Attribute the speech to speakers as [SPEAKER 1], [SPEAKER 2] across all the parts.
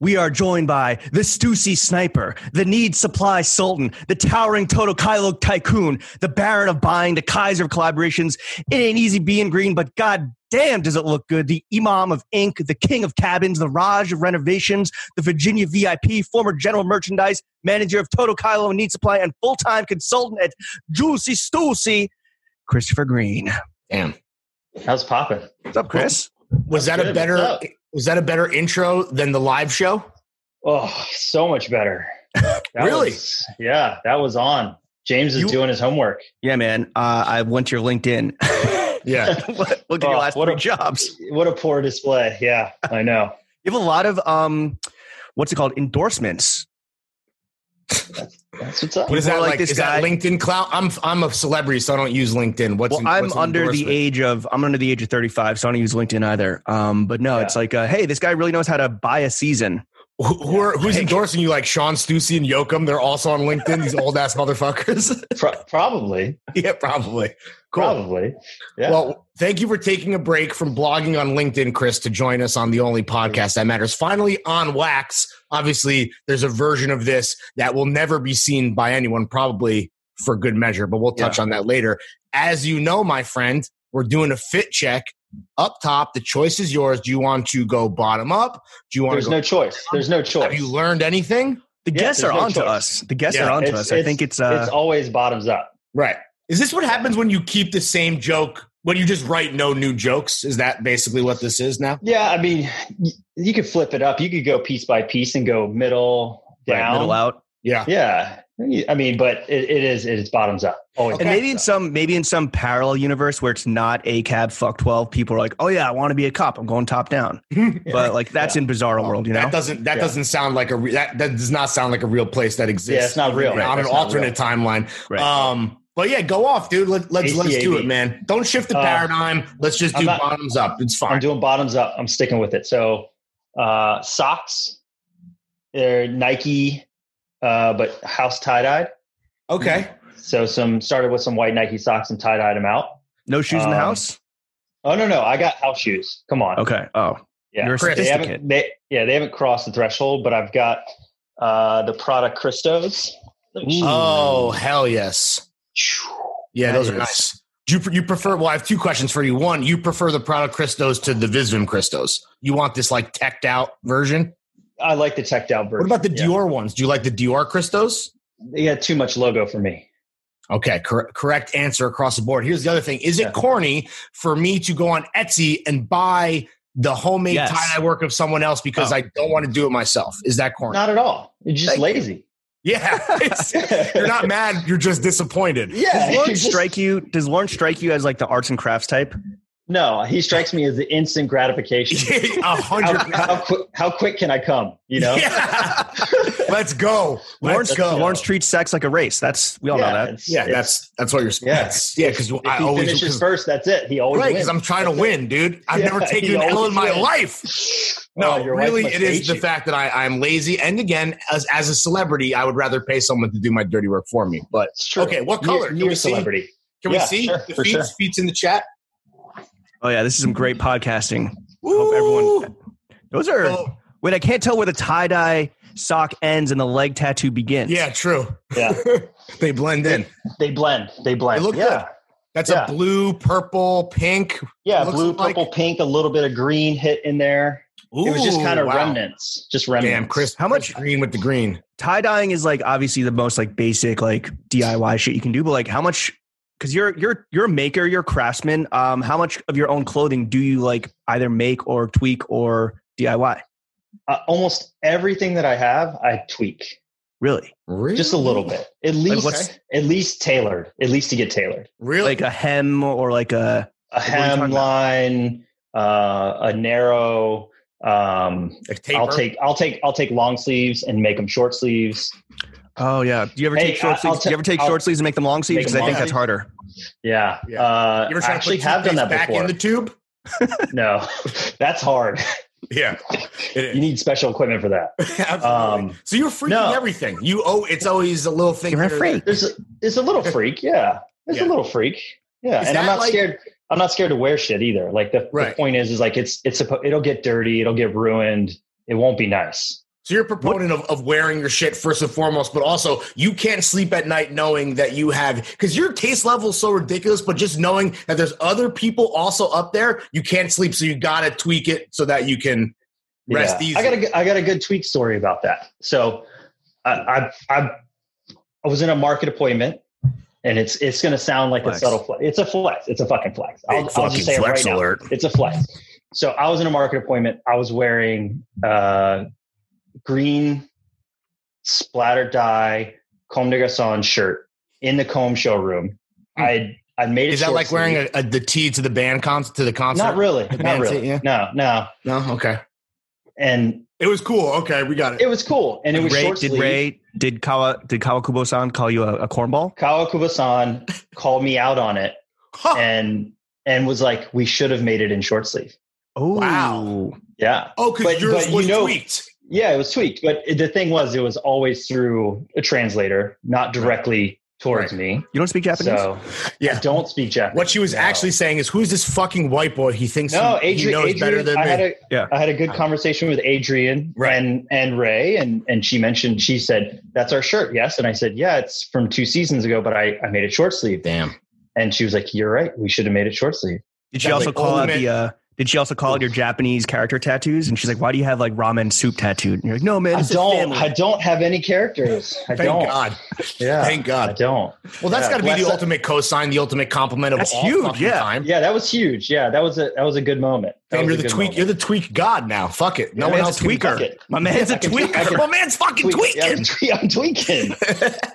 [SPEAKER 1] we are joined by the Stussy Sniper, the Need Supply Sultan, the towering Toto Kylo Tycoon, the Baron of Buying, the Kaiser of Collaborations. It ain't easy being green, but god damn does it look good. The Imam of Inc., the King of Cabins, the Raj of Renovations, the Virginia VIP, former General Merchandise, manager of Toto Kylo and Need Supply, and full-time consultant at Juicy Stussy, Christopher Green.
[SPEAKER 2] Damn.
[SPEAKER 3] How's popping?
[SPEAKER 1] What's up, Chris?
[SPEAKER 4] Was that
[SPEAKER 3] Good,
[SPEAKER 4] a better
[SPEAKER 3] what's up?
[SPEAKER 4] was that a better intro than the live show?
[SPEAKER 3] Oh, so much better. That
[SPEAKER 4] Really?
[SPEAKER 3] was- yeah, that was on. James is
[SPEAKER 1] You-
[SPEAKER 3] doing his homework.
[SPEAKER 1] Yeah, man. Uh, I went to your LinkedIn.
[SPEAKER 4] Yeah.
[SPEAKER 1] Look look at your
[SPEAKER 3] Oh,
[SPEAKER 1] last
[SPEAKER 3] what
[SPEAKER 1] three
[SPEAKER 3] a-
[SPEAKER 1] jobs.
[SPEAKER 3] What a poor display. Yeah, I know.
[SPEAKER 1] You have a lot of um, what's it called? Endorsements.
[SPEAKER 3] That's what's up.
[SPEAKER 4] What is
[SPEAKER 1] People
[SPEAKER 4] that
[SPEAKER 1] like
[SPEAKER 4] like?
[SPEAKER 1] this
[SPEAKER 4] is that
[SPEAKER 1] guy-
[SPEAKER 4] LinkedIn clout? I'm I'm a celebrity, so I don't use LinkedIn. What's
[SPEAKER 1] Well,
[SPEAKER 4] an-
[SPEAKER 1] I'm
[SPEAKER 4] what's an
[SPEAKER 1] under the
[SPEAKER 4] endorsement?
[SPEAKER 1] age of I'm under the age of 35, so I don't use LinkedIn either. Um, but no,
[SPEAKER 3] Yeah.
[SPEAKER 1] it's like, uh, hey, this guy really knows how to buy a season.
[SPEAKER 4] Who, who are, who's endorsing you? Like Sean Stussy and Yoakum? They're also on LinkedIn. These old ass motherfuckers.
[SPEAKER 3] Pro- probably.
[SPEAKER 4] yeah, probably. Cool.
[SPEAKER 3] Probably. Yeah.
[SPEAKER 4] Well, thank you for taking a break from blogging on LinkedIn, Chris, to join us on the only podcast that matters. Finally on wax. Obviously, there's a version of this that will never be seen by anyone, probably for good measure, but we'll touch on that later. As you know, my friend, we're doing a fit check up top. The choice is yours. Do you want to go bottom up? Do you want
[SPEAKER 3] There's
[SPEAKER 4] to go?
[SPEAKER 3] no choice. There's no
[SPEAKER 4] have
[SPEAKER 3] choice.
[SPEAKER 4] you learned anything?
[SPEAKER 1] The
[SPEAKER 3] Yeah,
[SPEAKER 1] guests are
[SPEAKER 3] there's no
[SPEAKER 1] onto
[SPEAKER 3] choice.
[SPEAKER 1] us. The guests
[SPEAKER 4] Yeah,
[SPEAKER 1] are onto
[SPEAKER 3] it's-
[SPEAKER 1] us. I
[SPEAKER 3] it's-
[SPEAKER 1] think it's uh,
[SPEAKER 3] it's always bottoms up.
[SPEAKER 4] Right. Is this what happens when you keep the same joke? When you just write no new jokes? Is that basically what this is now?
[SPEAKER 3] Yeah, I mean, y- you could flip it up. You could go piece by piece and go middle
[SPEAKER 1] right,
[SPEAKER 3] down.
[SPEAKER 1] middle out.
[SPEAKER 4] Yeah.
[SPEAKER 3] Yeah. I mean, but it, it is it is bottoms up. Always.
[SPEAKER 1] And maybe in
[SPEAKER 3] bottoms
[SPEAKER 1] some maybe in some parallel universe where it's not a cab fuck 12, people are like, oh yeah, I want to be a cop. I'm going top down. But like that's in bizarro world, you know.
[SPEAKER 4] That doesn't that
[SPEAKER 3] Yeah.
[SPEAKER 4] doesn't sound like a re- that that does not sound like a real place that exists.
[SPEAKER 3] Yeah, it's not real.
[SPEAKER 4] on
[SPEAKER 3] Right,
[SPEAKER 4] an
[SPEAKER 3] that's not
[SPEAKER 4] alternate timeline.
[SPEAKER 1] Right.
[SPEAKER 4] Um, but yeah, go off, dude. Let, let's let's do
[SPEAKER 3] ACAB.
[SPEAKER 4] it, man. Don't shift the
[SPEAKER 3] Uh,
[SPEAKER 4] paradigm. Let's just
[SPEAKER 3] I'm
[SPEAKER 4] do
[SPEAKER 3] not-
[SPEAKER 4] bottoms up. It's
[SPEAKER 3] I'm
[SPEAKER 4] fine.
[SPEAKER 3] doing bottoms up. I'm sticking with it. So uh, socks, they're Nike, uh, but house tie dyed.
[SPEAKER 4] okay.
[SPEAKER 3] So some started with some white Nike socks and tie dyed them out.
[SPEAKER 1] no shoes in the
[SPEAKER 3] um,
[SPEAKER 1] house.
[SPEAKER 3] Oh no no, I got house shoes. Come on,
[SPEAKER 1] Okay. Oh,
[SPEAKER 3] yeah,
[SPEAKER 1] you're a
[SPEAKER 4] Chris,
[SPEAKER 3] they
[SPEAKER 1] sophisticate.
[SPEAKER 3] haven't. They, yeah, they haven't crossed the threshold, but I've got uh, the Prada Christos.
[SPEAKER 4] Oh hell yes. Yeah,
[SPEAKER 1] That
[SPEAKER 4] those
[SPEAKER 1] is-
[SPEAKER 4] are nice. Do you pre- you prefer? Well, I have two questions for you. One, you prefer the Prada Christos to the Visvim Christos. You want this like teched out version?
[SPEAKER 3] I like the tech down
[SPEAKER 4] What
[SPEAKER 3] version.
[SPEAKER 4] about the
[SPEAKER 3] yeah.
[SPEAKER 4] Dior ones? Do you like the Dior Christos?
[SPEAKER 3] They got too much logo for me.
[SPEAKER 4] Okay, cor- correct answer across the board. Here's the other thing: Is it
[SPEAKER 3] Yeah.
[SPEAKER 4] corny for me to go on Etsy and buy the homemade
[SPEAKER 1] Yes.
[SPEAKER 4] tie dye work of someone else because
[SPEAKER 1] Oh.
[SPEAKER 4] I don't want to do it myself? Is that corny?
[SPEAKER 3] Not at all. You're just
[SPEAKER 4] Thank you.
[SPEAKER 3] lazy.
[SPEAKER 4] yeah, It's- you're not mad. You're just disappointed.
[SPEAKER 3] Yeah,
[SPEAKER 1] Does
[SPEAKER 3] you're
[SPEAKER 1] Lawrence
[SPEAKER 3] just-
[SPEAKER 1] strike you? Does Lawrence strike you as like the arts and crafts type?
[SPEAKER 3] No, he strikes me as the instant gratification.
[SPEAKER 4] A
[SPEAKER 3] how,
[SPEAKER 4] hundred.
[SPEAKER 3] how quick how quick can I come? You know?
[SPEAKER 4] Yeah. Let's go. Let's
[SPEAKER 1] Lawrence,
[SPEAKER 4] go.
[SPEAKER 1] Lawrence treats sex like a race. That's we all know that.
[SPEAKER 3] it's-
[SPEAKER 4] yeah,
[SPEAKER 3] it's-
[SPEAKER 4] that's that's what you're.
[SPEAKER 3] Yeah.
[SPEAKER 4] Yes. Yeah, because
[SPEAKER 3] if
[SPEAKER 4] I
[SPEAKER 3] he
[SPEAKER 4] always
[SPEAKER 3] finishes
[SPEAKER 4] 'cause-
[SPEAKER 3] first, that's it. He always
[SPEAKER 4] right
[SPEAKER 3] wins.
[SPEAKER 4] because I'm trying to win, dude. I've
[SPEAKER 3] Yeah,
[SPEAKER 4] never taken
[SPEAKER 3] he
[SPEAKER 4] an L
[SPEAKER 3] always
[SPEAKER 4] in my
[SPEAKER 3] wins.
[SPEAKER 4] life. No,
[SPEAKER 3] Oh, your wife
[SPEAKER 4] really,
[SPEAKER 3] must
[SPEAKER 4] it
[SPEAKER 3] hate
[SPEAKER 4] is the
[SPEAKER 3] you.
[SPEAKER 4] fact that I, I'm lazy. And again, as, as a celebrity, I would rather pay someone to do my dirty work for me. But
[SPEAKER 3] It's true.
[SPEAKER 4] Okay, what
[SPEAKER 3] New-
[SPEAKER 4] color? Can
[SPEAKER 3] New
[SPEAKER 4] we see?
[SPEAKER 3] celebrity.
[SPEAKER 4] can
[SPEAKER 3] Yeah,
[SPEAKER 4] we see
[SPEAKER 3] sure,
[SPEAKER 4] the
[SPEAKER 3] for
[SPEAKER 4] feats,
[SPEAKER 3] sure.
[SPEAKER 4] feats in the chat?
[SPEAKER 1] Oh yeah, this is some great podcasting.
[SPEAKER 4] Ooh.
[SPEAKER 1] Hope everyone- Those are
[SPEAKER 4] Oh,
[SPEAKER 1] wait. I can't tell where the tie dye sock ends and the leg tattoo begins.
[SPEAKER 4] yeah, true.
[SPEAKER 3] Yeah,
[SPEAKER 4] they blend in.
[SPEAKER 3] they blend. They blend.
[SPEAKER 4] They look
[SPEAKER 3] yeah.
[SPEAKER 4] good. That's
[SPEAKER 3] Yeah.
[SPEAKER 4] a blue, purple, pink.
[SPEAKER 3] Yeah,
[SPEAKER 4] It looks
[SPEAKER 3] blue,
[SPEAKER 4] like-
[SPEAKER 3] purple, pink, a little bit of green hit in there. it was just
[SPEAKER 4] Ooh,
[SPEAKER 3] kind of
[SPEAKER 4] wow.
[SPEAKER 3] remnants. Just remnants.
[SPEAKER 4] Damn, Chris,
[SPEAKER 1] How much-
[SPEAKER 4] green with the green?
[SPEAKER 1] Tie dyeing is like obviously the most like basic like DIY shit you can do. But like, how much? Because you're you're you're a maker, you're a craftsman. Um, how much of your own clothing do you like either make or tweak or DIY?
[SPEAKER 3] Uh, almost everything that I have, I tweak
[SPEAKER 1] Really,
[SPEAKER 4] Really?
[SPEAKER 3] just a little bit. At least,
[SPEAKER 1] what's-
[SPEAKER 3] at least tailored. At least to get tailored.
[SPEAKER 4] Really?
[SPEAKER 1] like a hem or like a
[SPEAKER 3] A
[SPEAKER 1] are you talking
[SPEAKER 3] hemline, uh, a narrow. Um,
[SPEAKER 4] A taper?
[SPEAKER 3] I'll take I'll take I'll take long sleeves and make them short sleeves.
[SPEAKER 1] Oh yeah. Do you ever
[SPEAKER 3] Hey,
[SPEAKER 1] take short
[SPEAKER 3] I- I'll
[SPEAKER 1] sleeves? Do you ever take
[SPEAKER 3] I'll-
[SPEAKER 1] short sleeves and make them long sleeves?
[SPEAKER 3] Make
[SPEAKER 1] Because
[SPEAKER 3] them
[SPEAKER 1] I think
[SPEAKER 4] long.
[SPEAKER 1] that's harder.
[SPEAKER 3] Yeah.
[SPEAKER 4] Yeah.
[SPEAKER 3] Uh,
[SPEAKER 4] You ever try
[SPEAKER 3] I
[SPEAKER 4] to
[SPEAKER 3] actually
[SPEAKER 4] put
[SPEAKER 3] have done that
[SPEAKER 4] toothpaste back
[SPEAKER 3] before.
[SPEAKER 4] in the tube?
[SPEAKER 3] no, that's hard.
[SPEAKER 4] Yeah,
[SPEAKER 3] You need special equipment for that.
[SPEAKER 4] Absolutely.
[SPEAKER 3] Um,
[SPEAKER 4] so you're freaking
[SPEAKER 3] no.
[SPEAKER 4] everything. You owe. It's always a little thing.
[SPEAKER 5] You're a
[SPEAKER 4] here or
[SPEAKER 5] freak.
[SPEAKER 3] There's a, it's a little freak. Yeah. It's
[SPEAKER 4] Yeah.
[SPEAKER 3] a little freak. Yeah.
[SPEAKER 4] Is
[SPEAKER 3] and I'm
[SPEAKER 4] that
[SPEAKER 3] not
[SPEAKER 4] like-
[SPEAKER 3] scared. I'm not scared to wear shit either. Like the, the
[SPEAKER 4] Right.
[SPEAKER 3] point is, is like, it's, it's, suppo- it'll get dirty. It'll get ruined. It won't be nice.
[SPEAKER 4] So you're a proponent of, of wearing your shit first and foremost, but also you can't sleep at night knowing that you have because your taste level is so ridiculous, but just knowing that there's other people also up there, you can't sleep. So you gotta tweak it so that you can Rest
[SPEAKER 3] Yeah.
[SPEAKER 4] easy.
[SPEAKER 3] I got a, g- I got a good tweet story about that. So I, I, I, I was in a market appointment and it's, it's going to sound like
[SPEAKER 1] Flex.
[SPEAKER 3] a subtle flex. It's a flex. It's a fucking flex. I'll, I'll just say it right now.
[SPEAKER 4] alert.
[SPEAKER 3] It's a flex. So I was in a market appointment. I was wearing uh, green splatter dye Comme de Garçon shirt in the comb showroom. I I made it.
[SPEAKER 4] Hmm. Is that
[SPEAKER 3] short
[SPEAKER 4] like wearing
[SPEAKER 3] sleeve.
[SPEAKER 4] a, a, the tee to the band concert to the concert?
[SPEAKER 3] Not really. Not
[SPEAKER 4] band
[SPEAKER 3] really.
[SPEAKER 4] tee, yeah?
[SPEAKER 3] No, no.
[SPEAKER 4] No, okay.
[SPEAKER 3] And
[SPEAKER 4] It was cool. Okay, we got it.
[SPEAKER 3] it was cool. And it was
[SPEAKER 1] Ray,
[SPEAKER 3] short
[SPEAKER 1] did
[SPEAKER 3] sleeve.
[SPEAKER 1] Ray did Kawa did Kawakubo-san call you a, a cornball?
[SPEAKER 3] Kawa Kubasan called me out on it
[SPEAKER 4] Huh.
[SPEAKER 3] and and was like, "We should have made it in short sleeve."
[SPEAKER 1] Oh
[SPEAKER 4] Wow.
[SPEAKER 3] Yeah.
[SPEAKER 4] oh, because
[SPEAKER 3] but-
[SPEAKER 4] yours
[SPEAKER 3] but you
[SPEAKER 4] was
[SPEAKER 3] know-
[SPEAKER 4] tweaked.
[SPEAKER 3] Yeah, it was tweaked, but the thing was, it was always through a translator, not directly towards
[SPEAKER 4] Right.
[SPEAKER 3] me.
[SPEAKER 1] You don't speak Japanese?
[SPEAKER 3] So
[SPEAKER 4] Yeah.
[SPEAKER 3] I don't speak Japanese.
[SPEAKER 4] What she was
[SPEAKER 3] No.
[SPEAKER 4] actually saying is, "Who's this fucking white boy? He thinks
[SPEAKER 3] no,
[SPEAKER 4] he, he
[SPEAKER 3] Adrian.
[SPEAKER 4] knows
[SPEAKER 3] Adrian
[SPEAKER 4] better than
[SPEAKER 3] I
[SPEAKER 4] me."
[SPEAKER 3] had a
[SPEAKER 1] Yeah.
[SPEAKER 3] I had a good conversation with Adrian
[SPEAKER 4] Right.
[SPEAKER 3] and and Ray, and and she mentioned she said that's our shirt, yes, and I said yeah, it's from two seasons ago, but I I made it short sleeve,
[SPEAKER 4] Damn.
[SPEAKER 3] and she was like, you're right, we should have made it short sleeve.
[SPEAKER 1] Did she
[SPEAKER 4] That's
[SPEAKER 1] also
[SPEAKER 4] like
[SPEAKER 1] call out
[SPEAKER 4] ultimate-
[SPEAKER 1] the uh did she also call out your Japanese character tattoos? And she's like, Why do you have like ramen soup tattooed? And you're like, No man,
[SPEAKER 3] I
[SPEAKER 1] this is
[SPEAKER 3] don't
[SPEAKER 1] family."
[SPEAKER 3] I don't have any characters. I
[SPEAKER 4] Thank
[SPEAKER 3] don't.
[SPEAKER 4] God.
[SPEAKER 3] Yeah,
[SPEAKER 4] Thank
[SPEAKER 3] I
[SPEAKER 4] God.
[SPEAKER 3] don't.
[SPEAKER 4] Well, that's
[SPEAKER 3] Yeah,
[SPEAKER 4] got to be
[SPEAKER 3] bless
[SPEAKER 4] the
[SPEAKER 3] that.
[SPEAKER 4] ultimate cosign, the ultimate compliment of
[SPEAKER 1] That's
[SPEAKER 4] all
[SPEAKER 1] huge,
[SPEAKER 4] fucking
[SPEAKER 1] yeah.
[SPEAKER 4] time.
[SPEAKER 3] Yeah, that was huge. Yeah, that was a that was a good moment. That
[SPEAKER 4] Damn,
[SPEAKER 3] was
[SPEAKER 4] you're
[SPEAKER 3] a
[SPEAKER 4] the
[SPEAKER 3] good
[SPEAKER 4] tweak.
[SPEAKER 3] moment.
[SPEAKER 4] You're the tweak god now. Fuck it. No
[SPEAKER 1] My
[SPEAKER 4] one
[SPEAKER 1] man's a
[SPEAKER 4] else can
[SPEAKER 1] tweaker.
[SPEAKER 4] fuck it.
[SPEAKER 1] My man's a
[SPEAKER 3] I can tweak- I
[SPEAKER 1] tweaker.
[SPEAKER 3] can
[SPEAKER 4] My man's fucking
[SPEAKER 3] Tweak- yeah,
[SPEAKER 4] tweaking.
[SPEAKER 3] I'm, tweak- I'm tweaking.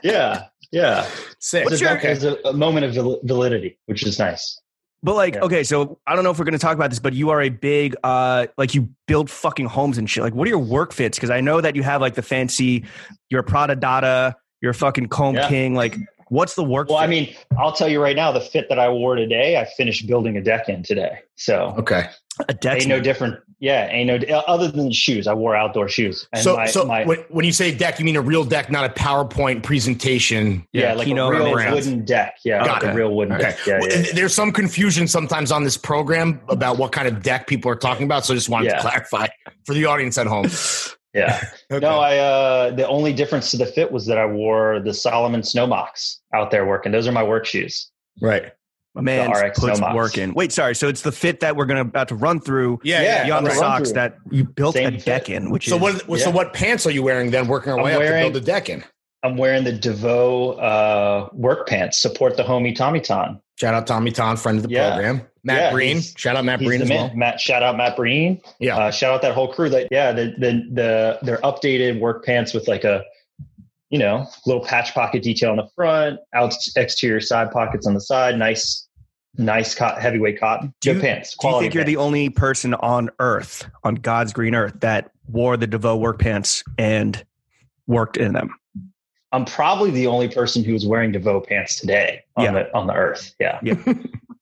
[SPEAKER 3] yeah, yeah.
[SPEAKER 4] Sick.
[SPEAKER 1] What's
[SPEAKER 3] There's,
[SPEAKER 1] your-
[SPEAKER 3] a, there's a, a moment of val- validity, which is nice.
[SPEAKER 1] But like,
[SPEAKER 3] Yeah.
[SPEAKER 1] okay, so I don't know if we're gonna talk about this, but you are a big uh like you build fucking homes and shit. Like, what are your work fits? Because I know that you have like the fancy, you're a Prada Dada, you're a fucking comb
[SPEAKER 3] Yeah.
[SPEAKER 1] king. Like, what's the work?
[SPEAKER 3] Well,
[SPEAKER 1] fit?
[SPEAKER 3] I mean, I'll tell you right now, the fit that I wore today, I finished building a deck in today. So
[SPEAKER 4] okay.
[SPEAKER 1] a deck.
[SPEAKER 3] ain't no different. Yeah, ain't no di- other than shoes. I wore outdoor shoes.
[SPEAKER 4] so,
[SPEAKER 3] my-
[SPEAKER 4] so
[SPEAKER 3] my-
[SPEAKER 4] when, when you say deck, you mean a real deck, not a PowerPoint presentation.
[SPEAKER 3] yeah, like a
[SPEAKER 1] Kino
[SPEAKER 3] real
[SPEAKER 1] brand.
[SPEAKER 3] wooden deck. Yeah,
[SPEAKER 4] Got
[SPEAKER 3] like a
[SPEAKER 4] it.
[SPEAKER 3] real wooden
[SPEAKER 4] Okay.
[SPEAKER 3] deck. Yeah,
[SPEAKER 4] Well,
[SPEAKER 3] yeah, yeah.
[SPEAKER 4] There's some confusion sometimes on this program about what kind of deck people are talking about. So, I just wanted to
[SPEAKER 3] Yeah.
[SPEAKER 4] clarify for the audience at home.
[SPEAKER 3] yeah.
[SPEAKER 4] Okay.
[SPEAKER 3] No, I uh the only difference to the fit was that I wore the Solomon Snowbox out there working. Those are my work shoes.
[SPEAKER 4] right.
[SPEAKER 1] My man
[SPEAKER 3] The RX
[SPEAKER 1] puts
[SPEAKER 3] Nomox.
[SPEAKER 1] work in. Wait, sorry. So it's the fit that we're gonna about to run through
[SPEAKER 4] Yeah.
[SPEAKER 3] Yeah.
[SPEAKER 4] yeah.
[SPEAKER 1] beyond the
[SPEAKER 3] right.
[SPEAKER 1] socks
[SPEAKER 3] Run through.
[SPEAKER 1] that you built
[SPEAKER 3] Same
[SPEAKER 1] a deck
[SPEAKER 3] fit.
[SPEAKER 1] in, which
[SPEAKER 4] So
[SPEAKER 1] is
[SPEAKER 4] what? So
[SPEAKER 3] yeah.
[SPEAKER 4] what pants are you wearing then? Working our
[SPEAKER 3] I'm
[SPEAKER 4] way up to
[SPEAKER 3] wearing-
[SPEAKER 4] build a deck in.
[SPEAKER 3] I'm wearing the DeVoe uh work pants, support the homie Tommy Ton.
[SPEAKER 4] Shout out Tommy Ton, friend of the
[SPEAKER 3] Yeah.
[SPEAKER 4] program. Matt
[SPEAKER 3] Yeah,
[SPEAKER 4] Breen.
[SPEAKER 3] he's-
[SPEAKER 4] Shout out Matt
[SPEAKER 3] He's
[SPEAKER 4] Breen
[SPEAKER 3] the
[SPEAKER 4] as
[SPEAKER 3] man.
[SPEAKER 4] well.
[SPEAKER 3] Matt, shout out Matt Breen.
[SPEAKER 4] Yeah.
[SPEAKER 3] Uh, shout out that whole crew. That yeah, the the the their updated work pants with like a you know little patch pocket detail on the front, out exterior side pockets on the side. Nice, nice cot, heavyweight cotton.
[SPEAKER 1] Do
[SPEAKER 3] Good
[SPEAKER 1] you-
[SPEAKER 3] pants.
[SPEAKER 1] do you
[SPEAKER 3] Quality
[SPEAKER 1] think you're the
[SPEAKER 3] pants.
[SPEAKER 1] only person on Earth, on God's green Earth, that wore the DeVoe work pants and worked in them?
[SPEAKER 3] I'm probably the only person who was wearing DeVoe pants today on
[SPEAKER 1] Yeah.
[SPEAKER 3] the on the earth. Yeah.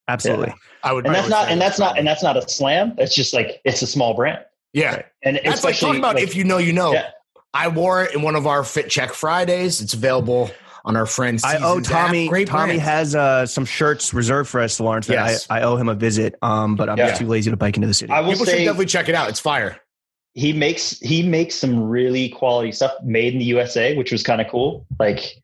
[SPEAKER 1] Absolutely.
[SPEAKER 4] I would.
[SPEAKER 3] And
[SPEAKER 4] I
[SPEAKER 3] that's
[SPEAKER 4] would
[SPEAKER 3] not
[SPEAKER 4] say
[SPEAKER 3] and that's not and that's not a slam. It's just like it's a small brand.
[SPEAKER 4] yeah.
[SPEAKER 3] And
[SPEAKER 4] That's like
[SPEAKER 3] especially
[SPEAKER 4] talking about
[SPEAKER 3] like,
[SPEAKER 4] if you know, you know.
[SPEAKER 3] Yeah.
[SPEAKER 4] I wore it in one of our Fit Check Fridays. It's available on our friends.
[SPEAKER 1] I owe Tommy. Tommy has uh, some shirts reserved for us, Lawrence. That
[SPEAKER 4] Yes.
[SPEAKER 1] I, I owe him a visit, um, but I'm
[SPEAKER 3] Yeah.
[SPEAKER 1] just too lazy to bike into the city.
[SPEAKER 3] I will
[SPEAKER 4] People should
[SPEAKER 3] say
[SPEAKER 4] definitely check it out. It's fire.
[SPEAKER 3] he makes he makes some really quality stuff made in the USA, which was kind of cool. Like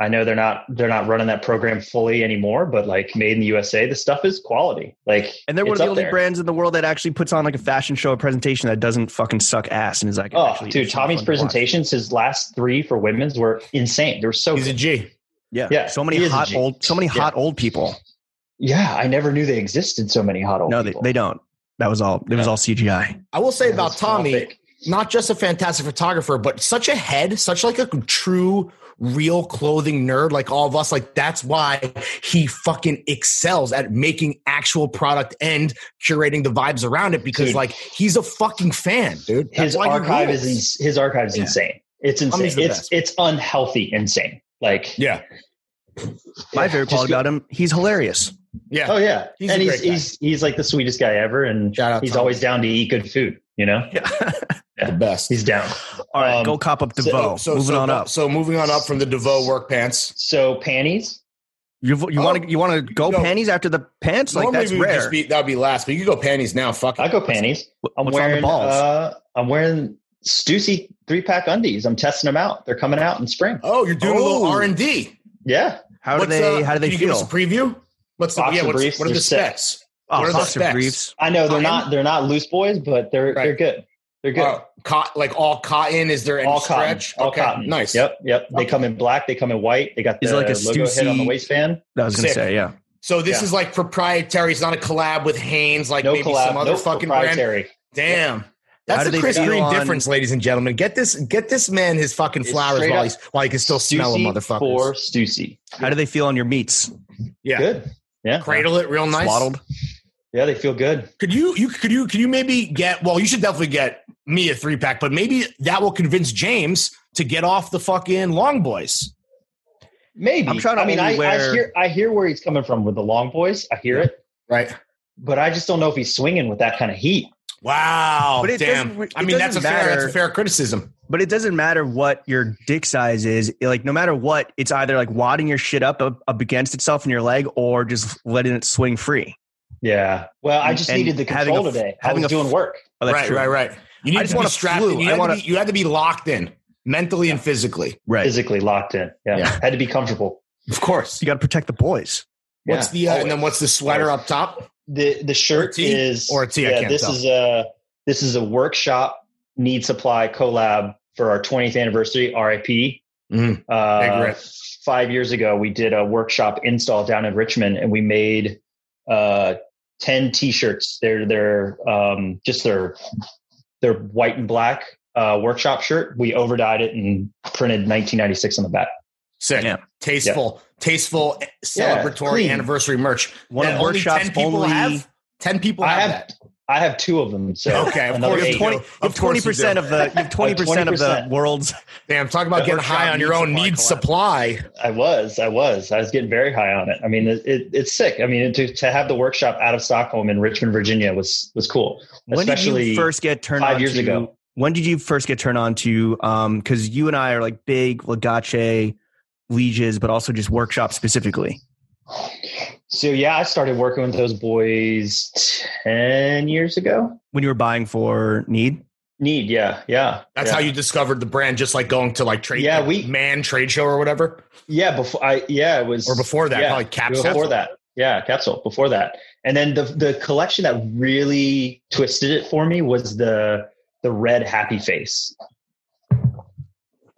[SPEAKER 3] I know they're not they're not running that program fully anymore, but like made in the USA, the stuff is quality. Like
[SPEAKER 1] and they're one of
[SPEAKER 3] it's
[SPEAKER 1] the
[SPEAKER 3] up
[SPEAKER 1] only
[SPEAKER 3] there.
[SPEAKER 1] brands in the world that actually puts on like a fashion show, a presentation that doesn't fucking suck ass, and is like,
[SPEAKER 3] Oh,
[SPEAKER 1] actually-
[SPEAKER 3] dude,
[SPEAKER 1] it's fun
[SPEAKER 3] Tommy's
[SPEAKER 1] to watch.
[SPEAKER 3] presentations, his last three for women's were insane. They were so
[SPEAKER 4] He's a G.
[SPEAKER 1] yeah,
[SPEAKER 3] yeah,
[SPEAKER 1] so many
[SPEAKER 3] he is a
[SPEAKER 1] hot
[SPEAKER 3] G.
[SPEAKER 1] old, so many hot old people.
[SPEAKER 3] Yeah, I never knew they existed. So many hot old
[SPEAKER 1] No, they,
[SPEAKER 3] people.
[SPEAKER 1] they don't. That was all. It was
[SPEAKER 3] Yeah.
[SPEAKER 1] all CGI.
[SPEAKER 4] I will say
[SPEAKER 3] Yeah,
[SPEAKER 4] about
[SPEAKER 3] it's small
[SPEAKER 4] Tommy,
[SPEAKER 3] pick.
[SPEAKER 4] not just a fantastic photographer, but such a head, such like a true real clothing nerd like all of us like that's why he fucking excels at making actual product and curating the vibes around it because
[SPEAKER 3] Dude.
[SPEAKER 4] like he's a fucking fan dude That's
[SPEAKER 3] his
[SPEAKER 4] why he
[SPEAKER 3] archive
[SPEAKER 4] rules.
[SPEAKER 3] is ins- his archive is
[SPEAKER 4] Yeah.
[SPEAKER 3] insane. It's
[SPEAKER 4] Tommy's
[SPEAKER 3] insane.
[SPEAKER 4] the
[SPEAKER 3] It's
[SPEAKER 4] best.
[SPEAKER 3] it's unhealthy insane. Like
[SPEAKER 4] Yeah.
[SPEAKER 1] My favorite
[SPEAKER 3] Just
[SPEAKER 1] part about him, he's hilarious.
[SPEAKER 4] Yeah.
[SPEAKER 3] Oh yeah,
[SPEAKER 4] He's
[SPEAKER 3] and
[SPEAKER 4] a
[SPEAKER 3] he's
[SPEAKER 4] great guy.
[SPEAKER 3] he's he's like the sweetest guy ever, and
[SPEAKER 4] Shout out
[SPEAKER 3] he's
[SPEAKER 4] Tom.
[SPEAKER 3] always down to eat good food. You know,
[SPEAKER 4] The best.
[SPEAKER 3] he's down.
[SPEAKER 1] All right,
[SPEAKER 3] Um,
[SPEAKER 1] go cop up
[SPEAKER 4] So-
[SPEAKER 1] DeVoe.
[SPEAKER 4] so-
[SPEAKER 1] Moving
[SPEAKER 4] so-
[SPEAKER 1] on up.
[SPEAKER 4] So moving on up from the DeVoe work pants.
[SPEAKER 3] So panties.
[SPEAKER 1] You you want to you want to go
[SPEAKER 4] Um, No.
[SPEAKER 1] panties after the pants? Like
[SPEAKER 4] Normally
[SPEAKER 1] that's
[SPEAKER 4] we would
[SPEAKER 1] rare.
[SPEAKER 4] just be that would be last, but you could go panties now. Fuck it.
[SPEAKER 3] I go panties.
[SPEAKER 1] What-
[SPEAKER 3] I'm
[SPEAKER 1] What's on the
[SPEAKER 3] wearing
[SPEAKER 1] balls?
[SPEAKER 3] uh, I'm wearing Stussy three pack undies. I'm testing them out. They're coming out in spring.
[SPEAKER 4] Oh, you're doing a little
[SPEAKER 1] Oh.
[SPEAKER 4] R and D.
[SPEAKER 3] Yeah,
[SPEAKER 1] how do they how do they
[SPEAKER 4] uh, can You give us a
[SPEAKER 1] feel?
[SPEAKER 4] preview. What's the,
[SPEAKER 3] Boxer
[SPEAKER 4] yeah, what's,
[SPEAKER 3] briefs,
[SPEAKER 4] what are the
[SPEAKER 3] they're sick.
[SPEAKER 4] specs?
[SPEAKER 1] Oh,
[SPEAKER 4] what are the
[SPEAKER 1] boxer
[SPEAKER 4] specs?
[SPEAKER 1] briefs.
[SPEAKER 3] I know they're
[SPEAKER 4] I
[SPEAKER 3] not they're not loose boys, but they're
[SPEAKER 4] Right.
[SPEAKER 3] they're good. They're good.
[SPEAKER 4] Uh, cot, like all cotton? Is there any
[SPEAKER 3] all cotton.
[SPEAKER 4] stretch?
[SPEAKER 3] All
[SPEAKER 4] okay,
[SPEAKER 3] cotton.
[SPEAKER 4] nice.
[SPEAKER 3] Yep. Yep. They come in black. They come in white. They got the
[SPEAKER 1] Is it like a
[SPEAKER 3] logo hit on the
[SPEAKER 1] Stussy-
[SPEAKER 3] waistband.
[SPEAKER 1] I was gonna
[SPEAKER 4] Sick.
[SPEAKER 1] say yeah.
[SPEAKER 4] So this
[SPEAKER 3] Yeah.
[SPEAKER 4] is like proprietary. It's not a collab with Hanes, like
[SPEAKER 3] No
[SPEAKER 4] maybe
[SPEAKER 3] collab.
[SPEAKER 4] some
[SPEAKER 3] No
[SPEAKER 4] other fucking brand.
[SPEAKER 3] proprietary.
[SPEAKER 4] Damn.
[SPEAKER 1] How do
[SPEAKER 4] That's the
[SPEAKER 1] they
[SPEAKER 4] Chris
[SPEAKER 1] feel
[SPEAKER 4] Green
[SPEAKER 1] on-
[SPEAKER 4] difference, ladies and gentlemen. Get this, get this man his fucking
[SPEAKER 3] It's
[SPEAKER 4] flowers
[SPEAKER 3] straight
[SPEAKER 4] while
[SPEAKER 3] up
[SPEAKER 4] he's while he can still smell a
[SPEAKER 3] Stussy
[SPEAKER 4] motherfucker.
[SPEAKER 3] For Stussy.
[SPEAKER 1] How do they feel on your meats?
[SPEAKER 4] Yeah.
[SPEAKER 3] Good. Yeah.
[SPEAKER 4] Cradle it real nice.
[SPEAKER 1] Swaddled.
[SPEAKER 3] Yeah. They feel good.
[SPEAKER 4] Could you you could you could you maybe get well you should definitely get me a three pack, but maybe that will convince James to get off the fucking long boys.
[SPEAKER 3] Maybe.
[SPEAKER 1] I'm trying to
[SPEAKER 3] I mean,
[SPEAKER 1] only
[SPEAKER 3] I,
[SPEAKER 1] wear-
[SPEAKER 3] I hear I hear where he's coming from with the long boys. I hear it,
[SPEAKER 4] Right.
[SPEAKER 3] but I just don't know if he's swinging with that kind of heat.
[SPEAKER 4] Wow.
[SPEAKER 1] But it
[SPEAKER 4] damn.
[SPEAKER 1] doesn't- it
[SPEAKER 4] I mean that's a
[SPEAKER 1] doesn't
[SPEAKER 4] fair that's a
[SPEAKER 1] matter.
[SPEAKER 4] fair criticism.
[SPEAKER 1] But it doesn't matter what your dick size is. Like no matter what, it's either like wadding your shit up up, up against itself in your leg, or just letting it swing free.
[SPEAKER 3] Yeah. Well, I
[SPEAKER 1] And-
[SPEAKER 3] just
[SPEAKER 1] and
[SPEAKER 3] needed the
[SPEAKER 1] having
[SPEAKER 3] control
[SPEAKER 1] a f-
[SPEAKER 3] today. I
[SPEAKER 1] having
[SPEAKER 3] was
[SPEAKER 1] a f-
[SPEAKER 3] doing work.
[SPEAKER 1] Oh, that's
[SPEAKER 4] right,
[SPEAKER 1] true.
[SPEAKER 4] right, right. You need
[SPEAKER 1] I
[SPEAKER 4] to
[SPEAKER 1] just
[SPEAKER 4] be
[SPEAKER 1] want a
[SPEAKER 4] strapped
[SPEAKER 1] flu.
[SPEAKER 4] in.
[SPEAKER 1] I
[SPEAKER 4] You, had
[SPEAKER 1] want
[SPEAKER 4] to
[SPEAKER 1] a-
[SPEAKER 4] be, you had to be locked in mentally and physically.
[SPEAKER 1] Right.
[SPEAKER 3] Physically locked in. Yeah.
[SPEAKER 4] Yeah.
[SPEAKER 3] Had to be comfortable.
[SPEAKER 4] Of course.
[SPEAKER 1] You got to protect the boys.
[SPEAKER 4] What's the uh, and then what's the sweater up top?
[SPEAKER 3] the the shirt
[SPEAKER 4] tee?
[SPEAKER 3] is
[SPEAKER 4] Or a tee, I
[SPEAKER 3] Yeah,
[SPEAKER 4] can't
[SPEAKER 3] this
[SPEAKER 4] tell.
[SPEAKER 3] is a this is a workshop need supply collab for our 20th anniversary. RIP.
[SPEAKER 4] Mm. Big
[SPEAKER 3] Uh,
[SPEAKER 4] rip.
[SPEAKER 3] five years ago, we did a workshop install down in Richmond, and we made uh, ten T-shirts. They're they're um, just their their white and black uh, workshop shirt. We overdyed it and printed 1996 on the back.
[SPEAKER 4] Sick.
[SPEAKER 1] Yeah.
[SPEAKER 4] Tasteful. Tasteful eh, celebratory
[SPEAKER 3] clean.
[SPEAKER 4] anniversary merch.
[SPEAKER 1] One
[SPEAKER 4] that
[SPEAKER 1] of
[SPEAKER 4] only
[SPEAKER 1] workshops
[SPEAKER 4] 10 people
[SPEAKER 1] only.
[SPEAKER 4] have. Ten people
[SPEAKER 3] I
[SPEAKER 4] have,
[SPEAKER 3] have
[SPEAKER 4] that.
[SPEAKER 3] I have two of them. So
[SPEAKER 4] Okay, of
[SPEAKER 3] another
[SPEAKER 4] course
[SPEAKER 1] You have
[SPEAKER 4] There you
[SPEAKER 3] eight.
[SPEAKER 4] go.
[SPEAKER 1] 20, you
[SPEAKER 4] Of
[SPEAKER 1] have
[SPEAKER 4] course you
[SPEAKER 1] 20%
[SPEAKER 4] do.
[SPEAKER 1] of the you have 20% of the
[SPEAKER 3] 20%.
[SPEAKER 1] world's
[SPEAKER 4] Damn, talk about
[SPEAKER 3] The
[SPEAKER 4] getting
[SPEAKER 1] workshop
[SPEAKER 4] high on your
[SPEAKER 1] needs
[SPEAKER 4] own
[SPEAKER 1] supply
[SPEAKER 4] need
[SPEAKER 1] collab.
[SPEAKER 4] supply.
[SPEAKER 3] I was, I was, I was getting very high on it. I mean, it, it, it's sick. I mean, to, to have the workshop out of Stockholm in Richmond, Virginia was was cool.
[SPEAKER 1] when did
[SPEAKER 3] Especially
[SPEAKER 1] you first get turned
[SPEAKER 3] five
[SPEAKER 1] on
[SPEAKER 3] years
[SPEAKER 1] to-
[SPEAKER 3] ago.
[SPEAKER 1] When did you first get turned on to um cuz you and I are like big Legace lieges but also just workshop specifically.
[SPEAKER 3] So yeah, I started working with those boys ten years ago.
[SPEAKER 1] When you were buying for need?
[SPEAKER 3] Need, yeah, yeah.
[SPEAKER 4] That's
[SPEAKER 3] yeah.
[SPEAKER 4] how you discovered the brand, just like going to like trade,
[SPEAKER 3] Yeah,
[SPEAKER 4] like
[SPEAKER 3] we-
[SPEAKER 4] man trade show or whatever,
[SPEAKER 3] Yeah, before I, yeah, it was
[SPEAKER 4] or before that,
[SPEAKER 3] yeah.
[SPEAKER 4] probably capsule.
[SPEAKER 3] before that. Yeah, capsule before that. And then the the collection that really twisted it for me was the the red happy face.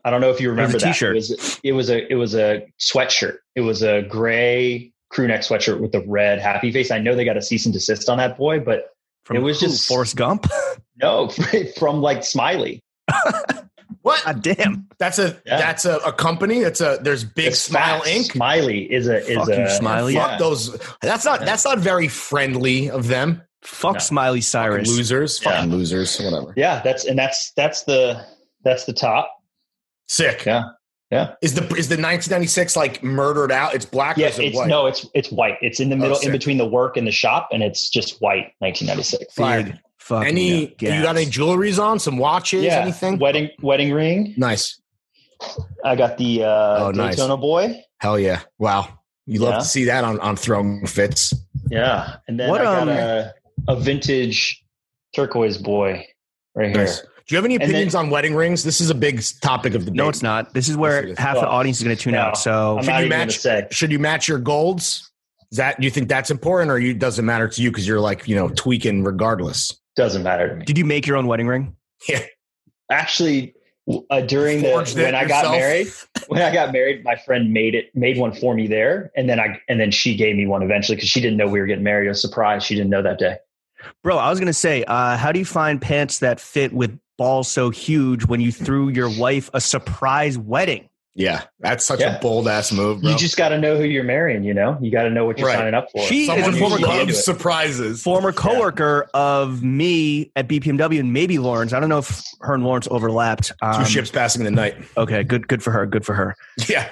[SPEAKER 3] I don't know if you remember that.
[SPEAKER 1] t-shirt.
[SPEAKER 3] It was it was a it was a sweatshirt. It was a gray crew neck sweatshirt with the red happy face. I know they got a cease and desist on that boy, but
[SPEAKER 1] From
[SPEAKER 3] It was
[SPEAKER 1] who?
[SPEAKER 3] just-
[SPEAKER 1] Forrest Gump.
[SPEAKER 3] no, from like Smiley.
[SPEAKER 4] What?
[SPEAKER 1] God damn.
[SPEAKER 4] That's a
[SPEAKER 3] Yeah.
[SPEAKER 4] that's a, a company. That's a there's big
[SPEAKER 3] It's
[SPEAKER 4] smile
[SPEAKER 3] facts.
[SPEAKER 4] ink.
[SPEAKER 3] Smiley is a is
[SPEAKER 1] Fuck you,
[SPEAKER 3] a
[SPEAKER 1] Smiley.
[SPEAKER 3] yeah.
[SPEAKER 4] Fuck those. That's not
[SPEAKER 3] Yeah.
[SPEAKER 4] that's not very friendly of them.
[SPEAKER 1] Fuck
[SPEAKER 3] No.
[SPEAKER 1] Smiley Cyrus.
[SPEAKER 4] Losers,
[SPEAKER 3] Yeah.
[SPEAKER 4] fucking losers, whatever.
[SPEAKER 3] Yeah, that's and that's that's the that's the top.
[SPEAKER 4] Sick.
[SPEAKER 3] Yeah. Yeah.
[SPEAKER 4] Is the is the 1996 like murdered out? It's black. or
[SPEAKER 3] Yeah,
[SPEAKER 4] is it
[SPEAKER 3] it's
[SPEAKER 4] white? Oh,
[SPEAKER 3] no, it's it's white. It's in the middle,
[SPEAKER 4] sick.
[SPEAKER 3] in between the work and the shop, and it's just white. 1996.
[SPEAKER 4] Fire.
[SPEAKER 1] Big fucking
[SPEAKER 4] Any?
[SPEAKER 1] gas.
[SPEAKER 4] You got any jewelries on? Some watches?
[SPEAKER 3] yeah,
[SPEAKER 4] Anything?
[SPEAKER 3] wedding wedding ring.
[SPEAKER 4] Nice.
[SPEAKER 3] I got the uh,
[SPEAKER 4] Oh, nice.
[SPEAKER 3] Daytona boy.
[SPEAKER 4] Hell yeah! Wow. You
[SPEAKER 3] Yeah.
[SPEAKER 4] love to see that on on throwing fits.
[SPEAKER 3] Yeah, and then
[SPEAKER 1] What,
[SPEAKER 3] I got
[SPEAKER 1] um,
[SPEAKER 3] a, a vintage turquoise boy right here.
[SPEAKER 4] Nice. Do you have any
[SPEAKER 3] And
[SPEAKER 4] opinions on wedding rings? This is a big topic of debate.
[SPEAKER 1] No, it's not. This is
[SPEAKER 4] Yes, it
[SPEAKER 1] where
[SPEAKER 4] is.
[SPEAKER 1] half the
[SPEAKER 3] Well,
[SPEAKER 1] audience is going to tune
[SPEAKER 3] no.
[SPEAKER 1] out. So
[SPEAKER 3] I'm
[SPEAKER 4] Should
[SPEAKER 3] not
[SPEAKER 4] you
[SPEAKER 3] even gonna
[SPEAKER 4] match-
[SPEAKER 3] say.
[SPEAKER 4] Should you match your golds? Is that you think that's important, or you doesn't matter to you because you're like you know tweaking regardless?
[SPEAKER 3] Doesn't matter to me.
[SPEAKER 1] did you make your own wedding ring?
[SPEAKER 3] Actually, uh, during the
[SPEAKER 4] Forged it
[SPEAKER 3] when I got
[SPEAKER 4] yourself?
[SPEAKER 3] married, when I got married, my friend made it made one for me there, and then I and then she gave me one eventually because she didn't know we were getting married. It was a surprise. She didn't know that day.
[SPEAKER 1] Bro, I was gonna say, uh, how do you find pants that fit with balls so huge when you threw your wife a surprise wedding?
[SPEAKER 4] Yeah, that's such
[SPEAKER 3] Yeah.
[SPEAKER 4] a bold ass move, bro.
[SPEAKER 3] You just got to know who you're marrying. You know, you got to know what you're
[SPEAKER 4] Right.
[SPEAKER 3] signing up for.
[SPEAKER 1] She is
[SPEAKER 4] Someone
[SPEAKER 1] a
[SPEAKER 4] who
[SPEAKER 1] former
[SPEAKER 3] loves
[SPEAKER 4] loves
[SPEAKER 3] it.
[SPEAKER 4] surprises.
[SPEAKER 1] former coworker of me at BPMW and maybe Lawrence. I don't know if her and Lawrence overlapped.
[SPEAKER 4] Two
[SPEAKER 1] Um,
[SPEAKER 4] ships passing in the night.
[SPEAKER 1] Okay, good, good for her. Good for her.
[SPEAKER 4] Yeah.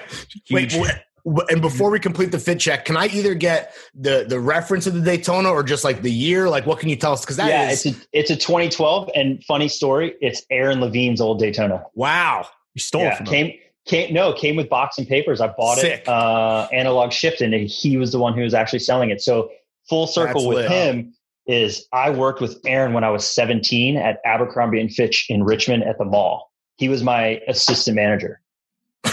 [SPEAKER 4] Wait,
[SPEAKER 1] Huge.
[SPEAKER 4] wait, wait, and before we complete the fit check, can I either get the the reference of the Daytona or just like the year? Like, what can you tell us? Because that is
[SPEAKER 3] yeah, it's a it's a 2012, and funny story, it's Aaron Levine's old Daytona.
[SPEAKER 4] wow.
[SPEAKER 1] You stole it
[SPEAKER 3] yeah,
[SPEAKER 1] from her.
[SPEAKER 3] came came no came with box and papers. I bought
[SPEAKER 4] Sick.
[SPEAKER 3] it uh, analog shift, and he was the one who was actually selling it. So full circle
[SPEAKER 4] That's
[SPEAKER 3] with
[SPEAKER 4] lit.
[SPEAKER 3] him is I worked with Aaron when I was 17 at Abercrombie and Fitch in Richmond at the mall. He was my assistant manager.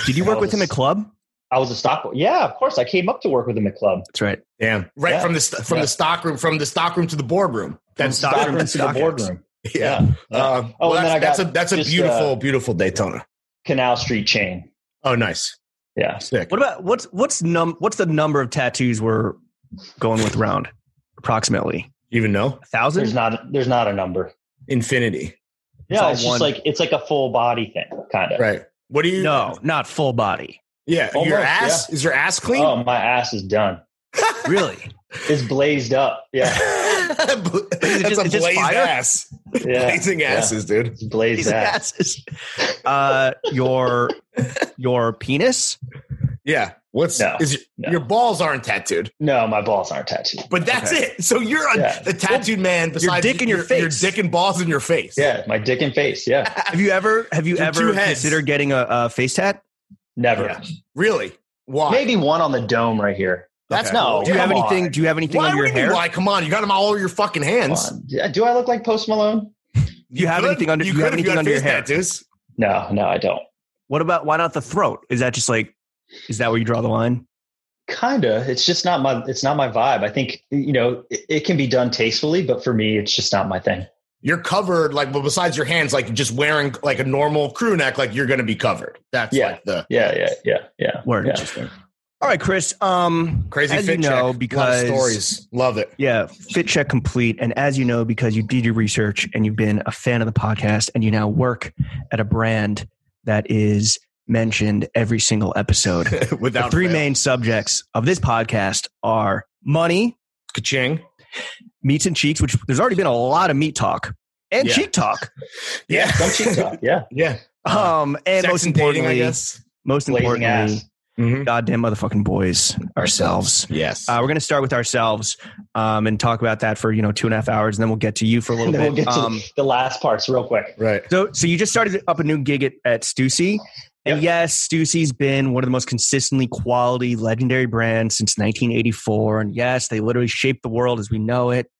[SPEAKER 1] Did you work with him at club?
[SPEAKER 3] I was a stock. Yeah, of course. I came up to work with him at club.
[SPEAKER 1] That's right.
[SPEAKER 4] Damn. Right
[SPEAKER 3] Yeah.
[SPEAKER 4] from the st- from
[SPEAKER 3] Yeah.
[SPEAKER 4] the stock room from the stock room to the boardroom. That's
[SPEAKER 1] From stock room to
[SPEAKER 3] Stockroom to the
[SPEAKER 1] stock
[SPEAKER 3] boardroom.
[SPEAKER 4] yeah.
[SPEAKER 3] Yeah.
[SPEAKER 4] Uh,
[SPEAKER 3] Oh,
[SPEAKER 4] well, that's,
[SPEAKER 3] and then I
[SPEAKER 4] that's
[SPEAKER 3] got
[SPEAKER 4] a that's a
[SPEAKER 3] just,
[SPEAKER 4] beautiful,
[SPEAKER 3] uh,
[SPEAKER 4] beautiful Daytona.
[SPEAKER 3] Canal Street chain.
[SPEAKER 4] Oh, nice.
[SPEAKER 3] Yeah.
[SPEAKER 4] Sick.
[SPEAKER 1] What about what's what's num what's the number of tattoos we're going with round? Approximately
[SPEAKER 4] You even know?
[SPEAKER 1] a thousand.
[SPEAKER 3] There's not there's not a number.
[SPEAKER 4] Infinity.
[SPEAKER 3] Yeah,
[SPEAKER 1] all
[SPEAKER 3] it's, just
[SPEAKER 1] one.
[SPEAKER 3] like it's like a full body thing, kind of.
[SPEAKER 4] Right. What do you
[SPEAKER 1] no, not full body.
[SPEAKER 4] Yeah.
[SPEAKER 3] Almost,
[SPEAKER 4] your ass is your ass clean?
[SPEAKER 3] Oh, my ass is done.
[SPEAKER 1] Really?
[SPEAKER 3] It's blazed up. Yeah,
[SPEAKER 4] That's
[SPEAKER 1] just-
[SPEAKER 4] a
[SPEAKER 1] it's just
[SPEAKER 4] blazed
[SPEAKER 1] fire?
[SPEAKER 4] ass.
[SPEAKER 3] yeah.
[SPEAKER 4] Blazing
[SPEAKER 3] Yeah.
[SPEAKER 4] asses, dude.
[SPEAKER 3] It's blazed
[SPEAKER 1] These
[SPEAKER 3] up.
[SPEAKER 1] asses. Uh, your your penis.
[SPEAKER 4] Yeah. What's
[SPEAKER 3] No,
[SPEAKER 4] is your,
[SPEAKER 3] no.
[SPEAKER 4] your balls aren't tattooed,
[SPEAKER 3] No, my balls aren't tattooed.
[SPEAKER 4] but that's
[SPEAKER 1] Okay.
[SPEAKER 4] it. So you're a,
[SPEAKER 3] Yeah.
[SPEAKER 4] the tattooed man. Besides
[SPEAKER 1] dick and your face.
[SPEAKER 4] your dick and balls in your face.
[SPEAKER 3] Yeah, my dick and face. Yeah,
[SPEAKER 1] Have you ever have you
[SPEAKER 4] Your two
[SPEAKER 1] ever
[SPEAKER 4] heads.
[SPEAKER 1] considered getting a, a face tat?
[SPEAKER 3] never.
[SPEAKER 4] Yeah. Really? Why?
[SPEAKER 3] Maybe one on the dome right here.
[SPEAKER 4] That's
[SPEAKER 3] Okay. No,
[SPEAKER 4] cool.
[SPEAKER 1] Do you have
[SPEAKER 3] Come on.
[SPEAKER 1] anything? Do you have anything
[SPEAKER 4] Why?
[SPEAKER 1] on
[SPEAKER 4] What
[SPEAKER 1] your
[SPEAKER 4] do you mean,
[SPEAKER 1] hair?
[SPEAKER 4] why? Come on, you got them all over your fucking hands.
[SPEAKER 3] Come on. Yeah, Do I look like Post Malone?
[SPEAKER 1] Do you have
[SPEAKER 4] could-
[SPEAKER 1] anything under?
[SPEAKER 4] You
[SPEAKER 1] do you have
[SPEAKER 4] could if
[SPEAKER 1] anything
[SPEAKER 4] you had
[SPEAKER 1] under your
[SPEAKER 4] face
[SPEAKER 1] hair?
[SPEAKER 4] tattoos.
[SPEAKER 3] No, no, I don't.
[SPEAKER 1] What about why not the throat? Is that just like, is that where you draw the line?
[SPEAKER 3] Kinda. It's just not my. It's not my vibe. I think you know it, it can be done tastefully, but for me, it's just not my thing.
[SPEAKER 4] You're covered, like, well, besides your hands, like just wearing like a normal crew neck, like you're going to be covered. That's
[SPEAKER 3] Yeah.
[SPEAKER 4] like the
[SPEAKER 3] Yeah, yeah, yeah, yeah.
[SPEAKER 1] Word.
[SPEAKER 3] Yeah.
[SPEAKER 4] interesting.
[SPEAKER 1] All right, Chris. Um,
[SPEAKER 4] crazy
[SPEAKER 1] as
[SPEAKER 4] fit
[SPEAKER 1] you know,
[SPEAKER 4] check.
[SPEAKER 1] because
[SPEAKER 4] Love stories, love it.
[SPEAKER 1] Yeah, fit check complete. And as you know, because you did your research and you've been a fan of the podcast, and you now work at a brand that is mentioned every single episode. the
[SPEAKER 4] Without
[SPEAKER 1] three
[SPEAKER 4] fail.
[SPEAKER 1] main subjects of this podcast are money,
[SPEAKER 4] ka-ching.
[SPEAKER 1] meats and cheeks, which there's already been a lot of meat talk and
[SPEAKER 4] Yeah.
[SPEAKER 1] cheek talk.
[SPEAKER 4] Yeah,
[SPEAKER 3] Some cheek talk. Yeah,
[SPEAKER 4] yeah.
[SPEAKER 1] Um, and
[SPEAKER 4] Uh, Sex
[SPEAKER 1] most
[SPEAKER 4] and dating, I
[SPEAKER 1] importantly,
[SPEAKER 4] guess.
[SPEAKER 1] most
[SPEAKER 3] blazing
[SPEAKER 1] importantly,
[SPEAKER 3] ass.
[SPEAKER 4] Mhm.
[SPEAKER 1] goddamn motherfucking boys ourselves.
[SPEAKER 4] Yes.
[SPEAKER 1] Uh, we're going to start with ourselves um, and talk about that for you know two and a half hours, and then we'll get to you for a little
[SPEAKER 3] And then
[SPEAKER 1] bit.
[SPEAKER 3] we'll get to
[SPEAKER 1] um,
[SPEAKER 3] the last parts real quick.
[SPEAKER 4] right.
[SPEAKER 1] So, so you just started up a new gig at, at Stussy. And
[SPEAKER 3] Yep.
[SPEAKER 1] yes, Stussy's been one of the most consistently quality, legendary brands since 1984. And yes, they literally shaped the world as we know it.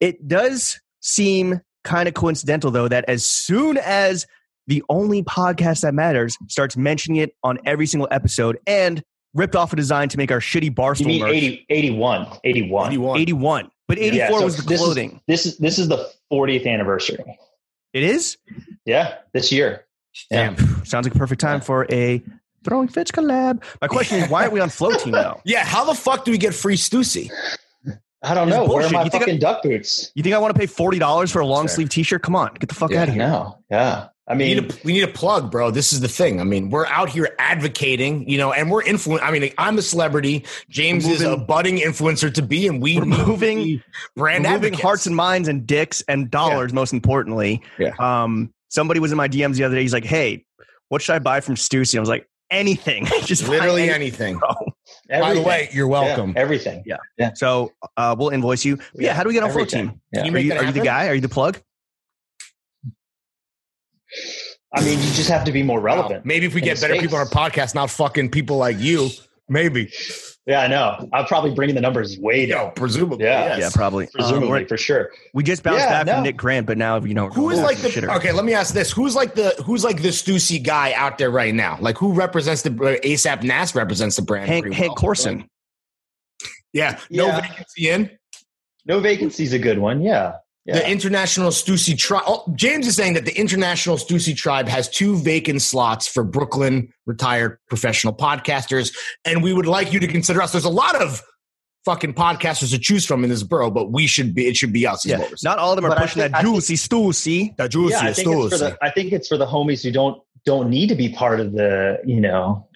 [SPEAKER 1] It does seem kind of coincidental, though, that as soon as the only podcast that matters starts mentioning it on every single episode and ripped off a design to make our shitty barstool
[SPEAKER 3] You mean
[SPEAKER 1] merch,
[SPEAKER 3] 80, 81, 81.
[SPEAKER 4] 81.
[SPEAKER 1] 81. But 84
[SPEAKER 3] Yeah, so
[SPEAKER 1] was the
[SPEAKER 3] this is-
[SPEAKER 1] clothing.
[SPEAKER 3] This is this is the 40th anniversary.
[SPEAKER 1] it is?
[SPEAKER 3] Yeah, this year. Yeah.
[SPEAKER 1] Damn. Sounds like a perfect time for a throwing fits collab. My question is, why aren't we on Flow Team now?
[SPEAKER 4] Yeah, how the fuck do we get free Stussy?
[SPEAKER 3] I don't
[SPEAKER 1] This
[SPEAKER 3] know.
[SPEAKER 1] is
[SPEAKER 3] Where are
[SPEAKER 1] bullshit.
[SPEAKER 3] my
[SPEAKER 1] You think I-
[SPEAKER 3] fucking duck boots?
[SPEAKER 1] You think I want to pay forty dollars for a long
[SPEAKER 4] Sure.
[SPEAKER 1] sleeve T-shirt? Come on, get the fuck
[SPEAKER 4] Yeah,
[SPEAKER 1] out of
[SPEAKER 3] I
[SPEAKER 1] here.
[SPEAKER 3] know. Yeah. I
[SPEAKER 4] We
[SPEAKER 3] mean,
[SPEAKER 4] need, a, we need a plug, bro. This is the thing. I mean, we're out here advocating, you know, and we're influencing. I mean, I'm a celebrity. James
[SPEAKER 1] We're
[SPEAKER 4] is a
[SPEAKER 1] moving-
[SPEAKER 4] budding influencer to be, and we
[SPEAKER 1] We're
[SPEAKER 4] need to
[SPEAKER 1] moving-
[SPEAKER 4] be brand
[SPEAKER 1] Removing
[SPEAKER 4] advocates.
[SPEAKER 1] hearts and minds and dicks and dollars, most importantly.
[SPEAKER 4] Yeah.
[SPEAKER 1] Um, somebody was in my DMs the other day. He's like, "Hey, what should I buy from Stussy?" I was like, "Anything, just buy
[SPEAKER 4] literally
[SPEAKER 1] anything."
[SPEAKER 4] anything. By
[SPEAKER 3] everything.
[SPEAKER 4] the way, you're
[SPEAKER 3] Yeah,
[SPEAKER 4] welcome.
[SPEAKER 3] everything.
[SPEAKER 1] Yeah. So uh, we'll invoice you. But yeah,
[SPEAKER 3] Yeah,
[SPEAKER 1] How do we get on Flow
[SPEAKER 3] everything.
[SPEAKER 1] Team?
[SPEAKER 3] Yeah.
[SPEAKER 4] Can you
[SPEAKER 1] Are
[SPEAKER 4] make
[SPEAKER 1] you,
[SPEAKER 4] that
[SPEAKER 1] are you the
[SPEAKER 4] happen?
[SPEAKER 1] guy? Are you the plug?
[SPEAKER 3] I mean, you just have to be more
[SPEAKER 4] Wow.
[SPEAKER 3] relevant.
[SPEAKER 4] Maybe if we
[SPEAKER 3] In
[SPEAKER 4] get
[SPEAKER 3] the
[SPEAKER 4] better
[SPEAKER 3] States.
[SPEAKER 4] people on our podcast, not fucking people like you. Maybe.
[SPEAKER 3] Yeah, I know. I'm probably bringing the numbers way
[SPEAKER 4] No,
[SPEAKER 3] down.
[SPEAKER 4] presumably.
[SPEAKER 3] Yeah.
[SPEAKER 1] Yeah, probably. Um,
[SPEAKER 3] Presumably,
[SPEAKER 1] we're-
[SPEAKER 3] for sure.
[SPEAKER 1] we just bounced
[SPEAKER 3] Yeah,
[SPEAKER 1] back
[SPEAKER 3] no.
[SPEAKER 1] from Nick Grant, but now you know we're
[SPEAKER 4] Who
[SPEAKER 1] going
[SPEAKER 4] is
[SPEAKER 1] back
[SPEAKER 4] like
[SPEAKER 1] to
[SPEAKER 4] the
[SPEAKER 1] shitter.
[SPEAKER 4] okay? Let me ask this: Who's like the who's like the Stussy guy out there right now? Like who represents the uh, ASAP Nas represents the brand?
[SPEAKER 1] Hank,
[SPEAKER 4] pretty
[SPEAKER 1] Hank
[SPEAKER 4] well.
[SPEAKER 1] Corson.
[SPEAKER 4] yeah, no
[SPEAKER 3] Yeah.
[SPEAKER 4] vacancy in
[SPEAKER 3] No vacancy's a good one. Yeah. Yeah.
[SPEAKER 4] the international Stussy tribe. Oh, James is saying that the international Stussy tribe has two vacant slots for Brooklyn retired professional podcasters, and we would like you to consider us. There's a lot of fucking podcasters to choose from in this borough, but we should be. It should be us. Is
[SPEAKER 1] Yeah.
[SPEAKER 4] what we're saying.
[SPEAKER 1] Not all of them are
[SPEAKER 3] But I
[SPEAKER 1] pushing
[SPEAKER 3] think-
[SPEAKER 1] that
[SPEAKER 3] I think-
[SPEAKER 1] juicy stew, see?
[SPEAKER 4] The juicy
[SPEAKER 3] yeah, I think, it's for
[SPEAKER 4] Stussy.
[SPEAKER 3] the, I think it's for the homies who don't don't need to be part of the you know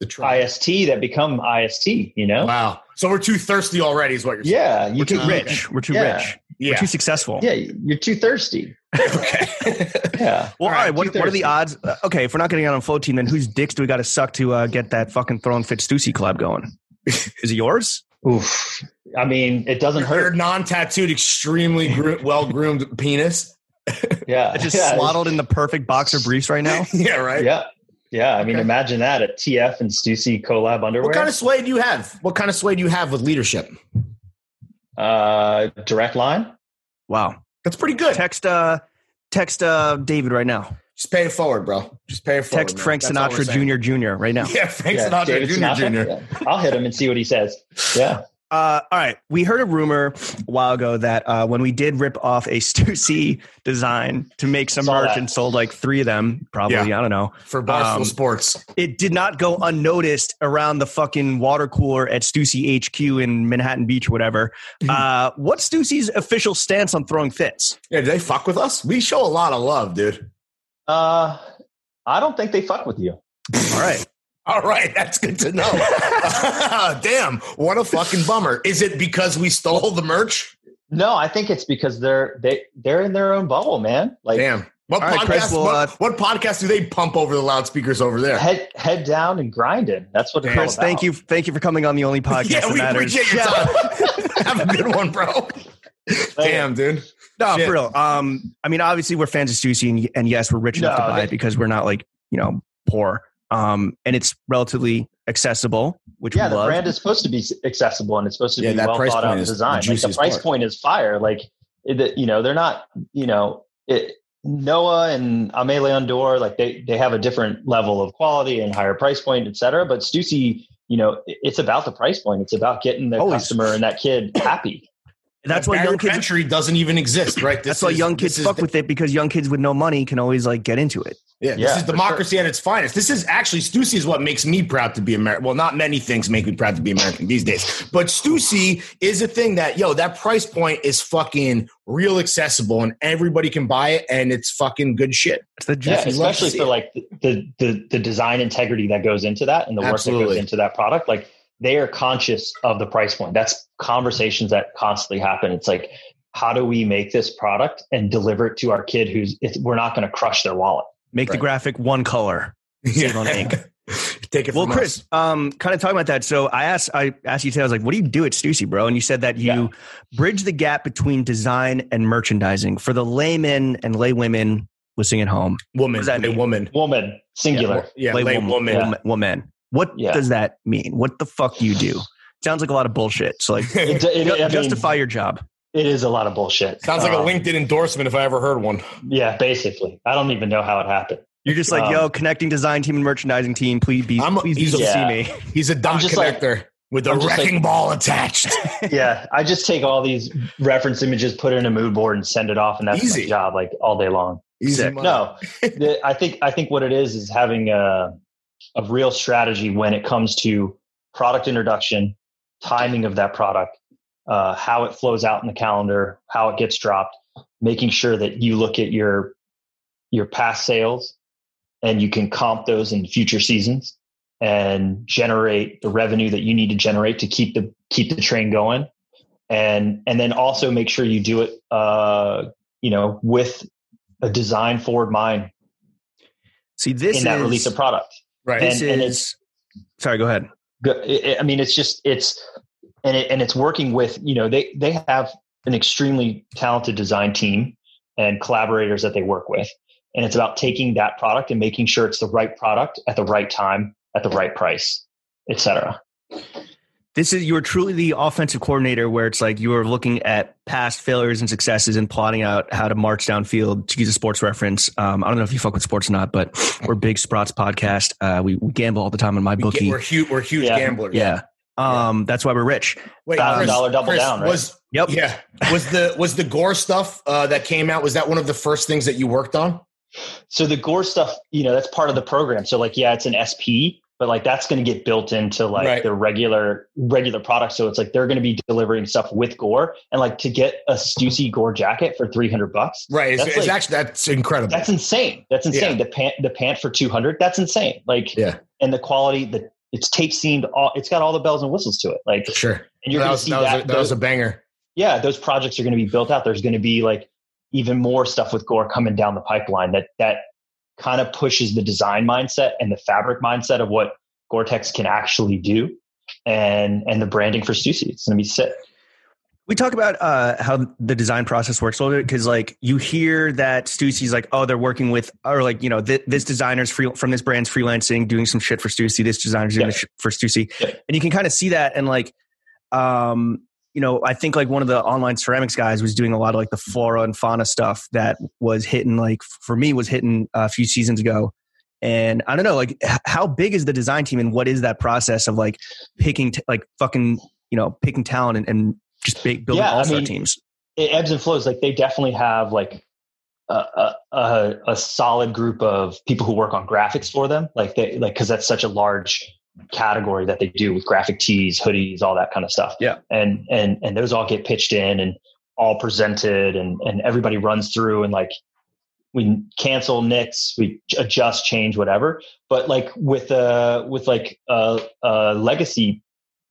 [SPEAKER 4] The tribe.
[SPEAKER 3] IST that become IST. You know,
[SPEAKER 4] Wow. So we're too thirsty already, is what you're saying.
[SPEAKER 3] yeah, you
[SPEAKER 1] We're too
[SPEAKER 3] can
[SPEAKER 1] rich. We're too
[SPEAKER 3] Yeah.
[SPEAKER 1] rich. We're
[SPEAKER 4] Yeah.
[SPEAKER 1] too successful.
[SPEAKER 3] Yeah, you're too thirsty.
[SPEAKER 4] okay.
[SPEAKER 3] Yeah.
[SPEAKER 1] Well, all right.
[SPEAKER 3] too
[SPEAKER 1] What, what are the
[SPEAKER 3] thirsty.
[SPEAKER 1] odds? Uh, okay, if we're not getting out on flow team, then whose dicks do we got to suck to uh, get that fucking Throne Fitzstussy collab going? Is it yours?
[SPEAKER 3] Oof. I mean, it doesn't
[SPEAKER 4] Your
[SPEAKER 3] hurt.
[SPEAKER 4] non-tattooed, extremely gro- well-groomed penis.
[SPEAKER 3] Yeah.
[SPEAKER 1] It's just
[SPEAKER 3] yeah,
[SPEAKER 1] swaddled in the perfect boxer briefs right now.
[SPEAKER 4] yeah. Right.
[SPEAKER 3] Yeah. Yeah. I mean,
[SPEAKER 4] Okay.
[SPEAKER 3] imagine that at TF and Stussy collab underwear.
[SPEAKER 4] What kind of sway do you have? What kind of sway do you have with leadership?
[SPEAKER 3] uh, direct line?
[SPEAKER 1] Wow.
[SPEAKER 4] That's pretty good.
[SPEAKER 1] Text uh, text uh, David right now.
[SPEAKER 4] Just pay it forward, bro. Just pay it forward.
[SPEAKER 1] Text
[SPEAKER 4] man.
[SPEAKER 1] Frank
[SPEAKER 4] That's all we're
[SPEAKER 1] Sinatra
[SPEAKER 4] saying.
[SPEAKER 1] Jr. Jr. right now.
[SPEAKER 4] Yeah, Frank
[SPEAKER 3] Yeah,
[SPEAKER 4] Sinatra
[SPEAKER 3] David
[SPEAKER 4] Jr.
[SPEAKER 3] Sinatra?
[SPEAKER 4] Jr.
[SPEAKER 3] Yeah. I'll hit him and see what he says. Yeah.
[SPEAKER 1] Uh, all right. We heard a rumor a while ago that uh, when we did rip off a Stussy design to make some
[SPEAKER 3] Saw
[SPEAKER 1] merch
[SPEAKER 3] that.
[SPEAKER 1] and sold like three of them, probably, I don't know.
[SPEAKER 4] for Barstool
[SPEAKER 1] Um,
[SPEAKER 4] Sports.
[SPEAKER 1] It did not go unnoticed around the fucking water cooler at Stussy HQ in Manhattan Beach or whatever. Uh, what's Stussy's official stance on throwing fits?
[SPEAKER 4] Yeah, do they fuck with us? We show a lot of love, dude.
[SPEAKER 3] Uh, I don't think they fuck with you.
[SPEAKER 1] All right.
[SPEAKER 4] All right, that's good to know. Damn, what a fucking bummer. Is it because we stole the merch?
[SPEAKER 3] No, I think it's because they're they they're in their own bubble, man. Like
[SPEAKER 4] Damn. What
[SPEAKER 1] All right,
[SPEAKER 4] podcast?
[SPEAKER 1] Chris, well,
[SPEAKER 4] what,
[SPEAKER 1] uh,
[SPEAKER 4] what podcast do they pump over the loudspeakers over there?
[SPEAKER 3] head head down and grinding. That's what it's all
[SPEAKER 1] Chris,
[SPEAKER 3] about.
[SPEAKER 1] thank you. Thank you for coming on the only podcast
[SPEAKER 4] yeah,
[SPEAKER 1] that
[SPEAKER 4] we
[SPEAKER 1] matters.
[SPEAKER 4] appreciate your
[SPEAKER 1] Yeah.
[SPEAKER 4] time. Have a good one, bro. Damn, dude.
[SPEAKER 1] No,
[SPEAKER 4] Shit.
[SPEAKER 1] for real. Um, I mean, obviously we're fans of Stussy, and, and yes, we're rich enough
[SPEAKER 3] No,
[SPEAKER 1] to buy
[SPEAKER 3] they-
[SPEAKER 1] it because we're not like you know poor. Um, and it's relatively accessible, which
[SPEAKER 3] Yeah,
[SPEAKER 1] we
[SPEAKER 3] the
[SPEAKER 1] love.
[SPEAKER 3] brand is supposed to be accessible and it's supposed to
[SPEAKER 4] Yeah,
[SPEAKER 3] be
[SPEAKER 4] that
[SPEAKER 3] well
[SPEAKER 4] price
[SPEAKER 3] thought out
[SPEAKER 4] point
[SPEAKER 3] and
[SPEAKER 4] is the
[SPEAKER 3] designed. Like, the
[SPEAKER 4] juiciest
[SPEAKER 3] price
[SPEAKER 4] part.
[SPEAKER 3] point is fire. Like it, you know, they're not, you know, it, Noah and Ame Leon Dor, like they they have a different level of quality and higher price point, et cetera. But Stussy, you know, it- it's about the price point. It's about getting the
[SPEAKER 1] Always.
[SPEAKER 3] customer and that kid happy.
[SPEAKER 1] that's why young kids.
[SPEAKER 4] country doesn't even exist, right? This
[SPEAKER 1] That's why
[SPEAKER 4] is-
[SPEAKER 1] young
[SPEAKER 4] this
[SPEAKER 1] kids
[SPEAKER 4] is
[SPEAKER 1] fuck
[SPEAKER 4] the-
[SPEAKER 1] with it because young kids with no money can always like get into it.
[SPEAKER 4] Yeah,
[SPEAKER 3] Yeah,
[SPEAKER 4] this is
[SPEAKER 3] for
[SPEAKER 4] democracy at its finest. This is actually Stussy is what makes me proud to be American. Well, not many things make me proud to be American these days, but Stussy is a thing that yo that price point is fucking real accessible and everybody can buy it and it's fucking good shit.
[SPEAKER 1] It's the
[SPEAKER 3] Yeah,
[SPEAKER 1] juicy.
[SPEAKER 4] Yes, we love to
[SPEAKER 3] especially
[SPEAKER 4] see
[SPEAKER 3] for
[SPEAKER 4] it.
[SPEAKER 3] like the, the the design integrity that goes into that and the work that
[SPEAKER 4] Absolutely.
[SPEAKER 3] goes into that product. Like they are conscious of the price point. That's conversations that constantly happen. It's like, how do we make this product and deliver it to our kid who's it's, we're not going to crush their wallet?
[SPEAKER 1] Make the
[SPEAKER 4] Right.
[SPEAKER 1] graphic one color. Save on ink.
[SPEAKER 4] Take it.
[SPEAKER 1] Well,
[SPEAKER 4] from
[SPEAKER 1] Chris,
[SPEAKER 4] us.
[SPEAKER 1] um, kind of talking about that. So I asked, I asked you today. I was like, "What do you do at Stussy, bro?" And you said that you
[SPEAKER 3] Yeah.
[SPEAKER 1] bridge the gap between design and merchandising for the laymen and laywomen listening at home.
[SPEAKER 4] woman,
[SPEAKER 1] what does that
[SPEAKER 4] a
[SPEAKER 1] mean?
[SPEAKER 4] woman,
[SPEAKER 3] Woman, singular.
[SPEAKER 4] yeah,
[SPEAKER 1] Lay
[SPEAKER 4] lay
[SPEAKER 1] woman.
[SPEAKER 4] woman.
[SPEAKER 3] Yeah.
[SPEAKER 1] Wom- woman. What
[SPEAKER 3] Yeah.
[SPEAKER 1] does that mean? What the fuck do you do? Sounds like a lot of bullshit. So like,
[SPEAKER 3] It, it, I mean,
[SPEAKER 1] justify your job.
[SPEAKER 3] it is a lot of bullshit.
[SPEAKER 4] Sounds like a
[SPEAKER 1] uh,
[SPEAKER 3] Um,
[SPEAKER 4] LinkedIn endorsement if I ever heard one.
[SPEAKER 3] Yeah, basically. I don't even know how it happened.
[SPEAKER 1] You're just like,
[SPEAKER 3] um,
[SPEAKER 1] yo, connecting design team and merchandising team. Please be,
[SPEAKER 4] I'm a-
[SPEAKER 1] please
[SPEAKER 4] he's
[SPEAKER 1] be
[SPEAKER 3] a-
[SPEAKER 1] see me.
[SPEAKER 4] He's a dot
[SPEAKER 3] just like-
[SPEAKER 4] connector with a
[SPEAKER 3] I'm just like-
[SPEAKER 4] wrecking ball attached.
[SPEAKER 3] yeah, I just take all these reference images, put it in a mood board, and send it off, and that's
[SPEAKER 4] Easy.
[SPEAKER 3] my job, like all day long.
[SPEAKER 4] Easy
[SPEAKER 1] Sick.
[SPEAKER 4] money.
[SPEAKER 3] no the, i think i think what it is is having a, a real strategy when it comes to product introduction timing of that product uh, how it flows out in the calendar how it gets dropped making sure that you look at your your past sales and you can comp those in future seasons and generate the revenue that you need to generate to keep the keep the train going and and then also make sure you do it uh you know with a design forward mind
[SPEAKER 1] See, this
[SPEAKER 3] in that
[SPEAKER 1] is
[SPEAKER 3] release of product.
[SPEAKER 4] right.
[SPEAKER 1] this
[SPEAKER 3] and- and
[SPEAKER 1] is. Sorry, go ahead.
[SPEAKER 3] Go- I I- I mean, it's just it's and it, and it's working with you know they they have an extremely talented design team and collaborators that they work with, and it's about taking that product and making sure it's the right product at the right time at the right price, et cetera.
[SPEAKER 1] This is you're truly the offensive coordinator, where it's like you are looking at past failures and successes and plotting out how to march downfield. To use a sports reference, um, I don't know if you fuck with sports or not, but we're big Sprots podcast. Uh, we, we gamble all the time on my
[SPEAKER 4] We
[SPEAKER 1] bookie.
[SPEAKER 4] get, we're huge. We're huge
[SPEAKER 3] Yeah.
[SPEAKER 4] gamblers.
[SPEAKER 1] yeah. Um, that's why we're rich.
[SPEAKER 4] Wait,
[SPEAKER 3] Thousand dollar double down, right?
[SPEAKER 4] Was
[SPEAKER 1] Yep.
[SPEAKER 4] yeah. Was the was the gore stuff uh, that came out? Was that one of the first things that you worked on?
[SPEAKER 3] So the gore stuff, you know, that's part of the program. So like, yeah, it's an SP, but like that's going to get built into like
[SPEAKER 4] Right.
[SPEAKER 3] the regular regular product. So it's like they're going to be delivering stuff with gore, and like to get a Stussy gore jacket for three hundred bucks.
[SPEAKER 4] Right. It's,
[SPEAKER 3] That's
[SPEAKER 4] it's
[SPEAKER 3] like-
[SPEAKER 4] actually that's incredible.
[SPEAKER 3] That's insane. That's insane. The pant, the pant for two hundred. That's insane. Like,
[SPEAKER 4] Yeah.
[SPEAKER 3] And the quality, the it's tape seamed. All it's got all the bells and whistles to it. Like,
[SPEAKER 4] For sure.
[SPEAKER 3] and you're
[SPEAKER 4] That
[SPEAKER 3] going to
[SPEAKER 4] was,
[SPEAKER 3] see
[SPEAKER 4] that,
[SPEAKER 3] that.
[SPEAKER 4] was a, that was a banger.
[SPEAKER 3] yeah, those projects are going to be built out. There's going to be like even more stuff with gore coming down the pipeline that that kind of pushes the design mindset and the fabric mindset of what Gore-Tex can actually do, and and the branding for Stussy. It's going to be sick.
[SPEAKER 1] We talk about uh, how the design process works a little bit because, like, you hear that Stussy's like, oh, they're working with, or like, you know, th- this designer's free- from this brand's freelancing, doing some shit for Stussy. This designer's doing
[SPEAKER 3] Yeah.
[SPEAKER 1] this shit for Stussy,
[SPEAKER 3] Yeah.
[SPEAKER 1] and you can kind of see that. And like, um, you know, I think like one of the online ceramics guys was doing a lot of like the flora and fauna stuff that was hitting like f- for me was hitting uh, a few seasons ago. And I don't know, like, h- how big is the design team, and what is that process of like picking, t- like, fucking, you know, picking talent and, and just big, building
[SPEAKER 3] Yeah, I
[SPEAKER 1] all star
[SPEAKER 3] mean,
[SPEAKER 1] teams.
[SPEAKER 3] it ebbs and flows. Like they definitely have like a, a, a, a solid group of people who work on graphics for them. Like they like because that's such a large category that they do with graphic tees, hoodies, all that kind of stuff.
[SPEAKER 1] Yeah.
[SPEAKER 3] and and and those all get pitched in and all presented, and and everybody runs through and like we cancel nix we adjust change whatever but like with uh with like a, a legacy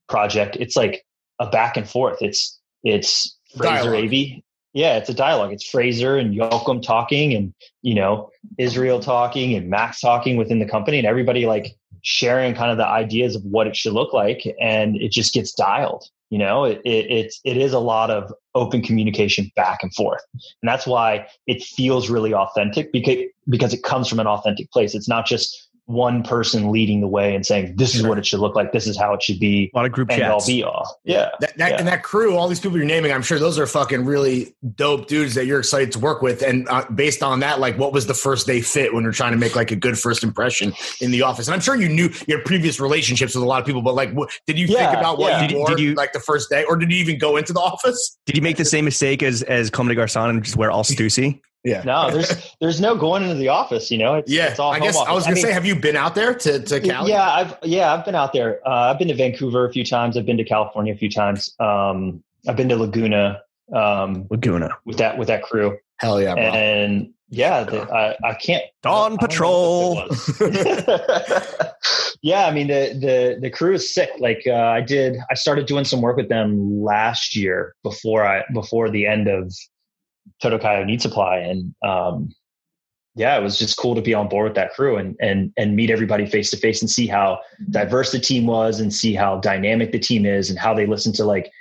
[SPEAKER 3] project it's like a back and forth it's it's fraser
[SPEAKER 4] Dialogue.
[SPEAKER 3] avey yeah it's a dialogue it's fraser and Yoakum talking and you know israel talking and max talking within the company and everybody like sharing kind of the ideas of what it should look like and it just gets dialed you know it, it it's it is a lot of open communication back and forth and that's why it feels really authentic because because it comes from an authentic place it's not just one person leading the way and saying this is what it should look like this is how it should be
[SPEAKER 1] A lot of group
[SPEAKER 3] and all
[SPEAKER 1] chats.
[SPEAKER 3] be all yeah
[SPEAKER 4] That, that
[SPEAKER 3] Yeah.
[SPEAKER 4] and that crew, all these people you're naming, I'm sure those are fucking really dope dudes that you're excited to work with. And uh, based on that, like, what was the first day fit when you're trying to make like a good first impression in the office? And I'm sure you knew your previous relationships with a lot of people, but like, what, did you think
[SPEAKER 3] Yeah,
[SPEAKER 4] about what
[SPEAKER 3] yeah.
[SPEAKER 4] you
[SPEAKER 1] Did-
[SPEAKER 4] wore
[SPEAKER 1] did you-
[SPEAKER 4] like the first day, or did you even go into the office?
[SPEAKER 1] Did you make the same mistake as as Comme des Garçons and just wear all Stussy?
[SPEAKER 3] no there's there's no going into the office you know it's,
[SPEAKER 4] Yeah,
[SPEAKER 3] it's all
[SPEAKER 4] I
[SPEAKER 3] home
[SPEAKER 4] guess I
[SPEAKER 3] office.
[SPEAKER 4] was gonna
[SPEAKER 3] mean,
[SPEAKER 4] say, have you been out there to to Cali?
[SPEAKER 3] Yeah, I've yeah, I've been out there. Uh, I've been to Vancouver a few times. I've been to California a few times. Um, I've been to Laguna um,
[SPEAKER 1] Laguna.
[SPEAKER 3] with that with that crew,
[SPEAKER 4] hell yeah, bro.
[SPEAKER 3] and yeah, the, I, I can't.
[SPEAKER 1] Dawn
[SPEAKER 3] I don't know what
[SPEAKER 1] Patrol.
[SPEAKER 3] it was. yeah, I mean the the the crew is sick. Like uh, I did, I started doing some work with them last year before I before the end of Totokayo Need Supply, and um, yeah, it was just cool to be on board with that crew and and and meet everybody face to face and see how diverse the team was and see how dynamic the team is and how they listen to like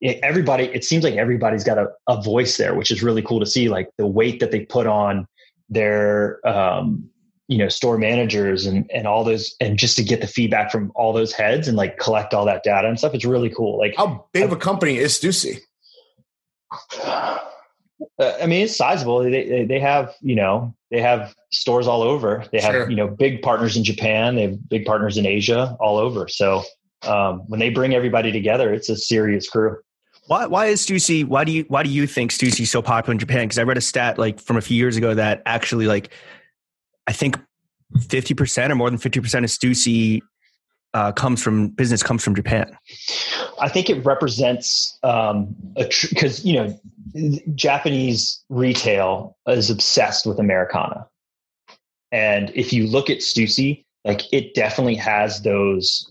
[SPEAKER 3] it- everybody. It seems like everybody's got a, a voice there, which is really cool to see. Like the weight that they put on their um, you know store managers and and all those and just to get the feedback from all those heads and like collect all that data and stuff. It's really cool. Like
[SPEAKER 4] How big of a company is Stussy?
[SPEAKER 3] uh, I mean, it's sizable. They, they they have you know they have stores all over. They have
[SPEAKER 4] Sure.
[SPEAKER 3] you know big partners in Japan. They have big partners in Asia, all over. So um, when they bring everybody together, it's a serious crew.
[SPEAKER 1] Why why is Stussy? Why do you why do you think Stussy's so popular in Japan? Because I read a stat like from a few years ago that actually like I think fifty percent or more than fifty percent of Stussy uh, comes from business comes from Japan.
[SPEAKER 3] I think it represents um, a because you know Japanese retail is obsessed with Americana, and if you look at Stussy, like it definitely has those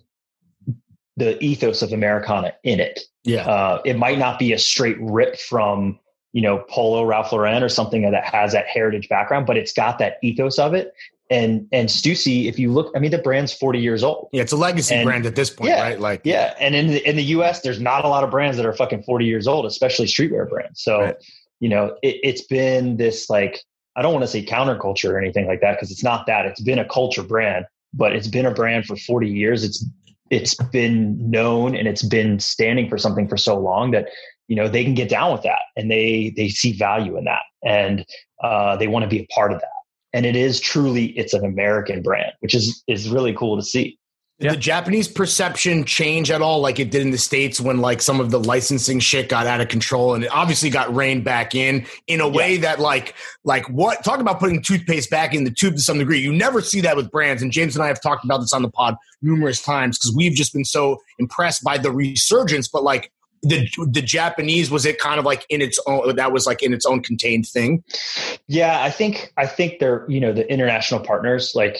[SPEAKER 3] the ethos of Americana in it.
[SPEAKER 4] Yeah.
[SPEAKER 3] uh, it might not be a straight rip from you know Polo Ralph Lauren or something that has that heritage background, but it's got that ethos of it. And and Stussy, if you look, I mean, the brand's forty years old.
[SPEAKER 4] Yeah, it's a legacy
[SPEAKER 3] And-
[SPEAKER 4] brand at this point,
[SPEAKER 3] Yeah.
[SPEAKER 4] right? Like,
[SPEAKER 3] Yeah, and in the, in the U.S., there's not a lot of brands that are fucking 40 years old, especially streetwear brands. So,
[SPEAKER 4] Right.
[SPEAKER 3] you know, it, it's been this like I don't want to say counterculture or anything like that because it's not that. It's been a culture brand, but it's been a brand for 40 years. It's it's been known and it's been standing for something for so long that you know they can get down with that and they they see value in that and uh, they want to be a part of that. And it is truly it's an American brand, which is is really cool to see.
[SPEAKER 4] Did
[SPEAKER 1] Yeah.
[SPEAKER 4] the Japanese perception change at all like it did in the States when like some of the licensing shit got out of control and it obviously got reined back in in a way that like like what talk about putting toothpaste back in the tube to some degree. You never see that with brands. And James and I have talked about this on the pod numerous times because we've just been so impressed by the resurgence, but like the the Japanese was it kind of like in its own that was like in its own contained thing.
[SPEAKER 3] Yeah, I think I think they're you know the international partners like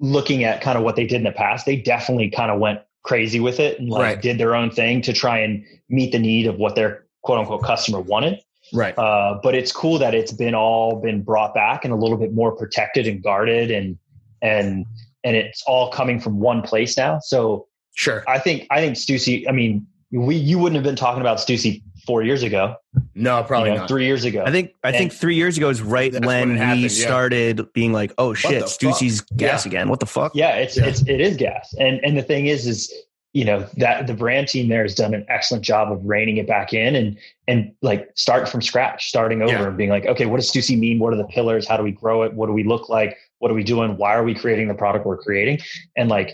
[SPEAKER 3] looking at kind of what they did in the past. They definitely kind of went crazy with it and like
[SPEAKER 4] Right.
[SPEAKER 3] did their own thing to try and meet the need of what their quote unquote customer wanted.
[SPEAKER 4] Right.
[SPEAKER 3] Uh, but it's cool that it's been all been brought back and a little bit more protected and guarded and and and it's all coming from one place now. So
[SPEAKER 4] Sure.
[SPEAKER 3] I think I think Stussy. I mean, we you wouldn't have been talking about Stussy four years ago,
[SPEAKER 4] No,
[SPEAKER 3] you
[SPEAKER 4] probably
[SPEAKER 3] know,
[SPEAKER 4] not.
[SPEAKER 3] three years ago.
[SPEAKER 1] I think I think three years ago is right
[SPEAKER 4] That's when it
[SPEAKER 1] when
[SPEAKER 4] happened,
[SPEAKER 1] we
[SPEAKER 4] yeah.
[SPEAKER 1] started being like, oh shit,
[SPEAKER 4] the
[SPEAKER 1] Stussy's gas again. What the fuck?
[SPEAKER 3] Yeah, it's
[SPEAKER 4] Yeah.
[SPEAKER 3] it's it is gas. And and the thing is is you know that the brand team there has done an excellent job of reining it back in and and like start from scratch, starting over
[SPEAKER 4] Yeah.
[SPEAKER 3] and being like, okay, what does Stussy mean? What are the pillars? How do we grow it? What do we look like? What are we doing? Why are we creating the product we're creating? And like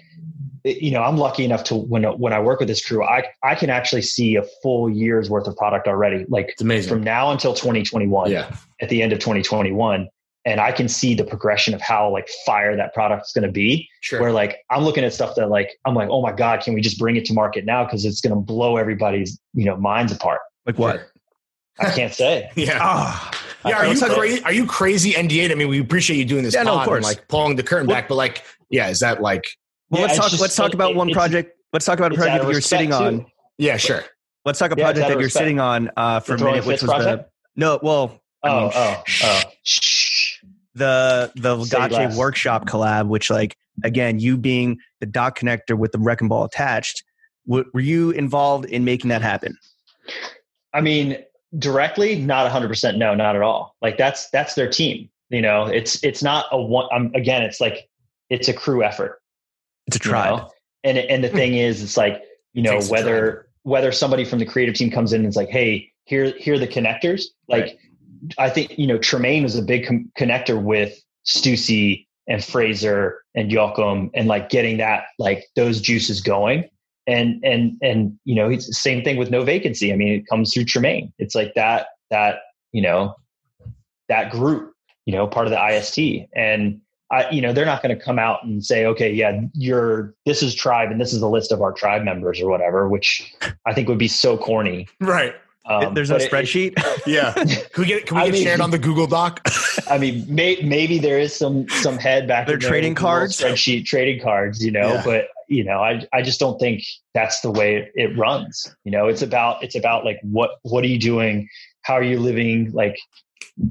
[SPEAKER 3] it- you know, I'm lucky enough to when when I work with this crew, I I can actually see a full year's worth of product already. Like
[SPEAKER 4] It's amazing.
[SPEAKER 3] from now until 2021
[SPEAKER 4] yeah.
[SPEAKER 3] at the end of 2021 and i can see the progression of how like fire that product's going to be
[SPEAKER 4] Sure.
[SPEAKER 3] where like i'm looking at stuff that like i'm like oh my god can we just bring it to market now because it's going to blow everybody's you know minds apart
[SPEAKER 1] Like what?
[SPEAKER 4] Sure.
[SPEAKER 3] i can't say
[SPEAKER 4] Yeah.
[SPEAKER 1] Ah,
[SPEAKER 4] Yeah,
[SPEAKER 3] I-
[SPEAKER 4] are
[SPEAKER 3] I
[SPEAKER 4] you
[SPEAKER 3] can't say.
[SPEAKER 4] crazy? Are you crazy? NDA. I mean, we appreciate you doing this.
[SPEAKER 1] Yeah, no, of
[SPEAKER 4] pod and,
[SPEAKER 1] course.
[SPEAKER 4] like pulling the curtain
[SPEAKER 1] Well-
[SPEAKER 4] back, but like, yeah, is that like,
[SPEAKER 1] well,
[SPEAKER 3] Yeah,
[SPEAKER 1] let's
[SPEAKER 3] it's
[SPEAKER 1] talk.
[SPEAKER 3] just-
[SPEAKER 1] let's talk about
[SPEAKER 3] it-
[SPEAKER 1] one
[SPEAKER 3] it's-
[SPEAKER 1] project. Let's talk about a
[SPEAKER 3] It's out
[SPEAKER 1] project
[SPEAKER 3] of
[SPEAKER 1] that you're
[SPEAKER 3] respect,
[SPEAKER 1] sitting
[SPEAKER 3] too.
[SPEAKER 1] on.
[SPEAKER 4] yeah, sure,
[SPEAKER 1] Let's talk a
[SPEAKER 3] Yeah, it's
[SPEAKER 1] project
[SPEAKER 3] out
[SPEAKER 1] that
[SPEAKER 3] of
[SPEAKER 1] you're
[SPEAKER 3] respect.
[SPEAKER 1] sitting on uh, for
[SPEAKER 3] The
[SPEAKER 1] a
[SPEAKER 3] Throwing
[SPEAKER 1] minute, which
[SPEAKER 3] Fist
[SPEAKER 1] was the
[SPEAKER 3] project?
[SPEAKER 1] no. Well, I
[SPEAKER 3] oh
[SPEAKER 1] mean,
[SPEAKER 3] oh oh
[SPEAKER 4] shh,
[SPEAKER 1] the the
[SPEAKER 3] Say
[SPEAKER 1] Gotcha
[SPEAKER 3] less.
[SPEAKER 1] workshop collab, which like again, you being the dot connector with the wrecking ball attached, w- were you involved in making that happen?
[SPEAKER 3] i mean directly not 100% no not at all like that's that's their team you know it's it's not a one um, again it's like it's a crew effort
[SPEAKER 1] It's a
[SPEAKER 3] you
[SPEAKER 1] tribe.
[SPEAKER 3] know? And and the thing is, it's like you know
[SPEAKER 4] Takes a
[SPEAKER 3] whether whether somebody from the creative team comes in and is like, hey, here here are the connectors. Like, I think you know Tremaine was a big com- connector with Stussy and Fraser and Yoakum and like getting that like those juices going. And and and you know it's the same thing with no vacancy. I mean, it comes through Tremaine. It's like that that you know that group you know part of the IST and I, you know, they're not going to come out and say, okay, yeah, you're this is tribe and this is the list of our tribe members or whatever, which I think would be so corny.
[SPEAKER 4] right,
[SPEAKER 3] Um,
[SPEAKER 1] There's no
[SPEAKER 3] but it-
[SPEAKER 1] spreadsheet.
[SPEAKER 4] yeah. Can we get can we
[SPEAKER 3] I
[SPEAKER 4] get
[SPEAKER 3] mean-
[SPEAKER 4] shared on the Google Doc?
[SPEAKER 3] I mean, may, maybe there is some some head back.
[SPEAKER 1] They're
[SPEAKER 3] in there
[SPEAKER 1] trading
[SPEAKER 3] with the little
[SPEAKER 1] cards?
[SPEAKER 3] spreadsheet trading cards, you know.
[SPEAKER 4] Yeah.
[SPEAKER 3] But you know, I I just don't think that's the way it runs. You know, it's about it's about like what what are you doing? How are you living? Like,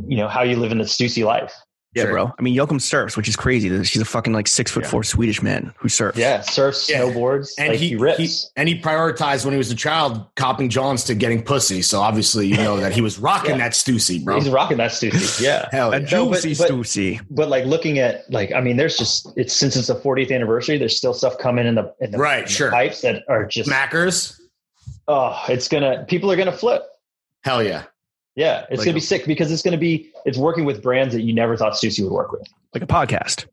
[SPEAKER 3] you know, how you live in the Stussy life?
[SPEAKER 1] yeah,
[SPEAKER 4] Sure.
[SPEAKER 1] bro. I mean, Joachim surfs, which is crazy. She's a fucking like six foot
[SPEAKER 4] Yeah.
[SPEAKER 1] four Swedish man who surfs.
[SPEAKER 3] Yeah, surfs,
[SPEAKER 4] Yeah.
[SPEAKER 3] snowboards,
[SPEAKER 4] And
[SPEAKER 3] like
[SPEAKER 4] he,
[SPEAKER 3] he, rips.
[SPEAKER 4] he and he prioritized when he was a child copping Johns to getting pussy. So obviously, you know that he was rocking
[SPEAKER 3] Yeah.
[SPEAKER 4] that Stussy, bro.
[SPEAKER 3] He's rocking that Stussy. Yeah.
[SPEAKER 4] Hell
[SPEAKER 1] A
[SPEAKER 4] yeah.
[SPEAKER 3] No, but-
[SPEAKER 1] juicy
[SPEAKER 3] but-
[SPEAKER 1] Stussy.
[SPEAKER 3] but like looking at like I mean, there's just it's since it's the 40th anniversary, there's still stuff coming in the in the,
[SPEAKER 4] Right,
[SPEAKER 3] in the
[SPEAKER 4] sure.
[SPEAKER 3] pipes that are just
[SPEAKER 4] Smackers.
[SPEAKER 3] oh, it's gonna people are gonna flip.
[SPEAKER 4] Hell yeah.
[SPEAKER 3] Yeah, it's
[SPEAKER 4] Like
[SPEAKER 3] gonna be
[SPEAKER 4] a-
[SPEAKER 3] sick because it's gonna be it's working with brands that you never thought Susie would work with.
[SPEAKER 1] Like a podcast.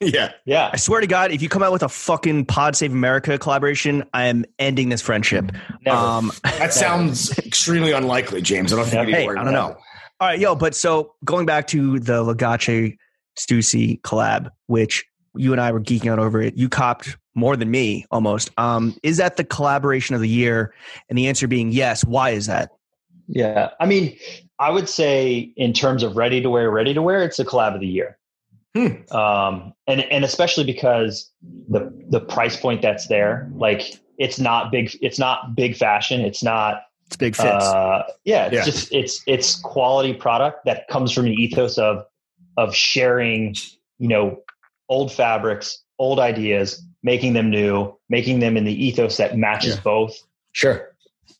[SPEAKER 4] Yeah.
[SPEAKER 3] Yeah,
[SPEAKER 1] I swear to God, if you come out with a fucking Pod Save America collaboration, I am ending this friendship.
[SPEAKER 3] never.
[SPEAKER 1] Um,
[SPEAKER 4] That sounds extremely unlikely, James. I don't think
[SPEAKER 3] Yeah.
[SPEAKER 4] we need to
[SPEAKER 1] Hey,
[SPEAKER 4] worry
[SPEAKER 1] I don't
[SPEAKER 4] about
[SPEAKER 1] know. All right, yo, but so going back to the Legace Stussy collab, which you and I were geeking out over it, you copped more than me almost. Um, is that the collaboration of the year? And the answer being yes. Why is that?
[SPEAKER 3] yeah. I mean, I would say in terms of ready to wear, ready to wear, it's the collab of the year.
[SPEAKER 4] Hmm.
[SPEAKER 3] Um, and and especially because the the price point that's there, like it's not big, it's not big fashion, it's not
[SPEAKER 1] It's big fits.
[SPEAKER 3] Uh, yeah, it's
[SPEAKER 4] Yeah.
[SPEAKER 3] just it's it's quality product that comes from an ethos of of sharing, you know, old fabrics, old ideas, making them new, making them in the ethos that matches
[SPEAKER 4] Yeah.
[SPEAKER 3] both.
[SPEAKER 4] Sure.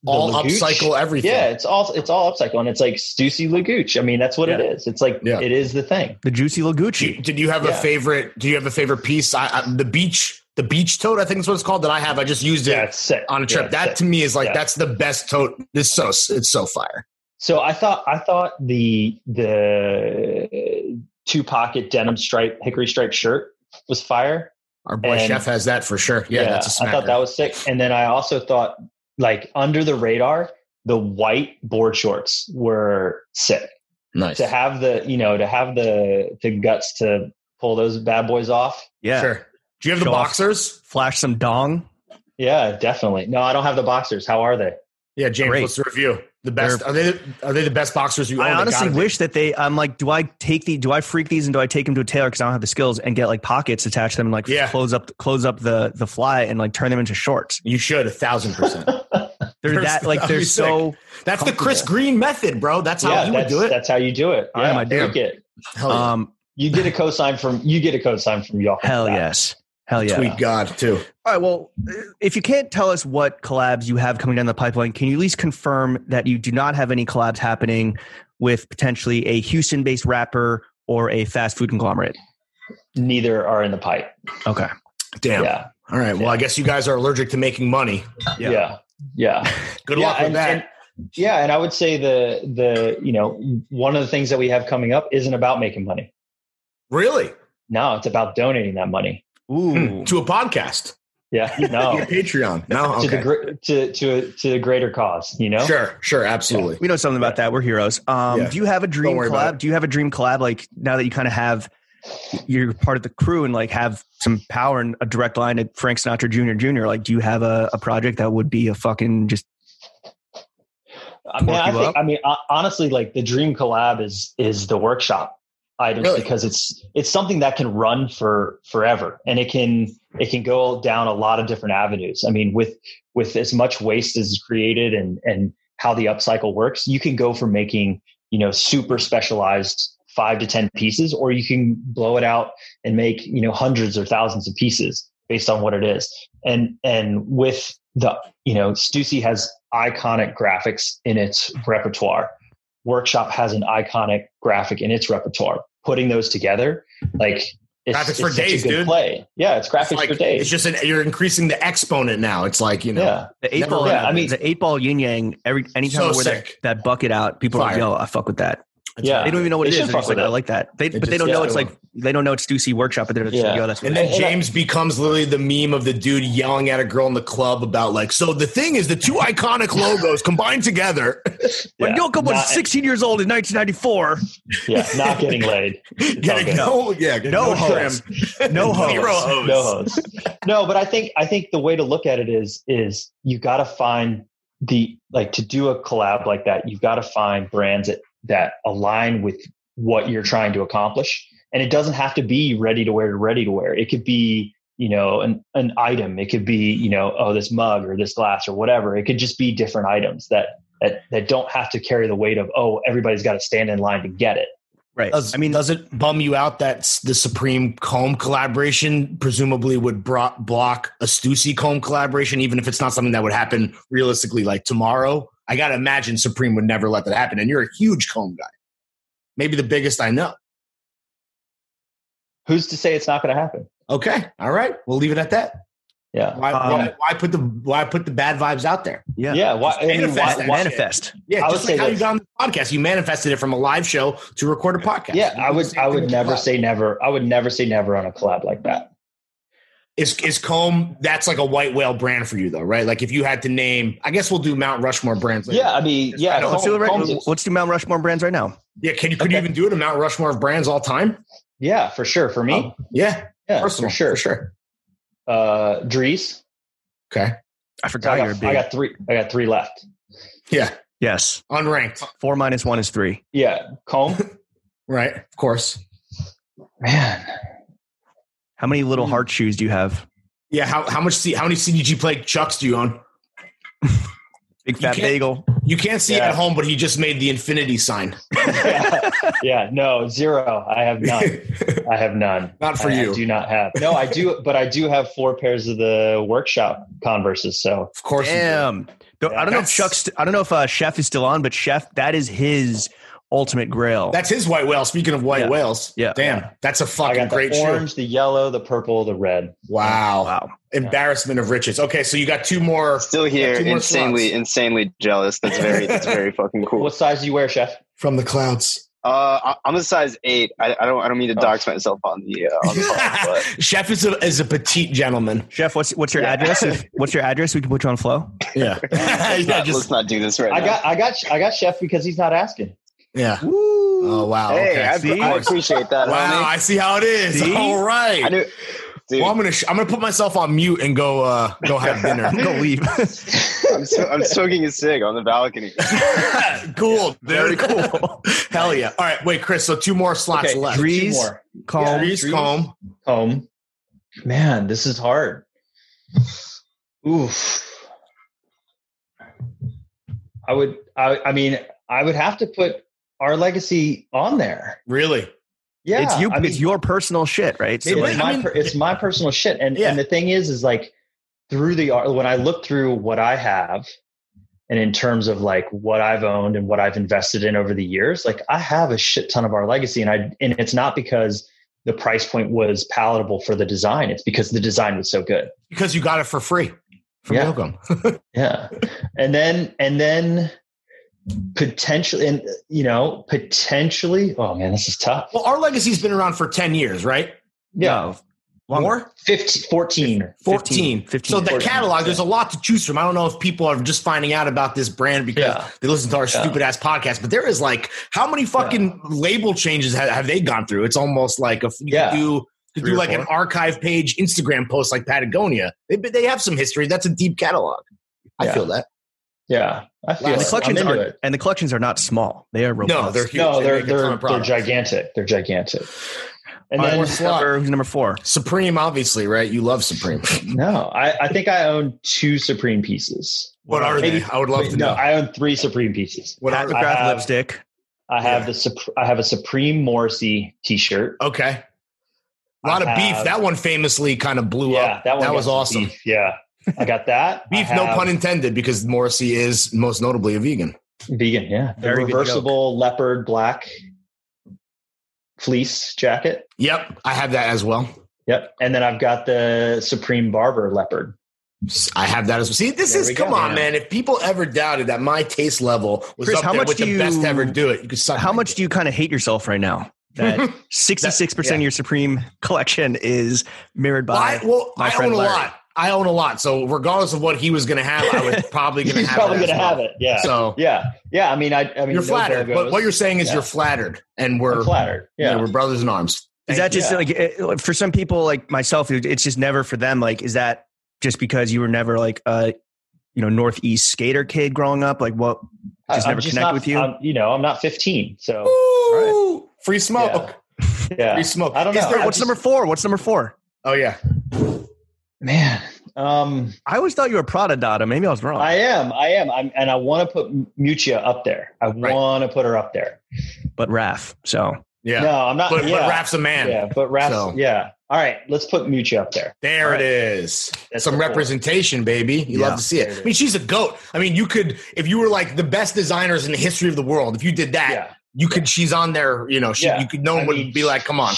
[SPEAKER 3] the
[SPEAKER 4] All
[SPEAKER 3] Lagooch.
[SPEAKER 4] upcycle everything.
[SPEAKER 3] Yeah, it's all it's all upcycle, and it's like Stussy Lagooch. I mean, that's what it is. It's like
[SPEAKER 4] Yeah.
[SPEAKER 3] it is the thing.
[SPEAKER 1] the Juicy Lagucci.
[SPEAKER 4] Did, did you have a
[SPEAKER 3] Yeah.
[SPEAKER 4] favorite? Do you have a favorite piece? I, I, the beach, the beach tote, I think is what it's called that I have. I just used it
[SPEAKER 3] Yeah, it's sick
[SPEAKER 4] on a trip.
[SPEAKER 3] Yeah, it's
[SPEAKER 4] that
[SPEAKER 3] sick.
[SPEAKER 4] to me is like
[SPEAKER 3] Yeah.
[SPEAKER 4] that's the best tote. It's so it's so fire.
[SPEAKER 3] So I thought I thought the the two pocket denim stripe hickory stripe shirt was fire.
[SPEAKER 4] Our boy
[SPEAKER 3] And-
[SPEAKER 4] Chef has that for sure. Yeah, that's a
[SPEAKER 3] I thought
[SPEAKER 4] smacker.
[SPEAKER 3] that was sick. And then I also thought, like under the radar, the white board shorts were sick.
[SPEAKER 4] nice.
[SPEAKER 3] To have the, you know, to have the the guts to pull those bad boys off.
[SPEAKER 1] Yeah.
[SPEAKER 4] Sure. Do you have the
[SPEAKER 1] Show off.
[SPEAKER 4] boxers?
[SPEAKER 1] Flash some dong.
[SPEAKER 3] Yeah, definitely. No, I don't have the boxers. How are they?
[SPEAKER 4] Yeah, James,
[SPEAKER 1] Great.
[SPEAKER 4] what's the review? The best are they? the- Are they the best boxers you? own?
[SPEAKER 1] I
[SPEAKER 4] They
[SPEAKER 1] honestly
[SPEAKER 4] gotta be.
[SPEAKER 1] wish that they. I'm like, do I take the? Do I freak these and do I take them to a tailor because I don't have the skills and get like pockets attached to them and like
[SPEAKER 4] Yeah.
[SPEAKER 1] close up close up the the fly and like turn them into shorts.
[SPEAKER 4] you should a thousand percent.
[SPEAKER 1] They're
[SPEAKER 4] They're-
[SPEAKER 1] that like
[SPEAKER 4] that'd
[SPEAKER 1] they're
[SPEAKER 4] be sick.
[SPEAKER 1] so.
[SPEAKER 4] That's the Chris Green method, bro. That's how
[SPEAKER 3] yeah,
[SPEAKER 4] you would
[SPEAKER 3] that's,
[SPEAKER 4] do it.
[SPEAKER 3] that's how you do it.
[SPEAKER 1] I am
[SPEAKER 3] Yeah,
[SPEAKER 1] a
[SPEAKER 3] freak it.
[SPEAKER 4] Hell yeah.
[SPEAKER 1] Um.
[SPEAKER 3] You get a cosign from you get a cosign from y'all.
[SPEAKER 1] Hell yes. Hell Uh, yeah.
[SPEAKER 4] Tweet God too.
[SPEAKER 1] All right. Well, if you can't tell us what collabs you have coming down the pipeline, can you at least confirm that you do not have any collabs happening with potentially a Houston based rapper or a fast food conglomerate?
[SPEAKER 3] Neither are in the pipe.
[SPEAKER 1] Okay.
[SPEAKER 4] Damn.
[SPEAKER 3] Yeah.
[SPEAKER 4] All right. Well, I guess you guys are allergic to making money.
[SPEAKER 1] Yeah.
[SPEAKER 3] Yeah. Yeah.
[SPEAKER 4] Good
[SPEAKER 3] Yeah,
[SPEAKER 4] luck with
[SPEAKER 3] and-
[SPEAKER 4] that.
[SPEAKER 3] and- yeah, and I would say the the you know one of the things that we have coming up isn't about making money.
[SPEAKER 4] really?
[SPEAKER 3] No, it's about donating that money.
[SPEAKER 1] Ooh.
[SPEAKER 4] To a podcast?
[SPEAKER 3] Yeah,
[SPEAKER 4] Your
[SPEAKER 3] no,
[SPEAKER 4] Patreon? No.
[SPEAKER 3] to
[SPEAKER 4] Okay.
[SPEAKER 3] the gr- to to to the greater cause. You know,
[SPEAKER 4] Sure. Sure. Absolutely.
[SPEAKER 1] We know something about that. We're heroes. Um,
[SPEAKER 4] Yeah.
[SPEAKER 1] Do you have a dream
[SPEAKER 4] worry about
[SPEAKER 1] collab? Do you have a dream collab? Like now that you kind of have, you're part of the crew and like have some power and a direct line to Frank Sinatra Jr. Jr. Like, do you have a, a project that would be a fucking just
[SPEAKER 3] I mean,
[SPEAKER 1] Torque
[SPEAKER 3] I
[SPEAKER 1] you up?
[SPEAKER 3] think, I mean, ho- honestly, like the dream collab is is the workshop items
[SPEAKER 4] Really?
[SPEAKER 3] because it's it's something that can run for forever and it can it can go down a lot of different avenues. I mean, with with as much waste as is created and and how the upcycle works, you can go from making you know super specialized five to ten pieces, or you can blow it out and make you know hundreds or thousands of pieces based on what it is. And and with the you know, Stussy has iconic graphics in its repertoire. Workshop has an iconic graphic in its repertoire. Putting those together, like it's,
[SPEAKER 4] Graphics
[SPEAKER 3] it's
[SPEAKER 4] for
[SPEAKER 3] such a
[SPEAKER 4] days,
[SPEAKER 3] good
[SPEAKER 4] dude.
[SPEAKER 3] Play, yeah, it's graphics
[SPEAKER 4] It's like
[SPEAKER 3] for days.
[SPEAKER 4] it's just an you're increasing the exponent now. It's like you know.
[SPEAKER 3] yeah,
[SPEAKER 1] the eight
[SPEAKER 4] Never
[SPEAKER 1] ball?
[SPEAKER 4] ran
[SPEAKER 1] Yeah,
[SPEAKER 3] out
[SPEAKER 1] I
[SPEAKER 3] of
[SPEAKER 1] mean,
[SPEAKER 3] it.
[SPEAKER 1] the eight ball yin yang. Every anytime
[SPEAKER 4] So
[SPEAKER 1] I wear that,
[SPEAKER 4] sick.
[SPEAKER 1] that bucket out, people are like,
[SPEAKER 4] Fire.
[SPEAKER 1] "Yo, I fuck with that."
[SPEAKER 3] Yeah.
[SPEAKER 1] They don't even know what
[SPEAKER 3] They
[SPEAKER 1] it is.
[SPEAKER 3] should
[SPEAKER 1] They're
[SPEAKER 3] fuck
[SPEAKER 1] just
[SPEAKER 3] with
[SPEAKER 1] like, I
[SPEAKER 3] it.
[SPEAKER 1] like that. They,
[SPEAKER 4] They
[SPEAKER 1] but they
[SPEAKER 4] just-
[SPEAKER 1] don't know
[SPEAKER 4] yeah.
[SPEAKER 1] it's like they don't know it's Stussy Workshop, but they're just like,
[SPEAKER 3] Yeah.
[SPEAKER 1] "Yo, that's what
[SPEAKER 4] And
[SPEAKER 1] it
[SPEAKER 4] then
[SPEAKER 1] is."
[SPEAKER 3] And I-
[SPEAKER 4] James becomes literally the meme of the dude yelling at a girl in the club about like, so the thing is the two iconic logos combined together.
[SPEAKER 1] When
[SPEAKER 3] Yeah.
[SPEAKER 1] Yoko was
[SPEAKER 3] Not-
[SPEAKER 1] 16 years old in 1994,
[SPEAKER 3] yeah, not getting laid. all
[SPEAKER 4] Getting
[SPEAKER 3] good.
[SPEAKER 4] no, yeah,
[SPEAKER 1] No hose. no hoes.
[SPEAKER 4] hose. Zero hose.
[SPEAKER 3] No hose. no, but I think I think the way to look at it is is you got to find the like to do a collab like that. You've got to find brands that that align with what you're trying to accomplish, and it doesn't have to be ready to wear. Ready to wear. It could be you know an an item. It could be you know oh this mug or this glass or whatever. It could just be different items that. That, that don't have to carry the weight of oh everybody's got to stand in line to get it
[SPEAKER 1] Right.
[SPEAKER 4] Does,
[SPEAKER 1] I mean,
[SPEAKER 4] does it bum you out that s- the Supreme comb collaboration presumably would bro- block a Stussy comb collaboration, even if it's not something that would happen realistically, like tomorrow? I gotta imagine Supreme would never let that happen, and you're a huge comb guy, maybe the biggest I know.
[SPEAKER 3] who's to say it's not going to happen
[SPEAKER 4] Okay, all right, we'll leave it at that.
[SPEAKER 3] yeah
[SPEAKER 4] Why,
[SPEAKER 1] Um,
[SPEAKER 4] why, why put the why put the bad vibes out there?
[SPEAKER 1] yeah.
[SPEAKER 3] yeah why, I mean,
[SPEAKER 4] manifest
[SPEAKER 3] why,
[SPEAKER 4] that
[SPEAKER 3] why,
[SPEAKER 4] shit.
[SPEAKER 1] Manifest.
[SPEAKER 4] Yeah,
[SPEAKER 3] I
[SPEAKER 4] just
[SPEAKER 3] would
[SPEAKER 4] like
[SPEAKER 3] say
[SPEAKER 4] how you
[SPEAKER 3] this.
[SPEAKER 4] got on the podcast, you manifested it from a live show to record a podcast.
[SPEAKER 3] Yeah, I would.
[SPEAKER 4] Same
[SPEAKER 3] I
[SPEAKER 4] thing
[SPEAKER 3] would
[SPEAKER 4] with the
[SPEAKER 3] never
[SPEAKER 4] collab.
[SPEAKER 3] say never. I would never say never on a collab like that.
[SPEAKER 4] Is is comb? That's like a white whale brand for you, though, right? Like if you had to name, I guess we'll do Mount Rushmore brands. Later.
[SPEAKER 3] Yeah, I mean, yeah.
[SPEAKER 4] I know,
[SPEAKER 1] Let's
[SPEAKER 3] Combs-
[SPEAKER 1] do, it right,
[SPEAKER 3] Combs is-
[SPEAKER 1] let's do Mount Rushmore brands right now.
[SPEAKER 4] yeah. Can you could you
[SPEAKER 3] Okay.
[SPEAKER 4] even do it a Mount Rushmore of brands all time?
[SPEAKER 3] yeah, for sure. For me,
[SPEAKER 4] Yeah,
[SPEAKER 3] Um, yeah,
[SPEAKER 4] Um, personal,
[SPEAKER 3] for sure.
[SPEAKER 4] for sure.
[SPEAKER 3] Uh, Dries.
[SPEAKER 4] Okay,
[SPEAKER 1] I
[SPEAKER 3] So
[SPEAKER 1] forgot
[SPEAKER 3] I,
[SPEAKER 1] you're a
[SPEAKER 3] got,
[SPEAKER 1] big.
[SPEAKER 3] I got three. I got three left.
[SPEAKER 4] yeah,
[SPEAKER 1] yes.
[SPEAKER 4] unranked,
[SPEAKER 1] Four minus one is three.
[SPEAKER 3] Yeah, comb.
[SPEAKER 4] right? Of course.
[SPEAKER 3] Man,
[SPEAKER 1] How many little
[SPEAKER 3] Hmm.
[SPEAKER 1] heart shoes do you have?
[SPEAKER 4] Yeah. How how much C, how many CDG play chucks do you own?
[SPEAKER 1] Big
[SPEAKER 4] You
[SPEAKER 1] fat
[SPEAKER 4] can't-
[SPEAKER 1] bagel.
[SPEAKER 4] You can't see it
[SPEAKER 3] Yeah.
[SPEAKER 4] at home, but he just made the infinity sign.
[SPEAKER 3] yeah, yeah, no, zero. I have none. I have none.
[SPEAKER 4] Not for
[SPEAKER 3] I,
[SPEAKER 4] you.
[SPEAKER 3] I do not have. No, I do, but I do have four pairs of the workshop converses. So
[SPEAKER 4] Of course. you do.
[SPEAKER 1] Damn. Though- I don't know if
[SPEAKER 4] That's-
[SPEAKER 1] Chuck's. I don't know if uh, Chef is still on, but Chef, that is his ultimate grail.
[SPEAKER 4] That's his white whale. Speaking of white
[SPEAKER 1] Yeah.
[SPEAKER 4] whales,
[SPEAKER 1] Yeah.
[SPEAKER 4] damn, that's a
[SPEAKER 3] I
[SPEAKER 4] fucking
[SPEAKER 3] got the
[SPEAKER 4] great shoe.
[SPEAKER 3] orange, the yellow, the purple, the red.
[SPEAKER 4] Wow.
[SPEAKER 1] wow.
[SPEAKER 4] embarrassment of riches. Okay, so you got two more
[SPEAKER 2] Still here,
[SPEAKER 4] Two more
[SPEAKER 2] insanely,
[SPEAKER 4] slots.
[SPEAKER 2] insanely jealous. That's very, that's very fucking cool.
[SPEAKER 3] What size do you wear, chef?
[SPEAKER 4] from the clouds.
[SPEAKER 2] Uh, I- I'm a size eight. I, I don't. I don't mean to
[SPEAKER 4] Oh.
[SPEAKER 2] dox myself on the. Uh, on the phone, but
[SPEAKER 4] Chef is a, is a petite gentleman.
[SPEAKER 1] Chef, what's what's your
[SPEAKER 2] Yeah.
[SPEAKER 1] address? If, what's your address? We can put you on flow.
[SPEAKER 4] Yeah.
[SPEAKER 2] let's,
[SPEAKER 4] yeah,
[SPEAKER 2] not, let's
[SPEAKER 4] just,
[SPEAKER 2] not do this right
[SPEAKER 3] I
[SPEAKER 2] now.
[SPEAKER 3] got I got I got Chef because he's not asking.
[SPEAKER 4] yeah.
[SPEAKER 1] Woo.
[SPEAKER 4] Oh, wow.
[SPEAKER 2] hey,
[SPEAKER 4] okay.
[SPEAKER 2] I,
[SPEAKER 1] see?
[SPEAKER 2] I appreciate that.
[SPEAKER 4] wow,
[SPEAKER 2] Wow.
[SPEAKER 4] I see how it is.
[SPEAKER 1] See?
[SPEAKER 4] All right.
[SPEAKER 2] I knew, dude,
[SPEAKER 4] well, I'm gonna sh- I'm gonna put myself on mute and go uh go have dinner.
[SPEAKER 1] I'm gonna leave.
[SPEAKER 2] I'm, so, I'm smoking a cig on the balcony.
[SPEAKER 4] cool,
[SPEAKER 1] Very
[SPEAKER 4] dude.
[SPEAKER 1] cool.
[SPEAKER 4] Hell yeah! All right, wait, Chris. So two more slots
[SPEAKER 3] Okay,
[SPEAKER 4] left.
[SPEAKER 3] two
[SPEAKER 1] Drees.
[SPEAKER 3] more.
[SPEAKER 1] Calm.
[SPEAKER 4] Reese
[SPEAKER 3] Drees.
[SPEAKER 4] Combe.
[SPEAKER 3] Home. Man, this is hard. Oof. I would I I mean, I would have to put our legacy on there.
[SPEAKER 4] Really?
[SPEAKER 3] Yeah.
[SPEAKER 1] it's you.
[SPEAKER 3] I mean,
[SPEAKER 1] it's your personal shit, right? So
[SPEAKER 4] It
[SPEAKER 3] it's
[SPEAKER 4] is.
[SPEAKER 1] like,
[SPEAKER 3] my
[SPEAKER 4] I mean-
[SPEAKER 3] per, it's my personal shit. And
[SPEAKER 4] Yeah.
[SPEAKER 3] and the thing is, is like through the art, when I look through what I have, and in terms of like what I've owned and what I've invested in over the years, like I have a shit ton of our legacy, and I and it's not because the price point was palatable for the design. It's because the design was so good.
[SPEAKER 4] Because you got it for free from
[SPEAKER 3] Yeah.
[SPEAKER 4] Milcom.
[SPEAKER 3] Yeah, and then and then potentially, and you know, potentially. Oh man, this is tough.
[SPEAKER 4] Well, our legacy's been around for ten years, right?
[SPEAKER 3] Yeah,
[SPEAKER 1] no, longer.
[SPEAKER 4] More?
[SPEAKER 3] 15, 14.
[SPEAKER 4] 14.
[SPEAKER 1] 15, 15,
[SPEAKER 4] so the
[SPEAKER 3] 14,
[SPEAKER 4] catalog, there's
[SPEAKER 3] yeah.
[SPEAKER 4] a lot to choose from. I don't know if people are just finding out about this brand because
[SPEAKER 3] Yeah.
[SPEAKER 4] they listen to our
[SPEAKER 3] Yeah.
[SPEAKER 4] stupid ass podcast, but there is like how many fucking label changes have, have they gone through? It's almost like if you
[SPEAKER 3] Yeah.
[SPEAKER 4] could do could
[SPEAKER 1] Three
[SPEAKER 4] do
[SPEAKER 1] or
[SPEAKER 4] like an archive page Instagram post like Patagonia. They they have some history. That's a deep catalog. I
[SPEAKER 3] Yeah.
[SPEAKER 4] feel that.
[SPEAKER 3] Yeah, I feel
[SPEAKER 1] And
[SPEAKER 3] it.
[SPEAKER 1] the
[SPEAKER 4] Yes,
[SPEAKER 1] collections
[SPEAKER 3] I'm into
[SPEAKER 1] are
[SPEAKER 3] it.
[SPEAKER 1] and the collections are not small. They are robust.
[SPEAKER 4] No, they're huge.
[SPEAKER 3] No,
[SPEAKER 4] They
[SPEAKER 3] they're
[SPEAKER 4] make a ton
[SPEAKER 3] they're,
[SPEAKER 4] of
[SPEAKER 3] they're
[SPEAKER 4] products.
[SPEAKER 3] gigantic. They're gigantic. And
[SPEAKER 4] All right,
[SPEAKER 3] then
[SPEAKER 4] we're-
[SPEAKER 1] number, who's number four?
[SPEAKER 4] Supreme, obviously, right? You love Supreme.
[SPEAKER 3] no, I, I think I own two Supreme pieces.
[SPEAKER 4] What are
[SPEAKER 3] Maybe-
[SPEAKER 4] they? I would love to
[SPEAKER 3] no,
[SPEAKER 4] know.
[SPEAKER 3] I own three Supreme pieces.
[SPEAKER 4] What are
[SPEAKER 1] Pat McGrath
[SPEAKER 3] I have-
[SPEAKER 1] lipstick.
[SPEAKER 3] I have
[SPEAKER 4] Yeah.
[SPEAKER 3] the Sup- I have a Supreme Morrissey T-shirt.
[SPEAKER 4] okay. A lot
[SPEAKER 3] I
[SPEAKER 4] of beef.
[SPEAKER 3] have-
[SPEAKER 4] That one famously kind of blew
[SPEAKER 3] yeah,
[SPEAKER 4] up.
[SPEAKER 3] that one
[SPEAKER 4] that
[SPEAKER 3] got
[SPEAKER 4] was
[SPEAKER 3] some
[SPEAKER 4] awesome.
[SPEAKER 3] beef. Yeah, I got that.
[SPEAKER 4] Beef,
[SPEAKER 3] I
[SPEAKER 4] no
[SPEAKER 3] have
[SPEAKER 4] pun intended, because Morrissey is most notably a vegan.
[SPEAKER 3] Vegan. Yeah, the
[SPEAKER 1] Very good joke.
[SPEAKER 3] reversible leopard black fleece jacket.
[SPEAKER 4] Yep, I have that as well.
[SPEAKER 3] Yep, and then I've got the Supreme Barber leopard.
[SPEAKER 4] I have that as well. See, this
[SPEAKER 3] There
[SPEAKER 4] is
[SPEAKER 3] we
[SPEAKER 4] come
[SPEAKER 3] go.
[SPEAKER 4] on, man. If people ever doubted that my taste level was
[SPEAKER 1] Chris,
[SPEAKER 4] up
[SPEAKER 1] how
[SPEAKER 4] there
[SPEAKER 1] much
[SPEAKER 4] with
[SPEAKER 1] do
[SPEAKER 4] the best
[SPEAKER 1] you-
[SPEAKER 4] to ever do it, you could suck.
[SPEAKER 1] How
[SPEAKER 4] my
[SPEAKER 1] much
[SPEAKER 4] dick.
[SPEAKER 1] do you kind of hate yourself right now? That sixty-six percent
[SPEAKER 4] yeah.
[SPEAKER 1] of your Supreme collection is mirrored
[SPEAKER 4] Well, I,
[SPEAKER 1] by.
[SPEAKER 4] well,
[SPEAKER 1] my
[SPEAKER 4] I
[SPEAKER 1] friend
[SPEAKER 4] own a
[SPEAKER 1] Larry.
[SPEAKER 4] lot. I own a lot. So regardless of what he was going to have, I was probably going to
[SPEAKER 3] He's
[SPEAKER 4] have.
[SPEAKER 3] probably
[SPEAKER 4] it as
[SPEAKER 3] gonna
[SPEAKER 4] well.
[SPEAKER 3] have it. Yeah.
[SPEAKER 4] So
[SPEAKER 3] Yeah, yeah. I mean, I, I mean,
[SPEAKER 4] you're
[SPEAKER 3] no
[SPEAKER 4] flattered, but
[SPEAKER 3] Virgos.
[SPEAKER 4] what you're saying is
[SPEAKER 3] Yeah.
[SPEAKER 4] you're flattered, and
[SPEAKER 3] I'm
[SPEAKER 4] we're
[SPEAKER 3] flattered. Yeah,
[SPEAKER 4] we're brothers in arms.
[SPEAKER 1] is that just
[SPEAKER 3] yeah.
[SPEAKER 1] like it- for some people like myself? it- It's just never for them. Like, is that just because you were never like a you know northeast skater kid growing up? Like, what
[SPEAKER 3] I-
[SPEAKER 1] just
[SPEAKER 3] I'm
[SPEAKER 1] never connect
[SPEAKER 3] not-
[SPEAKER 1] with you?
[SPEAKER 3] I'm, you know, I'm not 15, so
[SPEAKER 4] Ooh, free smoke,
[SPEAKER 3] yeah.
[SPEAKER 4] free smoke.
[SPEAKER 3] I don't
[SPEAKER 4] Is
[SPEAKER 3] know.
[SPEAKER 4] there-
[SPEAKER 3] I'm
[SPEAKER 1] What's
[SPEAKER 3] just-
[SPEAKER 1] number four? What's number four?
[SPEAKER 4] oh yeah,
[SPEAKER 3] Man, um,
[SPEAKER 1] I always thought you were Prada Dada. Maybe I was wrong.
[SPEAKER 3] I am, I am, I'm, and I want to put Mutia up there. I
[SPEAKER 4] Right.
[SPEAKER 3] want to put her up there.
[SPEAKER 1] but Raf. So
[SPEAKER 4] yeah.
[SPEAKER 3] No, I'm not.
[SPEAKER 4] but,
[SPEAKER 3] yeah,
[SPEAKER 4] but Raph's a man.
[SPEAKER 3] yeah, but Raph's,
[SPEAKER 4] so.
[SPEAKER 3] yeah. All right, let's put Mutia up there.
[SPEAKER 4] There
[SPEAKER 3] All right.
[SPEAKER 4] it is.
[SPEAKER 3] That's
[SPEAKER 4] Some
[SPEAKER 3] the four.
[SPEAKER 4] representation, baby. You
[SPEAKER 1] Yeah.
[SPEAKER 4] love to see
[SPEAKER 3] There it
[SPEAKER 4] it. I mean, she's a goat. I mean, you could if you were like the best designers in the history of the world. If you did that,
[SPEAKER 3] Yeah,
[SPEAKER 4] you could. She's on there. You know, she,
[SPEAKER 3] Yeah.
[SPEAKER 4] you could. No one
[SPEAKER 3] I
[SPEAKER 4] would
[SPEAKER 3] mean,
[SPEAKER 4] be like, "Come on,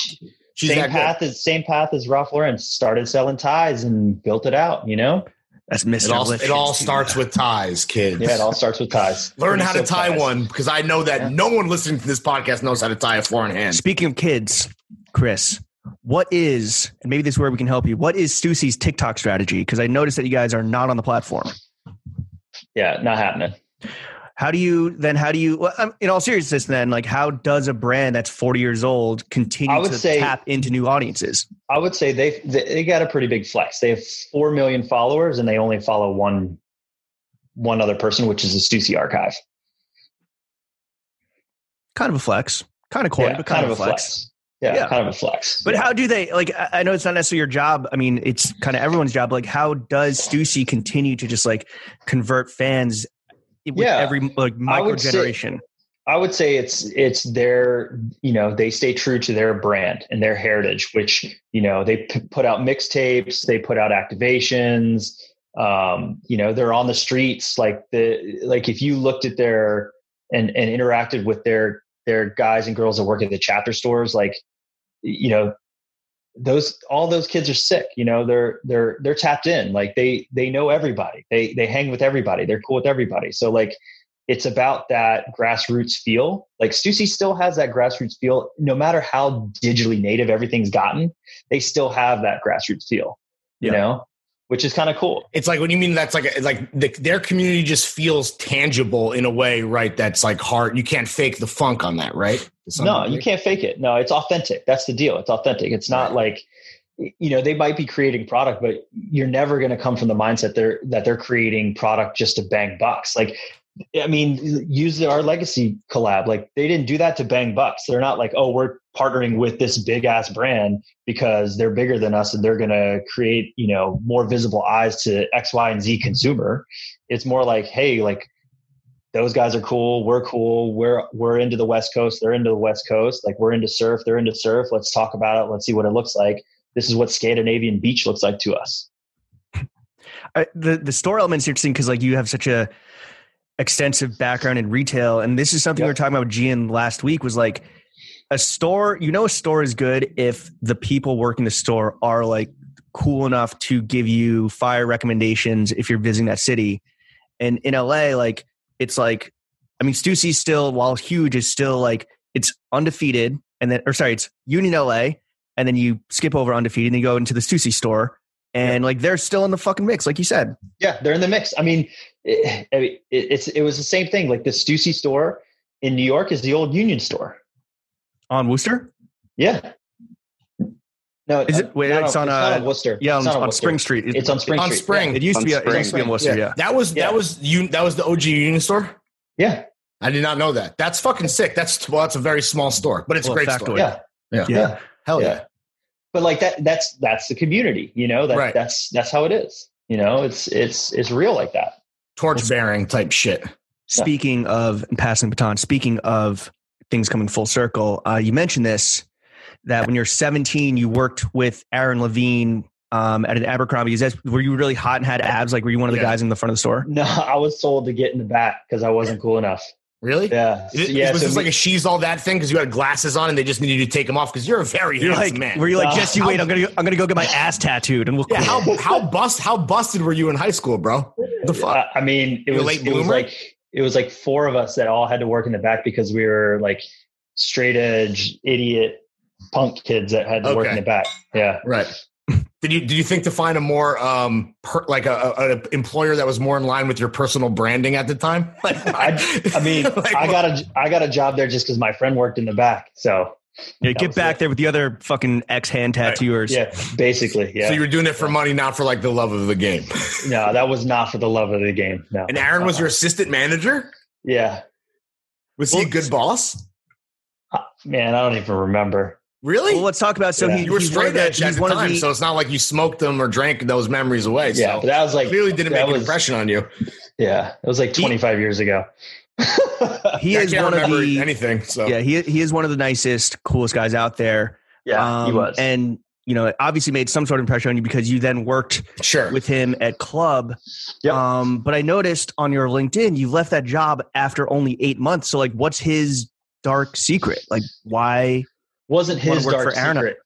[SPEAKER 4] she's
[SPEAKER 3] same
[SPEAKER 4] that
[SPEAKER 3] path as same path as Ralph Lauren started selling ties and built it out. You know,
[SPEAKER 1] that's
[SPEAKER 4] good."
[SPEAKER 1] Mr.
[SPEAKER 4] It all,
[SPEAKER 1] Lipschitz,
[SPEAKER 4] it all
[SPEAKER 1] dude.
[SPEAKER 4] starts with ties, kids.
[SPEAKER 3] yeah, it all starts with ties.
[SPEAKER 4] Learn how to
[SPEAKER 3] Pretty
[SPEAKER 4] tie
[SPEAKER 3] simple ties.
[SPEAKER 4] one because I know that
[SPEAKER 3] Yeah.
[SPEAKER 4] no one listening to this podcast knows how to tie a foreign hand.
[SPEAKER 1] Speaking of kids, Chris, what is, and maybe this is where we can help you, what is Stussy's TikTok strategy? Because I noticed that you guys are not on the platform.
[SPEAKER 3] Yeah, not happening.
[SPEAKER 1] How do you, then, how do you, well, I'm- in all seriousness, then, like, how does a brand that's 40 years old
[SPEAKER 3] I
[SPEAKER 1] continue
[SPEAKER 3] would
[SPEAKER 1] to
[SPEAKER 3] say-
[SPEAKER 1] tap into new audiences?
[SPEAKER 3] I would say they they they got a pretty big flex. They have four million followers, and they only follow one one other person, which is the Stussy Archive.
[SPEAKER 1] Kind of a flex, kind of corny,
[SPEAKER 3] yeah,
[SPEAKER 1] but kind, of a flex.
[SPEAKER 3] Yeah,
[SPEAKER 1] Yeah.
[SPEAKER 3] kind of a flex.
[SPEAKER 1] But
[SPEAKER 3] Yeah.
[SPEAKER 1] how do they, like, I I know it's not necessarily your job. I mean, it's kind of everyone's job. Like, how does Stussy continue to just like convert fans with
[SPEAKER 3] Yeah.
[SPEAKER 1] every like
[SPEAKER 3] I
[SPEAKER 1] micro
[SPEAKER 3] would say-
[SPEAKER 1] generation?
[SPEAKER 3] I would say it's it's their you know they stay true to their brand and their heritage, which you know they p- put out mixtapes, they put out activations. Um, you know they're on the streets like the like if you looked at their and and interacted with their their guys and girls that work at the chapter stores, like you know those all those kids are sick. You know they're they're they're tapped in. Like they they know everybody. They they hang with everybody. They're cool with everybody. So like it's about that grassroots feel. Like Stussy still has that grassroots feel, no matter how digitally native everything's gotten, they still have that grassroots feel, you
[SPEAKER 1] Yeah.
[SPEAKER 3] know, which is kind of cool.
[SPEAKER 4] It's like what do you mean? That's like a, like the, their community just feels tangible in a way, right? That's like hard. You can't fake the funk on that, right? To some
[SPEAKER 3] No,
[SPEAKER 4] degree.
[SPEAKER 3] you can't fake it. No, it's authentic. That's the deal. It's authentic. It's not like you know they might be creating product, but you're never going to come from the mindset they're that they're creating product just to bang bucks. Like, I mean, use the, our legacy collab. Like they didn't do that to bang bucks. They're not like, oh, we're partnering with this big ass brand because they're bigger than us and they're going to create you know more visible eyes to X, Y, and Z consumer. It's more like, hey, like those guys are cool. We're cool. We're we're into the West Coast. They're into the West Coast. Like we're into surf. They're into surf. Let's talk about it. Let's see what it looks like. This is what Scandinavian beach looks like to us.
[SPEAKER 1] I, Uh, the the store element's interesting because like you have such a extensive background in retail, and this is something we
[SPEAKER 3] Yep.
[SPEAKER 1] were talking about with Gian last week was like a store. You know, a store is good if the people working the store are like cool enough to give you fire recommendations if you're visiting that city. And in LA, like it's like, I mean, Stussy's still while huge is still like it's undefeated, and then or sorry, it's Union LA, and then you skip over undefeated, and you go into the Stussy store. And like they're still in the fucking mix, like you said.
[SPEAKER 3] Yeah, they're in the mix. I mean, it, I mean, it, it's it was the same thing. Like the Stussy store in New York is the old Union store.
[SPEAKER 1] On Worcester?
[SPEAKER 3] Yeah. No,
[SPEAKER 1] Is it- wait,
[SPEAKER 3] not
[SPEAKER 1] it's on,
[SPEAKER 3] it's not
[SPEAKER 1] uh,
[SPEAKER 3] on Worcester.
[SPEAKER 1] Yeah,
[SPEAKER 3] it's
[SPEAKER 1] on,
[SPEAKER 3] not
[SPEAKER 1] on
[SPEAKER 3] Worcester.
[SPEAKER 1] Spring Street. It,
[SPEAKER 3] It's on Spring.
[SPEAKER 4] on
[SPEAKER 3] Street.
[SPEAKER 4] spring.
[SPEAKER 1] it used
[SPEAKER 2] on
[SPEAKER 1] to be. It
[SPEAKER 2] Spring
[SPEAKER 1] used to be on
[SPEAKER 3] Street,
[SPEAKER 1] Worcester. Yeah.
[SPEAKER 4] That was
[SPEAKER 3] Yeah.
[SPEAKER 4] that was you that was the OG Union store.
[SPEAKER 3] Yeah,
[SPEAKER 4] I did not know that. That's fucking sick. That's well, that's a very small store, but it's a
[SPEAKER 1] Well,
[SPEAKER 4] great
[SPEAKER 1] factoid.
[SPEAKER 4] store.
[SPEAKER 3] yeah, yeah.
[SPEAKER 4] Yeah.
[SPEAKER 1] Yeah.
[SPEAKER 3] yeah.
[SPEAKER 4] Hell Oh, yeah.
[SPEAKER 3] Yeah. but like that that's that's the community you know that
[SPEAKER 4] Right.
[SPEAKER 3] that's that's how it is you know it's it's it's real like that
[SPEAKER 4] Torch bearing type shit.
[SPEAKER 1] Speaking of and passing the baton. Speaking of things coming full circle, uh, you mentioned this that when you're 17, you worked with Aaron Levine um, at an Abercrombie. Is that were you really hot and had abs? Like were you one of the
[SPEAKER 4] Yeah.
[SPEAKER 1] guys in the front of the store?
[SPEAKER 3] no i was told to get in the back because i wasn't cool enough
[SPEAKER 4] Really?
[SPEAKER 3] yeah
[SPEAKER 4] Is it-
[SPEAKER 3] yeah
[SPEAKER 4] was
[SPEAKER 3] so
[SPEAKER 4] this
[SPEAKER 3] me-
[SPEAKER 4] like a she's all that thing because you had glasses on and they just needed you to take them off because you're a very
[SPEAKER 1] You're
[SPEAKER 4] handsome
[SPEAKER 1] like,
[SPEAKER 4] man.
[SPEAKER 1] were you like,
[SPEAKER 3] Uh,
[SPEAKER 1] Jess? You wait. I'm gonna, I'm gonna go get my ass tattooed, and we'll.
[SPEAKER 4] yeah,
[SPEAKER 1] quit."
[SPEAKER 4] how how bust how busted were you in high school, bro? The fuck?
[SPEAKER 3] I- i mean it
[SPEAKER 4] You're a
[SPEAKER 3] was
[SPEAKER 4] late
[SPEAKER 3] it was
[SPEAKER 4] bloomer?
[SPEAKER 3] like it was like four of us that all had to work in the back because we were like straight edge idiot punk kids that had to work
[SPEAKER 4] Okay.
[SPEAKER 3] in the back yeah
[SPEAKER 4] Right. Did you did you think to find a more um per, like a, a, a employer that was more in line with your personal branding at the time? Like,
[SPEAKER 3] I- I mean,
[SPEAKER 4] like,
[SPEAKER 3] I got a I got a job there just because my friend worked in the back. So
[SPEAKER 1] Yeah,
[SPEAKER 3] That
[SPEAKER 1] get
[SPEAKER 3] was
[SPEAKER 1] back
[SPEAKER 3] it.
[SPEAKER 1] there with the other fucking ex hand tattooers.
[SPEAKER 3] yeah, basically, yeah.
[SPEAKER 4] So you were doing it for money, not for like the love of the game.
[SPEAKER 3] no, that was not for the love of the game. No.
[SPEAKER 4] And Aaron was your assistant manager.
[SPEAKER 3] Yeah,
[SPEAKER 4] Was he a good boss?
[SPEAKER 3] man, I don't even remember.
[SPEAKER 4] Really?
[SPEAKER 1] Well, let's talk about. So
[SPEAKER 3] Yeah.
[SPEAKER 1] he
[SPEAKER 4] you were
[SPEAKER 1] he's one of
[SPEAKER 4] straight
[SPEAKER 1] the-
[SPEAKER 4] edge at
[SPEAKER 1] he's
[SPEAKER 4] the
[SPEAKER 1] one of
[SPEAKER 4] time,
[SPEAKER 1] the-
[SPEAKER 4] so it's not like you smoked them or drank those memories away.
[SPEAKER 3] Yeah,
[SPEAKER 4] so
[SPEAKER 3] but that was like
[SPEAKER 4] clearly didn't
[SPEAKER 3] that
[SPEAKER 4] make an
[SPEAKER 3] was-
[SPEAKER 4] impression on you.
[SPEAKER 3] yeah, it was like 25 years ago.
[SPEAKER 1] he
[SPEAKER 4] I
[SPEAKER 1] is
[SPEAKER 4] can't
[SPEAKER 1] one of
[SPEAKER 4] remember
[SPEAKER 1] the
[SPEAKER 4] anything. So
[SPEAKER 1] yeah he he is one of the nicest coolest guys out there
[SPEAKER 3] yeah, he
[SPEAKER 1] Um,
[SPEAKER 3] was.
[SPEAKER 1] and you know it obviously made some sort of impression on you because you then worked
[SPEAKER 4] sure.
[SPEAKER 1] with him at club
[SPEAKER 3] Yep.
[SPEAKER 1] um but i noticed on your linkedin you left that job after only eight months so like what's his dark secret like why
[SPEAKER 3] wasn't
[SPEAKER 1] wanna
[SPEAKER 3] his
[SPEAKER 1] work
[SPEAKER 3] dark
[SPEAKER 1] for Aaron?
[SPEAKER 3] secret.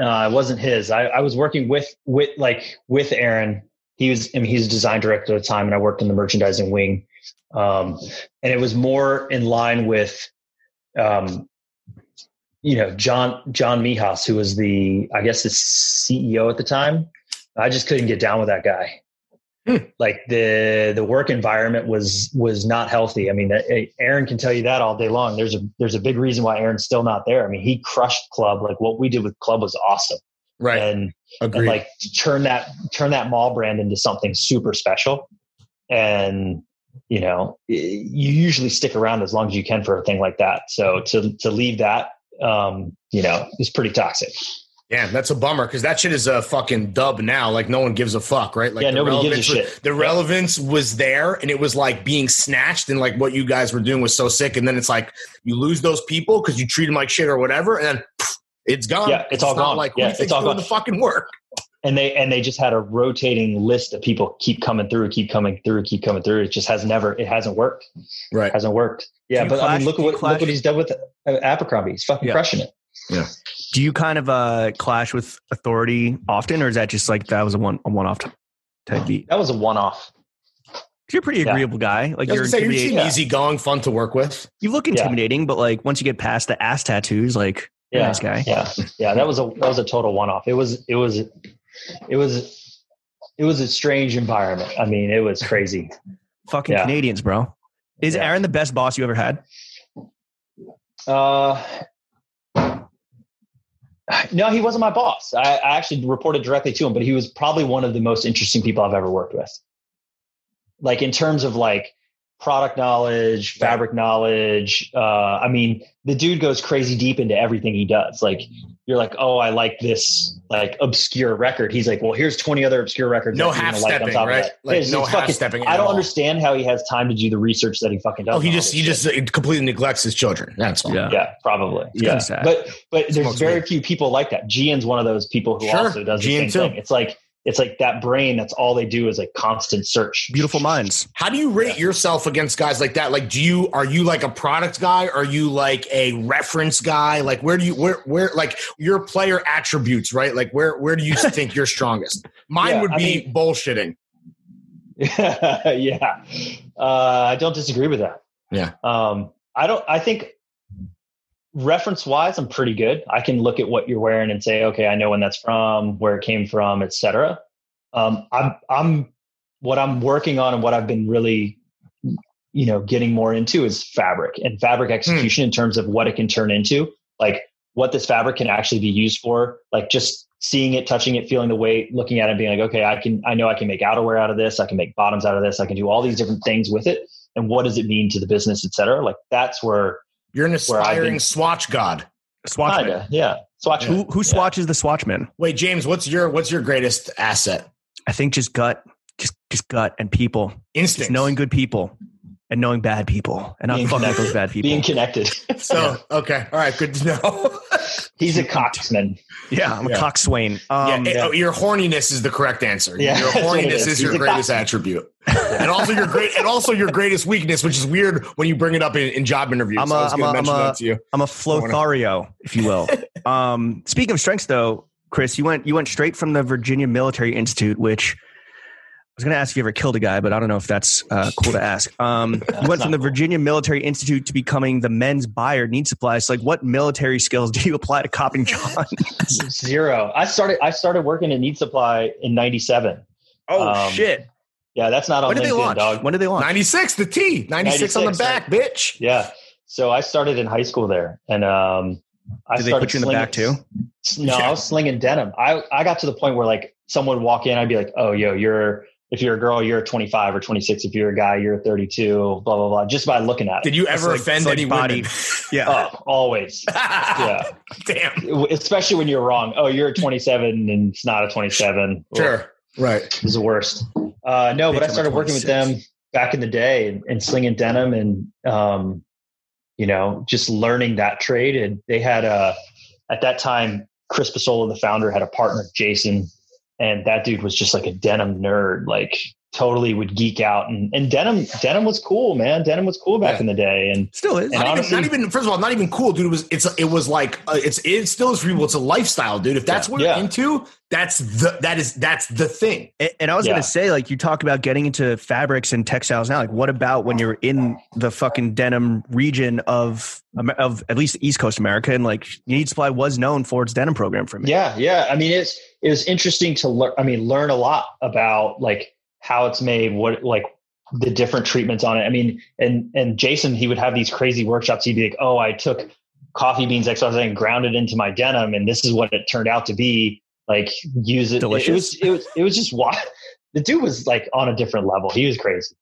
[SPEAKER 3] Uh, it wasn't his. I, I was working with with like with Aaron. He was I mean, he was design director at the time, and I worked in the merchandising wing. Um, and it was more in line with, um, you know, John John Mijas, who was the I guess the CEO at the time. I just couldn't get down with that guy. Like the the work environment was was not healthy. I mean, eh, Aaron can tell you that all day long. There's a there's a big reason why Aaron's still not there. I mean, he crushed club. Like what we did with club was awesome,
[SPEAKER 1] uh,
[SPEAKER 4] Right.
[SPEAKER 3] and, and
[SPEAKER 4] Agreed.
[SPEAKER 3] like turn that turn that mall brand into something super special. And you know, eh, you usually stick around as long as you can for a thing like that. So to to leave that, um, you know, is pretty toxic.
[SPEAKER 4] yeah, that's a bummer because that shit is a fucking dub now. Like no one gives a fuck, right? Like
[SPEAKER 3] yeah,
[SPEAKER 4] the
[SPEAKER 3] nobody gives a
[SPEAKER 4] relevance was-
[SPEAKER 3] shit.
[SPEAKER 4] The relevance was there, and it was like being snatched, and like what you guys were doing was so sick. And then it's like you lose those people because you treat them like shit or whatever, and then pff, it's gone.
[SPEAKER 3] Yeah, it's all
[SPEAKER 4] not
[SPEAKER 3] gone.
[SPEAKER 4] Like
[SPEAKER 3] Yeah,
[SPEAKER 4] we
[SPEAKER 3] it's
[SPEAKER 4] think
[SPEAKER 3] all
[SPEAKER 4] doing
[SPEAKER 3] gone.
[SPEAKER 4] the fucking work.
[SPEAKER 3] and they and they just had a rotating list of people keep coming through, keep coming through, keep coming through. It just has never, it hasn't worked,
[SPEAKER 4] Right.
[SPEAKER 3] hasn't worked. Yeah,
[SPEAKER 1] you
[SPEAKER 3] but I
[SPEAKER 1] clash-
[SPEAKER 3] mean, look
[SPEAKER 1] do
[SPEAKER 3] at
[SPEAKER 1] you
[SPEAKER 3] what
[SPEAKER 1] clash-
[SPEAKER 3] look what he's done with uh, Abercrombie. He's fucking
[SPEAKER 1] Yeah.
[SPEAKER 3] crushing it.
[SPEAKER 1] do you kind of uh clash with authority often or is that just like that was a one a one off type beat
[SPEAKER 3] That was a one off.
[SPEAKER 1] You're a pretty
[SPEAKER 3] Yeah.
[SPEAKER 1] agreeable guy. Like
[SPEAKER 4] I was
[SPEAKER 1] you're
[SPEAKER 4] gonna say, you
[SPEAKER 1] intimidating.
[SPEAKER 4] seem easygoing, fun to work with.
[SPEAKER 1] You look
[SPEAKER 3] Yeah.
[SPEAKER 1] intimidating, but like once you get past the ass tattoos, like you're a
[SPEAKER 3] Yeah.
[SPEAKER 1] nice guy.
[SPEAKER 3] yeah yeah that was a that was a total one off it was it was it was it was a strange environment i mean it was crazy
[SPEAKER 1] Fucking
[SPEAKER 3] Yeah.
[SPEAKER 1] Canadians, bro. Is
[SPEAKER 3] Yeah.
[SPEAKER 1] Aaron the best boss you ever had?
[SPEAKER 3] uh no he wasn't my boss I, I actually reported directly to him but he was probably one of the most interesting people i've ever worked with like in terms of like product knowledge fabric knowledge uh i mean the dude goes crazy deep into everything he does like you're like oh i like this like obscure record he's like well here's 20 other obscure records
[SPEAKER 4] No
[SPEAKER 3] that you're
[SPEAKER 4] half
[SPEAKER 3] gonna like on
[SPEAKER 4] stepping,
[SPEAKER 3] top of
[SPEAKER 4] right?
[SPEAKER 3] that.
[SPEAKER 4] Like
[SPEAKER 3] It's-
[SPEAKER 4] no
[SPEAKER 3] it's fucking-
[SPEAKER 4] half stepping.
[SPEAKER 3] i don't understand how he has time to do the research that he fucking does
[SPEAKER 4] Oh, he
[SPEAKER 3] on all
[SPEAKER 4] just
[SPEAKER 3] this
[SPEAKER 4] he
[SPEAKER 3] shit
[SPEAKER 4] just uh, completely neglects his children. That's all.
[SPEAKER 3] yeah, probably.
[SPEAKER 1] It's
[SPEAKER 3] yeah,
[SPEAKER 1] kinda sad.
[SPEAKER 3] but but there's
[SPEAKER 4] Smokes
[SPEAKER 3] very
[SPEAKER 4] weed.
[SPEAKER 3] few people like that. Gian's one of those people who
[SPEAKER 4] Sure.
[SPEAKER 3] also does the
[SPEAKER 4] Gian
[SPEAKER 3] same
[SPEAKER 4] too.
[SPEAKER 3] thing. It's like it's like that brain. That's all they do is like constant search.
[SPEAKER 1] Beautiful minds.
[SPEAKER 4] How do you rate yourself against guys like that? Like, do you are you like a product guy? Are you like a reference guy? Like, where do you where where like your player attributes? Right? Like, where where do you think you're strongest? Mine
[SPEAKER 3] Yeah,
[SPEAKER 4] would
[SPEAKER 3] I
[SPEAKER 4] be
[SPEAKER 3] mean-
[SPEAKER 4] bullshitting.
[SPEAKER 3] yeah, uh, I don't disagree with that.
[SPEAKER 4] Yeah.
[SPEAKER 3] um, I don't. I think reference wise, I'm pretty good. I can look at what you're wearing and say, okay, I know when that's from, where it came from, etc. Um, I'm I'm what I'm working on and what I've been really you know getting more into is fabric and fabric execution in terms of what it can turn into like what this fabric can actually be used for like just seeing it touching it feeling the weight looking at it being like okay i can i know i can make outerwear out of this i can make bottoms out of this i can do all these different things with it and what does it mean to the business et cetera like that's where
[SPEAKER 4] You're an
[SPEAKER 3] Where I've been-
[SPEAKER 4] aspiring swatch god.
[SPEAKER 1] Swatchman.
[SPEAKER 3] Kinda, yeah swatch
[SPEAKER 1] Who who
[SPEAKER 3] Yeah.
[SPEAKER 1] swatches the Swatchman?
[SPEAKER 4] Wait, James, what's your what's your greatest asset?
[SPEAKER 1] I think just gut, just just gut and people,
[SPEAKER 4] Instinct.
[SPEAKER 1] just knowing good people and knowing bad people and not
[SPEAKER 3] Being
[SPEAKER 1] fuck with
[SPEAKER 3] connected.
[SPEAKER 1] those bad people.
[SPEAKER 3] being connected
[SPEAKER 4] So okay, all right, good to know.
[SPEAKER 3] he's a cocksman
[SPEAKER 1] yeah, I'm a
[SPEAKER 4] Yeah.
[SPEAKER 1] cockswain.
[SPEAKER 4] Yeah,
[SPEAKER 1] Um,
[SPEAKER 4] it- oh, your horniness is the correct answer.
[SPEAKER 3] Yeah,
[SPEAKER 4] your
[SPEAKER 3] that's what it
[SPEAKER 4] horniness is,
[SPEAKER 3] is.
[SPEAKER 4] your
[SPEAKER 3] He's a
[SPEAKER 4] greatest attribute, and also your great, and also your greatest weakness, which is weird when you bring it up in, in job interviews.
[SPEAKER 1] I'm
[SPEAKER 4] I
[SPEAKER 1] a-
[SPEAKER 4] was
[SPEAKER 1] I'm
[SPEAKER 4] gonna
[SPEAKER 1] a-
[SPEAKER 4] mention
[SPEAKER 1] I'm a-
[SPEAKER 4] that to you.
[SPEAKER 1] I'm a Flothario, if you will. um, speaking of strengths, though, Chris, you went you went straight from the Virginia Military Institute, which I was going to ask if you ever killed a guy, but I don't know if that's uh, cool to ask. Um, you went
[SPEAKER 3] not
[SPEAKER 1] from the
[SPEAKER 3] cool.
[SPEAKER 1] Virginia Military Institute to becoming the men's buyer of need supplies. Like, what military skills do you apply to copping John?
[SPEAKER 3] zero i started i started working at need supply in 97
[SPEAKER 1] oh
[SPEAKER 3] Um,
[SPEAKER 1] shit!
[SPEAKER 3] yeah that's not on
[SPEAKER 1] When did
[SPEAKER 3] linkedin
[SPEAKER 1] they launch?
[SPEAKER 3] dog
[SPEAKER 1] When did they launch?
[SPEAKER 4] Ninety six, the T, ninety six on the
[SPEAKER 3] 96,
[SPEAKER 4] back, bitch.
[SPEAKER 3] Yeah. So I started in high school there, and um, I
[SPEAKER 1] Did they
[SPEAKER 3] started
[SPEAKER 1] put you in the
[SPEAKER 3] slinging-
[SPEAKER 1] back too?
[SPEAKER 3] s- No,
[SPEAKER 4] Yeah.
[SPEAKER 3] I was slinging denim. I I got to the point where like someone would walk in, I'd be like, "Oh, yo, you're if you're a girl, you're 25 or 26. If you're a guy, you're 32." Blah blah blah. Just by looking at it.
[SPEAKER 4] Did you
[SPEAKER 1] It's
[SPEAKER 4] ever
[SPEAKER 1] like-
[SPEAKER 4] offend
[SPEAKER 1] it's like
[SPEAKER 4] any
[SPEAKER 1] body-
[SPEAKER 4] women?
[SPEAKER 1] Yeah.
[SPEAKER 3] Oh, always. Yeah.
[SPEAKER 4] Damn.
[SPEAKER 3] Especially when you're wrong. Oh, you're a 27 and it's not a 27. Ugh.
[SPEAKER 4] Sure. Right.
[SPEAKER 3] is the worst. Uh, no,
[SPEAKER 1] Bitch,
[SPEAKER 3] but I
[SPEAKER 1] I'm
[SPEAKER 3] started
[SPEAKER 1] a
[SPEAKER 3] working
[SPEAKER 1] 26.
[SPEAKER 3] with them back in the day and, and slinging denim and, um, you know, just learning that trade. And they had a, at that time, Chris Pasola, the founder, had a partner, Jason, and that dude was just like a denim nerd, like totally would geek out. And, and denim, denim was cool, man. Denim was cool back
[SPEAKER 4] Yeah.
[SPEAKER 3] in the day. And
[SPEAKER 1] Still is.
[SPEAKER 3] And
[SPEAKER 4] Not,
[SPEAKER 3] honestly-
[SPEAKER 4] even, not even. First of all, not even cool, dude. It was it's it was like uh, it's it still is for people. It's a lifestyle, dude. If that's what
[SPEAKER 3] Yeah.
[SPEAKER 4] you're into, that's the that is that's the thing.
[SPEAKER 1] And, and I was
[SPEAKER 3] Yeah.
[SPEAKER 1] gonna say, like, you talk about getting into fabrics and textiles now. Like, what about when you're in the fucking denim region of Amer- of at least East Coast America? And like, Need Supply was known for its denim program for me.
[SPEAKER 3] Yeah, yeah. I mean, it's it was interesting to learn. I mean, learn a lot about like how it's made, what like the different treatments on it. I mean, and and Jason, he would have these crazy workshops. He'd be like, "Oh, I took coffee beans XYZ and ground it into my denim, and this is what it turned out to be." Like, use it.
[SPEAKER 1] Delicious.
[SPEAKER 3] It, was it was it was just wild. The dude was like on a different level. He was crazy.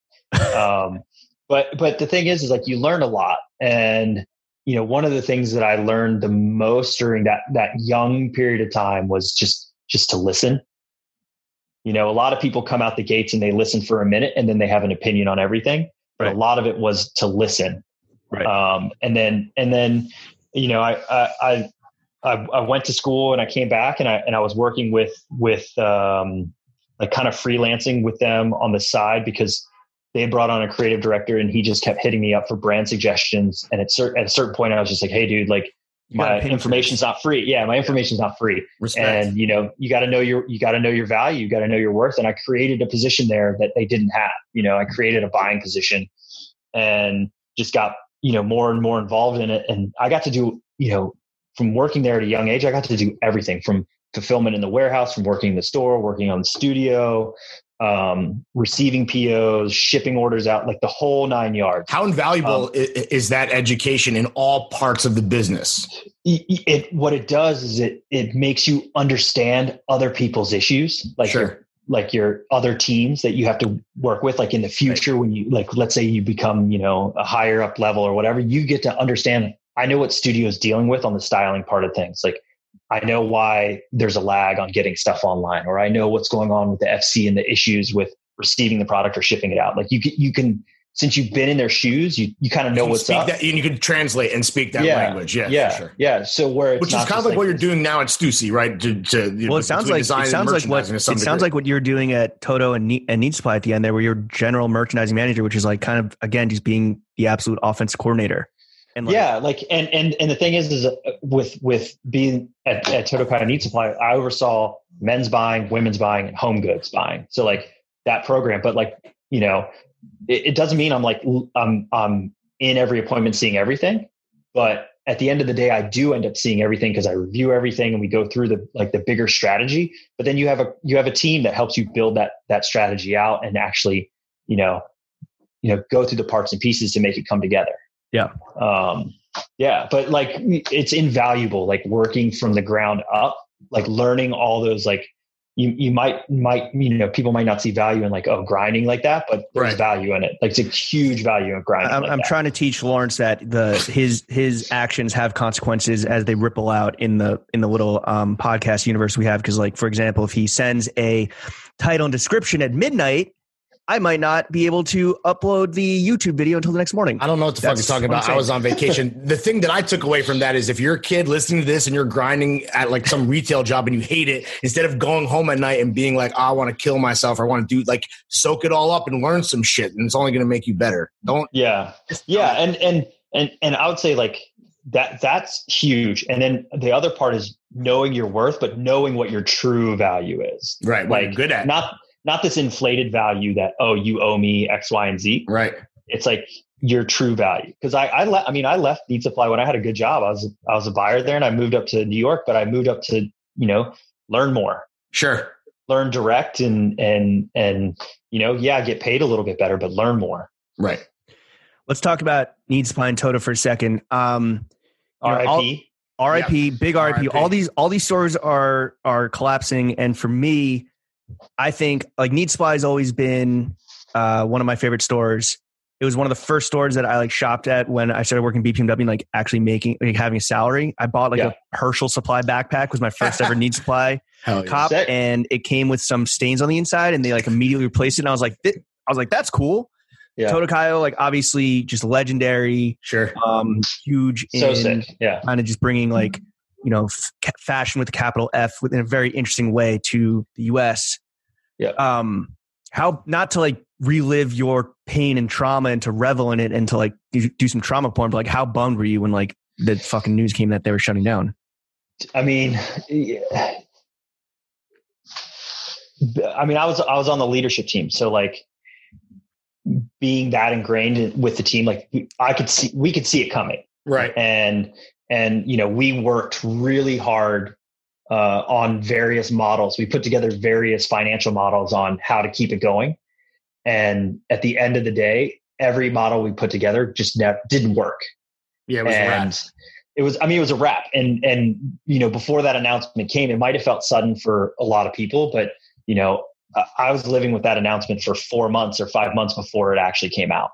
[SPEAKER 3] Um, but but the thing is, is like you learn a lot and you know one of the things that i learned the most during that that young period of time was just just to listen you know a lot of people come out the gates and they listen for a minute and then they have an opinion on everything but
[SPEAKER 1] Right.
[SPEAKER 3] a lot of it was to listen
[SPEAKER 1] Right.
[SPEAKER 3] um, and then and then you know I, I i i i went to school and i came back and i and i was working with with um like kind of freelancing with them on the side because they brought on a creative director and he just kept hitting me up for brand suggestions and at, cer- at a certain point i was just like hey dude like my
[SPEAKER 1] pay
[SPEAKER 3] information's not free. Yeah, my information's not free.
[SPEAKER 4] Respect.
[SPEAKER 3] And you know, you got to know your you got to know your value, you got to know your worth. And I created a position there that they didn't have. You know, I created a buying position, and just got you know more and more involved in it. And I got to do you know from working there at a young age, I got to do everything from fulfillment in the warehouse, from working in the store, working on the studio, um, receiving POs, shipping orders out, like the whole nine yards.
[SPEAKER 4] How invaluable
[SPEAKER 3] Um,
[SPEAKER 4] i i- is that education in all parts of the business?
[SPEAKER 3] it, E, it- what it does is it it makes you understand other people's issues like your like your other teams that you have to work with like in the future when you like let's say you become you know a higher up level or whatever you get to understand i know what studio is dealing with on the styling part of things like i know why there's a lag on getting stuff online or i know what's going on with the fc and the issues with receiving the product or shipping it out like you can you can since you've been in their shoes you you kind of know
[SPEAKER 4] You can
[SPEAKER 3] what's
[SPEAKER 4] speak
[SPEAKER 3] up
[SPEAKER 4] That, and you can translate and speak that
[SPEAKER 3] Yeah.
[SPEAKER 4] language. Yeah, for
[SPEAKER 3] yeah,
[SPEAKER 4] sure.
[SPEAKER 3] yeah. So where it's
[SPEAKER 4] Which is
[SPEAKER 3] not
[SPEAKER 4] kind of
[SPEAKER 3] just
[SPEAKER 4] like, what you're doing now at Stussy, right? To, to, you
[SPEAKER 1] well,
[SPEAKER 4] know,
[SPEAKER 1] it sounds
[SPEAKER 4] between
[SPEAKER 1] like it
[SPEAKER 4] design and
[SPEAKER 1] sounds like what
[SPEAKER 4] merchandising to
[SPEAKER 1] it
[SPEAKER 4] some
[SPEAKER 1] sounds
[SPEAKER 4] degree.
[SPEAKER 1] like what you're doing at Toto and Need, and Need Supply at the end there, where you're general merchandising manager, which is like kind of again just being the absolute offense coordinator. And like,
[SPEAKER 3] yeah, like and and and the thing is, is uh, with with being at, at Totokai Need Supply, I oversaw men's buying, women's buying, and home goods buying. So like that program, but like you know, it, it doesn't mean I'm like l- I'm I'm in every appointment seeing everything, but at the end of the day, I do end up seeing everything because I review everything and we go through the like the bigger strategy. But then you have a you have a team that helps you build that that strategy out and actually you know you know go through the parts and pieces to make it come together um yeah but like it's invaluable like working from the ground up like learning all those like you you might might you know people might not see value in like oh grinding like that but there's
[SPEAKER 4] Right.
[SPEAKER 3] value in it like it's a huge value in grinding
[SPEAKER 1] I'm,
[SPEAKER 3] like
[SPEAKER 1] I'm
[SPEAKER 3] that.
[SPEAKER 1] trying to teach Lawrence that the his his actions have consequences as they ripple out in the in the little um, podcast universe we have. Because like for example, if he sends a title and description at midnight, I might not be able to upload the YouTube video until the next morning.
[SPEAKER 4] I don't know what the fuck
[SPEAKER 1] That's
[SPEAKER 4] he's talking
[SPEAKER 1] what I'm
[SPEAKER 4] about. I
[SPEAKER 1] saying.
[SPEAKER 4] was on vacation. the thing that I took away from that is if you're a kid listening to this and you're grinding at like some retail job and you hate it, instead of going home at night and being like, "Ah, I want to kill myself, I want to do like soak it all up and learn some shit, and it's only going to make you better. Don't
[SPEAKER 3] yeah yeah and and and and i would say like that that's huge and then the other part is knowing your worth but knowing what your true value is
[SPEAKER 4] right what
[SPEAKER 3] Like,
[SPEAKER 4] you're good at
[SPEAKER 3] not not this inflated value that oh you owe me x y and z
[SPEAKER 4] right.
[SPEAKER 3] it's like your true value. Because I, I, le- I mean, I left Need Supply when I had a good job. I was, I was a buyer there, and I moved up to New York. But I moved up to, you know, learn more,
[SPEAKER 4] Sure,
[SPEAKER 3] learn direct, and and and you know, yeah, get paid a little bit better, but learn more.
[SPEAKER 4] right.
[SPEAKER 1] Let's talk about Need Supply and Toto for a second. Um, You know,
[SPEAKER 3] RIP.
[SPEAKER 1] RIP, big RIP.
[SPEAKER 4] RIP.
[SPEAKER 1] All these all these stores are are collapsing, and for me, I think like Need Supply has always been uh, one of my favorite stores. It was one of the first stores that I like shopped at when I started working BPMW, and, like actually making like having a salary. I bought like
[SPEAKER 3] Yeah.
[SPEAKER 1] a Herschel Supply backpack was my first ever Need Supply
[SPEAKER 4] Hell
[SPEAKER 1] cop,
[SPEAKER 3] Oh, Sick.
[SPEAKER 1] and it came with some stains on the inside, and they like immediately replaced it. And I was like, thi- I was like, that's cool.
[SPEAKER 3] Yeah.
[SPEAKER 1] Totokayo, like obviously just legendary,
[SPEAKER 4] Sure.
[SPEAKER 1] um, huge
[SPEAKER 3] so
[SPEAKER 1] in
[SPEAKER 3] sick. Yeah.
[SPEAKER 1] kind of just bringing
[SPEAKER 3] Mm-hmm.
[SPEAKER 1] like you know f- ca- fashion with a capital F within a very interesting way to the U.S.
[SPEAKER 3] Yeah.
[SPEAKER 1] Um, how not to like relive your pain and trauma and to revel in it and to like do, do some trauma porn, but like how bummed were you when like the fucking news came that they were shutting down?
[SPEAKER 3] I mean, yeah. I mean, I was I was on the leadership team, so like being that ingrained in- with the team, like I could see we could see it coming.
[SPEAKER 4] Right.
[SPEAKER 3] and and you know we worked really hard uh, on various models we put together various financial models on how to keep it going and at the end of the day every model we put together just ne- didn't work
[SPEAKER 4] Yeah, it was
[SPEAKER 3] and
[SPEAKER 4] rad.
[SPEAKER 3] it was i mean it was a wrap and and you know before that announcement came it might have felt sudden for a lot of people but you know I- i was living with that announcement for four months or five months before it actually came out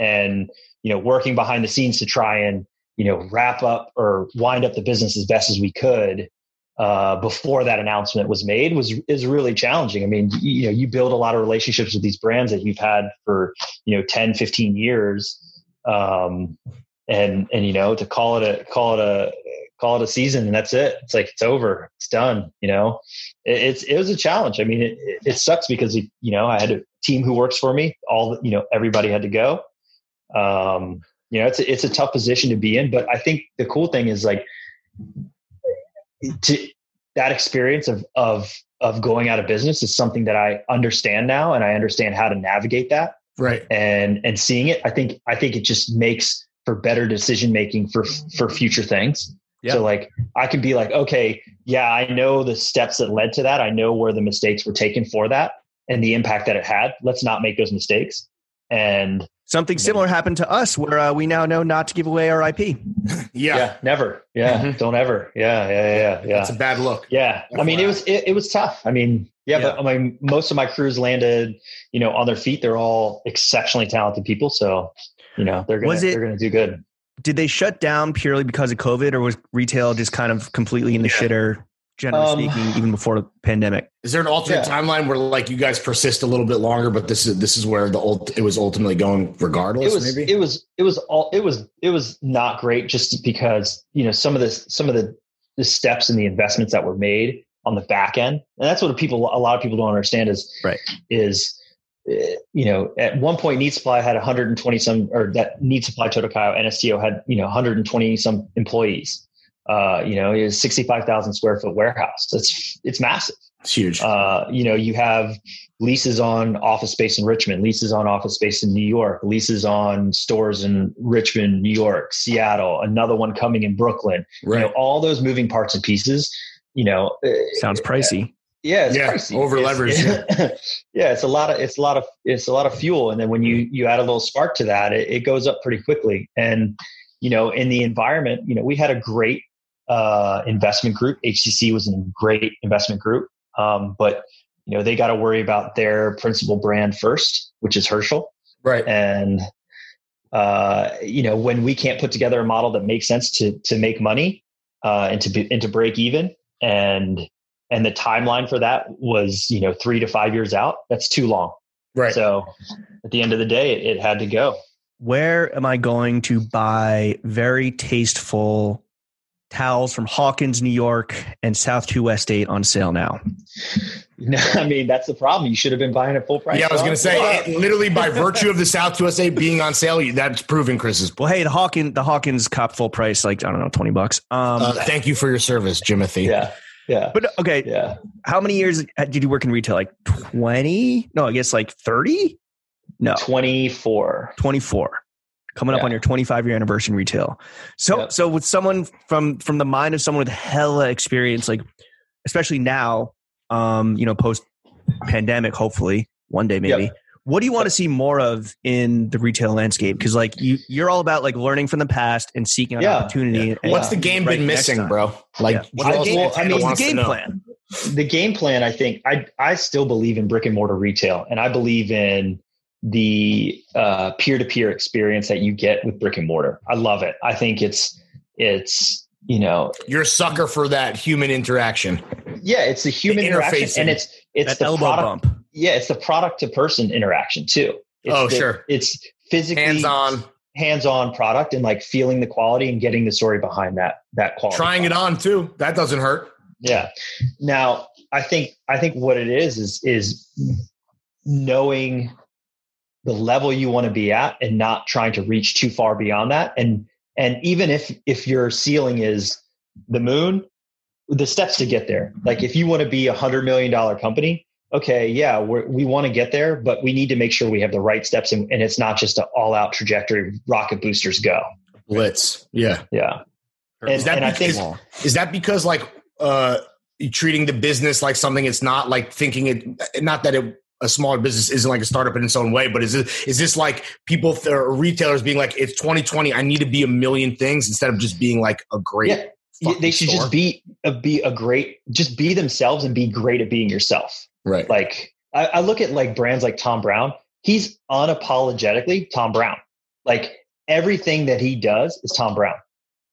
[SPEAKER 3] and you know working behind the scenes to try and you know wrap up or wind up the business as best as we could uh, before that announcement was made was is really challenging i mean y- you know you build a lot of relationships with these brands that you've had for you know 10 15 years um, and and you know to call it a call it a call it a season and that's it it's like it's over it's done you know it, it's it was a challenge i mean it, it, it sucks because it, you know i had a team who works for me all you know everybody had to go um you know it's a, it's a tough position to be in but i think the cool thing is like to that experience of of of going out of business is something that I understand now, and I understand how to navigate that
[SPEAKER 4] Right.
[SPEAKER 3] and and seeing it. I think I think it just makes for better decision making for for future things.
[SPEAKER 1] Yeah.
[SPEAKER 3] So like I can be like, okay, yeah, I know the steps that led to that. I know where the mistakes were taken for that and the impact that it had. Let's not make those mistakes. And
[SPEAKER 1] Something similar happened to us where uh, we now know not to give away our IP.
[SPEAKER 4] Yeah.
[SPEAKER 3] yeah, never. Yeah.
[SPEAKER 4] Mhm.
[SPEAKER 3] Don't ever. Yeah. Yeah. Yeah. Yeah.
[SPEAKER 4] That's a bad look.
[SPEAKER 3] Yeah, I mean it was it, it was tough. I mean, yeah, but I mean most of my crews landed, you know, on their feet. They're all exceptionally talented people, so you know they're gonna
[SPEAKER 1] Was it-
[SPEAKER 3] they're gonna do good.
[SPEAKER 1] Did they shut down purely because of COVID or was retail just kind of completely in the
[SPEAKER 4] Yeah.
[SPEAKER 1] shitter, generally
[SPEAKER 3] Um,
[SPEAKER 1] speaking, even before the pandemic?
[SPEAKER 4] Is there an alternate
[SPEAKER 3] Yeah.
[SPEAKER 4] timeline where like you guys persist a little bit longer, but this is this is where the old it was ultimately going regardless?
[SPEAKER 3] It was
[SPEAKER 4] maybe.
[SPEAKER 3] it was it was all it was it was not great just because you know some of the some of the the steps and the investments that were made on the back end, and that's what people a lot of people don't understand is
[SPEAKER 1] Right.
[SPEAKER 3] is eh, you know, at one point, Need Supply had 120 some, or that Need Supply Totokayo NSTO had you know 120 some employees. uh, you know, is 65,000 square foot warehouse. That's it's massive.
[SPEAKER 4] it's huge.
[SPEAKER 3] Uh, you know, you have leases on office space in Richmond, leases on office space in New York, leases on stores in Richmond, New York, Seattle, another one coming in Brooklyn.
[SPEAKER 4] right.
[SPEAKER 3] You know, all those moving parts and pieces, you know, uh,
[SPEAKER 1] Sounds pricey.
[SPEAKER 3] yeah, it's
[SPEAKER 4] Yeah,
[SPEAKER 3] pricey.
[SPEAKER 4] over-leveraged,
[SPEAKER 3] It's- yeah, it's a lot of it's a lot of it's a lot of fuel, and then when you you add a little spark to that, it, it goes up pretty quickly. And you know, in the environment, you know, we had a great uh, investment group. HCC was a great investment group, um, but you know, they got to worry about their principal brand first, which is Herschel.
[SPEAKER 4] right.
[SPEAKER 3] And uh, you know, when we can't put together a model that makes sense to to make money uh, and to be, and to break even, and and the timeline for that was you know three to five years out. That's too long.
[SPEAKER 4] Right.
[SPEAKER 3] So at the end of the day, it, it had to go.
[SPEAKER 1] where am I going to buy very tasteful towels from Hawkins, New York, and South 2 West 8 on sale now?
[SPEAKER 3] I mean, that's the problem. You should have been buying at full price.
[SPEAKER 4] yeah, I was
[SPEAKER 3] Well,
[SPEAKER 4] gonna say
[SPEAKER 3] well,
[SPEAKER 4] it- literally by virtue of the South USA being on sale, you- that's proven Chris's.
[SPEAKER 1] Well, hey, the Hawkins, the Hawkins cop full price, like, I don't know, 20 bucks. Um,
[SPEAKER 4] Uh, thank you for your service, Jimothy.
[SPEAKER 3] yeah, yeah,
[SPEAKER 1] but okay,
[SPEAKER 3] yeah.
[SPEAKER 1] how many years uh, did you work in retail? Like 20? No, I guess like 30? No,
[SPEAKER 3] Twenty four.
[SPEAKER 1] 24. Coming up
[SPEAKER 3] Yeah.
[SPEAKER 1] on your 25 year anniversary in retail. So,
[SPEAKER 3] Yep.
[SPEAKER 1] so with someone from from the mind of someone with hella experience, like especially now, um, you know, post pandemic, hopefully one day maybe. What do you want to see more of in the retail landscape? Because like you, you're all about like learning from the past and seeking out
[SPEAKER 3] Yeah.
[SPEAKER 1] opportunity. and-
[SPEAKER 4] What's the game
[SPEAKER 1] Right
[SPEAKER 4] been
[SPEAKER 1] next
[SPEAKER 4] missing,
[SPEAKER 1] time.
[SPEAKER 4] bro? Like,
[SPEAKER 1] Yeah. What the
[SPEAKER 4] Joel's
[SPEAKER 1] game-
[SPEAKER 4] Nintendo
[SPEAKER 1] I mean, the
[SPEAKER 4] wants to
[SPEAKER 1] game
[SPEAKER 4] know.
[SPEAKER 1] plan.
[SPEAKER 3] the game plan i think i i still believe in brick and mortar retail and i believe in the uh, peer-to-peer experience that you get with brick and mortar i love it i think it's it's you know
[SPEAKER 4] You're a sucker for that human interaction.
[SPEAKER 3] yeah it's the human
[SPEAKER 4] The
[SPEAKER 3] interaction
[SPEAKER 4] interfacing.
[SPEAKER 3] and it's it's
[SPEAKER 1] That
[SPEAKER 3] the
[SPEAKER 1] elbow
[SPEAKER 3] product
[SPEAKER 1] bump.
[SPEAKER 3] yeah it's the product to person interaction too it's
[SPEAKER 4] Oh,
[SPEAKER 3] the-
[SPEAKER 4] sure.
[SPEAKER 3] it's physically
[SPEAKER 4] Hands on,
[SPEAKER 3] hands-on product and like feeling the quality and getting the story behind that that quality
[SPEAKER 4] trying it
[SPEAKER 3] product.
[SPEAKER 4] on too. That doesn't hurt.
[SPEAKER 3] Yeah. Now, I think I think what it is is is knowing the level you want to be at and not trying to reach too far beyond that and and even if if your ceiling is the moon the steps to get there like if you want to be a 100 million dollar company okay yeah we're, we want to get there but we need to make sure we have the right steps and, and it's not just an all out trajectory rocket boosters go
[SPEAKER 4] Blitz. Yeah.
[SPEAKER 3] yeah and,
[SPEAKER 4] Is that
[SPEAKER 3] and i think
[SPEAKER 4] because- Is that because like uh you're treating the business like something it's not like thinking it not that it a smaller business isn't like a startup in its own way, but is this, is this like people th- or retailers being like, it's 2020, I need to be a million things instead of just being like a great.
[SPEAKER 3] Yeah. Yeah, they should just be a, be a great just be themselves and be great at being yourself
[SPEAKER 4] right.
[SPEAKER 3] like I, I look at like brands like tom brown he's unapologetically tom brown like everything that he does is tom brown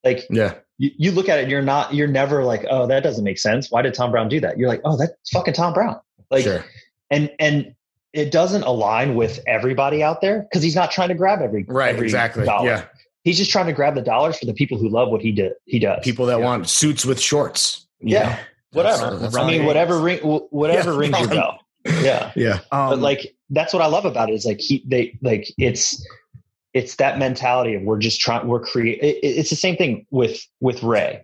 [SPEAKER 3] like
[SPEAKER 4] yeah.
[SPEAKER 3] you, you look at it you're not you're never like oh that doesn't make sense why did tom brown do that you're like oh that's fucking tom brown like
[SPEAKER 4] sure.
[SPEAKER 3] and and it doesn't align with everybody out there because he's not trying to grab every
[SPEAKER 4] Right.
[SPEAKER 3] every
[SPEAKER 4] Exactly.
[SPEAKER 3] dollar.
[SPEAKER 4] Yeah.
[SPEAKER 3] he's just trying to grab the dollars for the people who love what he do, he does
[SPEAKER 4] People that
[SPEAKER 1] Yeah.
[SPEAKER 4] want suits with shorts. you
[SPEAKER 3] Yeah.
[SPEAKER 4] know?
[SPEAKER 3] whatever.
[SPEAKER 4] That's- that's
[SPEAKER 3] I
[SPEAKER 4] all
[SPEAKER 3] mean,
[SPEAKER 4] it
[SPEAKER 3] whatever ring, wh- whatever
[SPEAKER 4] Yeah,
[SPEAKER 3] rings your
[SPEAKER 4] Ron.
[SPEAKER 3] bell. Yeah,
[SPEAKER 4] Yeah.
[SPEAKER 1] Um,
[SPEAKER 3] but like that's what I love about it is like he they like it's it's that mentality of we're just trying we're create. It, it- it's the same thing with with Ray.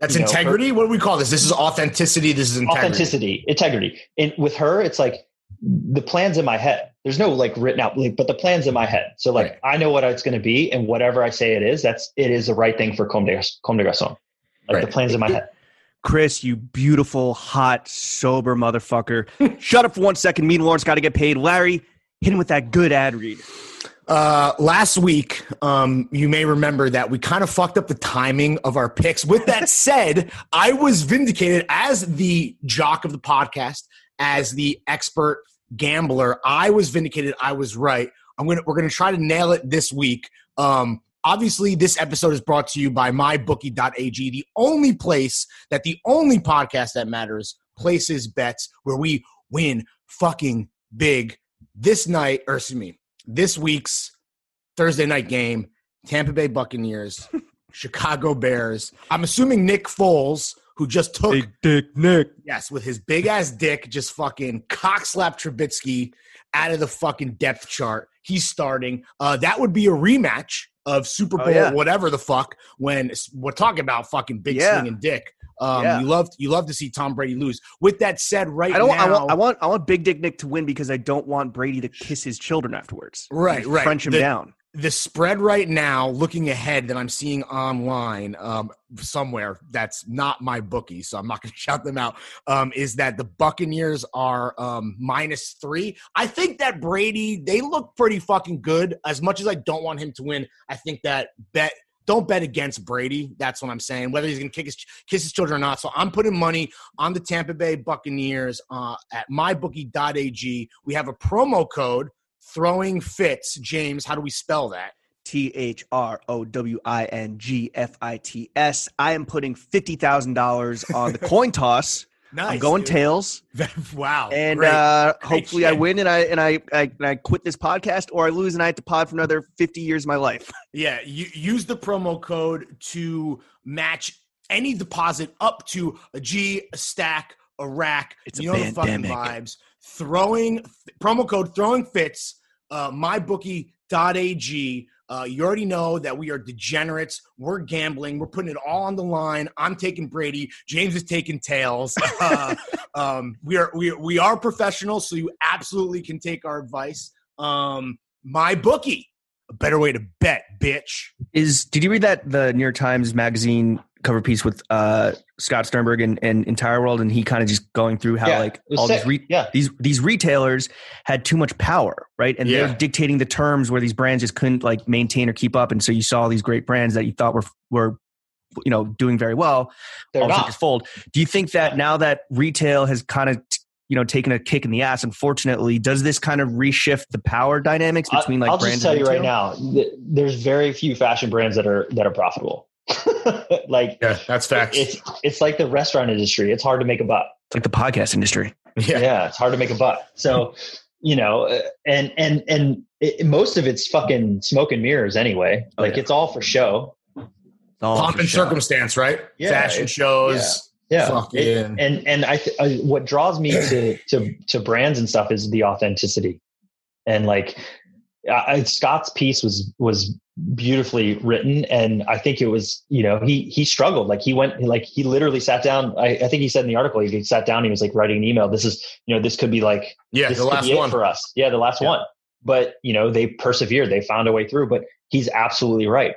[SPEAKER 4] That's
[SPEAKER 3] you know,
[SPEAKER 4] integrity. what do we call this? This is authenticity. This is integrity.
[SPEAKER 3] authenticity, integrity. And with her, it's like the plans in my head. There's no like written out, like, but the plans in my head. So like I know what it's going to be, and whatever I say it is, that's it is the right thing for Comme de, Comme de Garçon. Like
[SPEAKER 4] Right.
[SPEAKER 3] the plans in my head.
[SPEAKER 1] Chris, you beautiful, hot, sober motherfucker. Shut up for one second. Mean Lawrence got to get paid. Larry, hit him with that good ad read.
[SPEAKER 4] Uh, last week, um, you may remember that we kind of fucked up the timing of our picks. With that said, I was vindicated as the jock of the podcast, as the expert gambler. I was vindicated. I was right. I'm gonna we're gonna try to nail it this week. Um, obviously, this episode is brought to you by mybookie.ag, the only place that the only podcast that matters places bets where we win fucking big. This night, or excuse me, this week's Thursday night game, Tampa Bay Buccaneers, Chicago Bears. I'm assuming Nick Foles, who just took
[SPEAKER 1] dick Nick.
[SPEAKER 4] yes with his big ass dick, just fucking cock slap Trubisky out of the fucking depth chart. He's starting. Uh, that would be a rematch of Super
[SPEAKER 1] Oh,
[SPEAKER 4] Bowl
[SPEAKER 1] yeah.
[SPEAKER 4] whatever the fuck when s- we're talking about fucking big
[SPEAKER 1] Yeah.
[SPEAKER 4] swing and dick. Um,
[SPEAKER 1] Yeah.
[SPEAKER 4] You love you love to see Tom Brady lose. With that said, right
[SPEAKER 1] I don't.
[SPEAKER 4] now,
[SPEAKER 1] I want. I want. I want Big Dick Nick to win because I don't want Brady to kiss his children afterwards.
[SPEAKER 4] Right,
[SPEAKER 1] Just
[SPEAKER 4] right.
[SPEAKER 1] French him
[SPEAKER 4] The-
[SPEAKER 1] down.
[SPEAKER 4] the spread right now, looking ahead that I'm seeing online um, somewhere that's not my bookie, so I'm not going to shout them out, um, is that the Buccaneers are um, minus three. I think that Brady, they look pretty fucking good. As much as I don't want him to win, I think that bet. Don't bet against Brady. That's what I'm saying. Whether he's going to kick his kiss his children or not. So I'm putting money on the Tampa Bay Buccaneers uh, at mybookie.ag. We have a promo code throwing fits. James, how do we spell that?
[SPEAKER 1] T H R O W I N G F I T S. I am putting fifty thousand dollars on the coin toss.
[SPEAKER 4] Nice.
[SPEAKER 1] I'm going
[SPEAKER 4] dude.
[SPEAKER 1] tails,
[SPEAKER 4] wow.
[SPEAKER 1] and
[SPEAKER 4] great.
[SPEAKER 1] uh, hopefully I
[SPEAKER 4] shit.
[SPEAKER 1] win, and I and I, I and I quit this podcast, or I lose, and I have to pod for another fifty years of my life.
[SPEAKER 4] yeah, you, use the promo code to match any deposit up to a G, a stack, a rack.
[SPEAKER 1] It's
[SPEAKER 4] you
[SPEAKER 1] a
[SPEAKER 4] know the fucking
[SPEAKER 1] pandemic.
[SPEAKER 4] vibes. Throwing promo code throwing fits. Uh, mybookie.ag. Uh, you already know that we are degenerates. We're gambling. We're putting it all on the line. I'm taking Brady. James is taking tails. Uh, um, we are we, are- we are professionals, so you absolutely can take our advice. Um, my bookie, a better way to bet, bitch.
[SPEAKER 1] Is did you read that the New York Times magazine cover piece with uh, Scott Sternberg and, and Entire World, and he kind of just going through how
[SPEAKER 3] Yeah,
[SPEAKER 1] like
[SPEAKER 3] it was
[SPEAKER 1] all these
[SPEAKER 3] sick.
[SPEAKER 1] re-
[SPEAKER 3] Yeah.
[SPEAKER 1] these these retailers had too much power, right? And
[SPEAKER 4] Yeah.
[SPEAKER 1] they're dictating the terms where these brands just couldn't like maintain or keep up, and so you saw all these great brands that you thought were were you know doing very well
[SPEAKER 3] They're
[SPEAKER 1] all of a sudden
[SPEAKER 3] not.
[SPEAKER 1] just fold. Do you think that now that retail has kind of you know taken a kick in the ass, unfortunately, does this kind of reshift the power dynamics
[SPEAKER 3] I-
[SPEAKER 1] between like
[SPEAKER 3] I'll
[SPEAKER 1] brands?
[SPEAKER 3] just tell
[SPEAKER 1] and
[SPEAKER 3] you right
[SPEAKER 1] retail?
[SPEAKER 3] now, th- there's very few fashion brands that are that are profitable. like
[SPEAKER 4] Yeah, that's facts.
[SPEAKER 3] it's it's like the restaurant industry. It's hard to make a buck.
[SPEAKER 1] It's like the podcast industry.
[SPEAKER 4] yeah.
[SPEAKER 3] yeah it's hard to make a buck so you know uh, and and and it, most of it's fucking smoke and mirrors anyway
[SPEAKER 1] Oh,
[SPEAKER 3] like
[SPEAKER 1] yeah.
[SPEAKER 3] it's all for show
[SPEAKER 1] It's all
[SPEAKER 4] Pomp
[SPEAKER 1] for
[SPEAKER 4] and
[SPEAKER 1] show.
[SPEAKER 4] circumstance, right?
[SPEAKER 3] Yeah,
[SPEAKER 4] Fashion
[SPEAKER 3] it's-
[SPEAKER 4] shows.
[SPEAKER 3] yeah
[SPEAKER 4] Fucking.
[SPEAKER 3] It- and and i th- I- what draws me to to to brands and stuff is the authenticity and like I, I- scott's piece was was beautifully written and i think it was you know he he struggled like he went like he literally sat down i, I think he said in the article he sat down he was like writing an email this is you know this could be like
[SPEAKER 4] yeah,
[SPEAKER 3] this
[SPEAKER 4] the
[SPEAKER 3] could
[SPEAKER 4] last
[SPEAKER 3] be it
[SPEAKER 4] one.
[SPEAKER 3] for us. Yeah, the last
[SPEAKER 1] Yeah.
[SPEAKER 3] one. But you know, they persevered. They found a way through. But he's absolutely right.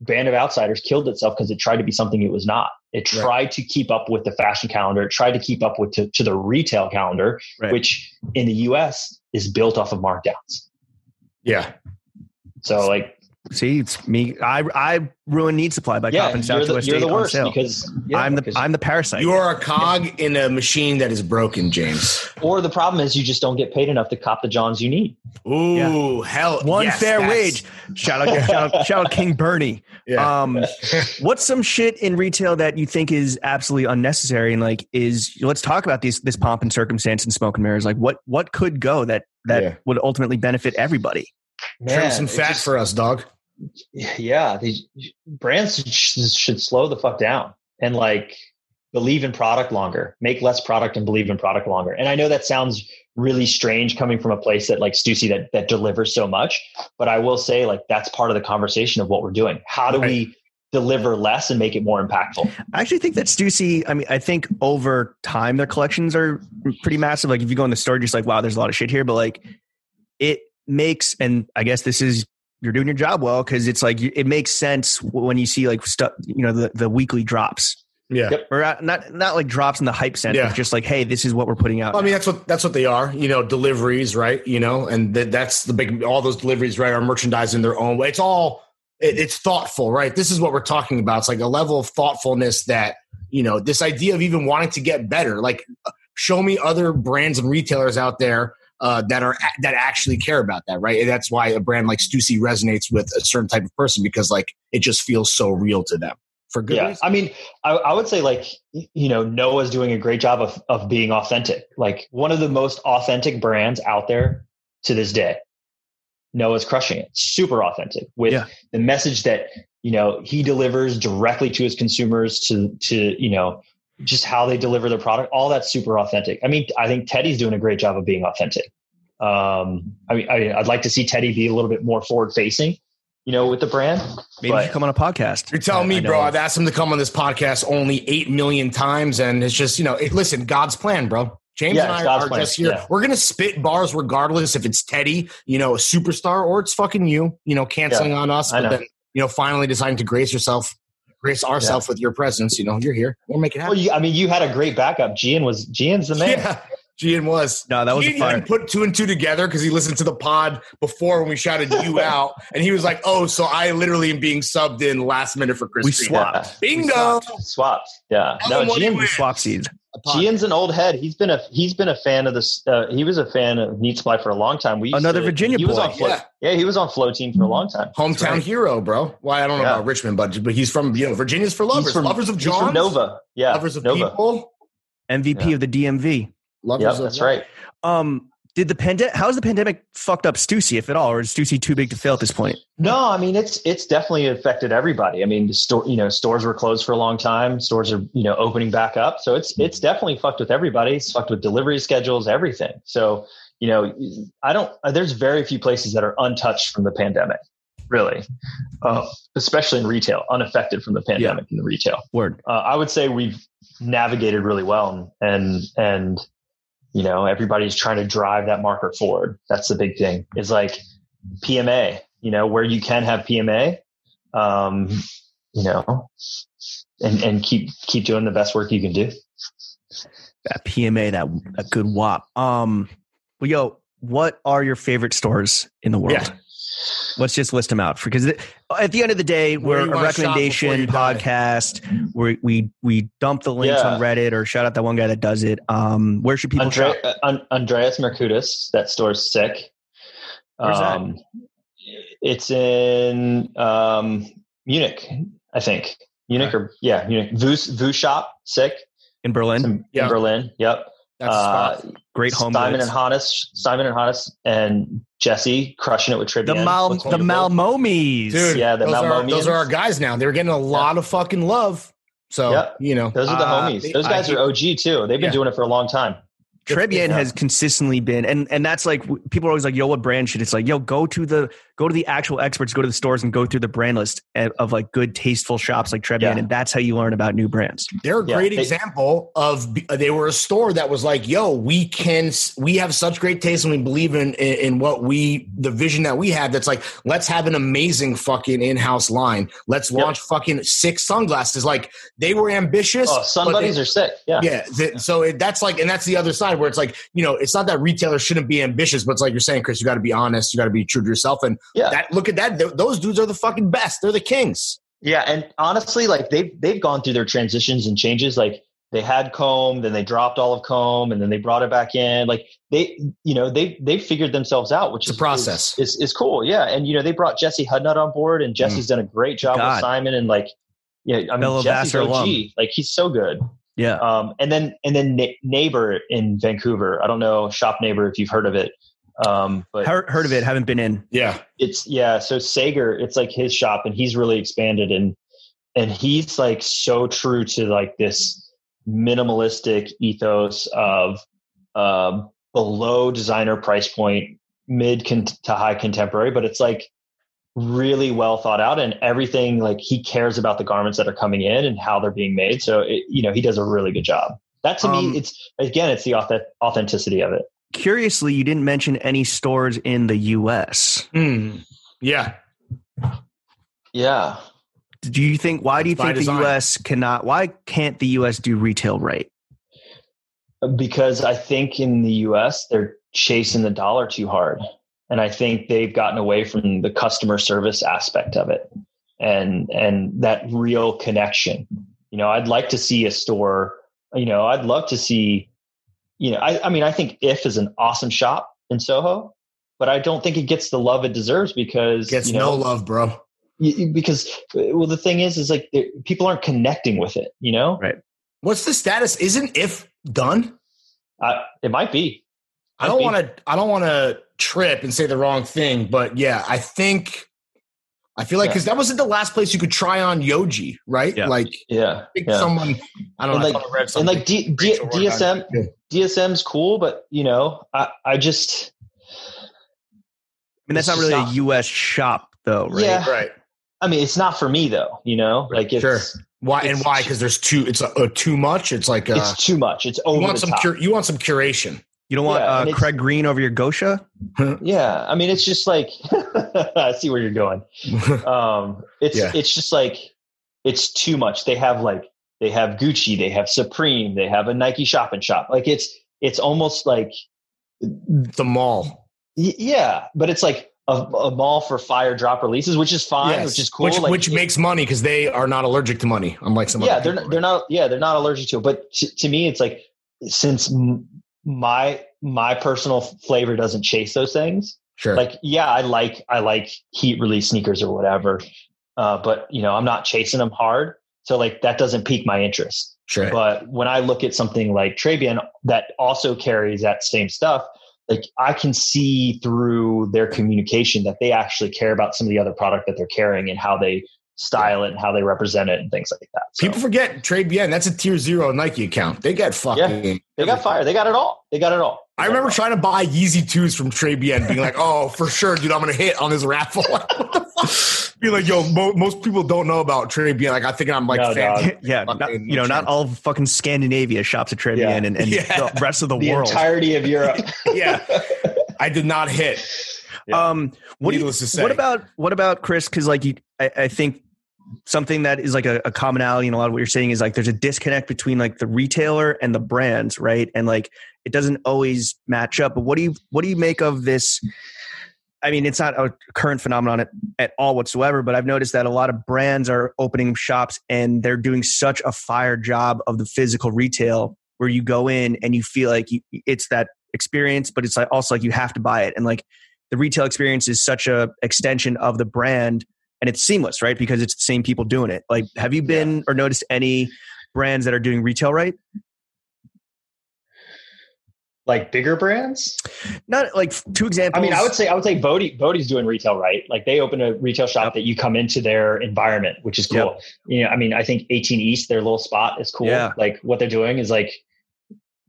[SPEAKER 3] Band of Outsiders killed itself because it tried to be something it was not. It
[SPEAKER 4] Right.
[SPEAKER 3] tried to keep up with the fashion calendar. It tried to keep up with to, to the retail calendar,
[SPEAKER 1] Right.
[SPEAKER 3] which in the U.S. is built off of markdowns.
[SPEAKER 4] yeah.
[SPEAKER 3] So like,
[SPEAKER 1] See, it's me. I I ruin need supply by
[SPEAKER 3] yeah,
[SPEAKER 1] copping South
[SPEAKER 3] you're
[SPEAKER 1] to
[SPEAKER 3] the,
[SPEAKER 1] West
[SPEAKER 3] you're the
[SPEAKER 1] State on
[SPEAKER 3] worst
[SPEAKER 1] sale.
[SPEAKER 3] because yeah,
[SPEAKER 1] I'm the
[SPEAKER 3] because-
[SPEAKER 1] I'm the parasite.
[SPEAKER 4] You are a cog in a machine that is broken, James.
[SPEAKER 3] or the problem is you just don't get paid enough to cop the johns you need.
[SPEAKER 4] Ooh, hell.
[SPEAKER 1] One
[SPEAKER 4] yes,
[SPEAKER 1] fair
[SPEAKER 4] that's-
[SPEAKER 1] wage. Shout out, shout out, shout out King Bernie.
[SPEAKER 4] Yeah.
[SPEAKER 1] Um, what's some shit in retail that you think is absolutely unnecessary and like is let's talk about these this pomp and circumstance and smoke and mirrors. Like what what could go that that
[SPEAKER 4] Yeah.
[SPEAKER 1] would ultimately benefit everybody?
[SPEAKER 4] Trim
[SPEAKER 3] Man,
[SPEAKER 4] some
[SPEAKER 3] it
[SPEAKER 4] fat
[SPEAKER 3] just-
[SPEAKER 4] for us, dog.
[SPEAKER 3] yeah they, brands sh- should slow the fuck down and like believe in product longer make less product and believe in product longer and i know that sounds really strange coming from a place that like stussy that that delivers so much but i will say like that's part of the conversation of what we're doing how do we deliver less and make it more impactful.
[SPEAKER 1] I actually think that Stussy, I mean, I think over time their collections are pretty massive. Like if you go in the store, you're just like, wow, there's a lot of shit here. But like it makes, and I guess this is, you're doing your job well because it's like it makes sense when you see like stuff, you know, the, the weekly drops
[SPEAKER 4] Yeah.
[SPEAKER 3] Yep.
[SPEAKER 1] or not- not not like drops in the hype sense,
[SPEAKER 4] Yeah.
[SPEAKER 1] but just like, hey, this is what we're putting out.
[SPEAKER 4] Well, I mean, that's what that's what they are, you know, deliveries, right? You know, and th- that's the big. All those deliveries, right, are merchandise in their own way. It's all it, it's thoughtful, right? This is what we're talking about. It's like a level of thoughtfulness that you know, this idea of even wanting to get better. Like, uh, show me other brands and retailers out there. Uh, that are that actually care about that, right? And that's why a brand like Stussy resonates with a certain type of person because, like, it just feels so real to them for good
[SPEAKER 3] yeah.
[SPEAKER 4] reason.
[SPEAKER 3] I mean, I, I would say like, y- you know, Noah's doing a great job of, of being authentic. Like one of the most authentic brands out there to this day. Noah's crushing it. Super authentic with
[SPEAKER 1] Yeah.
[SPEAKER 3] the message that, you know, he delivers directly to his consumers to, to, you know, just how they deliver their product. All that's super authentic. I mean, I think Teddy's doing a great job of being authentic. Um, I mean, I mean, I'd like to see Teddy be a little bit more forward facing, you know, with the brand.
[SPEAKER 1] Maybe you
[SPEAKER 3] but-
[SPEAKER 1] should come on a podcast.
[SPEAKER 4] You're telling
[SPEAKER 1] I-
[SPEAKER 4] me,
[SPEAKER 1] I
[SPEAKER 4] bro,
[SPEAKER 1] know.
[SPEAKER 4] I've asked him to come on this podcast only 8 million times. And it's just, you know, it, listen, God's plan, bro. James
[SPEAKER 3] Yeah,
[SPEAKER 4] and I
[SPEAKER 3] it's God's
[SPEAKER 4] are
[SPEAKER 3] plan,
[SPEAKER 4] just here.
[SPEAKER 3] yeah.
[SPEAKER 4] We're going to spit bars regardless if it's Teddy, you know, a superstar, or it's fucking you, you know, canceling on us. But
[SPEAKER 3] I know.
[SPEAKER 4] then, you know, finally deciding to grace yourself, grace ourselves with your presence. You know, you're here. We'll make it
[SPEAKER 3] Well,
[SPEAKER 4] happen.
[SPEAKER 3] you, I mean, you had a great backup. Gian was Gian's the man.
[SPEAKER 4] yeah. Gian was.
[SPEAKER 1] No, that was
[SPEAKER 4] Gene
[SPEAKER 1] a fire.
[SPEAKER 4] even put two and two together because he listened to the pod before when we shouted you out, and he was like, "Oh, so I literally am being subbed in last minute for Chris."
[SPEAKER 1] We
[SPEAKER 4] Green."
[SPEAKER 1] swapped.
[SPEAKER 4] Bingo.
[SPEAKER 3] Swapped. Yeah.
[SPEAKER 4] Tell
[SPEAKER 3] No,
[SPEAKER 4] them what he
[SPEAKER 3] Gian,
[SPEAKER 4] wins.
[SPEAKER 1] Swap seeds.
[SPEAKER 4] A pod-
[SPEAKER 3] Gian's an old head. He's been a he's been a fan of this. Uh, he was a fan of Meat Supply for a long time. We used
[SPEAKER 1] Another
[SPEAKER 3] to-
[SPEAKER 1] Virginia
[SPEAKER 3] He was
[SPEAKER 1] boy.
[SPEAKER 3] on flow,
[SPEAKER 4] Yeah.
[SPEAKER 3] yeah. he was on Flow Team for a long time.
[SPEAKER 4] Hometown
[SPEAKER 1] right.
[SPEAKER 4] hero, bro. Why I don't know
[SPEAKER 3] Yeah.
[SPEAKER 4] about Richmond, but but he's from you know Virginia's for lovers,
[SPEAKER 3] He's from-
[SPEAKER 4] lovers of
[SPEAKER 3] He's from
[SPEAKER 4] John,
[SPEAKER 3] Nova. Yeah,
[SPEAKER 4] lovers of
[SPEAKER 3] Nova.
[SPEAKER 4] people,
[SPEAKER 1] MVP
[SPEAKER 3] Yeah.
[SPEAKER 1] of the DMV.
[SPEAKER 4] lovers
[SPEAKER 3] Yeah,
[SPEAKER 4] of
[SPEAKER 3] that's right.
[SPEAKER 1] Um, did the pandemic? How's the pandemic fucked up Stussy, if at all, or is Stussy too big to fail at this point?
[SPEAKER 3] No, I mean it's it's definitely affected everybody. I mean, the store you know stores were closed for a long time. Stores are you know opening back up, so it's it's definitely fucked with everybody. It's fucked with delivery schedules, everything. So you know, I don't. There's very few places that are untouched from the pandemic, really, uh, especially in retail, unaffected from the pandemic in the retail
[SPEAKER 1] Word.
[SPEAKER 3] uh, I would say we've navigated really well, and and and you know everybody's trying to drive that market forward. That's the big thing. Is like PMA, you know, where you can have PMA, um, you know, and and keep keep doing the best work you can do.
[SPEAKER 1] That PMA, that that good wop. Um, well, yo, what are your favorite stores in the world?
[SPEAKER 4] Yeah.
[SPEAKER 1] Let's just list them out because it- at the end of the day,
[SPEAKER 4] Where
[SPEAKER 1] we're
[SPEAKER 4] you
[SPEAKER 1] a
[SPEAKER 4] wanna shop before you
[SPEAKER 1] recommendation
[SPEAKER 4] die.
[SPEAKER 1] podcast. We we we dump the links
[SPEAKER 3] Yeah.
[SPEAKER 1] on Reddit or shout out that one guy that does it. Um, where should people
[SPEAKER 3] Andre,
[SPEAKER 1] shop?
[SPEAKER 3] uh, An- Andreas Mercutus, that store's sick. Um,
[SPEAKER 1] Where's that?
[SPEAKER 3] It's in um, Munich, I think. Munich or yeah, Munich. Vu, Vu Shop, sick.
[SPEAKER 1] in Berlin?
[SPEAKER 3] It's in,
[SPEAKER 4] Yeah.
[SPEAKER 3] in Berlin. Yep.
[SPEAKER 4] That's uh,
[SPEAKER 3] Uh,
[SPEAKER 1] Great home.
[SPEAKER 3] Simon
[SPEAKER 1] goods.
[SPEAKER 3] and Hannes, Simon and Hannes, and Jesse crushing it with trivia.
[SPEAKER 1] the Mal
[SPEAKER 3] What's
[SPEAKER 1] the
[SPEAKER 3] new?
[SPEAKER 1] Malmomies.
[SPEAKER 4] dude.
[SPEAKER 3] yeah, the
[SPEAKER 4] those are,
[SPEAKER 3] Malmomians.
[SPEAKER 4] those are our guys now. They were getting a lot of fucking love. So
[SPEAKER 3] Yep.
[SPEAKER 4] you know,
[SPEAKER 3] Those are the
[SPEAKER 1] Uh,
[SPEAKER 3] homies. Those
[SPEAKER 1] I
[SPEAKER 3] guys
[SPEAKER 1] keep-
[SPEAKER 3] are OG too. They've been
[SPEAKER 4] Yeah.
[SPEAKER 3] doing it for a long time.
[SPEAKER 1] Trebian
[SPEAKER 3] Yeah.
[SPEAKER 1] has consistently been, and and that's like w- people are always like, "Yo, what brand should?" It's like, "Yo, go to the go to the actual experts, go to the stores, and go through the brand list of, of like good, tasteful shops like Trebian,
[SPEAKER 3] Yeah.
[SPEAKER 1] and that's how you learn about new brands."
[SPEAKER 4] They're a
[SPEAKER 3] Yeah,
[SPEAKER 4] great
[SPEAKER 3] they-
[SPEAKER 4] example of they were a store that was like, "Yo, we can we have such great taste, and we believe in in, in what we the vision that we have. That's like, let's have an amazing fucking in house line. Let's
[SPEAKER 3] Yep.
[SPEAKER 4] launch fucking six sunglasses. Like they were ambitious.
[SPEAKER 3] Oh, Sun
[SPEAKER 4] but they-
[SPEAKER 3] Buddies are sick. Yeah.
[SPEAKER 4] yeah. th- so it, that's like, and that's the other side where it's like, you know, it's not that retailers shouldn't be ambitious, but it's like you're saying, Chris, you got to be honest, you got to be true to yourself, and
[SPEAKER 3] Yeah.
[SPEAKER 4] that look at that, th- those dudes are the fucking best. They're the kings.
[SPEAKER 3] Yeah, and honestly, like they've they've gone through their transitions and changes. Like they had comb, then they dropped all of comb, and then they brought it back in. Like they, you know, they they've figured themselves out, which
[SPEAKER 4] It's a
[SPEAKER 3] is
[SPEAKER 4] process.
[SPEAKER 3] Is, is is cool. Yeah, and you know they brought Jesse Hudnut on board, and Jesse's done a great job
[SPEAKER 1] Mm. God.
[SPEAKER 3] with Simon and like. Yeah, I
[SPEAKER 1] Fellow
[SPEAKER 3] mean Jesse's
[SPEAKER 1] Vassar
[SPEAKER 3] OG.
[SPEAKER 1] alum.
[SPEAKER 3] Like he's so good.
[SPEAKER 1] Yeah,
[SPEAKER 3] Um, and then and then Na- neighbor in Vancouver. I don't know shop neighbor if you've heard of it. Um, but
[SPEAKER 1] heard, heard of it, haven't been in.
[SPEAKER 4] Yeah,
[SPEAKER 3] it's yeah so sager it's like his shop and he's really expanded and and he's like so true to like this minimalistic ethos of um below designer price point mid con- to high contemporary but it's like really well thought out and everything like he cares about the garments that are coming in and how they're being made so it, you know he does a really good job that to
[SPEAKER 1] Um,
[SPEAKER 3] me it's again it's the auth- authenticity of it
[SPEAKER 1] Curiously, you didn't mention any stores in the U.S.
[SPEAKER 4] Hmm. Yeah.
[SPEAKER 2] Yeah.
[SPEAKER 1] Do you think? Why do you
[SPEAKER 4] By
[SPEAKER 1] think
[SPEAKER 4] design.
[SPEAKER 1] the U.S. cannot? Why can't the U.S. do retail right?
[SPEAKER 3] because I think in the US they're chasing the dollar too hard. And I think they've gotten away from the customer service aspect of it and and that real connection. You know, I'd like to see a store, you know, I'd love to see, you know, I, I mean, I think if is an awesome shop in Soho, but I don't think it gets the love it deserves because
[SPEAKER 4] Gets
[SPEAKER 3] you know,
[SPEAKER 4] no love, bro.
[SPEAKER 3] y- y- because uh, well the thing is is like there- people aren't connecting with it, you know?
[SPEAKER 1] Right.
[SPEAKER 4] What's the status? Isn't if done?
[SPEAKER 3] I, it might be.
[SPEAKER 4] I don't
[SPEAKER 3] Might
[SPEAKER 4] want to. I don't want to trip and say the wrong thing, but yeah, I think. I feel like because that wasn't the last place you could try on Yoji, right?
[SPEAKER 1] Yeah.
[SPEAKER 4] Like
[SPEAKER 3] Yeah.
[SPEAKER 4] I think
[SPEAKER 3] yeah.
[SPEAKER 4] someone. I don't
[SPEAKER 3] And
[SPEAKER 4] know.
[SPEAKER 3] like-
[SPEAKER 4] I thought I read
[SPEAKER 3] and
[SPEAKER 4] something.
[SPEAKER 3] like D, D,
[SPEAKER 4] Rachel worked on it.
[SPEAKER 3] DSM
[SPEAKER 4] Yeah.
[SPEAKER 3] DSM's cool, but you know, I I just
[SPEAKER 1] I mean, that's
[SPEAKER 3] It's
[SPEAKER 1] not really
[SPEAKER 3] just
[SPEAKER 1] a
[SPEAKER 3] not-
[SPEAKER 1] U.S. shop, though, right?
[SPEAKER 3] Yeah.
[SPEAKER 4] right.
[SPEAKER 3] I mean, it's not for me though. You know, like it's
[SPEAKER 4] Sure. Why and
[SPEAKER 3] It's-
[SPEAKER 4] why? Because there's too. It's a, a too much. It's like uh
[SPEAKER 3] it's too much. It's
[SPEAKER 4] you
[SPEAKER 3] over
[SPEAKER 4] want
[SPEAKER 3] the
[SPEAKER 4] some.
[SPEAKER 3] top.
[SPEAKER 4] Cur- you want some curation.
[SPEAKER 1] You don't want
[SPEAKER 3] Yeah, and
[SPEAKER 1] uh,
[SPEAKER 3] it's-
[SPEAKER 1] Craig Green over your Gosha.
[SPEAKER 3] yeah, I mean, it's just like I see where you're going. Um, it's
[SPEAKER 4] Yeah.
[SPEAKER 3] it's just like it's too much. They have like they have Gucci, they have Supreme, they have a Nike shop and shop. Like it's it's almost like
[SPEAKER 4] the mall.
[SPEAKER 3] y- yeah, but it's like. A, a mall for fire drop releases, which is fine,
[SPEAKER 4] Yes.
[SPEAKER 3] which is cool.
[SPEAKER 4] Which,
[SPEAKER 3] like,
[SPEAKER 4] which
[SPEAKER 3] it-
[SPEAKER 4] makes money because they are not allergic to money, unlike some.
[SPEAKER 3] yeah
[SPEAKER 4] other
[SPEAKER 3] they're
[SPEAKER 4] people,
[SPEAKER 3] not, they're not yeah they're not allergic to it but to, to me it's like since m- my my personal flavor doesn't chase those things
[SPEAKER 4] sure.
[SPEAKER 3] like yeah i like i like heat release sneakers or whatever uh, but you know i'm not chasing them hard so like that doesn't pique my interest
[SPEAKER 4] sure.
[SPEAKER 3] but when i look at something like trabian that also carries that same stuff like i can see through their communication that they actually care about some of the other product that they're carrying and how they style it and how they represent it and things like that So-
[SPEAKER 4] People forget Trade Bien. That's a tier zero Nike account. They got fucking.
[SPEAKER 3] They got fired. They got it all. They got it all.
[SPEAKER 4] I remember trying to buy Yeezy twos from Trey Bien, being like, "Oh, for sure, dude, I'm gonna hit on this raffle." Be like, "Yo, mo- most people don't know about Trey Bien. Like, I think I'm like,
[SPEAKER 3] No,
[SPEAKER 4] fan-
[SPEAKER 3] dog.
[SPEAKER 1] yeah, not,
[SPEAKER 4] Fucking
[SPEAKER 1] you know, not
[SPEAKER 4] chance.
[SPEAKER 1] all of fucking Scandinavia shops at Trevian
[SPEAKER 3] Yeah.
[SPEAKER 1] and, and
[SPEAKER 4] Yeah.
[SPEAKER 1] the rest of the,
[SPEAKER 3] the
[SPEAKER 1] world.
[SPEAKER 3] entirety of Europe.
[SPEAKER 4] yeah, I did not hit."
[SPEAKER 3] Yeah.
[SPEAKER 1] Um, what do you,
[SPEAKER 4] Needless to say,
[SPEAKER 1] what about what about Chris? Because like you, I, I think something that is like a, a commonality in a lot of what you're saying is like there's a disconnect between like the retailer and the brands, right? And like it doesn't always match up. But what do you what do you make of this? I mean, it's not a current phenomenon at, at all whatsoever, but I've noticed that a lot of brands are opening shops and they're doing such a fire job of the physical retail where you go in and you feel like you, it's that experience, but it's like also like you have to buy it. And like the retail experience is such a extension of the brand and it's seamless, right? Because it's the same people doing it. Like, have you been or noticed any brands that are doing retail right?
[SPEAKER 3] like bigger brands.
[SPEAKER 1] Not like two
[SPEAKER 3] I
[SPEAKER 1] examples.
[SPEAKER 3] mean, I would say I would say Bodie Bodie's doing retail right. Like they open a retail shop
[SPEAKER 1] Yep.
[SPEAKER 3] that you come into their environment, which is cool. You know, I mean, I think 18 East, their little spot is cool.
[SPEAKER 1] Yeah.
[SPEAKER 3] Like what they're doing is like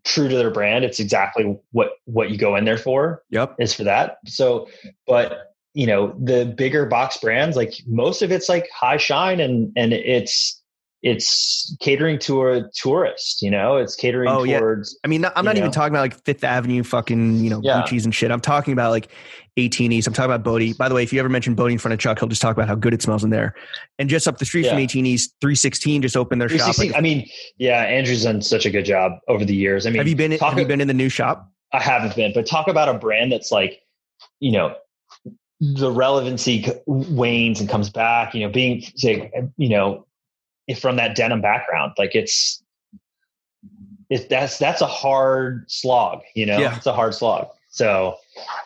[SPEAKER 3] true to their brand. It's exactly what what you go in there for.
[SPEAKER 1] Yep.
[SPEAKER 3] is for that. So, but you know, the bigger box brands, like most of it's like high shine and and it's it's catering to a tourist. You know, it's catering
[SPEAKER 1] Oh, yeah.
[SPEAKER 3] towards
[SPEAKER 1] I mean, not- I'm not
[SPEAKER 3] You
[SPEAKER 1] even
[SPEAKER 3] know?
[SPEAKER 1] talking about like Fifth Avenue, fucking you know,
[SPEAKER 3] Yeah.
[SPEAKER 1] Gucci's and shit. I'm talking about like 18 East. I'm talking about Bodie. By the way, if you ever mention Bodie in front of Chuck, he'll just talk about how good it smells in there. And just up the street from
[SPEAKER 3] Yeah.
[SPEAKER 1] 18 East, 316 just opened their shop.
[SPEAKER 3] 360.
[SPEAKER 1] Like,
[SPEAKER 3] I mean, yeah, Andrew's done such a good job over the years. I mean,
[SPEAKER 1] have you been?
[SPEAKER 3] talk-
[SPEAKER 1] have you been in the new shop?
[SPEAKER 3] I haven't been, but talk about a brand that's like, you know, the relevancy c- wanes and comes back. You know, being say, you know, if from that denim background, like it's, it that's that's a hard slog. You know,
[SPEAKER 1] Yeah.
[SPEAKER 3] it's a hard slog. So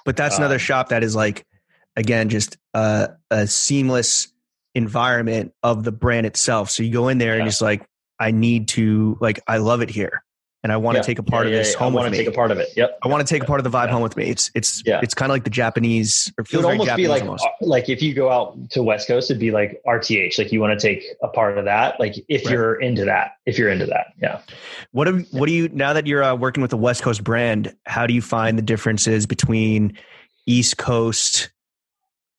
[SPEAKER 1] But that's
[SPEAKER 3] Uh,
[SPEAKER 1] another shop that is like, again, just uh, a seamless environment of the brand itself. So you go in there and
[SPEAKER 3] Yeah.
[SPEAKER 1] it's like, I need to like, I love it here, and I want to
[SPEAKER 3] Yeah.
[SPEAKER 1] take a part
[SPEAKER 3] yeah,
[SPEAKER 1] of
[SPEAKER 3] yeah,
[SPEAKER 1] this
[SPEAKER 3] yeah,
[SPEAKER 1] home
[SPEAKER 3] I
[SPEAKER 1] with
[SPEAKER 3] want to
[SPEAKER 1] me.
[SPEAKER 3] take a part of it. Yep.
[SPEAKER 1] I want to take a part of the vibe
[SPEAKER 3] Yeah.
[SPEAKER 1] home with me. It's it's
[SPEAKER 3] Yeah.
[SPEAKER 1] it's kind of like the Japanese. Or
[SPEAKER 3] It would
[SPEAKER 1] feels very
[SPEAKER 3] almost be
[SPEAKER 1] Japanese
[SPEAKER 3] like uh,
[SPEAKER 1] almost.
[SPEAKER 3] like if you go out to West Coast, it'd be like RTH. Like you want to take a part of that. Like if
[SPEAKER 1] Right.
[SPEAKER 3] you're into that, if you're into that, yeah.
[SPEAKER 1] What do what do you now that you're uh, working with a West Coast brand? How do you find the differences between East Coast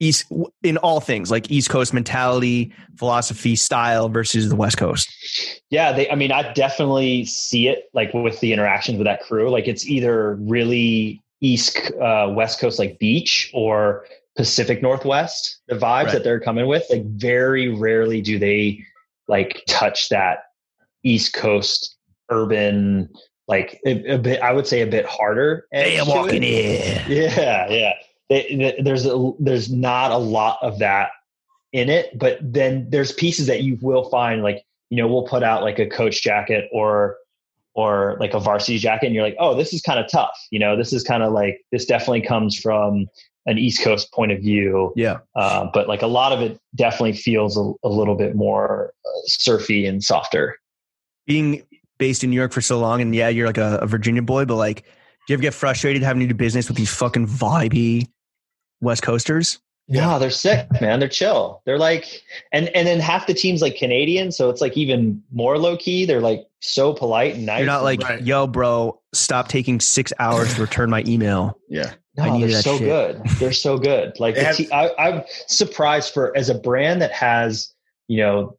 [SPEAKER 1] East in all things like East Coast mentality, philosophy, style versus the West Coast?
[SPEAKER 3] Yeah, they. I mean, I definitely see it like with the interactions with that crew. Like it's either really East uh, West Coast like beach or Pacific Northwest. The vibes
[SPEAKER 1] Right.
[SPEAKER 3] that they're coming with, like very rarely do they like touch that East Coast urban. Like a, a bit, I would say a bit harder. edge
[SPEAKER 1] Hey, I'm
[SPEAKER 3] to
[SPEAKER 1] walking
[SPEAKER 3] it.
[SPEAKER 1] in.
[SPEAKER 3] Yeah, yeah. They, th there's a, there's not a lot of that in it, but then there's pieces that you will find. Like you know, we'll put out like a coach jacket or or like a varsity jacket, and you're like, oh, this is kind of tough. You know, this is kind of like this definitely comes from an East Coast point of view.
[SPEAKER 1] Yeah.
[SPEAKER 3] Uh, but like a lot of it definitely feels a, a little bit more uh, surfy and softer.
[SPEAKER 1] Being based in New York for so long, and yeah, you're like a, a Virginia boy, but like, do you ever get frustrated having to do business with these fucking vibey West Coasters?
[SPEAKER 3] Yeah, they're sick, man. They're chill. They're like, and and then half the team's like Canadian, so it's like even more low key. They're like so polite and nice.
[SPEAKER 1] You're not like,
[SPEAKER 4] Right.
[SPEAKER 1] yo, bro, stop taking six hours to return my email.
[SPEAKER 4] Yeah.
[SPEAKER 3] no,
[SPEAKER 1] I needed
[SPEAKER 3] they're
[SPEAKER 1] that
[SPEAKER 3] so
[SPEAKER 1] shit.
[SPEAKER 3] good. They're so good. Like,
[SPEAKER 4] They
[SPEAKER 3] the
[SPEAKER 4] have-
[SPEAKER 3] te- I, I'm surprised for as a brand that has you know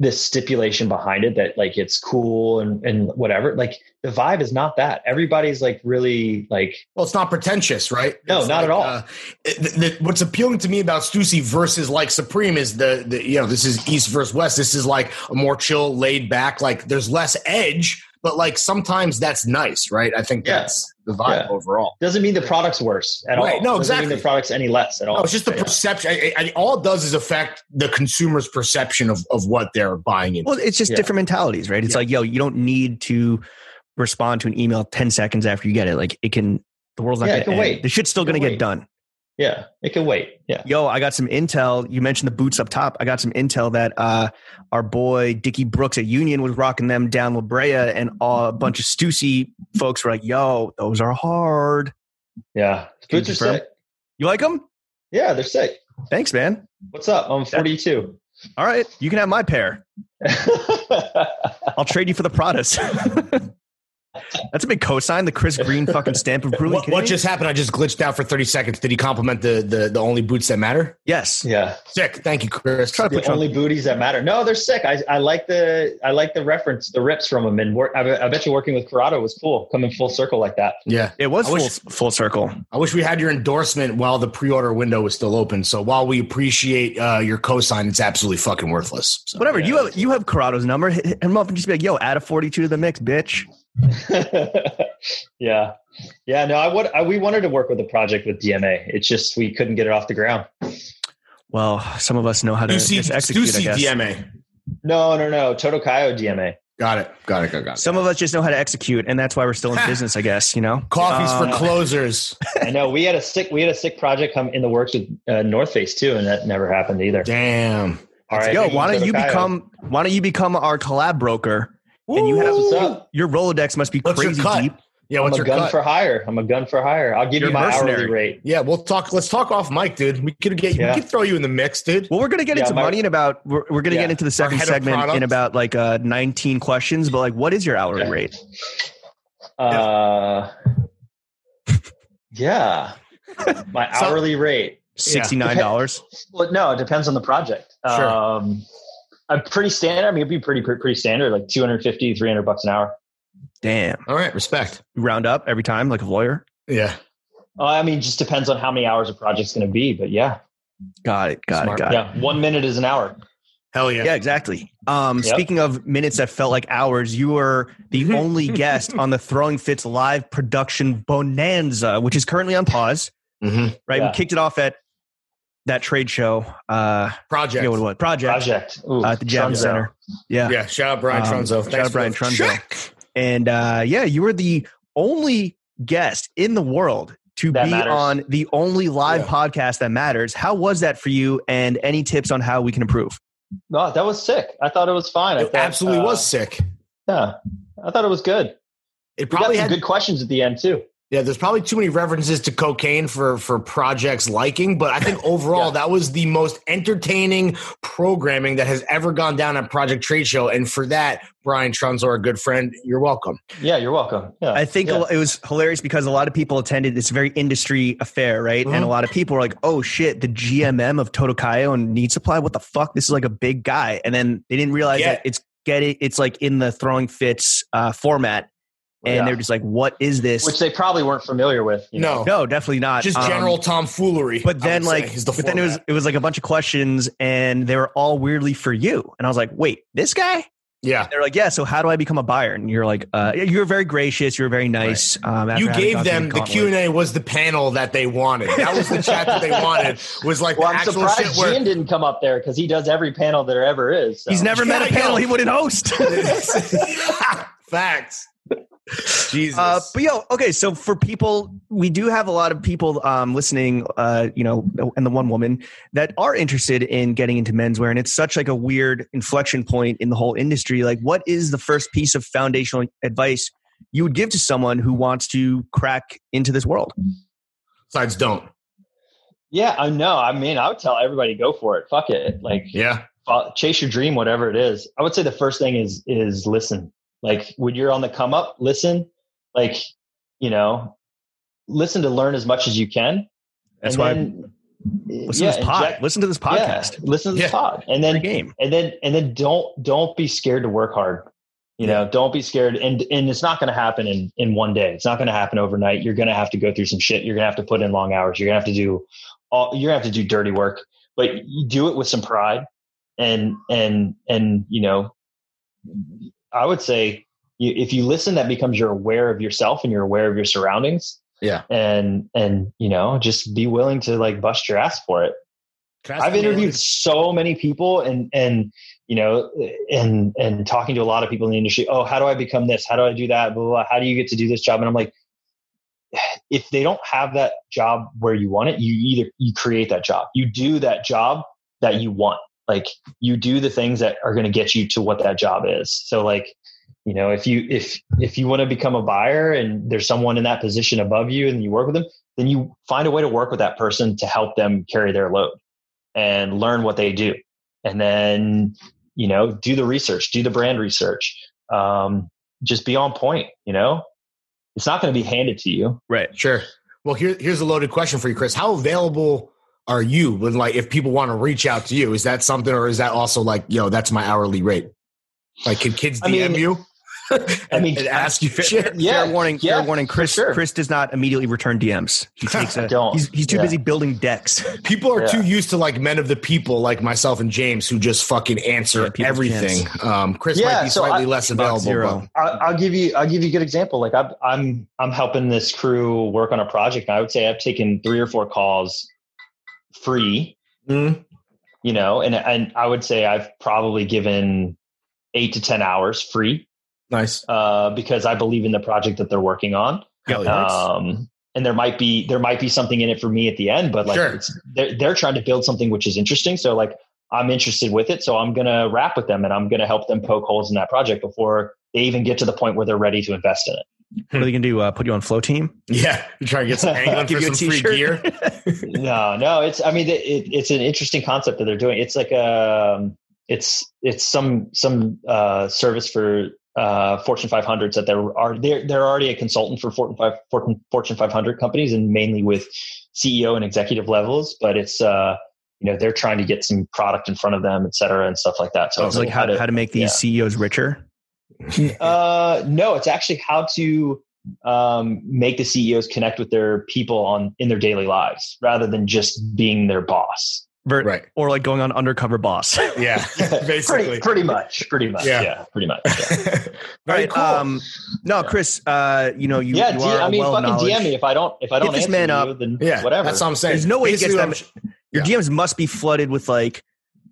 [SPEAKER 3] this stipulation behind it that like it's cool and and whatever. Like the vibe is not that. Everybody's like really like
[SPEAKER 4] Well, it's not pretentious, right?
[SPEAKER 3] No,
[SPEAKER 4] It's uh,
[SPEAKER 3] not at all.
[SPEAKER 4] it- th- th- what's appealing to me about Stussy versus like Supreme is the, the you know this is East versus West. This is like a more chill, laid back. Like there's less edge, but like sometimes that's nice, right? I think
[SPEAKER 3] Yeah.
[SPEAKER 4] that's the vibe
[SPEAKER 3] Yeah.
[SPEAKER 4] overall.
[SPEAKER 3] doesn't mean the product's worse at
[SPEAKER 4] Right,
[SPEAKER 3] all.
[SPEAKER 4] no,
[SPEAKER 3] Doesn't
[SPEAKER 4] exactly. Oh,
[SPEAKER 3] Mean the product's any less at all.
[SPEAKER 4] No, it's just the
[SPEAKER 3] Oh, Yeah.
[SPEAKER 4] perception. I, I, I- all it does is affect the consumer's perception of, of what they're buying into.
[SPEAKER 1] Well, it's just
[SPEAKER 3] Yeah.
[SPEAKER 1] different mentalities, right? It's
[SPEAKER 4] Yeah.
[SPEAKER 1] like, yo, you don't need to respond to an email 10 seconds after you get it. Like, it can, the world's not
[SPEAKER 3] Yeah, it
[SPEAKER 1] going
[SPEAKER 3] can
[SPEAKER 1] to
[SPEAKER 3] wait.
[SPEAKER 1] wait. The shit's still
[SPEAKER 3] It can
[SPEAKER 1] going to
[SPEAKER 3] wait.
[SPEAKER 1] get done.
[SPEAKER 3] yeah, it can wait. Yeah.
[SPEAKER 1] yo, I got some intel. You mentioned the boots up top. I got some intel that uh, our boy Dickie Brooks at Union was rocking them down La Brea, and all, a bunch of Stussy folks were like, "Yo, those are hard.
[SPEAKER 3] Yeah.
[SPEAKER 1] Can you
[SPEAKER 3] Boots are
[SPEAKER 1] confirm?
[SPEAKER 3] sick.
[SPEAKER 1] You like them?
[SPEAKER 3] Yeah, they're sick.
[SPEAKER 1] Thanks, man.
[SPEAKER 3] What's up? I'm 42.
[SPEAKER 1] All right, you can have my pair. I'll trade you for the Pradas." That's a big cosign, the Chris Green fucking stamp of really
[SPEAKER 4] what, what just happened? I just glitched out for thirty seconds. Did he compliment the the, the only boots that matter?
[SPEAKER 1] yes.
[SPEAKER 3] yeah.
[SPEAKER 4] Sick. Thank you, Chris.
[SPEAKER 1] Try to
[SPEAKER 3] The
[SPEAKER 1] put you on-
[SPEAKER 3] only booties that matter. No, they're sick. I, I like the I like the reference, the rips from them, and work, I, bet- I bet you working with Corrado was cool, coming full circle like that.
[SPEAKER 4] Yeah.
[SPEAKER 1] It was
[SPEAKER 4] I wish-
[SPEAKER 1] full, full circle.
[SPEAKER 4] I wish we had your endorsement while the pre-order window was still open. So while we appreciate uh, your cosign, it's absolutely fucking worthless. So,
[SPEAKER 1] Whatever
[SPEAKER 3] yeah.
[SPEAKER 1] you have, you have Corrado's number. Hit hit him up and just be like, "Yo, add a forty-two to the mix, bitch."
[SPEAKER 3] yeah, yeah. No, I would. I, we wanted to work with a project with DMA. It's just we couldn't get it off the ground.
[SPEAKER 1] Well, some of us know how to
[SPEAKER 4] Stussy,
[SPEAKER 1] just execute. I
[SPEAKER 4] Stussy
[SPEAKER 1] guess.
[SPEAKER 4] DMA.
[SPEAKER 3] No, no, no. Totokayo DMA.
[SPEAKER 4] Got it. Got it. Got it. Got it.
[SPEAKER 1] Some of us just know how to execute, and that's why we're still in business, I guess. You know,
[SPEAKER 4] Coffees
[SPEAKER 3] Uh,
[SPEAKER 4] for closers.
[SPEAKER 3] I know we had a sick we had a sick project come in the works with uh, North Face too, and that never happened either.
[SPEAKER 4] Damn.
[SPEAKER 3] All right,
[SPEAKER 1] yo, why don't you
[SPEAKER 3] Totokayo.
[SPEAKER 1] become why don't you become our collab broker? And you have
[SPEAKER 3] That's what's up?
[SPEAKER 1] your Rolodex must be
[SPEAKER 4] What's your
[SPEAKER 1] crazy
[SPEAKER 4] cut?
[SPEAKER 1] deep.
[SPEAKER 4] Yeah.
[SPEAKER 3] I'm
[SPEAKER 4] What's
[SPEAKER 3] a
[SPEAKER 4] your
[SPEAKER 3] gun
[SPEAKER 4] cut?
[SPEAKER 3] for hire. I'm a gun for hire. I'll give
[SPEAKER 1] You're
[SPEAKER 3] you my hourly
[SPEAKER 1] mercenary.
[SPEAKER 3] rate.
[SPEAKER 4] yeah, we'll talk. Let's talk off mic, dude. We could get.
[SPEAKER 3] Yeah.
[SPEAKER 4] We could throw you in the mix, dude.
[SPEAKER 1] Well, we're gonna get
[SPEAKER 3] Yeah,
[SPEAKER 1] into
[SPEAKER 3] my-
[SPEAKER 1] money in about we're, we're gonna
[SPEAKER 3] Yeah.
[SPEAKER 1] get into the second
[SPEAKER 4] head of
[SPEAKER 1] segment
[SPEAKER 4] product.
[SPEAKER 1] in about like uh, 19 questions, but like, what is your hourly
[SPEAKER 3] Yeah.
[SPEAKER 1] rate?
[SPEAKER 3] Uh, yeah, my
[SPEAKER 4] So-
[SPEAKER 3] hourly rate.
[SPEAKER 1] Sixty nine dollars.
[SPEAKER 3] Well, no, it depends on the project.
[SPEAKER 4] Sure.
[SPEAKER 3] Um, I'm pretty standard. I mean, it'd be pretty pretty, pretty standard, like 250, 300 bucks an hour.
[SPEAKER 1] Damn,
[SPEAKER 4] All right. Respect.
[SPEAKER 1] you round up every time like a lawyer.
[SPEAKER 4] Yeah.
[SPEAKER 3] Uh, I mean, just depends on how many hours a project's going to be. But yeah,
[SPEAKER 1] Got it. Got
[SPEAKER 4] Smart.
[SPEAKER 1] it. Got it.
[SPEAKER 3] yeah, one minute is an hour.
[SPEAKER 4] Hell yeah.
[SPEAKER 1] Yeah, exactly. Um,
[SPEAKER 3] Yep.
[SPEAKER 1] Speaking of minutes that felt like hours, you were the only guest on the Throwing Fits live production Bonanza, which is currently on pause.
[SPEAKER 4] Mhm.
[SPEAKER 1] Right,
[SPEAKER 3] Yeah.
[SPEAKER 1] we kicked it off at that trade show. Uh, I
[SPEAKER 4] Project.
[SPEAKER 1] forget what it was. Project,
[SPEAKER 3] Project Ooh,
[SPEAKER 1] uh, at the Javits
[SPEAKER 3] Trunzo.
[SPEAKER 1] Center. Yeah.
[SPEAKER 4] Yeah. Shout out Brian
[SPEAKER 1] Um,
[SPEAKER 4] Trunzo.
[SPEAKER 1] shout
[SPEAKER 4] Thanks
[SPEAKER 1] out
[SPEAKER 4] for
[SPEAKER 1] Brian
[SPEAKER 4] the
[SPEAKER 1] Trunzo.
[SPEAKER 4] check.
[SPEAKER 1] and uh, yeah, you were the only guest in the world to
[SPEAKER 3] That
[SPEAKER 1] be
[SPEAKER 3] matters.
[SPEAKER 1] on the only live
[SPEAKER 4] Yeah.
[SPEAKER 1] podcast that matters. How was that for you? And any tips on how we can improve?
[SPEAKER 3] No, that was sick. I thought it was fine. I
[SPEAKER 4] It
[SPEAKER 3] thought,
[SPEAKER 4] absolutely
[SPEAKER 3] uh,
[SPEAKER 4] was sick.
[SPEAKER 3] Yeah, I thought it was good.
[SPEAKER 4] It
[SPEAKER 3] We got
[SPEAKER 4] probably
[SPEAKER 3] some
[SPEAKER 4] had
[SPEAKER 3] good questions at the end too.
[SPEAKER 4] Yeah, there's probably too many references to cocaine for for projects liking, but I think overall that was the most entertaining programming that has ever gone down at Project Trade Show. And for that, Brian Trunzor, a good friend, you're welcome.
[SPEAKER 3] Yeah, you're welcome. Yeah,
[SPEAKER 1] I think
[SPEAKER 3] yeah.
[SPEAKER 1] a lo- it was hilarious because a lot of people attended. It's a very industry affair, right?
[SPEAKER 4] Mm-hmm.
[SPEAKER 1] And a lot of people were like, "Oh shit, the GMM of Totokayo and Need Supply, what the fuck? This is like a big guy." And then they didn't realize
[SPEAKER 4] Yeah.
[SPEAKER 1] that it's get it. It's like in the throwing fits uh, format, and
[SPEAKER 3] Yeah.
[SPEAKER 1] they're just like, "What is this?"
[SPEAKER 3] which they probably weren't familiar with. you know?
[SPEAKER 4] No,
[SPEAKER 1] no, definitely not.
[SPEAKER 4] just
[SPEAKER 1] Um,
[SPEAKER 4] general tomfoolery.
[SPEAKER 1] But
[SPEAKER 4] I
[SPEAKER 1] then,
[SPEAKER 4] would say,
[SPEAKER 1] like,
[SPEAKER 4] is the
[SPEAKER 1] but then it was
[SPEAKER 4] format.
[SPEAKER 1] it was like a bunch of questions, and they were all weirdly for you. And I was like, "Wait, this guy?"
[SPEAKER 4] yeah.
[SPEAKER 1] They're like, "Yeah." So how do I become a buyer? And you're like, uh, "You're very gracious. You're very nice." Um, after
[SPEAKER 4] You
[SPEAKER 1] having
[SPEAKER 4] gave
[SPEAKER 1] gone through
[SPEAKER 4] them the
[SPEAKER 1] gauntlet.
[SPEAKER 4] Q and A was the panel that they wanted. That was the chat that they wanted. Was like
[SPEAKER 3] Well,
[SPEAKER 4] the
[SPEAKER 3] I'm
[SPEAKER 4] actual shit
[SPEAKER 3] surprised
[SPEAKER 4] where
[SPEAKER 3] Gene didn't come up there because he does every panel there ever is. so.
[SPEAKER 1] He's never met a
[SPEAKER 4] Yeah, I
[SPEAKER 1] panel
[SPEAKER 4] know.
[SPEAKER 1] he wouldn't host.
[SPEAKER 4] facts. Jesus.
[SPEAKER 1] Uh, but yo, okay. So for people, we do have a lot of people um, listening, uh, you know, and the one woman that are interested in getting into menswear, and it's such like a weird inflection point in the whole industry. Like, what is the first piece of foundational advice you would give to someone who wants to crack into this world?
[SPEAKER 4] Sides don't.
[SPEAKER 3] Yeah, I know. I mean, I would tell everybody go for it. Fuck it. Like
[SPEAKER 4] Yeah.
[SPEAKER 3] fo- chase your dream, whatever it is. I would say the first thing is is listen. Like when you're on the come up, listen. Like you know, listen to learn as much as you can.
[SPEAKER 1] That's
[SPEAKER 3] and
[SPEAKER 1] why.
[SPEAKER 3] Then,
[SPEAKER 1] listen to this pod.
[SPEAKER 3] inject-
[SPEAKER 1] listen to this podcast.
[SPEAKER 3] Yeah, listen to
[SPEAKER 4] Yeah.
[SPEAKER 3] this pod, and
[SPEAKER 1] Every
[SPEAKER 3] then
[SPEAKER 1] game.
[SPEAKER 3] and then and then don't don't be scared to work hard you know don't be scared and and it's not going to happen in in one day it's not going to happen overnight you're going to have to go through some shit you're going to have to put in long hours you're going to have to do all you're going to have to do dirty work but you do it with some pride and and and you know i would say you, if you listen that becomes you're aware of yourself and you're aware of your surroundings
[SPEAKER 4] Yeah.
[SPEAKER 3] and and you know just be willing to like bust your ass for it I've interviewed so many people and and you know and and talking to a lot of people in the industry. Oh, how do I become this? How do I do that? Blah, blah, blah. How do you get to do this job? And I'm like, if they don't have that job where you want it, you either you create that job, you do that job that you want. Like you do the things that are going to get you to what that job is. So like you know if you if if you want to become a buyer and there's someone in that position above you and you work with them then you find a way to work with that person to help them carry their load and learn what they do and then you know do the research do the brand research um, just be on point you know it's not going to be handed to you
[SPEAKER 1] Right.
[SPEAKER 4] Sure. Well, here, here's a loaded question for you, Chris. How available are you when, like, if people want to reach out to you? Is that something, or is that also like, yo, that's my hourly rate? Like, can kids DM
[SPEAKER 3] I mean-
[SPEAKER 4] you?
[SPEAKER 3] I mean,
[SPEAKER 4] and ask you shit.
[SPEAKER 3] yeah
[SPEAKER 1] fair warning.
[SPEAKER 3] yeah,
[SPEAKER 1] fair warning.
[SPEAKER 3] for
[SPEAKER 1] Chris.
[SPEAKER 3] sure.
[SPEAKER 1] Chris does not immediately return DMs. He takes a.
[SPEAKER 3] Don't.
[SPEAKER 1] He's, he's too
[SPEAKER 3] Yeah.
[SPEAKER 1] busy building decks.
[SPEAKER 4] People are
[SPEAKER 3] Yeah.
[SPEAKER 4] too used to like men of the people, like myself and James, who just fucking
[SPEAKER 1] Yeah,
[SPEAKER 4] answer
[SPEAKER 1] people
[SPEAKER 4] everything. Um, Chris
[SPEAKER 3] Yeah,
[SPEAKER 4] might be
[SPEAKER 3] so
[SPEAKER 4] slightly
[SPEAKER 3] I-
[SPEAKER 4] less
[SPEAKER 1] Box
[SPEAKER 4] available.
[SPEAKER 1] zero.
[SPEAKER 4] but-
[SPEAKER 3] I, I'll give you I'll give you a good example. Like I've, I'm I'm helping this crew work on a project. And I would say I've taken three or four calls free,
[SPEAKER 4] Mm.
[SPEAKER 3] you know, and and I would say I've probably given eight to ten hours free
[SPEAKER 4] nice.
[SPEAKER 3] uh, because I believe in the project that they're working on.
[SPEAKER 4] Hell yeah.
[SPEAKER 3] um, and there might be there might be something in it for me at the end but like
[SPEAKER 4] Sure.
[SPEAKER 3] it's, they're, they're trying to build something which is interesting so like i'm interested with it so i'm gonna wrap with them and i'm gonna help them poke holes in that project before they even get to the point where they're ready to invest in it
[SPEAKER 1] What are they gonna do? Uh, put you on flow team?
[SPEAKER 4] yeah, you trying to get some angling
[SPEAKER 1] Give
[SPEAKER 4] for
[SPEAKER 1] you
[SPEAKER 4] some
[SPEAKER 1] a
[SPEAKER 4] free gear.
[SPEAKER 1] t-shirt.
[SPEAKER 3] no no it's i mean it, it, it's an interesting concept that they're doing it's like um it's it's some some uh service for uh fortune 500s that there are they're, they're already a consultant for fortune 5 fortune, fortune 500 companies and mainly with ceo and executive levels but it's uh you know they're trying to get some product in front of them et cetera and stuff like that so
[SPEAKER 1] Oh,
[SPEAKER 3] it's
[SPEAKER 1] it's like how to, how to make these
[SPEAKER 3] yeah.
[SPEAKER 1] CEOs richer.
[SPEAKER 3] uh, no, it's actually how to um, make the CEOs connect with their people on in their daily lives rather than just being their boss.
[SPEAKER 1] Ver-
[SPEAKER 4] Right.
[SPEAKER 1] Or like going on undercover boss.
[SPEAKER 4] Yeah.
[SPEAKER 3] pretty,
[SPEAKER 4] Basically.
[SPEAKER 3] pretty much, pretty much,
[SPEAKER 4] Yeah.
[SPEAKER 3] yeah, pretty much. Yeah,
[SPEAKER 4] Very
[SPEAKER 1] Right,
[SPEAKER 4] cool.
[SPEAKER 1] Um, no, Chris, uh, you know, you,
[SPEAKER 3] yeah
[SPEAKER 1] you
[SPEAKER 3] D-
[SPEAKER 1] are
[SPEAKER 3] I
[SPEAKER 1] a
[SPEAKER 3] mean,
[SPEAKER 1] well
[SPEAKER 3] fucking
[SPEAKER 1] knowledge.
[SPEAKER 3] DM me if I don't if I
[SPEAKER 1] Hit
[SPEAKER 3] don't
[SPEAKER 1] this
[SPEAKER 3] answer
[SPEAKER 1] man
[SPEAKER 3] you,
[SPEAKER 1] up.
[SPEAKER 3] then
[SPEAKER 4] yeah.
[SPEAKER 3] whatever.
[SPEAKER 4] That's all I'm saying.
[SPEAKER 1] There's no way he gets
[SPEAKER 4] Basically,
[SPEAKER 1] them.
[SPEAKER 4] what I'm-
[SPEAKER 1] Your DMs must be flooded with like,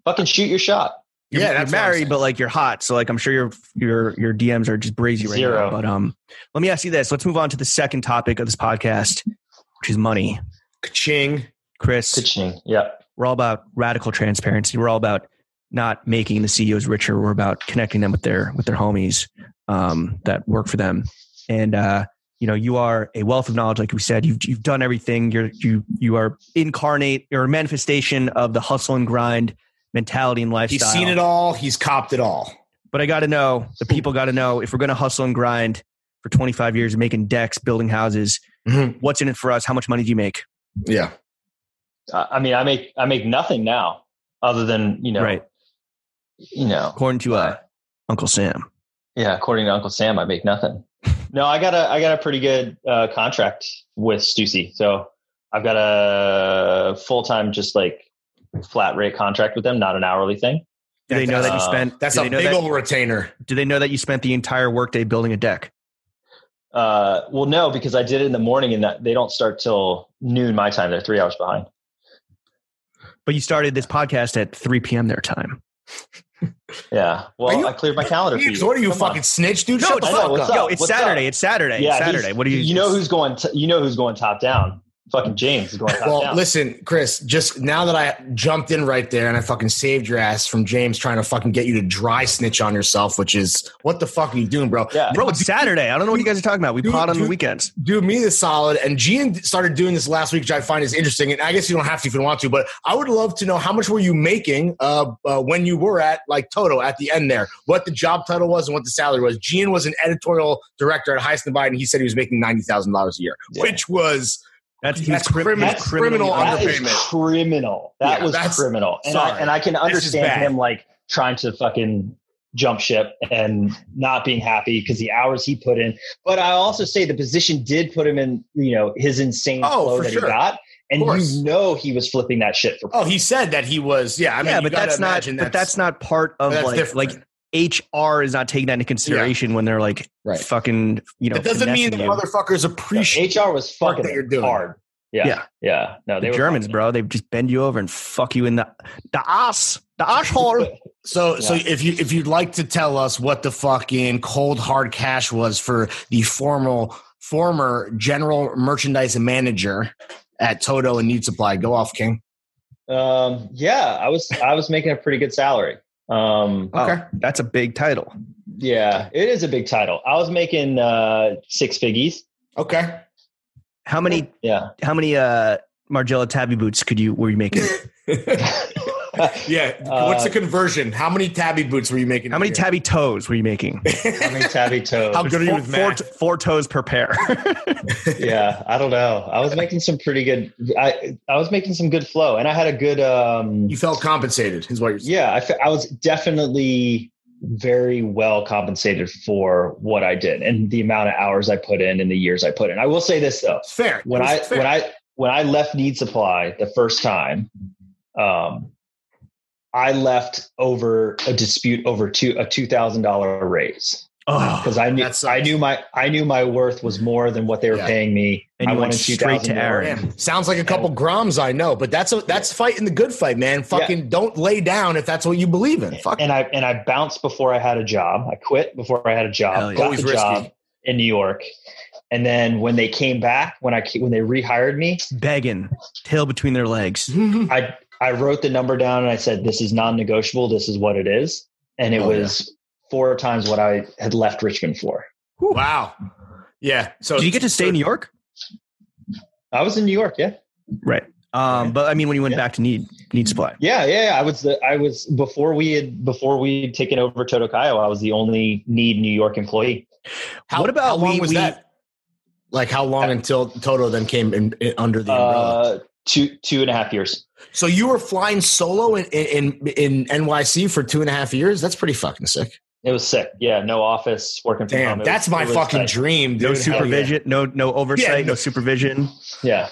[SPEAKER 3] fucking shoot your shot.
[SPEAKER 1] you're,
[SPEAKER 4] Yeah,
[SPEAKER 1] you're
[SPEAKER 4] that's what I'm saying.
[SPEAKER 1] married, but like you're hot. So like, I'm sure your, your, your DMs are just brazy right
[SPEAKER 3] Zero.
[SPEAKER 1] now. But, um, let me ask you this. Let's move on to the second topic of this podcast, which is money.
[SPEAKER 4] Ka-ching.
[SPEAKER 1] Chris,
[SPEAKER 3] Pitching, yeah.
[SPEAKER 1] we're all about radical transparency. We're all about not making the CEOs richer. We're about connecting them with their with their homies um, that work for them. And uh, you know you are a wealth of knowledge like we said you've, you've done everything you're you you are incarnate you're a manifestation of the hustle and grind mentality and
[SPEAKER 4] He's
[SPEAKER 1] lifestyle
[SPEAKER 4] seen it all. He's copped it all.
[SPEAKER 1] but i gotta know the people gotta know if we're gonna hustle and grind for 25 years making decks building houses
[SPEAKER 4] Mhm.
[SPEAKER 1] what's in it for us how much money do you make
[SPEAKER 4] Yeah.
[SPEAKER 3] I I mean, I make I make nothing now, other than you know,
[SPEAKER 1] right
[SPEAKER 3] you know,
[SPEAKER 1] according to uh, uncle sam
[SPEAKER 3] yeah. According to Uncle Sam, I make nothing. no, I got a I got a pretty good uh, contract with Stussy, so I've got a full time just like flat rate contract with them, not an hourly thing.
[SPEAKER 1] do they know that you
[SPEAKER 3] Fantastic.
[SPEAKER 1] spent
[SPEAKER 4] That's
[SPEAKER 1] do
[SPEAKER 4] a
[SPEAKER 1] they know
[SPEAKER 4] big
[SPEAKER 1] that-
[SPEAKER 4] old retainer.
[SPEAKER 1] do they know that you spent the entire workday building a deck
[SPEAKER 3] Uh, well, no, because I did it in the morning, and that they don't start till noon my time. They're three hours behind.
[SPEAKER 1] but you started this podcast at 3 p.m their time
[SPEAKER 3] Yeah.
[SPEAKER 4] Are
[SPEAKER 3] Well,
[SPEAKER 4] you-
[SPEAKER 3] I cleared my calendar for you.
[SPEAKER 4] what are you,
[SPEAKER 3] Come
[SPEAKER 4] fucking
[SPEAKER 3] on.
[SPEAKER 4] snitch, dude? Shut the
[SPEAKER 3] I know,
[SPEAKER 4] fuck
[SPEAKER 3] what's
[SPEAKER 4] up.
[SPEAKER 3] up?
[SPEAKER 1] Yo, it's
[SPEAKER 3] What's up?
[SPEAKER 1] Saturday. It's Saturday.
[SPEAKER 3] Yeah,
[SPEAKER 1] it's Saturday.
[SPEAKER 3] he's-
[SPEAKER 1] What do you?
[SPEAKER 3] You know who's going? T- you know who's going top down? Fucking James is going top
[SPEAKER 4] Well,
[SPEAKER 3] down.
[SPEAKER 4] listen, Chris, just now that I jumped in right there and I fucking saved your ass from James trying to fucking get you to dry snitch on yourself, which is what the fuck are you doing, bro?
[SPEAKER 3] yeah.
[SPEAKER 1] bro? It's Saturday. I don't know what you guys are talking about. We
[SPEAKER 4] Dude,
[SPEAKER 1] pod on the
[SPEAKER 4] dude.
[SPEAKER 1] weekends.
[SPEAKER 4] Do me the solid. And Gian started doing this last week, which I find is interesting. And I guess you don't have to if you don't want to, but I would love to know how much were you making uh, uh, when you were at like Toto at the end there, what the job title was and what the salary was. Gian was an editorial director at Heist and Biden. He said he was making $90,000 a year,
[SPEAKER 3] Yeah.
[SPEAKER 4] which was
[SPEAKER 1] That's he
[SPEAKER 4] That's
[SPEAKER 1] was crim- he was
[SPEAKER 4] that's
[SPEAKER 1] criminally
[SPEAKER 4] criminal
[SPEAKER 1] under-
[SPEAKER 3] that is
[SPEAKER 4] underpayment.
[SPEAKER 3] criminal. That
[SPEAKER 4] Yeah,
[SPEAKER 3] was
[SPEAKER 4] that's-
[SPEAKER 3] criminal. And I,
[SPEAKER 4] sorry.
[SPEAKER 3] and I can
[SPEAKER 4] bad.
[SPEAKER 3] understand him like trying to fucking jump ship and not being happy because the hours he put in. But I also say the position did put him in, you know, his insane
[SPEAKER 4] Oh,
[SPEAKER 3] flow
[SPEAKER 4] for
[SPEAKER 3] that
[SPEAKER 4] sure.
[SPEAKER 3] he got. And
[SPEAKER 4] course.
[SPEAKER 3] you know he was flipping that shit for
[SPEAKER 4] Oh, he said that he was. Yeah, I mean,
[SPEAKER 1] yeah,
[SPEAKER 4] you
[SPEAKER 1] but
[SPEAKER 4] gotta
[SPEAKER 1] that's not.
[SPEAKER 4] imagine
[SPEAKER 1] but that's not part of
[SPEAKER 4] that's
[SPEAKER 1] like
[SPEAKER 4] different.
[SPEAKER 1] like HR is not taking that into consideration when they're like
[SPEAKER 4] Right.
[SPEAKER 1] fucking you know.
[SPEAKER 4] it doesn't mean the
[SPEAKER 1] finessing you.
[SPEAKER 4] motherfuckers appreciate.
[SPEAKER 3] HR was
[SPEAKER 4] Fuck
[SPEAKER 3] fucking
[SPEAKER 4] that you're doing.
[SPEAKER 3] hard. Yeah.
[SPEAKER 1] Yeah.
[SPEAKER 3] Yeah. No, they
[SPEAKER 1] the
[SPEAKER 3] were
[SPEAKER 1] Germans,
[SPEAKER 3] fucking-
[SPEAKER 1] bro. They just bend you over and fuck you in the the ass, the asshole.
[SPEAKER 4] So, so
[SPEAKER 3] Yeah.
[SPEAKER 4] if you if you'd like to tell us what the fucking cold hard cash was for the formal former general merchandise manager at Toto and Need Supply, go off, King.
[SPEAKER 3] Um, yeah, I was I was making a pretty good salary. Um,
[SPEAKER 1] Wow,
[SPEAKER 4] Okay.
[SPEAKER 1] that's a big title.
[SPEAKER 3] yeah, it is a big title. I was making uh, six figgies.
[SPEAKER 4] Okay,
[SPEAKER 1] How many?
[SPEAKER 3] Yeah,
[SPEAKER 1] How many? uh Margiela tabby boots could you were you making?
[SPEAKER 4] yeah.
[SPEAKER 3] Uh,
[SPEAKER 4] What's the conversion? How many tabby boots were you making?
[SPEAKER 1] How many tabby toes were you making?
[SPEAKER 3] I mean tabby toes.
[SPEAKER 4] How good are you
[SPEAKER 1] four,
[SPEAKER 4] with
[SPEAKER 1] four,
[SPEAKER 4] math?
[SPEAKER 1] t- four toes per pair.
[SPEAKER 3] yeah, I don't know. I was making some pretty good. I I was making some good flow, and I had a good. Um,
[SPEAKER 4] you felt compensated, is what you're saying.
[SPEAKER 3] yeah, I, fe- I was definitely very well compensated for what I did and the amount of hours I put in and the years I put in. I will say this though,
[SPEAKER 4] It's fair.
[SPEAKER 3] when
[SPEAKER 4] It's
[SPEAKER 3] I
[SPEAKER 4] fair.
[SPEAKER 3] when I when I left Need Supply the first time, um, I left over a dispute over two a two thousand dollar raise
[SPEAKER 1] oh,
[SPEAKER 3] because I knew
[SPEAKER 4] That sucks.
[SPEAKER 3] I knew my I knew my worth was more than what they were
[SPEAKER 4] Yeah.
[SPEAKER 3] paying me.
[SPEAKER 1] And
[SPEAKER 3] I
[SPEAKER 1] you went
[SPEAKER 3] wanted
[SPEAKER 1] straight to
[SPEAKER 3] $2,000 more.
[SPEAKER 1] Aaron.
[SPEAKER 4] Man, sounds like a couple
[SPEAKER 3] Oh.
[SPEAKER 4] groms, I know, but that's a that's fighting the good fight, man. Fucking don't lay down if that's what you believe in. Fuck.
[SPEAKER 3] And I and I bounced before I had a job. I quit before I had a
[SPEAKER 1] Hell
[SPEAKER 3] job.
[SPEAKER 1] yeah.
[SPEAKER 3] Got
[SPEAKER 4] Always
[SPEAKER 3] the
[SPEAKER 4] risky.
[SPEAKER 3] job in New York, and then when they came back, when I ca- when they rehired me,
[SPEAKER 1] begging, tail between their legs.
[SPEAKER 3] I I wrote the number down and I said this is non-negotiable. This is what it is, and it
[SPEAKER 4] Oh,
[SPEAKER 3] was four times what I had left Richmond for.
[SPEAKER 4] wow. Yeah. So
[SPEAKER 1] Did you get to stay in New York?
[SPEAKER 3] I was in New York, yeah,
[SPEAKER 1] Right. Um, but I mean, when you went
[SPEAKER 3] Yeah.
[SPEAKER 1] back to need need supply,
[SPEAKER 3] yeah, yeah. yeah. I was the I was before we had before we had taken over Totokayo. I was the only need New York employee.
[SPEAKER 4] How,
[SPEAKER 1] What about
[SPEAKER 4] how long
[SPEAKER 1] we-
[SPEAKER 4] was
[SPEAKER 1] we-
[SPEAKER 4] that? Like how long until Toto then came in, in- under the umbrella?
[SPEAKER 3] Uh, two two and a half years.
[SPEAKER 4] so you were flying solo in, in in in NYC for two and a half years. That's pretty fucking sick.
[SPEAKER 3] It was sick. Yeah, no office, working from home.
[SPEAKER 4] Damn,
[SPEAKER 3] It
[SPEAKER 4] that's
[SPEAKER 3] was-
[SPEAKER 4] my
[SPEAKER 3] it was
[SPEAKER 4] fucking
[SPEAKER 3] tight.
[SPEAKER 4] dream. Dude.
[SPEAKER 1] no
[SPEAKER 4] Hell
[SPEAKER 1] supervision, no no oversight,
[SPEAKER 4] Yeah, no-
[SPEAKER 1] no supervision,
[SPEAKER 3] Yeah.
[SPEAKER 4] yeah.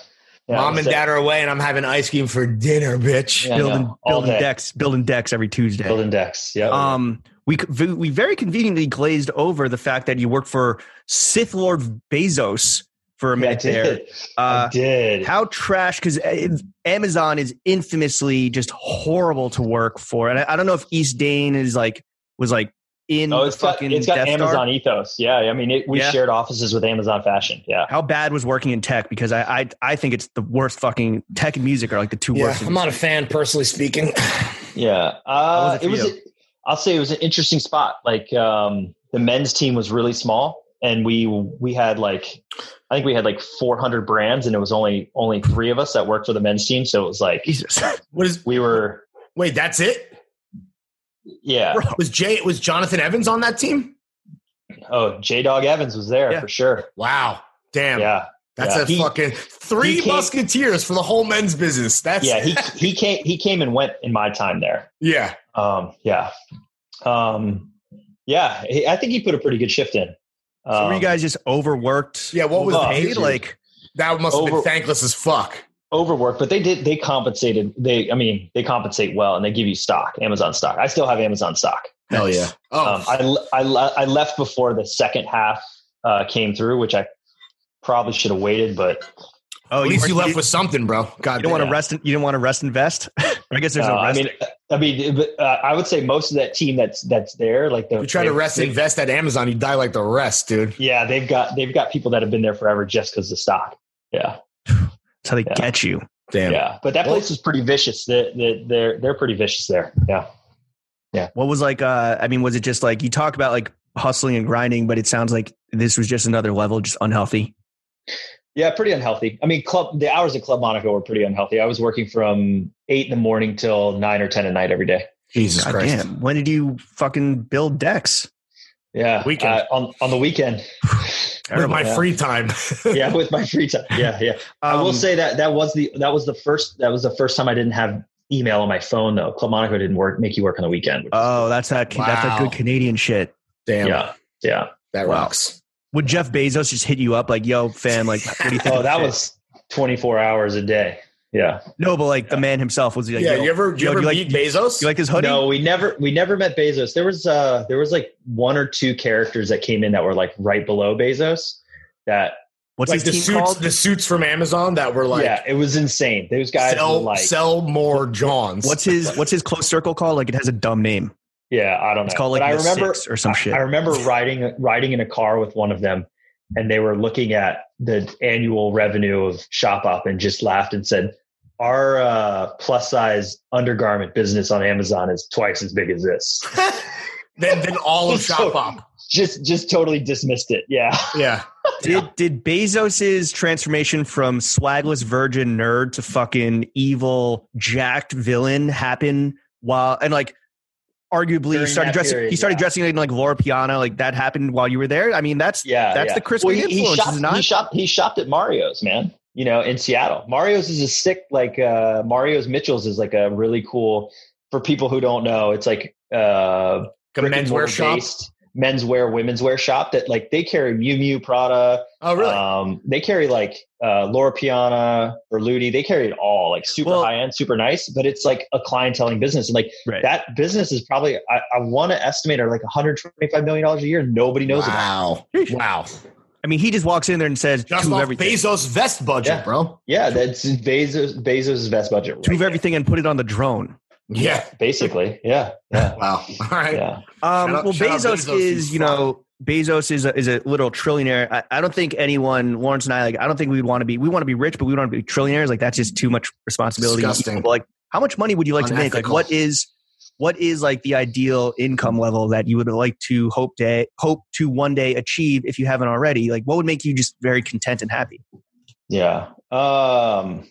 [SPEAKER 3] Yeah, it
[SPEAKER 4] Mom
[SPEAKER 3] was
[SPEAKER 4] and
[SPEAKER 3] sick.
[SPEAKER 4] dad are away, and I'm having ice cream for dinner, bitch.
[SPEAKER 3] Yeah, I know.
[SPEAKER 1] building
[SPEAKER 3] All
[SPEAKER 1] building
[SPEAKER 3] day.
[SPEAKER 1] decks, building decks every Tuesday.
[SPEAKER 3] building decks. Yeah.
[SPEAKER 1] um, we c- v- we very conveniently glazed over the fact that you worked for Sith Lord Bezos for a
[SPEAKER 3] Yeah, I
[SPEAKER 1] minute there.
[SPEAKER 3] did. I
[SPEAKER 1] Uh,
[SPEAKER 3] did.
[SPEAKER 1] how trash because amazon is infamously just horrible to work for and i, I don't know if east dane is like was like in
[SPEAKER 3] Oh,
[SPEAKER 1] the
[SPEAKER 3] it's got,
[SPEAKER 1] fucking
[SPEAKER 3] it's got
[SPEAKER 1] Death Star.
[SPEAKER 3] Amazon ethos. Yeah, I mean, it, we
[SPEAKER 1] Yeah.
[SPEAKER 3] shared offices with Amazon Fashion. Yeah,
[SPEAKER 1] how bad was working in tech because i i, I think it's the worst fucking tech and music are like the two
[SPEAKER 4] Yeah,
[SPEAKER 1] worst
[SPEAKER 4] I'm not a fan, personally speaking.
[SPEAKER 3] yeah.
[SPEAKER 1] How
[SPEAKER 3] Uh,
[SPEAKER 1] was it
[SPEAKER 3] it
[SPEAKER 1] for
[SPEAKER 3] was.
[SPEAKER 1] you?
[SPEAKER 3] I'll say it was an interesting spot. Like um, the men's team was really small, and we we had like I think we had like 400 brands, and it was only only three of us that worked for the men's team. So it was like
[SPEAKER 1] Jesus.
[SPEAKER 4] What is?
[SPEAKER 3] we were
[SPEAKER 4] Wait, that's it.
[SPEAKER 3] yeah.
[SPEAKER 4] Was Jay? Was Jonathan Evans on that team?
[SPEAKER 3] Oh, J Dog Evans was there
[SPEAKER 1] Yeah.
[SPEAKER 3] for sure.
[SPEAKER 4] Wow, damn,
[SPEAKER 3] Yeah,
[SPEAKER 4] that's
[SPEAKER 3] yeah.
[SPEAKER 4] a
[SPEAKER 3] He-
[SPEAKER 4] fucking three
[SPEAKER 3] he came-
[SPEAKER 4] musketeers for the whole men's business. That's
[SPEAKER 3] yeah. He he came he came and went in my time there.
[SPEAKER 4] yeah.
[SPEAKER 3] Um, yeah. Um, yeah. he- I think he put a pretty good shift in. Um,
[SPEAKER 1] so were you guys just overworked?
[SPEAKER 4] Yeah, what was
[SPEAKER 3] the
[SPEAKER 1] paid?
[SPEAKER 4] issue?
[SPEAKER 1] Like,
[SPEAKER 4] That must have been
[SPEAKER 3] Over-
[SPEAKER 4] thankless as fuck.
[SPEAKER 3] overworked, but they did, they compensated. They, I mean, they compensate well and they give you stock, Amazon stock. I still have Amazon stock.
[SPEAKER 4] Hell
[SPEAKER 1] Nice.
[SPEAKER 4] yeah. Oh,
[SPEAKER 3] Um, I, le- I, le- I left before the second half uh, came through, which I probably should have waited, but
[SPEAKER 1] oh,
[SPEAKER 4] at least you
[SPEAKER 1] weren't-
[SPEAKER 4] left with something, bro. God,
[SPEAKER 1] You don't want to
[SPEAKER 3] Yeah.
[SPEAKER 1] rest. You didn't want to rest invest. I guess there's
[SPEAKER 3] uh,
[SPEAKER 1] no
[SPEAKER 3] I
[SPEAKER 1] rest.
[SPEAKER 3] mean, I mean, but, uh, I would say most of that team that's, that's there, like the,
[SPEAKER 4] you try to
[SPEAKER 3] they-
[SPEAKER 4] rest
[SPEAKER 3] they-
[SPEAKER 4] invest at Amazon, you die like the rest, dude.
[SPEAKER 3] Yeah. They've got, they've got people that have been there forever just cause the stock. Yeah.
[SPEAKER 1] That's how they
[SPEAKER 3] yeah.
[SPEAKER 1] get you.
[SPEAKER 4] Damn.
[SPEAKER 3] Yeah, but that
[SPEAKER 4] Well-
[SPEAKER 3] place is pretty vicious. They, they, they're they're pretty vicious there. Yeah,
[SPEAKER 1] What was like? Uh, I mean, was it just like you talk about like hustling and grinding, but it sounds like this was just another level, just unhealthy.
[SPEAKER 3] yeah, pretty unhealthy. I mean, club the hours at Club Monaco were pretty unhealthy. I was working from eight in the morning till nine or ten at night every day.
[SPEAKER 4] Jesus
[SPEAKER 1] God
[SPEAKER 4] Christ.
[SPEAKER 1] damn. When did you fucking build decks?
[SPEAKER 3] Yeah,
[SPEAKER 4] Weekend.
[SPEAKER 3] uh, on on the weekend.
[SPEAKER 4] With my
[SPEAKER 3] Yeah.
[SPEAKER 4] free time.
[SPEAKER 3] yeah, with my free time. Yeah, yeah. I will
[SPEAKER 1] Um,
[SPEAKER 3] say that that was the that was the first that was the first time I didn't have email on my phone though. Club Monaco didn't work make you work on the weekend. which is
[SPEAKER 1] Oh, that's that. That's that
[SPEAKER 4] Wow.
[SPEAKER 1] good Canadian shit.
[SPEAKER 4] Damn.
[SPEAKER 3] cool. yeah, yeah.
[SPEAKER 4] That
[SPEAKER 1] Wow.
[SPEAKER 4] rocks.
[SPEAKER 1] Would Jeff Bezos just hit you up like, "Yo, fam, like, what do you think?"
[SPEAKER 3] Oh,
[SPEAKER 1] of
[SPEAKER 3] that
[SPEAKER 1] this?"
[SPEAKER 3] was twenty four hours a day. Yeah.
[SPEAKER 1] no, but like the man himself was like,
[SPEAKER 4] yeah,
[SPEAKER 1] "Yo,
[SPEAKER 4] you ever, you
[SPEAKER 1] yo,
[SPEAKER 4] ever
[SPEAKER 1] do you
[SPEAKER 4] meet
[SPEAKER 1] like,
[SPEAKER 4] Bezos?
[SPEAKER 1] you like this hoodie?"
[SPEAKER 3] No, we never we never met Bezos. There was uh there was like one or two characters that came in that were like right below Bezos. That
[SPEAKER 1] What's
[SPEAKER 4] like
[SPEAKER 1] his
[SPEAKER 4] the
[SPEAKER 1] team
[SPEAKER 4] suits,
[SPEAKER 1] called?
[SPEAKER 4] the suits from Amazon that were like
[SPEAKER 3] yeah, it was insane. Those guys
[SPEAKER 4] sell,
[SPEAKER 3] were like
[SPEAKER 4] sell more Johns.
[SPEAKER 1] What's his What's his close circle called? Like, it has a dumb name.
[SPEAKER 3] yeah, I don't know.
[SPEAKER 1] It's called like
[SPEAKER 3] but I
[SPEAKER 1] the
[SPEAKER 3] remember
[SPEAKER 1] Six or some shit.
[SPEAKER 3] I remember riding riding in a car with one of them, and they were looking at the annual revenue of Shop Up and just laughed and said, "Our uh, plus size undergarment business on Amazon is twice as big as this."
[SPEAKER 4] then, then all of
[SPEAKER 3] So-
[SPEAKER 4] Shop Pop.
[SPEAKER 3] just just totally dismissed it. Yeah.
[SPEAKER 4] Yeah.
[SPEAKER 1] Did did Bezos's transformation from swagless virgin nerd to fucking evil jacked villain happen while and like arguably
[SPEAKER 3] During
[SPEAKER 1] he started
[SPEAKER 3] that
[SPEAKER 1] dressing
[SPEAKER 3] period,
[SPEAKER 1] he started
[SPEAKER 3] yeah.
[SPEAKER 1] dressing in like Laura Piana like that happened while you were there? I mean that's
[SPEAKER 3] Yeah,
[SPEAKER 1] That's
[SPEAKER 3] yeah.
[SPEAKER 1] the Crispy
[SPEAKER 3] he-
[SPEAKER 1] influence,
[SPEAKER 3] He shopped,
[SPEAKER 1] is it not?
[SPEAKER 3] he shopped. He shopped at Mario's, man. You know, in Seattle, Mario's is a sick like uh, Mario's Mitchell's is like a really cool for people who don't know. It's like uh,
[SPEAKER 4] Like a menswear shop.
[SPEAKER 3] based menswear, womenswear shop that like they carry Miu Miu Prada.
[SPEAKER 4] Oh, really?
[SPEAKER 3] Um, they carry like uh, Laura Piana, Berluti. They carry it all, like super
[SPEAKER 1] Well-
[SPEAKER 3] high end, super nice. But it's like a clienteling business, and like
[SPEAKER 1] right.
[SPEAKER 3] that business is probably I, I want to estimate are like 125 million dollars a year. Nobody knows about.
[SPEAKER 4] wow.
[SPEAKER 1] Sheesh.
[SPEAKER 4] Wow.
[SPEAKER 1] I mean he just walks in there and says
[SPEAKER 4] Just
[SPEAKER 1] two of
[SPEAKER 4] off
[SPEAKER 1] everything
[SPEAKER 4] Bezos' vest budget,
[SPEAKER 3] Yeah.
[SPEAKER 4] bro.
[SPEAKER 3] Yeah, that's Bezos Bezos' best budget.
[SPEAKER 1] two
[SPEAKER 3] right
[SPEAKER 1] of
[SPEAKER 3] there,
[SPEAKER 1] everything and put it on the drone.
[SPEAKER 4] Yeah.
[SPEAKER 3] basically. Yeah, yeah,
[SPEAKER 4] Wow. All right.
[SPEAKER 3] yeah.
[SPEAKER 1] Um,
[SPEAKER 4] Shout out-
[SPEAKER 1] well,
[SPEAKER 4] shout out
[SPEAKER 1] Bezos,
[SPEAKER 4] Bezos,
[SPEAKER 1] is
[SPEAKER 4] you
[SPEAKER 1] you know Bezos is a, is a literal trillionaire. I, I don't think anyone, Lawrence and I, like I don't think we'd want to be. We want to be rich, but we don't want to be trillionaires. Like that's just too much responsibility.
[SPEAKER 4] Disgusting.
[SPEAKER 1] But, like how much money would you like to make? Like
[SPEAKER 4] Unethical.
[SPEAKER 1] what is what is like the ideal income level that you would like to hope to hope to one day achieve if you haven't already? Like what would make you just very content and happy?
[SPEAKER 3] yeah, Um,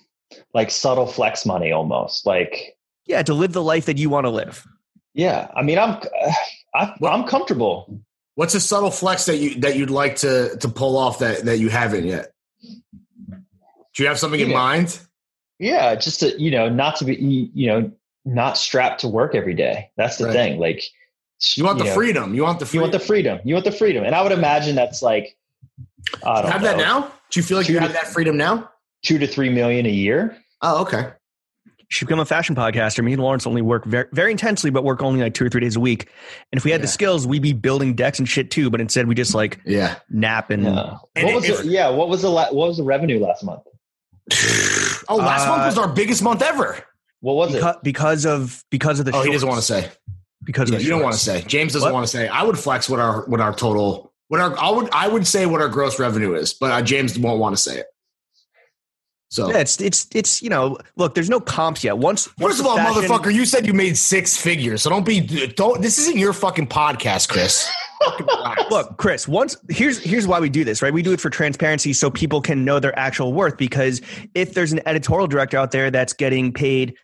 [SPEAKER 3] like subtle flex money almost. Like,
[SPEAKER 1] Yeah, to live the life that you want to live.
[SPEAKER 3] yeah. I mean, I'm I, I'm comfortable.
[SPEAKER 4] What's a subtle flex that you that you'd like to to pull off that that you haven't yet? Do you have something in
[SPEAKER 3] Yeah.
[SPEAKER 4] mind?
[SPEAKER 3] Yeah, just to you know, not to be you you know, not strapped to work every day. That's the
[SPEAKER 4] Right.
[SPEAKER 3] thing. Like,
[SPEAKER 4] You want the
[SPEAKER 3] know,
[SPEAKER 4] freedom. You want the
[SPEAKER 3] You
[SPEAKER 4] freedom.
[SPEAKER 3] want the freedom. You want the freedom. And I would imagine that's like, I
[SPEAKER 4] Do
[SPEAKER 3] don't
[SPEAKER 4] you have
[SPEAKER 3] know,
[SPEAKER 4] that now? Do you feel like you
[SPEAKER 3] Two to-
[SPEAKER 4] have that freedom now?
[SPEAKER 3] two to three million a year.
[SPEAKER 4] Oh, okay.
[SPEAKER 1] should become a fashion podcaster. Me and Lawrence only work very, very intensely, but work only like two or three days a week. And if we had the
[SPEAKER 4] Yeah.
[SPEAKER 1] skills, we'd be building decks and shit too. But instead, we just like
[SPEAKER 4] Yeah.
[SPEAKER 1] nap and
[SPEAKER 3] Yeah.
[SPEAKER 4] And
[SPEAKER 3] What was
[SPEAKER 4] if-
[SPEAKER 3] the, yeah? What was the la- what was the revenue last month?
[SPEAKER 4] Oh, last
[SPEAKER 1] Uh,
[SPEAKER 4] month was our biggest month ever.
[SPEAKER 3] What was it?
[SPEAKER 1] because, because of because of the
[SPEAKER 4] Oh, he doesn't want
[SPEAKER 1] shorts.
[SPEAKER 4] to say.
[SPEAKER 1] because of the
[SPEAKER 4] you don't want to
[SPEAKER 1] shorts.
[SPEAKER 4] say. James doesn't
[SPEAKER 1] What?
[SPEAKER 4] want to say. I would flex what our what our total what our I would I would say what our gross revenue is, but uh, James won't want to say it. So
[SPEAKER 1] Yeah, it's it's it's you know look, there's no comps yet. Once once
[SPEAKER 4] First of
[SPEAKER 1] the
[SPEAKER 4] all,
[SPEAKER 1] fashion-
[SPEAKER 4] motherfucker, you said you made six figures, so don't be don't. This isn't your fucking podcast, Chris. fucking prize.
[SPEAKER 1] Look, Chris, once here's here's why we do this, right? We do it for transparency so people can know their actual worth because if there's an editorial director out there that's getting paid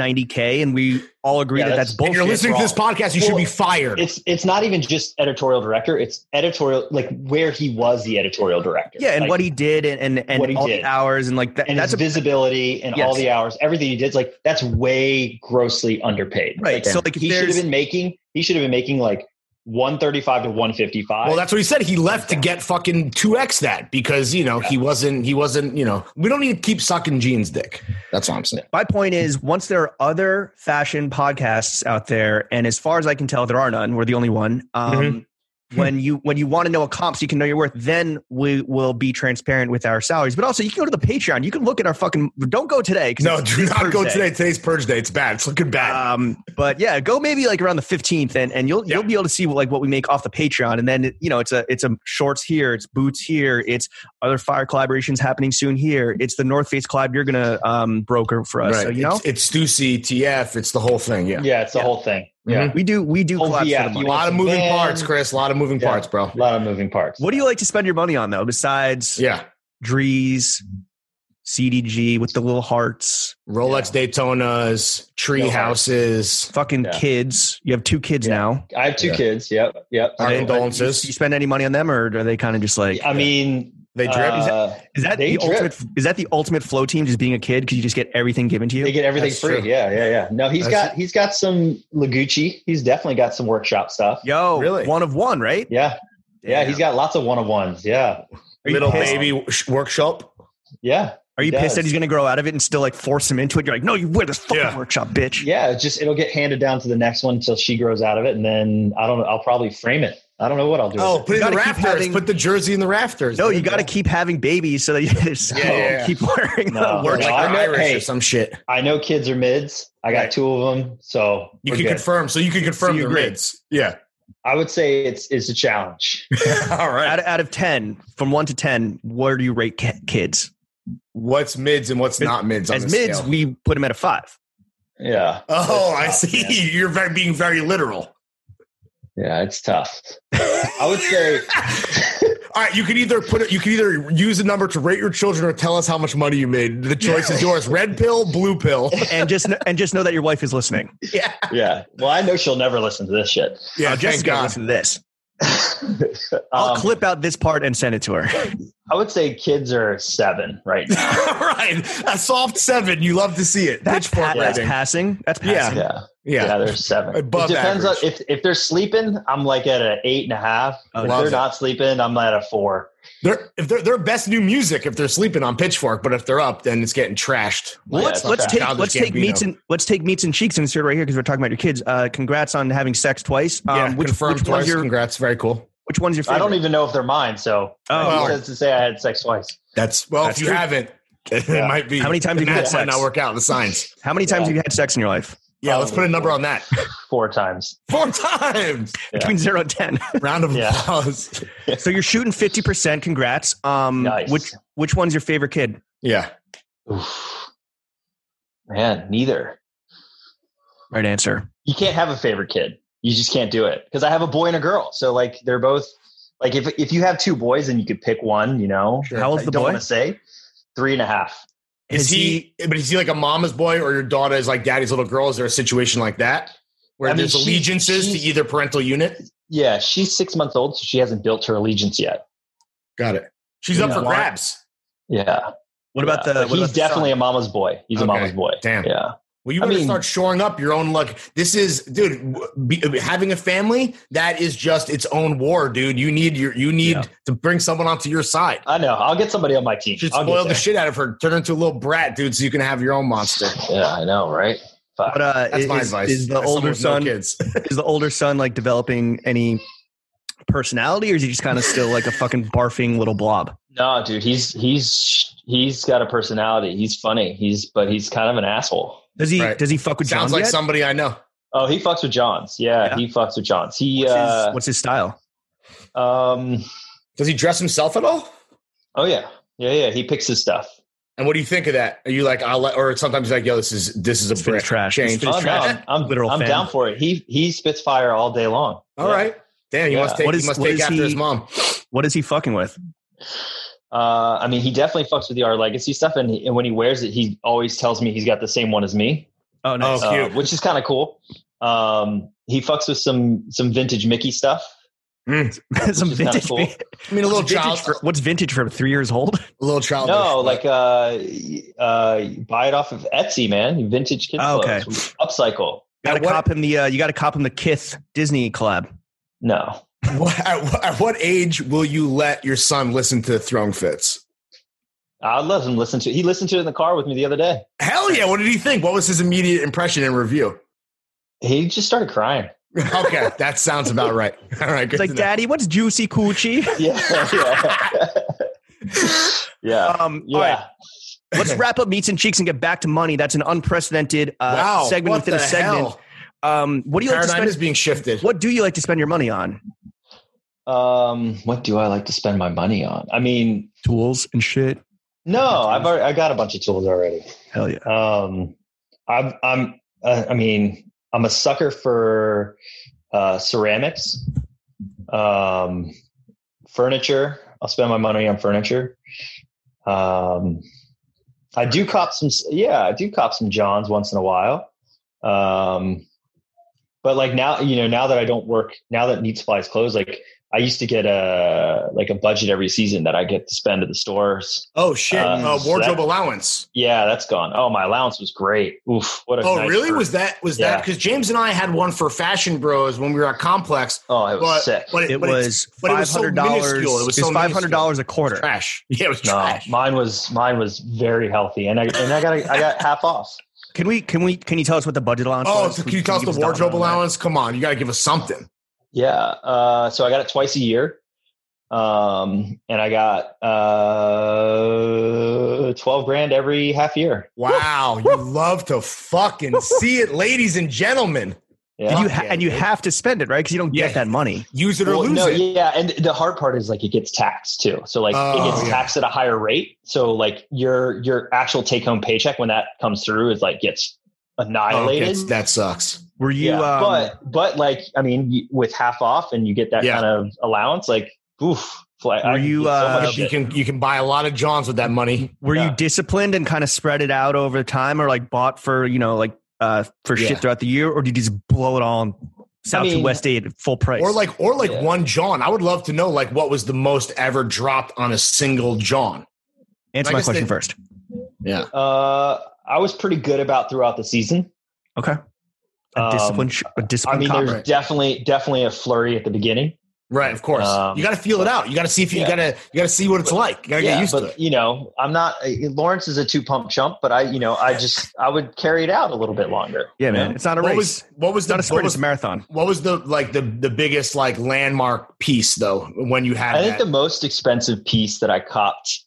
[SPEAKER 1] 90k and we all agree that
[SPEAKER 3] Yeah,
[SPEAKER 1] that's,
[SPEAKER 3] that's-
[SPEAKER 4] if
[SPEAKER 1] bullshit.
[SPEAKER 4] you're listening to this podcast, you should
[SPEAKER 3] Well,
[SPEAKER 4] be fired.
[SPEAKER 3] It's it's not even just editorial director. It's editorial like where he was the editorial director.
[SPEAKER 1] yeah, and
[SPEAKER 3] Like,
[SPEAKER 1] what he did and and, and
[SPEAKER 3] What he
[SPEAKER 1] all
[SPEAKER 3] did.
[SPEAKER 1] the hours and like that,
[SPEAKER 3] and
[SPEAKER 1] that's
[SPEAKER 3] his
[SPEAKER 1] a
[SPEAKER 3] visibility and all
[SPEAKER 1] Yes.
[SPEAKER 3] the hours, everything he did, like that's way grossly underpaid.
[SPEAKER 1] right.
[SPEAKER 3] Like,
[SPEAKER 1] So like if
[SPEAKER 3] he should have
[SPEAKER 1] there's
[SPEAKER 3] been making he should have been making like one thirty five to one fifty five.
[SPEAKER 4] Well, that's what he said. He left to get fucking two x that because you know he wasn't. He wasn't. You know, we don't need to keep sucking Gene's dick. That's what I'm saying.
[SPEAKER 1] my point is once there are other fashion podcasts out there and as far as i can tell there are none we're the only one
[SPEAKER 3] Mm-hmm.
[SPEAKER 1] um,
[SPEAKER 3] Hmm.
[SPEAKER 1] when you when you want to know a comp so you can know your worth then we will be transparent with our salaries but also you can go to the patreon you can look at our fucking don't go today 'cause
[SPEAKER 4] No,
[SPEAKER 1] it's-
[SPEAKER 4] do
[SPEAKER 1] it's
[SPEAKER 4] not go
[SPEAKER 1] Thursday.
[SPEAKER 4] today. Today's purge day. It's bad. It's looking bad.
[SPEAKER 1] um but yeah go maybe like around the 15th and and you'll
[SPEAKER 4] Yeah.
[SPEAKER 1] you'll be able to see what, like what we make off the patreon and then you know it's a it's a shorts here it's boots here it's other fire collaborations happening soon here it's the north face collab you're gonna um broker for us so you know
[SPEAKER 4] it's, it's Stussy, TF. It's the whole thing. Yeah,
[SPEAKER 3] yeah, it's the
[SPEAKER 1] Yeah. Mm-hmm.
[SPEAKER 3] whole thing.
[SPEAKER 4] Mhm.
[SPEAKER 3] Yeah.
[SPEAKER 1] we do we do
[SPEAKER 3] Oh,
[SPEAKER 1] collabs
[SPEAKER 3] yeah,
[SPEAKER 1] for the
[SPEAKER 3] you
[SPEAKER 1] money.
[SPEAKER 4] a lot of moving
[SPEAKER 3] Man.
[SPEAKER 4] parts, Chris. A lot of moving
[SPEAKER 3] Yeah.
[SPEAKER 4] parts, bro.
[SPEAKER 3] A lot of moving parts.
[SPEAKER 1] What do you like to spend your money on though? Besides
[SPEAKER 4] Yeah,
[SPEAKER 1] Drees, CDG with the little hearts,
[SPEAKER 4] Rolex Daytonas, tree
[SPEAKER 3] No
[SPEAKER 4] houses.
[SPEAKER 1] fucking
[SPEAKER 3] Yeah.
[SPEAKER 1] kids. You have two kids
[SPEAKER 3] Yeah.
[SPEAKER 1] now.
[SPEAKER 3] I have two
[SPEAKER 4] Yeah.
[SPEAKER 3] kids. Yep. Yep.
[SPEAKER 4] Our
[SPEAKER 1] Are
[SPEAKER 3] So,
[SPEAKER 1] they-
[SPEAKER 4] condolences.
[SPEAKER 1] You spend any money on them, or are they kind of just like?
[SPEAKER 3] I mean,
[SPEAKER 4] They drip.
[SPEAKER 3] uh,
[SPEAKER 1] is that
[SPEAKER 3] they
[SPEAKER 1] the
[SPEAKER 3] drip.
[SPEAKER 1] ultimate? Is that the ultimate flow team? Just being a kid because you just get everything given to you.
[SPEAKER 3] They get everything
[SPEAKER 4] That's
[SPEAKER 3] free.
[SPEAKER 4] true.
[SPEAKER 3] Yeah, yeah, yeah. No, he's
[SPEAKER 4] That's-
[SPEAKER 3] got he's got some Lagucci. He's definitely got some workshop stuff.
[SPEAKER 1] Yo,
[SPEAKER 4] Really?
[SPEAKER 1] one of one, right?
[SPEAKER 3] Yeah, yeah.
[SPEAKER 1] Damn.
[SPEAKER 3] He's got lots of one of ones. Yeah,
[SPEAKER 1] Are you
[SPEAKER 4] little
[SPEAKER 1] pissed?
[SPEAKER 4] baby sh- workshop.
[SPEAKER 3] yeah,
[SPEAKER 1] Are you
[SPEAKER 3] He
[SPEAKER 1] pissed that he's
[SPEAKER 3] does.
[SPEAKER 1] gonna grow out of it and still like force him into it? You're like, no, you wear this fucking
[SPEAKER 4] Yeah.
[SPEAKER 1] workshop, bitch.
[SPEAKER 3] yeah. It's just it'll get handed down to the next one until she grows out of it, and then I don't. know. I'll probably frame it. I don't know what I'll do.
[SPEAKER 4] Oh,
[SPEAKER 3] with
[SPEAKER 4] put it in
[SPEAKER 1] gotta
[SPEAKER 4] the
[SPEAKER 1] keep
[SPEAKER 4] rafters.
[SPEAKER 1] having-
[SPEAKER 4] put the jersey in the rafters.
[SPEAKER 1] No,
[SPEAKER 4] There
[SPEAKER 1] you got to
[SPEAKER 4] go.
[SPEAKER 1] keep having babies so that you just
[SPEAKER 4] Yeah, yeah, yeah.
[SPEAKER 1] keep wearing
[SPEAKER 3] No.
[SPEAKER 1] them.
[SPEAKER 4] work
[SPEAKER 3] No,
[SPEAKER 4] like
[SPEAKER 3] I
[SPEAKER 4] an
[SPEAKER 3] know-
[SPEAKER 4] Irish
[SPEAKER 3] hey.
[SPEAKER 4] or some shit.
[SPEAKER 3] it. I know kids are mids. I got
[SPEAKER 4] Right.
[SPEAKER 3] two of them, so
[SPEAKER 4] You
[SPEAKER 3] we're
[SPEAKER 4] can
[SPEAKER 3] good.
[SPEAKER 4] confirm. So you can confirm
[SPEAKER 1] you
[SPEAKER 4] your
[SPEAKER 1] agree.
[SPEAKER 4] rates. Yeah.
[SPEAKER 3] I would say it's it's a challenge.
[SPEAKER 4] All right.
[SPEAKER 1] Out of, out of ten, from one to ten, where do you rate ki- kids?
[SPEAKER 4] what's mids and what's
[SPEAKER 1] Mid-
[SPEAKER 4] not mids on
[SPEAKER 1] As
[SPEAKER 4] this
[SPEAKER 1] mids,
[SPEAKER 4] scale?
[SPEAKER 1] we put them at a five.
[SPEAKER 3] yeah,
[SPEAKER 4] oh, I
[SPEAKER 3] It's tough,
[SPEAKER 4] see.
[SPEAKER 3] man.
[SPEAKER 4] You're very, being very literal.
[SPEAKER 3] yeah. It's tough. I would say
[SPEAKER 4] All right, you can either put it. You can either use a number to rate your children or tell us how much money you made. The choice is yours: red pill, blue pill.
[SPEAKER 1] and just kn- and just know that your wife is listening.
[SPEAKER 4] Yeah,
[SPEAKER 3] yeah. Well, I know she'll never listen to this shit.
[SPEAKER 4] yeah.
[SPEAKER 1] Uh,
[SPEAKER 4] thank
[SPEAKER 1] Jessica,
[SPEAKER 4] God.
[SPEAKER 1] listen to this. I'll
[SPEAKER 3] Um,
[SPEAKER 1] clip out this part and send it to her.
[SPEAKER 3] I would say kids are seven right now.
[SPEAKER 4] All right, a soft seven. You love to see it.
[SPEAKER 1] That's,
[SPEAKER 4] Pitchfork
[SPEAKER 1] pa- that's
[SPEAKER 4] rating.
[SPEAKER 1] passing. That's
[SPEAKER 4] Yeah.
[SPEAKER 1] passing.
[SPEAKER 3] Yeah,
[SPEAKER 4] Yeah.
[SPEAKER 3] yeah, they're seven.
[SPEAKER 4] Above
[SPEAKER 3] it depends
[SPEAKER 4] average.
[SPEAKER 3] on if if they're sleeping. I'm like at an eight and a half.
[SPEAKER 1] Oh,
[SPEAKER 3] if
[SPEAKER 4] love
[SPEAKER 3] they're
[SPEAKER 4] it.
[SPEAKER 3] not sleeping, I'm at a four.
[SPEAKER 4] They're if they're their best new music if they're sleeping on Pitchfork, but if they're up, then it's getting trashed.
[SPEAKER 1] Well,
[SPEAKER 3] Yeah,
[SPEAKER 1] let's
[SPEAKER 3] it's
[SPEAKER 1] let's
[SPEAKER 3] okay.
[SPEAKER 1] take
[SPEAKER 4] Childish
[SPEAKER 1] let's take
[SPEAKER 4] Gambino.
[SPEAKER 1] meats and let's take meats and cheeks and insert right here because we're talking about your kids. Uh, congrats on having sex twice. Um,
[SPEAKER 4] yeah,
[SPEAKER 1] which,
[SPEAKER 4] confirmed
[SPEAKER 1] which
[SPEAKER 4] twice.
[SPEAKER 1] one's your
[SPEAKER 4] Congrats, very cool.
[SPEAKER 1] which one's your favorite?
[SPEAKER 3] I don't even know if they're mine. So
[SPEAKER 1] Oh.
[SPEAKER 3] oh, says to say I had sex twice.
[SPEAKER 4] That's well,
[SPEAKER 1] That's
[SPEAKER 4] if you
[SPEAKER 1] true.
[SPEAKER 4] haven't, it
[SPEAKER 3] Yeah.
[SPEAKER 4] might be.
[SPEAKER 1] How many times
[SPEAKER 4] the
[SPEAKER 1] have you had
[SPEAKER 4] math might
[SPEAKER 1] sex?
[SPEAKER 4] not work out. The science.
[SPEAKER 1] How many times
[SPEAKER 3] Yeah.
[SPEAKER 1] have you had sex in your life?
[SPEAKER 4] Yeah, let's put a number on that.
[SPEAKER 3] Four times.
[SPEAKER 4] Four times.
[SPEAKER 3] Yeah.
[SPEAKER 1] Between zero and ten.
[SPEAKER 4] Round of
[SPEAKER 3] Yeah.
[SPEAKER 4] applause.
[SPEAKER 1] so you're shooting fifty percent. Congrats. Um,
[SPEAKER 3] Nice.
[SPEAKER 1] which which one's your favorite kid?
[SPEAKER 4] Yeah.
[SPEAKER 3] Oof. Man, neither.
[SPEAKER 1] Right answer.
[SPEAKER 3] You can't have a favorite kid. You just can't do it because I have a boy and a girl. So like they're both like if if you have two boys and you could pick one, you know.
[SPEAKER 4] Sure.
[SPEAKER 1] How old's
[SPEAKER 3] I
[SPEAKER 1] the
[SPEAKER 3] don't
[SPEAKER 1] boy?
[SPEAKER 3] want to say three and a half.
[SPEAKER 4] Is
[SPEAKER 1] Has
[SPEAKER 4] he, but is he like a mama's boy or your daughter is like daddy's little girl? Is there a situation like that where
[SPEAKER 3] I mean,
[SPEAKER 4] there's
[SPEAKER 3] she-
[SPEAKER 4] allegiances to
[SPEAKER 3] she's-
[SPEAKER 4] either parental unit?
[SPEAKER 3] Yeah, she's six months old, so she hasn't built her allegiance yet.
[SPEAKER 4] Got it. She's up
[SPEAKER 3] Yeah.
[SPEAKER 4] for grabs.
[SPEAKER 3] Yeah.
[SPEAKER 1] What about
[SPEAKER 3] Yeah.
[SPEAKER 1] the? what
[SPEAKER 3] But Uh, he's
[SPEAKER 1] about the son?
[SPEAKER 3] definitely a mama's boy. He's
[SPEAKER 4] Okay.
[SPEAKER 3] a mama's boy.
[SPEAKER 4] Damn.
[SPEAKER 3] Yeah.
[SPEAKER 4] Well, you
[SPEAKER 3] I
[SPEAKER 4] better
[SPEAKER 3] mean-
[SPEAKER 4] start shoring up your own. Like this is, dude. Be, having a family that is just its own war, dude. You need your, you need
[SPEAKER 1] Yeah.
[SPEAKER 4] to bring someone onto your side.
[SPEAKER 3] I know. I'll get somebody on my team.
[SPEAKER 4] You should
[SPEAKER 3] I'll
[SPEAKER 4] spoil
[SPEAKER 3] get
[SPEAKER 4] the shit out of her, turn her into a little brat, dude, so you can have your own monster.
[SPEAKER 3] there. Yeah, I know, right? Fuck.
[SPEAKER 1] But uh,
[SPEAKER 4] That's
[SPEAKER 1] is,
[SPEAKER 4] my advice.
[SPEAKER 1] is the
[SPEAKER 4] As someone
[SPEAKER 1] older
[SPEAKER 4] with no
[SPEAKER 1] son
[SPEAKER 4] kids.
[SPEAKER 1] is the older son like developing any personality, or is he just kind of still like a fucking barfing little blob?
[SPEAKER 3] no, dude, he's he's he's got a personality. He's funny. He's but he's kind of an asshole.
[SPEAKER 1] Does he
[SPEAKER 4] Right.
[SPEAKER 1] does he fuck with
[SPEAKER 4] Sounds
[SPEAKER 1] John
[SPEAKER 4] like
[SPEAKER 1] yet?
[SPEAKER 4] somebody I know.
[SPEAKER 3] Oh, he fucks with Johns. Yeah,
[SPEAKER 1] Yeah.
[SPEAKER 3] he fucks with Johns. He
[SPEAKER 1] What's,
[SPEAKER 3] uh
[SPEAKER 1] his, what's his style?
[SPEAKER 3] um
[SPEAKER 4] Does he dress himself at all?
[SPEAKER 3] oh yeah. Yeah, yeah. He picks his stuff.
[SPEAKER 4] And what do you think of that? Are you like, I'll let, or sometimes like, yo, this is this is a
[SPEAKER 1] This fit is
[SPEAKER 4] brick
[SPEAKER 1] trash. This
[SPEAKER 4] change.
[SPEAKER 1] fit is
[SPEAKER 3] Oh, no,
[SPEAKER 1] trash.
[SPEAKER 3] I'm I'm,
[SPEAKER 1] Literal
[SPEAKER 3] I'm
[SPEAKER 1] fan.
[SPEAKER 3] down for it. He he spits fire all day long.
[SPEAKER 4] All
[SPEAKER 3] Yeah.
[SPEAKER 4] right, Damn, he
[SPEAKER 3] Yeah.
[SPEAKER 4] must take,
[SPEAKER 1] What is-
[SPEAKER 4] he must
[SPEAKER 1] what
[SPEAKER 4] take
[SPEAKER 1] is
[SPEAKER 4] after
[SPEAKER 1] he-
[SPEAKER 4] his mom.
[SPEAKER 1] What is he fucking with?
[SPEAKER 3] Uh, I mean, he definitely fucks with the R Legacy stuff, and, he, and when he wears it, he always tells me he's got the same one as me,
[SPEAKER 1] Oh, nice.
[SPEAKER 4] Oh,
[SPEAKER 3] uh,
[SPEAKER 4] cute.
[SPEAKER 3] which is kind of cool. Um, he fucks with some some vintage Mickey stuff.
[SPEAKER 1] Some
[SPEAKER 3] which is kinda
[SPEAKER 1] vintage.
[SPEAKER 3] cool.
[SPEAKER 4] I mean, a little
[SPEAKER 1] What's vintage
[SPEAKER 4] child,
[SPEAKER 1] for- what's vintage for three years old?
[SPEAKER 4] a little
[SPEAKER 1] Oh,
[SPEAKER 4] child.
[SPEAKER 3] No, like uh, uh, buy it off of Etsy, man. Vintage kids
[SPEAKER 1] Oh, okay.
[SPEAKER 3] clothes, upcycle.
[SPEAKER 1] Got to
[SPEAKER 4] At what-
[SPEAKER 1] cop him the. Uh, you got to cop him the Kith Disney collab.
[SPEAKER 3] No,
[SPEAKER 4] What- at, at what age will you let your son listen to Throne Fits?
[SPEAKER 3] I let him listen to. He listened to it in the car with me the other day.
[SPEAKER 4] Hell yeah! What did he think? What was his immediate impression and review?
[SPEAKER 3] He just started crying.
[SPEAKER 4] Okay, that sounds about right. All right, good.
[SPEAKER 1] It's like,
[SPEAKER 4] to know.
[SPEAKER 1] Daddy, what's juicy coochie?
[SPEAKER 3] Yeah, yeah, yeah.
[SPEAKER 1] Um,
[SPEAKER 3] yeah.
[SPEAKER 1] All right, let's wrap up meats and cheeks and get back to money. That's an unprecedented uh,
[SPEAKER 4] wow,
[SPEAKER 1] segment
[SPEAKER 4] what
[SPEAKER 1] within a
[SPEAKER 4] the
[SPEAKER 1] segment.
[SPEAKER 4] hell?
[SPEAKER 1] Um, what do you like to
[SPEAKER 4] Paradigm
[SPEAKER 1] spend?
[SPEAKER 4] is being shifted.
[SPEAKER 1] what do you like to spend your money on?
[SPEAKER 3] Um, what do I like to spend my money on? I mean,
[SPEAKER 1] Tools and shit.
[SPEAKER 3] no, I've already, I got a bunch of tools already.
[SPEAKER 1] Hell yeah.
[SPEAKER 3] Um, I'm I'm uh, I mean I'm a sucker for uh, ceramics, um, furniture. I'll spend my money on furniture. Um, I do cop some yeah I do cop some Johns once in a while. Um, but like now you know now that I don't work now that Neat Supplies closed like. I used to get a like a budget every season that I get to spend at the stores
[SPEAKER 4] Oh shit!
[SPEAKER 3] Uh,
[SPEAKER 4] Uh, wardrobe
[SPEAKER 3] that-
[SPEAKER 4] allowance.
[SPEAKER 3] yeah, that's gone. Oh, my allowance was great. Oof, what a
[SPEAKER 4] Oh
[SPEAKER 3] nice
[SPEAKER 4] really?
[SPEAKER 3] perk.
[SPEAKER 4] Was that was
[SPEAKER 3] Yeah.
[SPEAKER 4] that because James and I had one for Fashion Bros when we were at Complex,
[SPEAKER 3] oh, it was
[SPEAKER 4] but
[SPEAKER 3] sick.
[SPEAKER 4] but
[SPEAKER 1] It
[SPEAKER 4] but it's
[SPEAKER 1] was
[SPEAKER 4] but it
[SPEAKER 1] five
[SPEAKER 4] was so
[SPEAKER 1] hundred dollars. It
[SPEAKER 4] minuscule. It
[SPEAKER 1] was,
[SPEAKER 4] was so
[SPEAKER 1] five hundred dollars a quarter.
[SPEAKER 4] trash. Yeah, it was
[SPEAKER 3] no,
[SPEAKER 4] trash.
[SPEAKER 3] mine was mine was very healthy, and I and I got a, I got half off.
[SPEAKER 1] Can we? Can we? Can you tell us what the budget allowance?
[SPEAKER 4] Oh,
[SPEAKER 1] was?
[SPEAKER 4] so can you tell us
[SPEAKER 1] give
[SPEAKER 4] the
[SPEAKER 1] a dollar
[SPEAKER 4] wardrobe
[SPEAKER 1] on that?
[SPEAKER 4] allowance? Come on, you got to give us something.
[SPEAKER 3] Yeah, uh, so I got it twice a year, um, and I got uh, twelve grand every half year.
[SPEAKER 4] Wow, you love to fucking see it, ladies and gentlemen.
[SPEAKER 3] Yeah,
[SPEAKER 1] And you ha-
[SPEAKER 4] Yeah.
[SPEAKER 1] and you have to spend it right because you don't
[SPEAKER 4] Yeah.
[SPEAKER 1] get that money.
[SPEAKER 4] Use it or
[SPEAKER 3] Well,
[SPEAKER 4] lose
[SPEAKER 3] no,
[SPEAKER 4] it.
[SPEAKER 3] yeah, and the hard part is like it gets taxed too. So like
[SPEAKER 4] Oh,
[SPEAKER 3] it gets
[SPEAKER 4] yeah.
[SPEAKER 3] taxed at a higher rate. So like your your actual take home paycheck when that comes through is like gets
[SPEAKER 4] Oh,
[SPEAKER 3] annihilated.
[SPEAKER 4] that's- that sucks.
[SPEAKER 1] Were you?
[SPEAKER 3] yeah,
[SPEAKER 1] um,
[SPEAKER 3] but but like I mean, you, with half off and you get that
[SPEAKER 4] Yeah.
[SPEAKER 3] kind of allowance, like oof. Like,
[SPEAKER 1] Were
[SPEAKER 3] I
[SPEAKER 1] you,
[SPEAKER 3] did so
[SPEAKER 1] uh,
[SPEAKER 3] much
[SPEAKER 4] you
[SPEAKER 3] shit.
[SPEAKER 4] can you can buy a lot of Johns with that money.
[SPEAKER 1] were
[SPEAKER 3] yeah.
[SPEAKER 1] you disciplined and kind of spread it out over time, or like bought for you know like uh for
[SPEAKER 4] Yeah.
[SPEAKER 1] shit throughout the year, or did you just blow it all on South to
[SPEAKER 3] mean-
[SPEAKER 1] West Aid at full price?
[SPEAKER 4] Or like or like
[SPEAKER 3] Yeah.
[SPEAKER 4] one John. I would love to know like what was the most ever dropped on a single John.
[SPEAKER 1] answer
[SPEAKER 4] I
[SPEAKER 1] my
[SPEAKER 4] guess
[SPEAKER 1] question
[SPEAKER 4] they-
[SPEAKER 1] first.
[SPEAKER 4] Yeah.
[SPEAKER 3] uh, I was pretty good about throughout the season.
[SPEAKER 1] Okay, a
[SPEAKER 3] Um,
[SPEAKER 1] discipline. sh- A
[SPEAKER 3] I
[SPEAKER 1] discipline.
[SPEAKER 3] mean,
[SPEAKER 1] copper.
[SPEAKER 3] there's definitely definitely a flurry at the beginning.
[SPEAKER 4] Right, of course.
[SPEAKER 3] Um,
[SPEAKER 4] you gotta feel it out. You gotta see if you
[SPEAKER 3] yeah.
[SPEAKER 4] gotta you gotta see what it's like. You gotta get used
[SPEAKER 3] but
[SPEAKER 4] to it.
[SPEAKER 3] you know, I'm not uh, Lawrence is a two pump chump, but I, you know, I just I would carry it out a little bit longer.
[SPEAKER 1] yeah, man,
[SPEAKER 3] Yeah.
[SPEAKER 1] it's not a
[SPEAKER 4] What
[SPEAKER 1] race.
[SPEAKER 4] was what was
[SPEAKER 1] it's
[SPEAKER 4] the
[SPEAKER 1] not a
[SPEAKER 4] what
[SPEAKER 1] sprint.
[SPEAKER 4] was,
[SPEAKER 1] It's a marathon.
[SPEAKER 4] what was the like the the biggest like landmark piece though when you had
[SPEAKER 3] I think
[SPEAKER 4] that?
[SPEAKER 3] the most expensive piece that I copped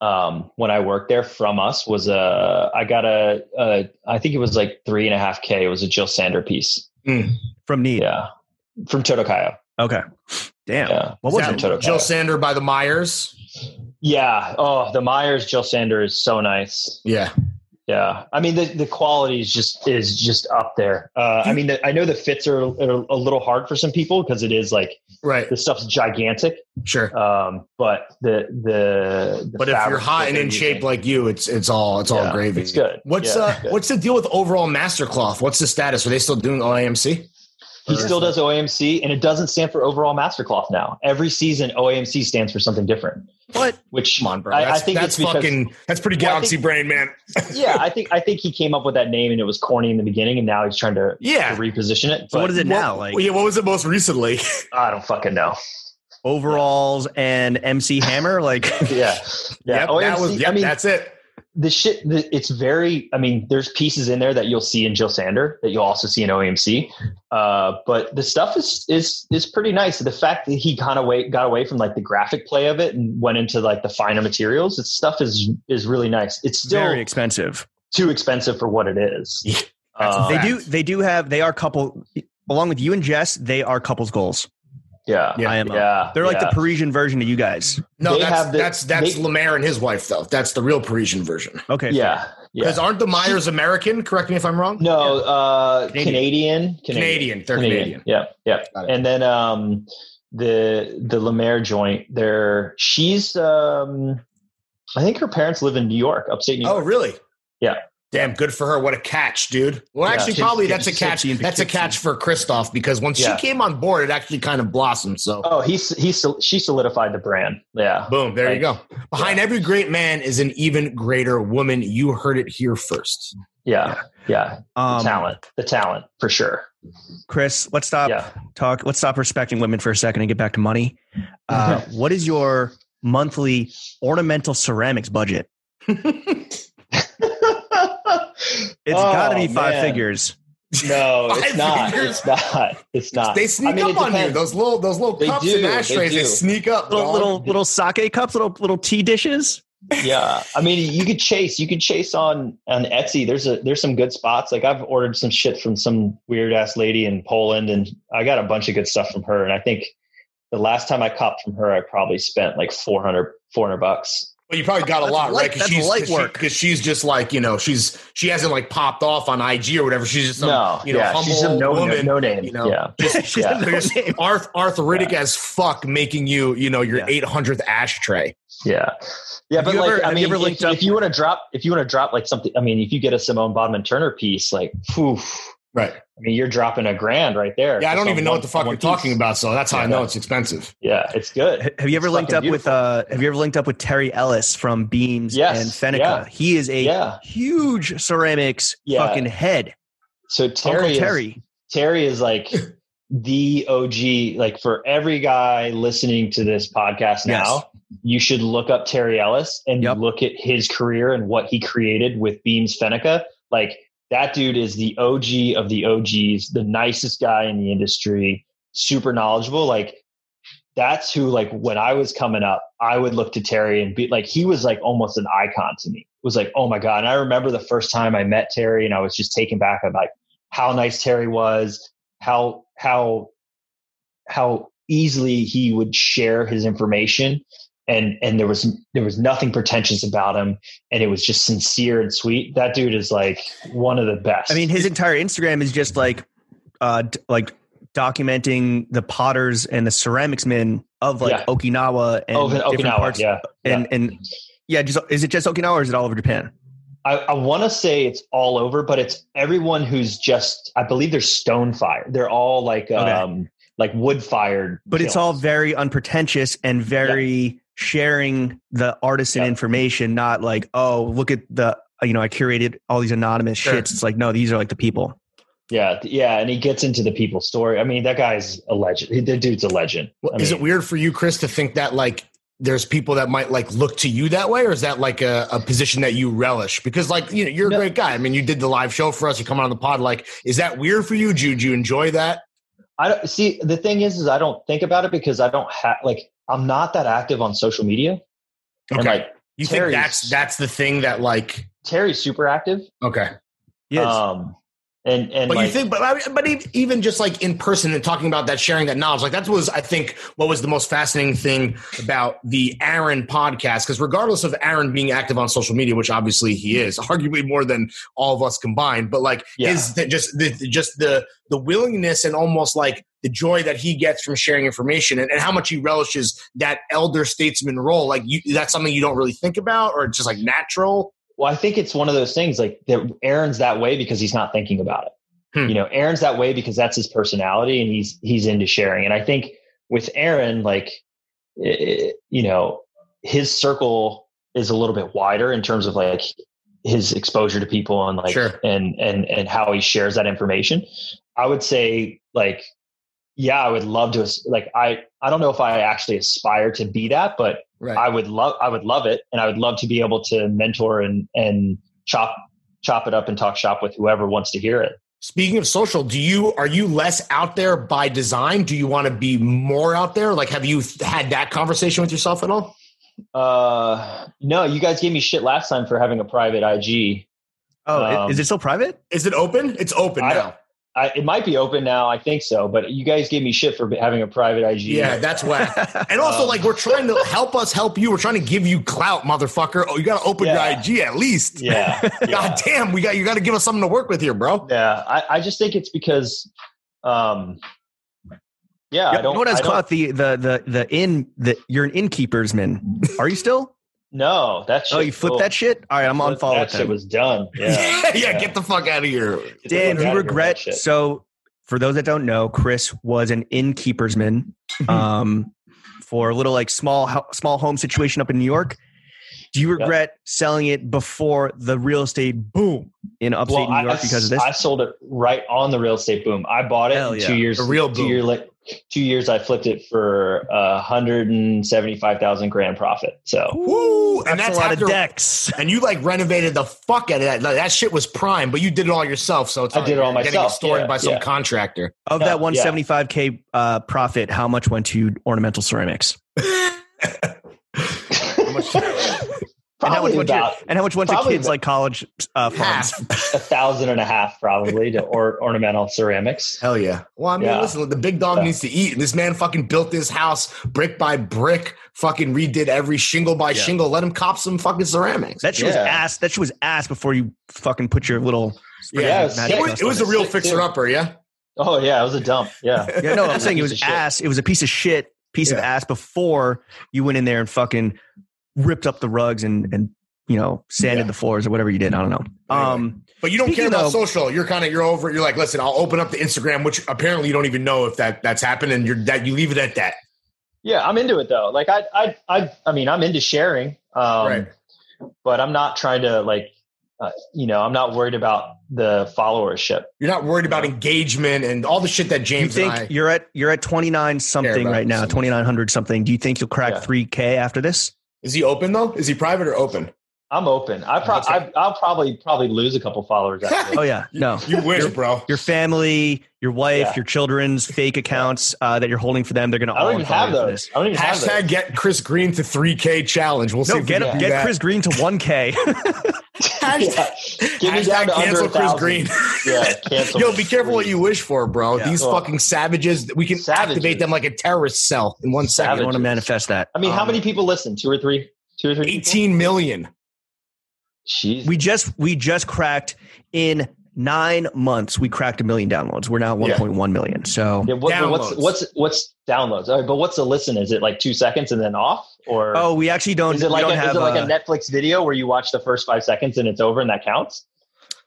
[SPEAKER 3] um, when I worked there from us was a I got a, a I think it was like three and a half k. It was a Jill Sander piece.
[SPEAKER 1] from need.
[SPEAKER 3] Yeah, from Totokayo.
[SPEAKER 1] Okay. Damn.
[SPEAKER 3] Yeah,
[SPEAKER 1] What
[SPEAKER 4] Is
[SPEAKER 1] was
[SPEAKER 4] that
[SPEAKER 1] it?
[SPEAKER 3] Total
[SPEAKER 4] Jill
[SPEAKER 3] Power.
[SPEAKER 4] Sander by the Myers.
[SPEAKER 3] yeah. Oh, the Myers Jill Sander is so nice.
[SPEAKER 4] Yeah.
[SPEAKER 3] Yeah, I mean the, the quality is just is just up there. Uh, I mean, the, I know the fits are, are a little hard for some people because it is like
[SPEAKER 4] Right.
[SPEAKER 3] the stuff's gigantic.
[SPEAKER 4] Sure.
[SPEAKER 3] Um, but the the, the
[SPEAKER 4] but if you're
[SPEAKER 3] fabric
[SPEAKER 4] hot
[SPEAKER 3] that
[SPEAKER 4] and
[SPEAKER 3] they're
[SPEAKER 4] in shape
[SPEAKER 3] using-
[SPEAKER 4] like you, it's it's all it's all
[SPEAKER 3] Yeah,
[SPEAKER 4] gravy.
[SPEAKER 3] it's good.
[SPEAKER 4] What's
[SPEAKER 3] Yeah,
[SPEAKER 4] uh
[SPEAKER 3] it's good.
[SPEAKER 4] what's the deal with overall Mastercloth? What's the status? Are they still doing OAMC?
[SPEAKER 3] He
[SPEAKER 4] Or is
[SPEAKER 3] still
[SPEAKER 4] that-
[SPEAKER 3] does OAMC, and it doesn't stand for overall mastercloth now. Every season, OAMC stands for something different.
[SPEAKER 1] What?
[SPEAKER 3] Which
[SPEAKER 4] Come on, bro.
[SPEAKER 3] I- I
[SPEAKER 4] That's,
[SPEAKER 3] think
[SPEAKER 4] that's
[SPEAKER 3] it's because-
[SPEAKER 4] fucking that's pretty
[SPEAKER 3] Well, I
[SPEAKER 4] galaxy
[SPEAKER 3] think-
[SPEAKER 4] brain, man.
[SPEAKER 3] yeah, I think I think he came up with that name and it was corny in the beginning, and now he's trying to, to
[SPEAKER 4] Yeah.
[SPEAKER 3] reposition it.
[SPEAKER 1] So
[SPEAKER 3] but
[SPEAKER 1] what is it now?
[SPEAKER 4] What-
[SPEAKER 1] Like
[SPEAKER 4] yeah, what was it most recently?
[SPEAKER 3] I don't fucking know.
[SPEAKER 1] overalls and MC Hammer? Like
[SPEAKER 3] Yeah, yeah.
[SPEAKER 4] Yep,
[SPEAKER 3] OAMC.
[SPEAKER 4] that was, yep,
[SPEAKER 3] I mean,
[SPEAKER 4] that's it.
[SPEAKER 3] the shit. The, it's very. I mean, there's pieces in there that you'll see in Jill Sander that you'll also see in OAMC. Uh, but the stuff is is is pretty nice. The fact that he kind of way, got away from like the graphic play of it and went into like the finer materials. Its stuff is is really nice. It's still
[SPEAKER 1] very expensive.
[SPEAKER 3] too expensive for what it is.
[SPEAKER 4] Yeah, that's
[SPEAKER 3] Uh,
[SPEAKER 1] they do they do have they are couple along with you and Jess, they are couples goals.
[SPEAKER 3] yeah,
[SPEAKER 4] Yeah.
[SPEAKER 1] I am
[SPEAKER 3] yeah.
[SPEAKER 1] They're like
[SPEAKER 3] yeah.
[SPEAKER 1] the Parisian version of you guys.
[SPEAKER 4] No,
[SPEAKER 3] They
[SPEAKER 4] that's
[SPEAKER 3] have the-
[SPEAKER 4] that's that's
[SPEAKER 3] they-
[SPEAKER 4] Lemaire and his wife though. That's the real Parisian version.
[SPEAKER 1] Okay.
[SPEAKER 3] yeah.
[SPEAKER 4] Because
[SPEAKER 3] Yeah.
[SPEAKER 4] aren't the Myers American? Correct me if I'm wrong.
[SPEAKER 3] No, uh, Canadian.
[SPEAKER 4] Canadian. They're Canadian.
[SPEAKER 3] Yeah, yeah.
[SPEAKER 4] Got it.
[SPEAKER 3] And then um, the the Lemaire joint. There, she's. Um, I think her parents live in New York, upstate New York.
[SPEAKER 4] Oh, really?
[SPEAKER 3] Yeah.
[SPEAKER 4] Damn, good for her. What a catch, dude. Well,
[SPEAKER 3] Yeah.
[SPEAKER 4] actually,
[SPEAKER 3] She's-
[SPEAKER 4] probably
[SPEAKER 1] yeah,
[SPEAKER 4] that's a
[SPEAKER 1] she's
[SPEAKER 4] catch.
[SPEAKER 1] 16 to
[SPEAKER 4] That's a
[SPEAKER 1] 16.
[SPEAKER 4] catch for Kristoff because once
[SPEAKER 3] Yeah.
[SPEAKER 4] she came on board, it actually kind of blossomed. So,
[SPEAKER 3] Oh, he's he's she solidified the brand. Yeah.
[SPEAKER 4] boom, there you go.
[SPEAKER 3] Like,
[SPEAKER 4] Behind every great man is an even greater woman. You heard it here first.
[SPEAKER 3] Yeah. Yeah.
[SPEAKER 1] Um,
[SPEAKER 3] talent. The talent for sure.
[SPEAKER 1] Chris, let's
[SPEAKER 4] uh,
[SPEAKER 1] stop
[SPEAKER 3] yeah.
[SPEAKER 1] talk. Let's stop respecting women for a second and get back to money. Uh, what is your monthly ornamental ceramics budget?
[SPEAKER 3] it's
[SPEAKER 1] It's got to be
[SPEAKER 3] Oh,
[SPEAKER 1] five figures.
[SPEAKER 3] No,
[SPEAKER 4] Five
[SPEAKER 3] it's not.
[SPEAKER 4] figures?
[SPEAKER 3] It's not. It's not.
[SPEAKER 4] They sneak
[SPEAKER 3] I mean,
[SPEAKER 4] up
[SPEAKER 3] it
[SPEAKER 4] on you.
[SPEAKER 3] depends.
[SPEAKER 4] Those little those little
[SPEAKER 3] They
[SPEAKER 4] cups
[SPEAKER 3] do,
[SPEAKER 4] and
[SPEAKER 3] they
[SPEAKER 4] ashtrays. They,
[SPEAKER 3] do.
[SPEAKER 4] sneak up.
[SPEAKER 1] Little
[SPEAKER 4] dog.
[SPEAKER 1] little little sake cups, little little tea dishes.
[SPEAKER 3] yeah i mean you could chase you could chase on on etsy there's a there's some good spots like i've ordered some shit from some weird ass lady in poland and i got a bunch of good stuff from her and i think the last time i copped from her i probably spent like 400 400 bucks
[SPEAKER 4] But you probably got a lot,
[SPEAKER 1] light-
[SPEAKER 4] right?
[SPEAKER 1] that's
[SPEAKER 4] she's,
[SPEAKER 1] light
[SPEAKER 4] she-
[SPEAKER 1] work.
[SPEAKER 4] 'cause she's just like you know, she's she hasn't like popped off on IG or whatever. She's just some,
[SPEAKER 3] no
[SPEAKER 4] you know,
[SPEAKER 3] yeah
[SPEAKER 4] humble
[SPEAKER 3] she's some no
[SPEAKER 4] woman.
[SPEAKER 3] name no name
[SPEAKER 4] you know.
[SPEAKER 3] yeah
[SPEAKER 4] Just,
[SPEAKER 3] Yeah.
[SPEAKER 4] they're just arth- arthritic as fuck, making you you know your
[SPEAKER 1] Yeah.
[SPEAKER 4] 800th ashtray.
[SPEAKER 3] yeah yeah
[SPEAKER 1] Have
[SPEAKER 3] but
[SPEAKER 1] you
[SPEAKER 3] like
[SPEAKER 1] ever-
[SPEAKER 3] i
[SPEAKER 1] have you
[SPEAKER 3] mean
[SPEAKER 1] ever
[SPEAKER 3] if,
[SPEAKER 1] linked up-
[SPEAKER 3] if you want to drop if you want to drop like something i mean if you get a simone bodman turner piece like poof
[SPEAKER 4] Right.
[SPEAKER 3] i mean you're dropping a grand right there
[SPEAKER 4] Yeah, I
[SPEAKER 3] Just
[SPEAKER 4] don't
[SPEAKER 3] on
[SPEAKER 4] even know
[SPEAKER 3] one-
[SPEAKER 4] what the fuck
[SPEAKER 3] on
[SPEAKER 4] you're
[SPEAKER 3] one
[SPEAKER 4] talking
[SPEAKER 3] piece.
[SPEAKER 4] about, so that's how I
[SPEAKER 3] Yeah.
[SPEAKER 4] know it's expensive.
[SPEAKER 3] yeah it's good
[SPEAKER 1] Have you ever
[SPEAKER 3] It's
[SPEAKER 1] linked
[SPEAKER 3] fucking
[SPEAKER 1] up with uh have you ever linked up with Terry Ellis from Beams
[SPEAKER 3] Yes,
[SPEAKER 1] and Fenica?
[SPEAKER 3] yeah.
[SPEAKER 1] He is a
[SPEAKER 3] Yeah.
[SPEAKER 1] huge ceramics
[SPEAKER 3] Yeah.
[SPEAKER 1] fucking head.
[SPEAKER 3] So Terry
[SPEAKER 1] Uncle
[SPEAKER 3] is,
[SPEAKER 1] Terry.
[SPEAKER 3] Terry. is like the OG. Like for every guy listening to this podcast now, you should look up Terry Ellis and
[SPEAKER 1] Yep.
[SPEAKER 3] look at his career and what he created with Beams Fenica. Like that dude is the OG of the OGs, the nicest guy in the industry, super knowledgeable. Like that's who like when I was coming up, I would look to Terry and be like he was like almost an icon to me. It was like, oh my God. And I remember the first time I met Terry and I was just taken back of like how nice Terry was, how how how easily he would share his information. And and there was there was nothing pretentious about him and it was just sincere and sweet. That dude is like one of the best.
[SPEAKER 1] I mean, his entire Instagram is just like, uh, d- like documenting the potters and the ceramics men of like
[SPEAKER 3] Yeah.
[SPEAKER 1] Okinawa and
[SPEAKER 3] oh,
[SPEAKER 1] different
[SPEAKER 3] Okinawa,
[SPEAKER 1] parts.
[SPEAKER 3] yeah.
[SPEAKER 1] And and yeah, just is it just Okinawa or is it all over Japan?
[SPEAKER 3] I, I want to say it's all over, but it's everyone who's just. I believe they're stone fired. They're all like um like wood fired.
[SPEAKER 1] But it's all very unpretentious and very sharing the artisan
[SPEAKER 3] Yeah.
[SPEAKER 1] information, not like oh look at the you know I curated all these anonymous
[SPEAKER 4] Sure.
[SPEAKER 1] shits. It's like no, these are like the people.
[SPEAKER 3] yeah, th- yeah. And he gets into the people's story. I mean, that guy's a legend. He- The dude's a legend.
[SPEAKER 4] Well,
[SPEAKER 3] I
[SPEAKER 4] is
[SPEAKER 3] mean,
[SPEAKER 4] it weird for you, Chris, to think that like there's people that might like look to you that way, or is that like a, a position that you relish? Because like you know, you're a
[SPEAKER 3] No.
[SPEAKER 4] great guy. I mean, you did the live show for us. You come on the pod. Like, is that weird for you? Do you, do you enjoy that?
[SPEAKER 3] I don't see. The thing is, is I don't think about it because I don't have like I'm not that active on social media. And like
[SPEAKER 4] you
[SPEAKER 3] Terry's-
[SPEAKER 4] think that's that's the thing that like
[SPEAKER 3] Terry's super active.
[SPEAKER 4] okay.
[SPEAKER 1] Yes.
[SPEAKER 3] Um, and and
[SPEAKER 4] But
[SPEAKER 3] like,
[SPEAKER 4] you think, but I mean, but e- even just like in person and talking about that, sharing that knowledge, like that was, I think, what was the most fascinating thing about the Aaron podcast. Because regardless of Aaron being active on social media, which obviously he is, arguably more than all of us combined, but like
[SPEAKER 3] Mm-hmm. Yeah.
[SPEAKER 4] his the, just the the- just the the willingness and almost like the joy that he gets from sharing information and, and how much he relishes that elder statesman role. Like you, that's something you don't really think about, or it's just like natural.
[SPEAKER 3] Well, I think it's one of those things like that Aaron's that way because he's not thinking about it.
[SPEAKER 4] Hmm.
[SPEAKER 3] You know, Aaron's that way because that's his personality and he's he's into sharing. And I think with Aaron, like i- i- you know, his circle is a little bit wider in terms of like his exposure to people and like
[SPEAKER 4] Sure.
[SPEAKER 3] and and and how he shares that information. I would say like yeah, I would love to as- like I I don't know if I actually aspire to be that, but
[SPEAKER 4] Right.
[SPEAKER 3] I would love I would love it, and I would love to be able to mentor and and chop chop it up and talk shop with whoever wants to hear it.
[SPEAKER 4] Speaking of social, do you are you less out there by design? Do you want to be more out there? Like, have you th- had that conversation with yourself at all?
[SPEAKER 3] Uh, no, you guys gave me shit last time for having a private IG.
[SPEAKER 1] oh, i-
[SPEAKER 3] um,
[SPEAKER 1] is it still private?
[SPEAKER 4] Is it open? It's open
[SPEAKER 3] I
[SPEAKER 4] now.
[SPEAKER 3] I, it might be open now. I think so, but you guys gave me shit for having a private IG.
[SPEAKER 4] Yeah, that's whack. And also,
[SPEAKER 3] Um,
[SPEAKER 4] like, we're trying to help us help you. We're trying to give you clout, motherfucker. Oh, you got to open
[SPEAKER 3] Yeah.
[SPEAKER 4] your IG at least.
[SPEAKER 3] yeah, yeah.
[SPEAKER 4] God damn, we got you. Got to give us something to work with here, bro.
[SPEAKER 3] Yeah, I, I just think it's because, um, yeah, I don't.
[SPEAKER 1] no one has
[SPEAKER 3] I don't-
[SPEAKER 1] caught the the the the inn. The, you're an innkeeper's man. Are you still?
[SPEAKER 3] No, that. Shit,
[SPEAKER 1] Oh, you flipped that shit. All right, I'm on follow
[SPEAKER 3] That
[SPEAKER 1] with
[SPEAKER 3] shit
[SPEAKER 1] that.
[SPEAKER 3] was done. Yeah.
[SPEAKER 4] yeah, get the fuck out of here.
[SPEAKER 1] Dan, you
[SPEAKER 3] Get out of here with that
[SPEAKER 1] regret.
[SPEAKER 3] shit.
[SPEAKER 1] So, for those that don't know, Chris was an innkeeper's man
[SPEAKER 4] Mm-hmm.
[SPEAKER 1] um, for a little like small ho- small home situation up in New York. Do you regret selling it before the real estate boom in upstate
[SPEAKER 3] well, I,
[SPEAKER 1] New York because of this?
[SPEAKER 3] I sold it right on the real estate boom. I bought it
[SPEAKER 1] Hell
[SPEAKER 3] in
[SPEAKER 1] yeah.
[SPEAKER 3] two years.
[SPEAKER 4] A real
[SPEAKER 3] two
[SPEAKER 4] boom.
[SPEAKER 3] year like two years. I flipped it for a hundred and seventy five thousand grand profit. So
[SPEAKER 4] Woo! And that's,
[SPEAKER 1] a lot
[SPEAKER 4] after,
[SPEAKER 1] of decks.
[SPEAKER 4] And you like renovated the fuck out of that. Like, that shit was prime, but you did it all yourself. So it's
[SPEAKER 3] I
[SPEAKER 4] not
[SPEAKER 3] did it
[SPEAKER 4] like
[SPEAKER 3] all
[SPEAKER 4] you're Getting
[SPEAKER 3] myself.
[SPEAKER 4] extorted
[SPEAKER 3] Yeah,
[SPEAKER 4] by some
[SPEAKER 3] yeah.
[SPEAKER 4] contractor.
[SPEAKER 1] Of
[SPEAKER 3] Yeah,
[SPEAKER 1] that
[SPEAKER 3] yeah.
[SPEAKER 1] 175k uh, profit, how much went to ornamental ceramics?
[SPEAKER 3] probably
[SPEAKER 1] and how much went
[SPEAKER 3] about
[SPEAKER 1] to, and how much went to
[SPEAKER 3] probably
[SPEAKER 1] kids
[SPEAKER 3] about-
[SPEAKER 1] like college uh, funds?
[SPEAKER 4] Half.
[SPEAKER 3] a thousand and a half, probably to or, ornamental ceramics.
[SPEAKER 4] Hell yeah. Well, I mean,
[SPEAKER 3] Yeah.
[SPEAKER 4] listen, the big dog
[SPEAKER 3] Yeah.
[SPEAKER 4] needs to eat. And this man fucking built this house brick by brick, fucking redid every shingle by
[SPEAKER 1] Yeah.
[SPEAKER 4] shingle. Let him cop some fucking ceramics.
[SPEAKER 1] That shit was
[SPEAKER 3] Yeah.
[SPEAKER 1] ass. That shit was ass before you fucking put your little.
[SPEAKER 4] Yeah,
[SPEAKER 3] it was
[SPEAKER 1] magic
[SPEAKER 4] it
[SPEAKER 3] sick.
[SPEAKER 4] was,
[SPEAKER 1] dust
[SPEAKER 4] it
[SPEAKER 1] on
[SPEAKER 4] was a real
[SPEAKER 3] Sick, too.
[SPEAKER 4] fixer upper, yeah?
[SPEAKER 3] Oh yeah, it was a dump. Yeah.
[SPEAKER 1] Yeah, no, I'm
[SPEAKER 3] It's a
[SPEAKER 1] saying it
[SPEAKER 3] piece
[SPEAKER 1] was
[SPEAKER 3] of shit.
[SPEAKER 1] ass. It was a piece of shit, piece of
[SPEAKER 4] Yeah.
[SPEAKER 1] ass before you went in there and fucking ripped up the rugs and and you know sanded
[SPEAKER 4] Yeah.
[SPEAKER 1] the floors or whatever you did. I don't know. Um,
[SPEAKER 4] But you don't
[SPEAKER 1] Speaking
[SPEAKER 4] care about
[SPEAKER 1] of-
[SPEAKER 4] social. You're kind of you're over. it. You're like, listen, I'll open up the Instagram, which apparently you don't even know if that that's happened, and you're that you leave it at that.
[SPEAKER 3] Yeah, I'm into it though. Like I, I, I, I mean, I'm into sharing, um,
[SPEAKER 4] Right.
[SPEAKER 3] but I'm not trying to like, uh, you know, I'm not worried about the followership.
[SPEAKER 4] You're not worried about engagement and all the shit that
[SPEAKER 1] you
[SPEAKER 4] James
[SPEAKER 1] think
[SPEAKER 4] and I.
[SPEAKER 1] you're at you're at 29 something
[SPEAKER 4] about
[SPEAKER 1] right now,
[SPEAKER 4] something.
[SPEAKER 1] 2900 something. Do you think you'll crack
[SPEAKER 3] Yeah.
[SPEAKER 1] 3k after this?
[SPEAKER 4] Is he open though? Is he private or open?
[SPEAKER 3] I'm open. I pro-
[SPEAKER 4] That's right.
[SPEAKER 3] I, I'll probably probably lose a couple followers. Actually.
[SPEAKER 1] Oh yeah, no.
[SPEAKER 4] You wish, bro.
[SPEAKER 1] Your family, your wife,
[SPEAKER 3] Yeah.
[SPEAKER 1] your children's fake accounts uh, that you're holding for them, they're gonna
[SPEAKER 3] I
[SPEAKER 1] all
[SPEAKER 3] don't even
[SPEAKER 1] unfollow
[SPEAKER 3] have
[SPEAKER 1] you for
[SPEAKER 3] those.
[SPEAKER 1] this.
[SPEAKER 3] I don't even have
[SPEAKER 4] Hashtag
[SPEAKER 3] those.
[SPEAKER 4] get Chris Green to 3K challenge. We'll see.
[SPEAKER 1] No,
[SPEAKER 4] if we
[SPEAKER 1] get
[SPEAKER 4] can do
[SPEAKER 1] get
[SPEAKER 4] that.
[SPEAKER 1] Chris Green to 1k.
[SPEAKER 4] Hashtag,
[SPEAKER 3] Give me
[SPEAKER 4] hashtag
[SPEAKER 3] down to under
[SPEAKER 4] cancel
[SPEAKER 3] a
[SPEAKER 4] Chris
[SPEAKER 3] thousand.
[SPEAKER 4] Green.
[SPEAKER 3] Yeah, cancel.
[SPEAKER 4] Yo, be careful what you wish for, bro.
[SPEAKER 1] Yeah.
[SPEAKER 4] These
[SPEAKER 3] Well,
[SPEAKER 4] fucking savages, we can
[SPEAKER 3] savages.
[SPEAKER 4] activate them like a terrorist cell in one second.
[SPEAKER 1] I want to
[SPEAKER 3] Savages.
[SPEAKER 1] manifest that.
[SPEAKER 3] I mean, how
[SPEAKER 1] Um,
[SPEAKER 3] many people listen? Two or three? Two or three? people?
[SPEAKER 4] 18 million.
[SPEAKER 3] Jesus.
[SPEAKER 1] We just we just cracked in nine months. We cracked a million downloads. We're now
[SPEAKER 4] Yeah.
[SPEAKER 1] 1.1 million. So
[SPEAKER 3] Yeah, what, but what's
[SPEAKER 4] Downloads.
[SPEAKER 3] what's what's downloads? All right, but what's a listen? Is it like two seconds and then off, or
[SPEAKER 1] oh, we actually don't.
[SPEAKER 3] is it like
[SPEAKER 1] we
[SPEAKER 3] a,
[SPEAKER 1] don't have.
[SPEAKER 3] is it like
[SPEAKER 1] uh,
[SPEAKER 3] a Netflix video where you watch the first five seconds and it's over and that counts?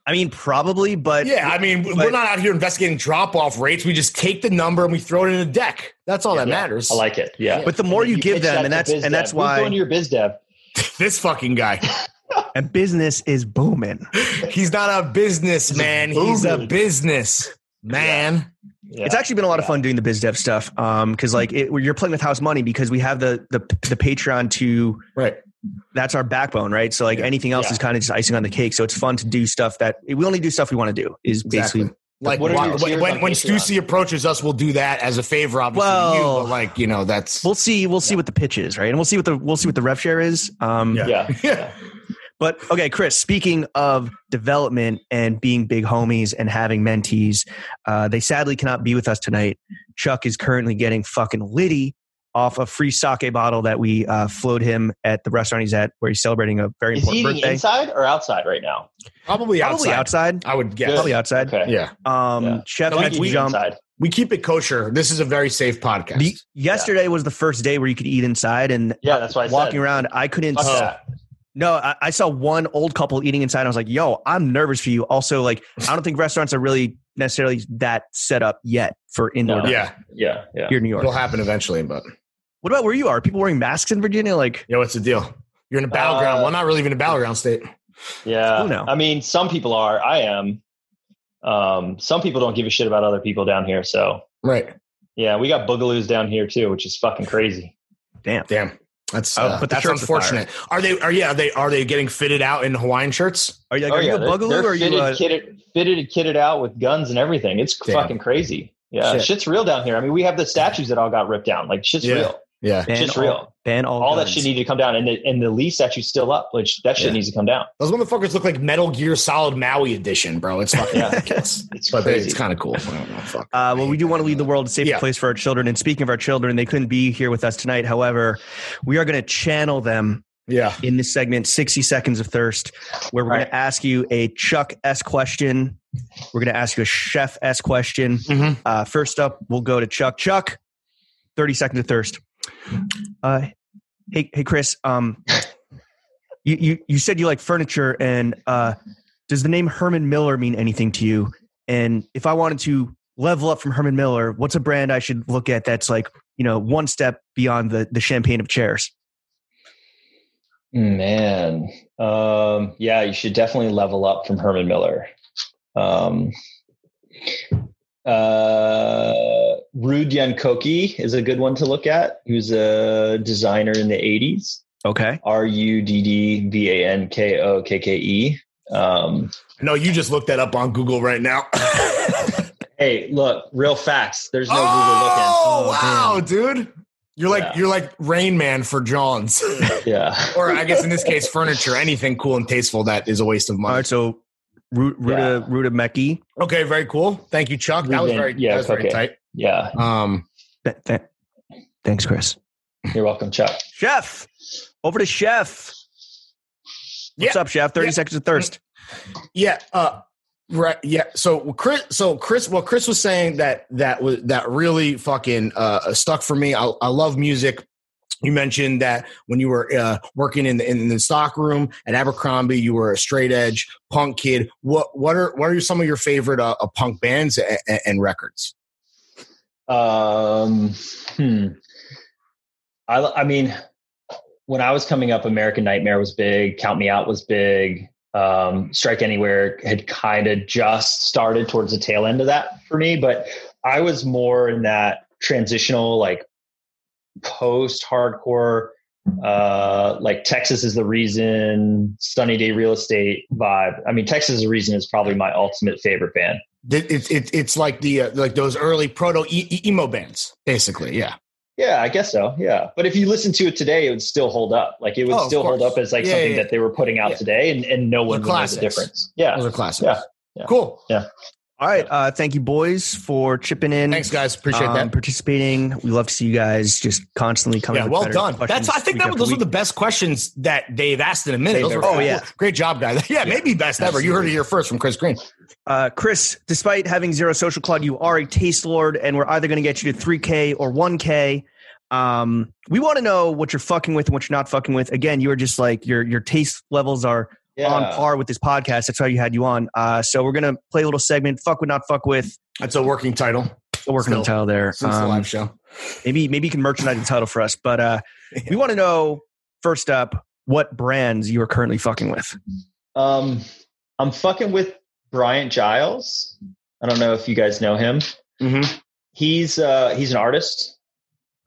[SPEAKER 1] I mean, probably, but
[SPEAKER 4] Yeah, I mean, we're
[SPEAKER 1] but-
[SPEAKER 4] not out here investigating drop off rates. We just take the number and we throw it in a deck. That's all that
[SPEAKER 3] Yeah.
[SPEAKER 4] matters.
[SPEAKER 3] I like it. Yeah.
[SPEAKER 1] But the more
[SPEAKER 3] And
[SPEAKER 1] you
[SPEAKER 3] if
[SPEAKER 1] give
[SPEAKER 3] pitch
[SPEAKER 1] them, and
[SPEAKER 3] that to
[SPEAKER 1] that's-
[SPEAKER 3] biz
[SPEAKER 1] and
[SPEAKER 3] dev,
[SPEAKER 1] that's
[SPEAKER 3] who's
[SPEAKER 1] why-
[SPEAKER 3] going to your biz dev.
[SPEAKER 4] this fucking guy.
[SPEAKER 1] and business is booming.
[SPEAKER 4] He's not a business man. He's a
[SPEAKER 3] boomer.
[SPEAKER 4] business man.
[SPEAKER 3] Yeah.
[SPEAKER 1] It's actually been a lot of
[SPEAKER 3] Yeah.
[SPEAKER 1] fun doing the biz dev stuff because like it, you're playing with house money because we have the the, the Patreon to
[SPEAKER 4] Right.
[SPEAKER 1] that's our backbone, right? So like anything else
[SPEAKER 3] Yeah.
[SPEAKER 1] is kind of just icing on the cake. So it's fun to do stuff that we only do stuff we want to do. Is
[SPEAKER 4] Exactly.
[SPEAKER 1] basically
[SPEAKER 4] Like
[SPEAKER 3] What are
[SPEAKER 4] why-
[SPEAKER 3] your
[SPEAKER 4] when
[SPEAKER 3] tiers
[SPEAKER 4] when,
[SPEAKER 3] on
[SPEAKER 4] when
[SPEAKER 3] Patreon?
[SPEAKER 4] Stussy approaches us, we'll do that as a favor, obviously. to you,
[SPEAKER 1] Well-
[SPEAKER 4] but like you know, that's
[SPEAKER 1] we'll see we'll see
[SPEAKER 3] Yeah.
[SPEAKER 1] what the pitch is, right? And we'll see what the we'll see what the ref share is. Um,
[SPEAKER 3] yeah.
[SPEAKER 1] But okay, Chris, speaking of development and being big homies and having mentees, uh, they sadly cannot be with us tonight. Chuck is currently getting fucking litty off a free sake bottle that we uh, flowed him at the restaurant he's at where he's celebrating a very
[SPEAKER 3] Is he
[SPEAKER 1] important
[SPEAKER 3] eating
[SPEAKER 1] birthday.
[SPEAKER 3] inside or outside right now?
[SPEAKER 4] probably,
[SPEAKER 1] Probably
[SPEAKER 4] outside.
[SPEAKER 1] outside.
[SPEAKER 4] I would guess.
[SPEAKER 3] Good.
[SPEAKER 1] Probably outside.
[SPEAKER 3] Okay.
[SPEAKER 4] Yeah,
[SPEAKER 1] Um,
[SPEAKER 3] Yeah.
[SPEAKER 1] Chef
[SPEAKER 3] No, we
[SPEAKER 1] had
[SPEAKER 3] can
[SPEAKER 1] to
[SPEAKER 3] eat
[SPEAKER 1] jump.
[SPEAKER 3] inside.
[SPEAKER 4] we keep it kosher. This is a very safe podcast.
[SPEAKER 1] The, yesterday was the first day where you could eat inside, and
[SPEAKER 3] Yeah, that's why I
[SPEAKER 1] walking
[SPEAKER 3] said.
[SPEAKER 1] around, I couldn't.
[SPEAKER 3] Fuck
[SPEAKER 1] s-
[SPEAKER 3] that.
[SPEAKER 1] No, I, I saw one old couple eating inside. And I was like, yo, I'm nervous for you. Also, like, I don't think restaurants are really necessarily that set up yet for indoor
[SPEAKER 3] No.
[SPEAKER 1] dining
[SPEAKER 4] yeah,
[SPEAKER 3] Yeah, yeah.
[SPEAKER 1] here in New
[SPEAKER 4] it'll
[SPEAKER 1] York.
[SPEAKER 4] happen eventually. But
[SPEAKER 1] What about where you are? Are people wearing masks in Virginia? Like,
[SPEAKER 4] yo, what's the deal? You're in a battleground.
[SPEAKER 3] Uh,
[SPEAKER 4] well, not really even a battleground state.
[SPEAKER 3] Yeah.
[SPEAKER 1] Who knows?
[SPEAKER 3] I mean, some people are. I am. Um, some people don't give a shit about other people down here. So
[SPEAKER 4] Right.
[SPEAKER 3] yeah, we got boogaloos down here too, which is fucking crazy.
[SPEAKER 1] damn.
[SPEAKER 4] Damn. That's
[SPEAKER 1] Oh,
[SPEAKER 4] uh,
[SPEAKER 1] but the
[SPEAKER 4] that's
[SPEAKER 1] shirts are fire.
[SPEAKER 4] unfortunate. Are they? Are yeah? Are they? Are they getting fitted out in Hawaiian shirts?
[SPEAKER 1] Are you like, are you a
[SPEAKER 3] Oh, they're-
[SPEAKER 1] bugaloo
[SPEAKER 3] they're
[SPEAKER 1] or are you
[SPEAKER 3] fitted,
[SPEAKER 1] a,
[SPEAKER 3] kitted, fitted and kitted out with guns and everything? It's
[SPEAKER 4] Damn.
[SPEAKER 3] fucking crazy. Yeah,
[SPEAKER 4] Shit.
[SPEAKER 3] shit's real down here. I mean, we have the statues that all got ripped down. Like shit's
[SPEAKER 4] Yeah.
[SPEAKER 3] real.
[SPEAKER 4] Yeah.
[SPEAKER 1] Ban
[SPEAKER 3] just
[SPEAKER 1] all-
[SPEAKER 3] real.
[SPEAKER 1] Ban all.
[SPEAKER 3] All that
[SPEAKER 1] guns.
[SPEAKER 3] shit needed to come down, and the, and the Lee statue's still up, which that shit
[SPEAKER 4] Yeah.
[SPEAKER 3] needs to come down.
[SPEAKER 4] Those motherfuckers look like Metal Gear Solid Maui edition, bro. It's fucking
[SPEAKER 3] Yeah.
[SPEAKER 4] ridiculous.
[SPEAKER 3] It's
[SPEAKER 4] But
[SPEAKER 3] crazy.
[SPEAKER 4] it's kind of cool. I don't know. Fuck.
[SPEAKER 1] Uh, well, we do want to leave the world a safer
[SPEAKER 4] Yeah.
[SPEAKER 1] place for our children. And speaking of our children, they couldn't be here with us tonight. However, we are going to channel them
[SPEAKER 4] Yeah.
[SPEAKER 1] in this segment, 60 Seconds of Thirst, where we're going to ask you a Chuck S question. We're going to ask you a Chef S question.
[SPEAKER 4] Mhm.
[SPEAKER 1] Uh, first up, we'll go to Chuck. Chuck, 30 Seconds of Thirst. Uh, hey, hey, Chris, um, you, you, you said you like furniture, and uh, does the name Herman Miller mean anything to you? And if I wanted to level up from Herman Miller, what's a brand I should look at that's like, you know, one step beyond the, the champagne of chairs?
[SPEAKER 3] Man, um, yeah, you should definitely level up from Herman Miller. Um, uh, Rude Yankoki is a good one to look at. He was a designer in the '80s.
[SPEAKER 1] Okay.
[SPEAKER 3] R U D D V A N K O K K E. Um,
[SPEAKER 4] No, you just looked that up on Google right now.
[SPEAKER 3] hey, look, real facts. There's no
[SPEAKER 4] oh,
[SPEAKER 3] Google looking. Oh,
[SPEAKER 4] wow, dude. You're like
[SPEAKER 3] Yeah.
[SPEAKER 4] you're like Rain Man for Johns.
[SPEAKER 3] Yeah.
[SPEAKER 4] or I guess in this case, furniture, anything cool and tasteful that is a waste of
[SPEAKER 1] All
[SPEAKER 4] money.
[SPEAKER 1] right, so Ru- Ruta
[SPEAKER 3] Yeah.
[SPEAKER 1] Ruta Mecki.
[SPEAKER 4] Okay, very cool. Thank you, Chuck. That was
[SPEAKER 3] Ruben,
[SPEAKER 4] very
[SPEAKER 3] yeah,
[SPEAKER 4] that was very
[SPEAKER 3] okay.
[SPEAKER 4] tight.
[SPEAKER 3] Yeah.
[SPEAKER 4] Um
[SPEAKER 1] Th- th- thanks, Chris.
[SPEAKER 3] You're welcome, Chuck.
[SPEAKER 1] Chef, over to Chef. What's
[SPEAKER 4] Yeah.
[SPEAKER 1] up, Chef? Thirty
[SPEAKER 4] Yeah.
[SPEAKER 1] seconds of thirst.
[SPEAKER 4] Yeah. Uh, right. Yeah. So Chris. So Chris. Well, Chris was saying that that was that really fucking uh, stuck for me. I, I love music. You mentioned that when you were uh, working in the, in the stock room at Abercrombie, you were a straight edge punk kid. What what are what are some of your favorite uh, uh, punk bands and, and records?
[SPEAKER 3] Um, hmm. I, I mean, when I was coming up, American Nightmare was big. Count Me Out was big. Um, Strike Anywhere had kind of just started towards the tail end of that for me, but I was more in that transitional, like post-hardcore, uh, like Texas is the reason, Sunny Day Real Estate vibe. I mean, Texas is the reason is probably my ultimate favorite band.
[SPEAKER 4] It, it, it, it's like the uh, like those early proto e- e- emo bands, basically. Yeah.
[SPEAKER 3] Yeah, I guess so. Yeah. But if you listen to it today, it would still hold up. Like it would
[SPEAKER 4] Oh, of
[SPEAKER 3] still hold
[SPEAKER 4] course.
[SPEAKER 3] up as like
[SPEAKER 4] Yeah,
[SPEAKER 3] something
[SPEAKER 4] yeah,
[SPEAKER 3] that they were putting out
[SPEAKER 4] yeah.
[SPEAKER 3] today and, and no
[SPEAKER 4] They're
[SPEAKER 3] one would know the
[SPEAKER 4] classics.
[SPEAKER 3] differs. Yeah.
[SPEAKER 4] Those are classics.
[SPEAKER 3] Yeah. Yeah.
[SPEAKER 4] Cool.
[SPEAKER 1] All right, uh, thank you, boys, for chipping in.
[SPEAKER 4] Thanks, guys. Appreciate
[SPEAKER 1] um,
[SPEAKER 4] that.
[SPEAKER 1] participating. We love to see you guys just constantly coming.
[SPEAKER 4] Yeah,
[SPEAKER 1] with
[SPEAKER 4] well
[SPEAKER 1] better
[SPEAKER 4] done.
[SPEAKER 1] questions
[SPEAKER 4] That's I think
[SPEAKER 1] week
[SPEAKER 4] that was,
[SPEAKER 1] after
[SPEAKER 4] those were
[SPEAKER 1] week.
[SPEAKER 4] the best questions that they've asked in a minute.
[SPEAKER 3] They've
[SPEAKER 4] Those were
[SPEAKER 3] ever
[SPEAKER 4] cool.
[SPEAKER 1] asked. Oh,
[SPEAKER 4] great job, guys. Yeah, maybe best ever. You heard it
[SPEAKER 1] absolutely.
[SPEAKER 4] here first from Chris Green.
[SPEAKER 1] Uh, Chris, despite having zero social cloud, you are a taste lord, and we're either going to get you to 3K or 1K. Um, we want to know what you're fucking with and what you're not fucking with. Again, you are just like your your taste levels are
[SPEAKER 3] Yeah.
[SPEAKER 1] on par with this podcast. That's why you had you on. Uh, so we're gonna play a little segment. Fuck with, not fuck with.
[SPEAKER 4] That's a working title
[SPEAKER 1] Still working on the title there.
[SPEAKER 4] since the
[SPEAKER 1] Um,
[SPEAKER 4] live show.
[SPEAKER 1] maybe maybe you can merchandise the title for us. But uh, we want to know first up what brands you are currently fucking with.
[SPEAKER 3] Um I'm fucking with Bryant Giles. I don't know if you guys know him.
[SPEAKER 4] Mm-hmm.
[SPEAKER 3] He's uh he's an artist.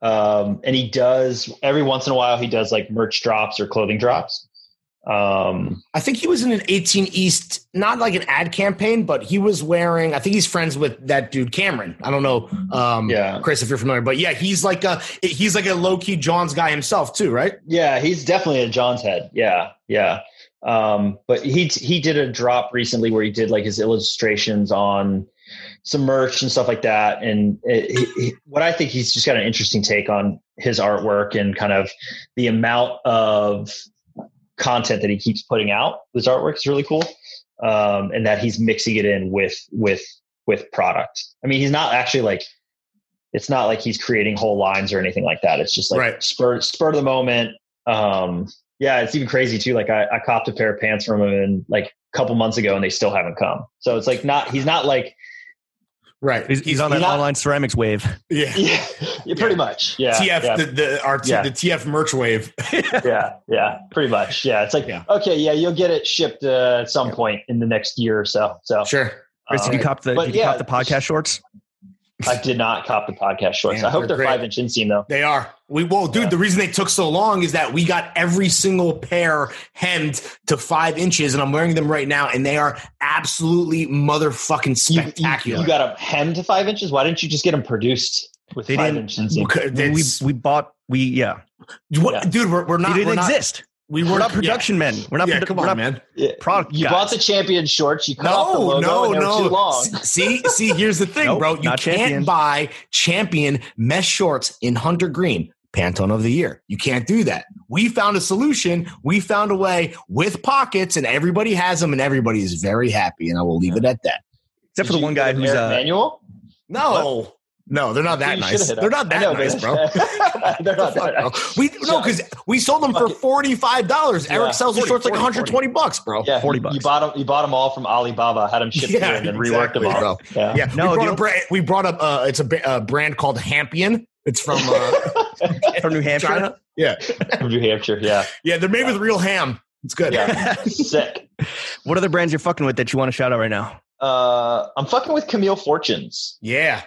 [SPEAKER 3] Um and he does every once in a while he does like merch drops or clothing drops. Um
[SPEAKER 4] I think he was in an 18 East, not like an ad campaign, but he was wearing. I think he's friends with that dude Cameron. I don't know, um,
[SPEAKER 3] Yeah.
[SPEAKER 4] Chris, if you're familiar, but yeah, he's like a he's like a low key John's guy himself too, right?
[SPEAKER 3] Yeah, he's definitely a John's head. Yeah, yeah. Um, but he he did a drop recently where he did like his illustrations on some merch and stuff like that. And it, he, he- what I think he's just got an interesting take on his artwork and kind of the amount of content that he keeps putting out. His artwork is really cool, um, and that he's mixing it in with with with product. I mean, he's not actually like it's not like he's creating whole lines or anything like that. It's just like
[SPEAKER 4] Right.
[SPEAKER 3] spur spur of the moment. Um, yeah, it's even crazy too. Like I, I copped a pair of pants from him and like a couple months ago, and they still haven't come. So it's like not he's not like
[SPEAKER 4] Right.
[SPEAKER 1] He's, he's on that
[SPEAKER 3] not-
[SPEAKER 1] online ceramics wave.
[SPEAKER 4] yeah.
[SPEAKER 3] yeah, yeah, pretty much. Yeah,
[SPEAKER 4] TF
[SPEAKER 3] yeah,
[SPEAKER 4] the the, our t-
[SPEAKER 3] Yeah.
[SPEAKER 4] the TF merch wave.
[SPEAKER 3] yeah, yeah, pretty much. Yeah, it's like
[SPEAKER 4] Yeah.
[SPEAKER 3] okay, yeah, you'll get it shipped uh, at some
[SPEAKER 4] Yeah.
[SPEAKER 3] point in the next year or so. So
[SPEAKER 4] sure.
[SPEAKER 1] Chris, did you
[SPEAKER 3] um,
[SPEAKER 1] cop the
[SPEAKER 3] But
[SPEAKER 1] did you
[SPEAKER 3] yeah,
[SPEAKER 1] cop the podcast shorts?
[SPEAKER 3] I did not cop the podcast shorts.
[SPEAKER 4] Man,
[SPEAKER 3] I hope
[SPEAKER 4] they're
[SPEAKER 3] they're
[SPEAKER 4] great.
[SPEAKER 3] five inch inseam though.
[SPEAKER 4] They are. We well, dude.
[SPEAKER 3] Yeah.
[SPEAKER 4] The reason they took so long is that we got every single pair hemmed to five inches, and I'm wearing them right now, and they are absolutely motherfucking
[SPEAKER 3] You, you,
[SPEAKER 4] spectacular.
[SPEAKER 3] you got them hemmed to five inches. Why didn't you just get them produced? with
[SPEAKER 1] They
[SPEAKER 3] five
[SPEAKER 1] didn't-
[SPEAKER 3] inches.
[SPEAKER 4] Okay,
[SPEAKER 1] we
[SPEAKER 4] that's-
[SPEAKER 1] we bought we yeah.
[SPEAKER 4] what,
[SPEAKER 3] yeah.
[SPEAKER 4] dude, we're, we're
[SPEAKER 1] They
[SPEAKER 4] not.
[SPEAKER 1] didn't
[SPEAKER 4] we're not-
[SPEAKER 1] exist.
[SPEAKER 4] we
[SPEAKER 1] We're
[SPEAKER 4] weren't-
[SPEAKER 1] not production men. We're not.
[SPEAKER 4] Yeah, yeah
[SPEAKER 1] produ-
[SPEAKER 4] come
[SPEAKER 1] we're
[SPEAKER 4] on,
[SPEAKER 1] not
[SPEAKER 4] man.
[SPEAKER 1] Product.
[SPEAKER 3] You
[SPEAKER 1] guys.
[SPEAKER 3] bought the champion shorts. You cut off the logo. and they were Too long.
[SPEAKER 4] S- See, see, here's the thing,
[SPEAKER 1] Nope,
[SPEAKER 4] bro. You
[SPEAKER 1] not
[SPEAKER 4] can't
[SPEAKER 1] champion.
[SPEAKER 4] buy champion mesh shorts in Hunter Green, Pantone of the Year. You can't do that. We found a solution. We found a way with pockets, and everybody has them, and everybody is very happy. And I will leave it at that.
[SPEAKER 1] except for
[SPEAKER 3] Did
[SPEAKER 1] the
[SPEAKER 3] you
[SPEAKER 1] one
[SPEAKER 3] get
[SPEAKER 1] guy
[SPEAKER 3] an
[SPEAKER 1] who's
[SPEAKER 3] Eric
[SPEAKER 1] uh,
[SPEAKER 3] Manuel?
[SPEAKER 4] No, no, they're not that
[SPEAKER 3] You
[SPEAKER 4] nice.
[SPEAKER 3] should've hit
[SPEAKER 4] They're
[SPEAKER 3] up.
[SPEAKER 4] not that
[SPEAKER 3] I know,
[SPEAKER 4] nice,
[SPEAKER 3] but-
[SPEAKER 4] bro.
[SPEAKER 3] They're not
[SPEAKER 4] Fuck,
[SPEAKER 3] that
[SPEAKER 4] bro.
[SPEAKER 3] nice.
[SPEAKER 4] We no, because we sold them for forty five dollars.
[SPEAKER 3] Yeah.
[SPEAKER 4] Eric sells the
[SPEAKER 1] 40,
[SPEAKER 4] shorts like
[SPEAKER 1] 40,
[SPEAKER 4] one hundred twenty bucks, bro.
[SPEAKER 3] Yeah,
[SPEAKER 1] 40
[SPEAKER 3] you-
[SPEAKER 1] bucks.
[SPEAKER 3] You bought them. You bought them all from Alibaba. Had them shipped here and then reworked them
[SPEAKER 4] exactly,
[SPEAKER 3] all.
[SPEAKER 4] bro.
[SPEAKER 3] Yeah.
[SPEAKER 4] Yeah,
[SPEAKER 1] No, the
[SPEAKER 4] we, brought
[SPEAKER 1] o-
[SPEAKER 4] up, bra- we brought up. Uh, it's a, ba- a brand called Hampion. It's from uh,
[SPEAKER 1] from New Hampshire.
[SPEAKER 4] China. Yeah,
[SPEAKER 3] from New Hampshire. Yeah,
[SPEAKER 4] yeah, they're made with real ham. It's good.
[SPEAKER 3] yeah, sick.
[SPEAKER 1] What other brands you're fucking with that you want to shout out right now?
[SPEAKER 3] Uh, I'm fucking with Camille Fortunes.
[SPEAKER 4] Yeah.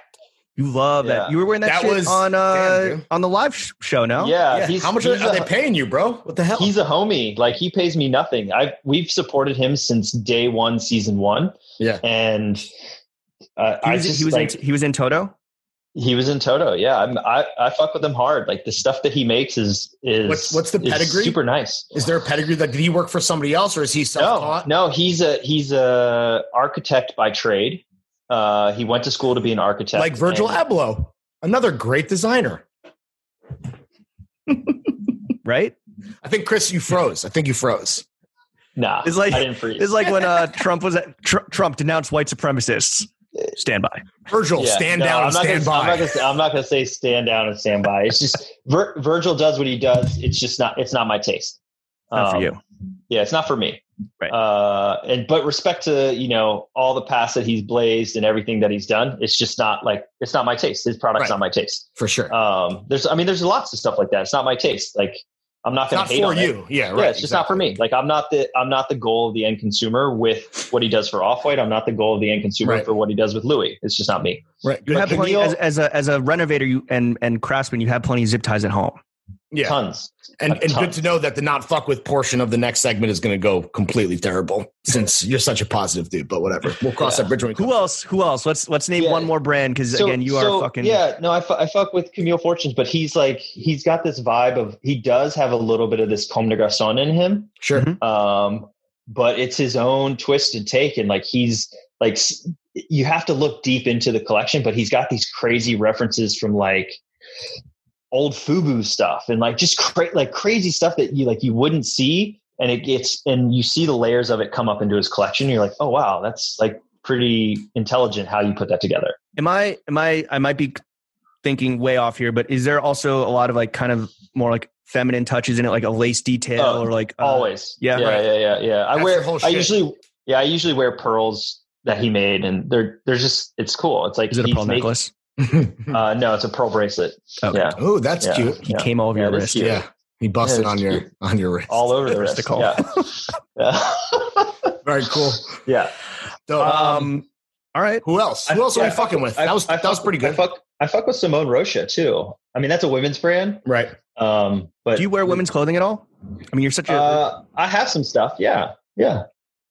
[SPEAKER 1] You love
[SPEAKER 3] Yeah.
[SPEAKER 1] that. You were wearing that,
[SPEAKER 4] That
[SPEAKER 1] shit
[SPEAKER 4] was-
[SPEAKER 1] on uh
[SPEAKER 4] damn, dude.
[SPEAKER 1] on the live sh- show. No,
[SPEAKER 3] Yeah,
[SPEAKER 4] Yeah.
[SPEAKER 3] Uh, he's-
[SPEAKER 4] How much are,
[SPEAKER 3] he's
[SPEAKER 4] are
[SPEAKER 3] a-
[SPEAKER 4] they paying you, bro? What the hell?
[SPEAKER 3] He's a homie. Like he pays me nothing. I we've supported him since day one, season one.
[SPEAKER 4] Yeah.
[SPEAKER 3] and uh,
[SPEAKER 1] he
[SPEAKER 3] I
[SPEAKER 1] was,
[SPEAKER 3] just
[SPEAKER 1] he was
[SPEAKER 3] like
[SPEAKER 1] in, he was in Toto.
[SPEAKER 3] he was in Toto. Yeah, I'm, I I fuck with him hard. Like the stuff that he makes is is
[SPEAKER 4] What's- what's the
[SPEAKER 3] is
[SPEAKER 4] pedigree?
[SPEAKER 3] Super nice.
[SPEAKER 4] Is there a pedigree? Like, did he work for somebody else, or is he self
[SPEAKER 3] No,
[SPEAKER 4] taught?
[SPEAKER 3] no, he's a he's a architect by trade. Uh, he went to school to be an architect,
[SPEAKER 4] like Virgil
[SPEAKER 3] and-
[SPEAKER 4] Abloh, another great designer.
[SPEAKER 1] Right?
[SPEAKER 4] I think Chris, you froze. I think you froze.
[SPEAKER 3] Nah,
[SPEAKER 1] It's like-
[SPEAKER 3] I didn't freeze.
[SPEAKER 1] It's like when uh, Trump was at, tr- Trump denounced white supremacists. Stand by.
[SPEAKER 4] Virgil,
[SPEAKER 3] Yeah,
[SPEAKER 4] stand
[SPEAKER 3] no,
[SPEAKER 4] down
[SPEAKER 3] I'm
[SPEAKER 4] and
[SPEAKER 3] not
[SPEAKER 4] stand
[SPEAKER 3] gonna, I'm
[SPEAKER 4] by.
[SPEAKER 3] not, gonna, I'm not gonna say stand down and stand by. It's just Vir- Virgil does what he does. It's just not. It's not my taste.
[SPEAKER 1] Not
[SPEAKER 3] Um,
[SPEAKER 1] for you.
[SPEAKER 3] Yeah, it's not for me.
[SPEAKER 1] Right.
[SPEAKER 3] Uh, and but respect to you know all the paths that he's blazed and everything that he's done. It's just not like it's not my taste. His
[SPEAKER 4] Right.
[SPEAKER 3] product's not my taste.
[SPEAKER 4] for sure.
[SPEAKER 3] Um, there's I mean there's lots of stuff like that. It's not my taste. Like I'm
[SPEAKER 4] It's
[SPEAKER 3] not gonna
[SPEAKER 4] not
[SPEAKER 3] hate
[SPEAKER 4] for
[SPEAKER 3] on it.
[SPEAKER 4] you. Yeah, right.
[SPEAKER 3] yeah, it's just not for me. Like I'm not the I'm not the goal of the end consumer with what he does for Off White. I'm not the goal of the end consumer
[SPEAKER 4] Right.
[SPEAKER 3] for what he does with Louis. It's just not me.
[SPEAKER 4] Right.
[SPEAKER 1] You
[SPEAKER 4] But
[SPEAKER 1] have
[SPEAKER 4] can
[SPEAKER 1] plenty
[SPEAKER 4] you-
[SPEAKER 1] as, as a as a renovator you and and craftsman. You have plenty of zip ties at home.
[SPEAKER 4] yeah.
[SPEAKER 3] Tons.
[SPEAKER 4] And,
[SPEAKER 3] a
[SPEAKER 4] and
[SPEAKER 3] ton.
[SPEAKER 4] good to know that the not fuck with portion of the next segment is going to go completely terrible since you're such a positive dude, but whatever. We'll cross
[SPEAKER 3] Yeah.
[SPEAKER 4] that bridge when we come.
[SPEAKER 1] Who else? Who else? Let's let's name
[SPEAKER 3] Yeah.
[SPEAKER 1] one more brand because again, you are fucking.
[SPEAKER 3] yeah no I fu- I fuck with camille fortunes but he's like he's got this vibe of he does have a little bit of this comme de garçon in him
[SPEAKER 4] Sure.
[SPEAKER 1] Mhm.
[SPEAKER 3] um but it's his own twist and take and like he's like s- you have to look deep into the collection but he's got these crazy references from like old fubu stuff and like just cra- like crazy stuff that you like you wouldn't see and it gets and you see the layers of it come up into his collection and you're like oh wow that's like pretty intelligent how you put that together
[SPEAKER 1] Am I am I I might be thinking way off here, but is there also a lot of like kind of more like feminine touches in it, like a lace detail
[SPEAKER 3] Oh,
[SPEAKER 1] or like uh,
[SPEAKER 3] always
[SPEAKER 1] yeah.
[SPEAKER 3] yeah
[SPEAKER 4] Right.
[SPEAKER 3] yeah yeah yeah i
[SPEAKER 4] That's
[SPEAKER 3] wear
[SPEAKER 4] the whole
[SPEAKER 3] i
[SPEAKER 4] shit.
[SPEAKER 3] usually yeah i usually wear pearls that he made and they're they're just it's cool it's like
[SPEAKER 1] Is it a
[SPEAKER 3] he's
[SPEAKER 1] pearl
[SPEAKER 3] making-
[SPEAKER 1] necklace?
[SPEAKER 3] uh no it's a pearl bracelet
[SPEAKER 1] Okay.
[SPEAKER 3] yeah
[SPEAKER 4] oh, that's
[SPEAKER 3] yeah,
[SPEAKER 4] cute.
[SPEAKER 1] He
[SPEAKER 3] yeah.
[SPEAKER 1] came over
[SPEAKER 3] Yeah,
[SPEAKER 1] your
[SPEAKER 3] that's
[SPEAKER 1] wrist.
[SPEAKER 3] cute.
[SPEAKER 4] Yeah. He busted
[SPEAKER 3] Yeah,
[SPEAKER 4] on
[SPEAKER 3] it's
[SPEAKER 4] your
[SPEAKER 3] cute.
[SPEAKER 4] on your wrist.
[SPEAKER 3] all over the
[SPEAKER 1] There's
[SPEAKER 3] wrist
[SPEAKER 1] the call.
[SPEAKER 3] yeah yeah
[SPEAKER 4] Very cool.
[SPEAKER 3] yeah
[SPEAKER 4] So,
[SPEAKER 1] Um. All right.
[SPEAKER 4] who else? Who else
[SPEAKER 3] I-
[SPEAKER 4] are
[SPEAKER 3] yeah,
[SPEAKER 4] we fucking with? that was that was
[SPEAKER 3] fuck-
[SPEAKER 4] pretty
[SPEAKER 3] i
[SPEAKER 4] good.
[SPEAKER 3] fuck i fuck with simone rocha too i mean that's a women's brand
[SPEAKER 4] Right.
[SPEAKER 3] um but
[SPEAKER 1] Do you wear women's clothing at all? I mean, you're such a.
[SPEAKER 3] uh i have some stuff yeah yeah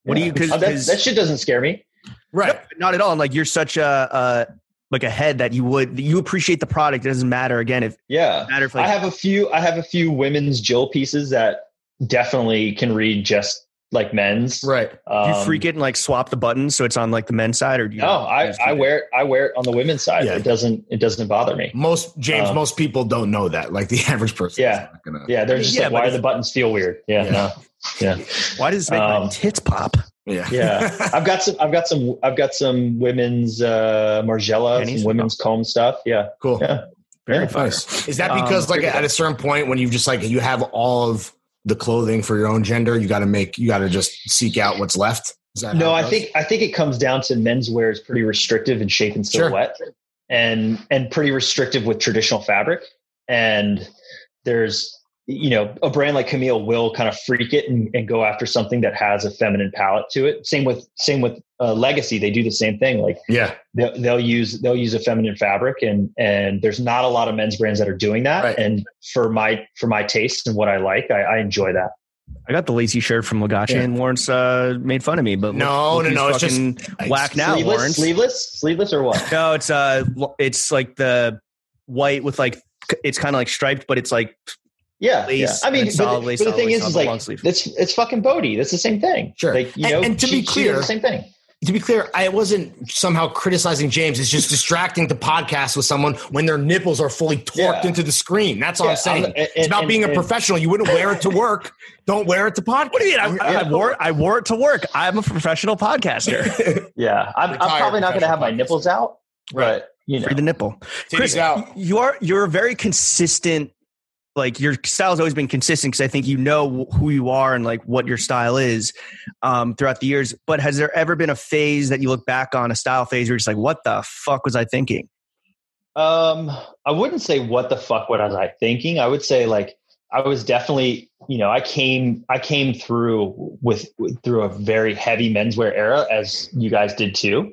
[SPEAKER 1] What do
[SPEAKER 3] Yeah.
[SPEAKER 1] you- 'cause-
[SPEAKER 3] Uh, that,
[SPEAKER 1] 'cause-
[SPEAKER 3] that shit doesn't scare me
[SPEAKER 4] Right.
[SPEAKER 1] not at all. And like you're such a uh, like a head that you would you appreciate the product. It doesn't matter again if
[SPEAKER 3] yeah
[SPEAKER 1] matter if like
[SPEAKER 3] I have a few. I have a few women's Jill pieces that definitely can read just like men's.
[SPEAKER 4] Right.
[SPEAKER 1] do
[SPEAKER 3] Um,
[SPEAKER 1] you freak it and like swap the buttons so it's on like the men's side or do you?
[SPEAKER 3] No, I, I wear it. I wear it on the women's side.
[SPEAKER 4] Yeah.
[SPEAKER 3] It doesn't. It doesn't bother me.
[SPEAKER 4] Most James,
[SPEAKER 3] Um,
[SPEAKER 4] most people don't know that. Like the average person.
[SPEAKER 3] Yeah.
[SPEAKER 4] is not gonna-
[SPEAKER 3] Yeah, they're just
[SPEAKER 1] Yeah,
[SPEAKER 3] like,
[SPEAKER 1] but
[SPEAKER 3] why do
[SPEAKER 1] if-
[SPEAKER 3] the buttons feel weird? Yeah,
[SPEAKER 4] Yeah.
[SPEAKER 3] no.
[SPEAKER 1] Why does this make my
[SPEAKER 3] Um,
[SPEAKER 1] tits pop?
[SPEAKER 4] Yeah.
[SPEAKER 3] Yeah. I've got some. I've got some. I've got some women's uh, Margiela,
[SPEAKER 1] Pennies?
[SPEAKER 3] some women's comb stuff. Yeah,
[SPEAKER 4] cool.
[SPEAKER 3] Yeah.
[SPEAKER 1] Very
[SPEAKER 3] Yeah.
[SPEAKER 1] fire.
[SPEAKER 4] Nice. Is that
[SPEAKER 1] Um,
[SPEAKER 4] because like
[SPEAKER 1] figure it
[SPEAKER 4] at a certain point when you just like you have all of the clothing for your own gender, you got to make you got to just seek out what's left? Is that
[SPEAKER 3] No,
[SPEAKER 4] how it
[SPEAKER 3] I
[SPEAKER 4] goes?
[SPEAKER 3] think I think it comes down to menswear is pretty restrictive in shape and
[SPEAKER 4] Sure.
[SPEAKER 3] silhouette, and and pretty restrictive with traditional fabric. And there's you know a brand like Camille will kind of freak it and, and go after something that has a feminine palette to it. Same with same with uh, Legacy, they do the same thing. Like
[SPEAKER 4] yeah,
[SPEAKER 3] they'll, they'll use they'll use a feminine fabric, and and there's not a lot of men's brands that are doing that.
[SPEAKER 4] Right.
[SPEAKER 3] And for my for my taste and what I like, I, I enjoy that.
[SPEAKER 1] I got the lacy shirt from Lagache
[SPEAKER 4] Yeah.
[SPEAKER 1] and Lawrence uh, made fun of me, but
[SPEAKER 4] No, no,
[SPEAKER 1] who's
[SPEAKER 4] no, it's just-
[SPEAKER 1] fucking whack now,
[SPEAKER 3] sleeveless,
[SPEAKER 1] Lawrence.
[SPEAKER 3] sleeveless, sleeveless, or what?
[SPEAKER 1] No, it's uh, lo- it's like the white with like it's kind of like striped, but it's like
[SPEAKER 3] Yeah,
[SPEAKER 1] Lace,
[SPEAKER 3] yeah. I
[SPEAKER 1] and
[SPEAKER 3] mean,
[SPEAKER 1] it's
[SPEAKER 3] but,
[SPEAKER 1] solid
[SPEAKER 3] the-
[SPEAKER 1] lace,
[SPEAKER 3] but the
[SPEAKER 1] solid
[SPEAKER 3] thing
[SPEAKER 1] lace,
[SPEAKER 3] is, is
[SPEAKER 1] solid
[SPEAKER 3] like
[SPEAKER 1] long sleeve.
[SPEAKER 3] it's it's fucking Bodhi. That's the same thing.
[SPEAKER 4] Sure.
[SPEAKER 3] Like you
[SPEAKER 4] And-
[SPEAKER 3] know,
[SPEAKER 4] and to
[SPEAKER 3] she-
[SPEAKER 4] be
[SPEAKER 3] she
[SPEAKER 4] clear-
[SPEAKER 3] does the same thing.
[SPEAKER 4] To be clear, I wasn't somehow criticizing James. It's just distracting the podcast with someone when their nipples are fully torqued
[SPEAKER 3] Yeah.
[SPEAKER 4] into the screen. That's all
[SPEAKER 3] Yeah,
[SPEAKER 4] I'm saying.
[SPEAKER 3] I'm-
[SPEAKER 4] it's about
[SPEAKER 3] and-
[SPEAKER 4] being a
[SPEAKER 3] and-
[SPEAKER 4] professional. You wouldn't wear it to work. Don't wear it to podcast.
[SPEAKER 1] What do you mean? I, I, I wore I wore it to work. I'm a professional podcaster.
[SPEAKER 3] Yeah, I'm, I'm
[SPEAKER 4] Retired
[SPEAKER 3] probably not going to have my
[SPEAKER 4] professional
[SPEAKER 3] nipples out,
[SPEAKER 4] Right.
[SPEAKER 3] but you know,
[SPEAKER 1] Free the nipple. Chris,
[SPEAKER 4] Titties out.
[SPEAKER 1] you are you're a very consistent. Like your style's always been consistent because I think you know who you are and like what your style is um, throughout the years. But has there ever been a phase that you look back on a style phase where you're just like, what the fuck was I thinking?
[SPEAKER 3] Um, I wouldn't say what the fuck what was I thinking. I would say like I was definitely, you know, I came I came through with, with through a very heavy menswear era as you guys did too.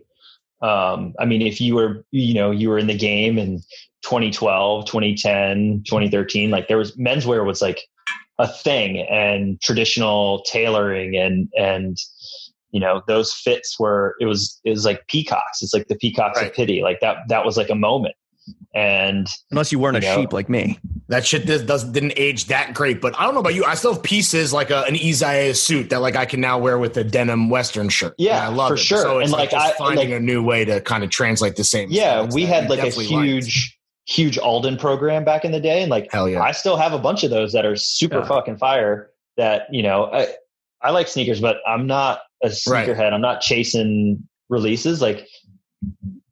[SPEAKER 3] Um, I mean, if you were, you know, you were in the game in 2012, 2010, 2013, like there was menswear was like a thing and traditional tailoring and and you know those fits were it was it was like peacocks it's like the peacocks
[SPEAKER 4] Right.
[SPEAKER 3] of pity like that that was like a moment and
[SPEAKER 1] Unless you weren't a
[SPEAKER 3] No.
[SPEAKER 1] sheep like me.
[SPEAKER 4] That shit does, does, didn't age that great, but I don't know about you. I still have pieces like a, an Isaiah suit that like I can now wear with a denim Western shirt.
[SPEAKER 3] Yeah,
[SPEAKER 4] And I love
[SPEAKER 3] for
[SPEAKER 4] it.
[SPEAKER 3] sure.
[SPEAKER 4] So it's
[SPEAKER 3] And,
[SPEAKER 4] like,
[SPEAKER 3] like,
[SPEAKER 4] just
[SPEAKER 3] I-
[SPEAKER 4] finding
[SPEAKER 3] like-
[SPEAKER 4] a new way to kind of translate the same.
[SPEAKER 3] yeah
[SPEAKER 4] aesthetics
[SPEAKER 3] we
[SPEAKER 4] that
[SPEAKER 3] had like a
[SPEAKER 4] definitely liked.
[SPEAKER 3] huge huge alden program back in the day and like
[SPEAKER 4] hell yeah.
[SPEAKER 3] i still have a bunch of those that are super
[SPEAKER 1] Yeah.
[SPEAKER 3] fucking fire that you know i i like sneakers but i'm not a
[SPEAKER 4] Right.
[SPEAKER 3] sneakerhead i'm not chasing releases like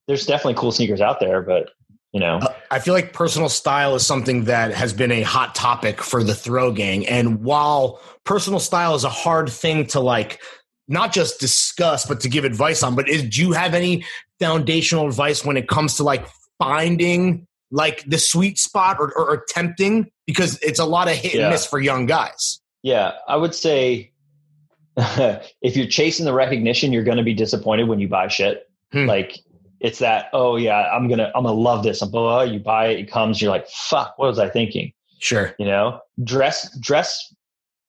[SPEAKER 3] there's definitely cool sneakers out there but you know
[SPEAKER 4] Uh, I feel like personal style is something that has been a hot topic for the throw gang. And while personal style is a hard thing to like, not just discuss, but to give advice on, but is, do you have any foundational advice when it comes to like finding like the sweet spot or, or, or tempting? Because it's a lot of hit
[SPEAKER 3] Yeah.
[SPEAKER 4] and miss for young guys.
[SPEAKER 3] Yeah, I would say if you're chasing the recognition, you're going to be disappointed when you buy shit.
[SPEAKER 4] Hmm.
[SPEAKER 3] Like it's that, oh yeah, I'm gonna, I'm gonna love this. I'm blah, blah, blah. You buy it, it comes. You're like, fuck, what was I thinking?
[SPEAKER 4] Sure.
[SPEAKER 3] You know, dress, dress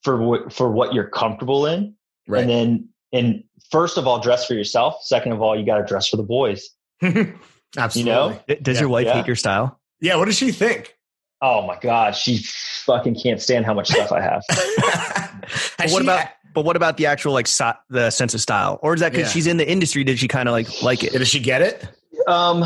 [SPEAKER 3] for what for what you're comfortable in, and then and first of all, dress for yourself. Second of all, you got to dress for the boys.
[SPEAKER 4] Absolutely.
[SPEAKER 1] Does
[SPEAKER 4] Yeah.
[SPEAKER 1] your wife
[SPEAKER 3] Yeah.
[SPEAKER 1] hate your style?
[SPEAKER 4] Yeah. What does she think?
[SPEAKER 3] Oh my god, she fucking can't stand how much stuff I have.
[SPEAKER 4] what
[SPEAKER 1] But what about but what about the actual like so, the sense of style? Or is that because
[SPEAKER 4] Yeah.
[SPEAKER 1] she's in the industry? Did she kind of like like it?
[SPEAKER 4] Does she get it?
[SPEAKER 3] Um,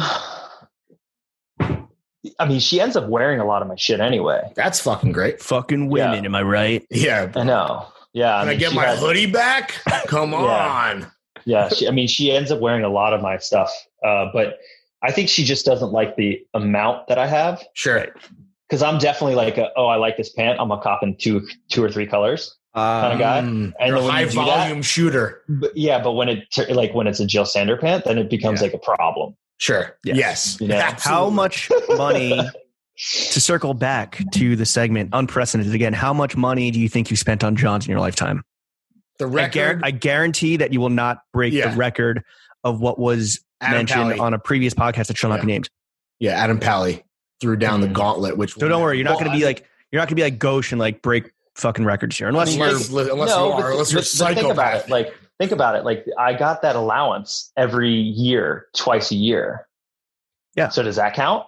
[SPEAKER 3] I mean, she ends up wearing a lot of my shit anyway.
[SPEAKER 4] That's fucking great.
[SPEAKER 1] Fucking women,
[SPEAKER 3] Yeah.
[SPEAKER 1] am I right?
[SPEAKER 4] Yeah.
[SPEAKER 3] I know. Yeah.
[SPEAKER 4] Can I,
[SPEAKER 3] mean,
[SPEAKER 4] get
[SPEAKER 3] she
[SPEAKER 4] my
[SPEAKER 3] has-
[SPEAKER 4] hoodie back? Come
[SPEAKER 3] Yeah.
[SPEAKER 4] on.
[SPEAKER 3] Yeah. She, I mean, she ends up wearing a lot of my stuff, uh, but I think she just doesn't like the amount that I have
[SPEAKER 4] Sure.
[SPEAKER 3] because I'm definitely like, a, oh, I like this pant. I'm a cop in two, two or three colors. Kinda guy.
[SPEAKER 4] Mm,
[SPEAKER 3] And
[SPEAKER 4] you're a
[SPEAKER 3] when you
[SPEAKER 4] high
[SPEAKER 3] do
[SPEAKER 4] volume shooter.
[SPEAKER 3] But yeah, but when it tur- like when it's a Jill Sander pant, then it becomes
[SPEAKER 4] Yeah.
[SPEAKER 3] like a problem.
[SPEAKER 4] Sure.
[SPEAKER 1] Yes.
[SPEAKER 4] Yes.
[SPEAKER 3] You know,
[SPEAKER 1] How
[SPEAKER 4] Absolutely.
[SPEAKER 1] much money to circle back to the segment unprecedented again? How much money do you think you spent on Johns in your lifetime?
[SPEAKER 4] the
[SPEAKER 1] I,
[SPEAKER 4] record?
[SPEAKER 1] guar- I guarantee that you will not break
[SPEAKER 4] Yeah.
[SPEAKER 1] the record of what was
[SPEAKER 4] Adam
[SPEAKER 1] mentioned
[SPEAKER 4] Pally.
[SPEAKER 1] on a previous podcast that shall not be named.
[SPEAKER 4] yeah, Adam Pally threw down the
[SPEAKER 3] Mhm.
[SPEAKER 4] gauntlet. Which
[SPEAKER 1] So don't worry, you're not
[SPEAKER 3] Well,
[SPEAKER 1] going
[SPEAKER 3] I
[SPEAKER 1] to be
[SPEAKER 3] mean-
[SPEAKER 1] like you're not going to be like Gauche and like break fucking records here, unless
[SPEAKER 3] I mean,
[SPEAKER 1] you're
[SPEAKER 4] Unless, li- unless
[SPEAKER 3] no,
[SPEAKER 4] you are,
[SPEAKER 3] but,
[SPEAKER 4] unless you're a
[SPEAKER 3] but- but think about
[SPEAKER 4] psychopath.
[SPEAKER 3] it. Like, think about it. Like, I got that allowance every year, twice a year.
[SPEAKER 1] Yeah.
[SPEAKER 3] So does that count?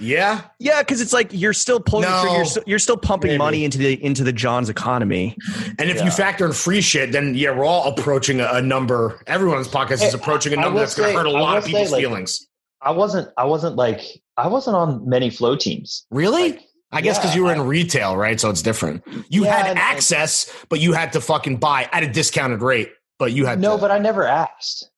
[SPEAKER 4] yeah,
[SPEAKER 1] Yeah, because it's like you're still pulling.
[SPEAKER 4] No.
[SPEAKER 1] you're, still, you're still pumping
[SPEAKER 4] Maybe.
[SPEAKER 1] money into the into the John's economy.
[SPEAKER 4] and if
[SPEAKER 3] Yeah.
[SPEAKER 4] you factor in free shit, then yeah, we're all approaching a, a number. Everyone's podcast
[SPEAKER 3] Hey,
[SPEAKER 4] is approaching a
[SPEAKER 3] I
[SPEAKER 4] number
[SPEAKER 3] will
[SPEAKER 4] that's going
[SPEAKER 3] say-
[SPEAKER 4] to hurt a
[SPEAKER 3] I
[SPEAKER 4] lot
[SPEAKER 3] will
[SPEAKER 4] of people's
[SPEAKER 3] say, like,
[SPEAKER 4] feelings.
[SPEAKER 3] I wasn't. I wasn't like. I wasn't on many flow teams.
[SPEAKER 4] Really?
[SPEAKER 3] Like,
[SPEAKER 4] I guess because
[SPEAKER 3] yeah,
[SPEAKER 4] you were
[SPEAKER 3] I-
[SPEAKER 4] in retail, right? So it's different. You
[SPEAKER 3] Yeah,
[SPEAKER 4] had
[SPEAKER 3] and-
[SPEAKER 4] access, but you had to fucking buy at a discounted rate. But you had
[SPEAKER 3] no,
[SPEAKER 4] to,
[SPEAKER 3] but I never asked.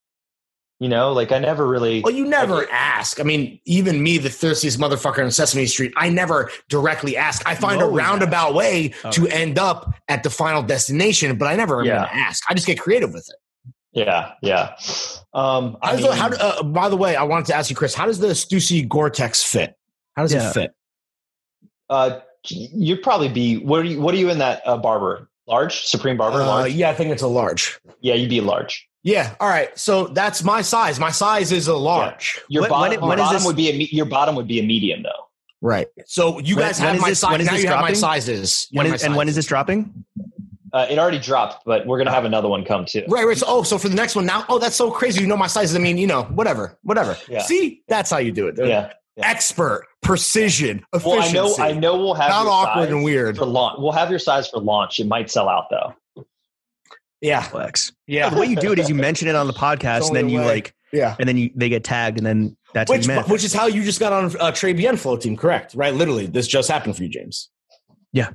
[SPEAKER 3] You know, like I never really.
[SPEAKER 4] Well, you never
[SPEAKER 3] Like-
[SPEAKER 4] ask. I mean, even me, the thirstiest motherfucker on Sesame Street, I never directly ask. I find
[SPEAKER 1] You
[SPEAKER 4] a
[SPEAKER 1] always
[SPEAKER 4] roundabout way
[SPEAKER 1] Oh,
[SPEAKER 4] to end up at the final destination, but I never
[SPEAKER 3] Yeah.
[SPEAKER 4] even ask. I just get creative with it.
[SPEAKER 3] Yeah, yeah. Um, I
[SPEAKER 4] How does the-
[SPEAKER 3] mean,
[SPEAKER 4] how do- uh, by the way, I wanted to ask you, Chris, how does the Stussy Gore-Tex fit? How does
[SPEAKER 1] Yeah.
[SPEAKER 4] it fit?
[SPEAKER 3] uh, you'd probably be. What are you? What are you in that uh, barber? Large, supreme barber.
[SPEAKER 4] Uh,
[SPEAKER 3] large.
[SPEAKER 4] yeah, I think it's a large.
[SPEAKER 3] Yeah, you'd be large.
[SPEAKER 4] Yeah. All right. So that's my size. My size is a large.
[SPEAKER 3] Your
[SPEAKER 1] When- when
[SPEAKER 3] bottom,
[SPEAKER 1] it- when
[SPEAKER 3] your
[SPEAKER 1] is
[SPEAKER 3] bottom
[SPEAKER 1] this-
[SPEAKER 3] would be a me- your bottom would be a medium though.
[SPEAKER 4] Right. So you
[SPEAKER 1] When-
[SPEAKER 4] guys
[SPEAKER 1] when
[SPEAKER 4] have
[SPEAKER 1] is
[SPEAKER 4] my
[SPEAKER 1] this-
[SPEAKER 4] size.
[SPEAKER 1] when is
[SPEAKER 4] Now
[SPEAKER 1] this
[SPEAKER 4] you have my
[SPEAKER 1] dropping?
[SPEAKER 4] sizes. You
[SPEAKER 1] When
[SPEAKER 4] have
[SPEAKER 1] is,
[SPEAKER 4] my
[SPEAKER 1] and when
[SPEAKER 4] sizes.
[SPEAKER 1] is this dropping?
[SPEAKER 3] Uh, it already dropped, but we're gonna have another one come too.
[SPEAKER 4] Right, right. So, oh, so for the next one now, oh, that's so crazy. You know my sizes. I mean, you know, whatever, whatever.
[SPEAKER 3] Yeah.
[SPEAKER 4] See, that's how you do it.
[SPEAKER 3] Yeah. Yeah.
[SPEAKER 4] Expert. precision,
[SPEAKER 3] Well, I
[SPEAKER 4] efficiency.
[SPEAKER 3] know, I know we'll have
[SPEAKER 4] Not
[SPEAKER 3] your
[SPEAKER 4] awkward
[SPEAKER 3] size
[SPEAKER 4] and weird.
[SPEAKER 3] for launch. We'll have your size for launch. It might sell out though.
[SPEAKER 4] Yeah,
[SPEAKER 1] Flex.
[SPEAKER 4] yeah,
[SPEAKER 1] The way you do it is you mention it on the podcast, and
[SPEAKER 4] only
[SPEAKER 1] then
[SPEAKER 4] a
[SPEAKER 1] you
[SPEAKER 4] way.
[SPEAKER 1] like,
[SPEAKER 4] yeah.
[SPEAKER 1] and then you they get tagged, and then that's
[SPEAKER 4] Which,
[SPEAKER 1] what you meant.
[SPEAKER 4] which is how you just got on uh, Trey Bien flow team, correct? Right? Literally, this just happened for you, James.
[SPEAKER 1] Yeah.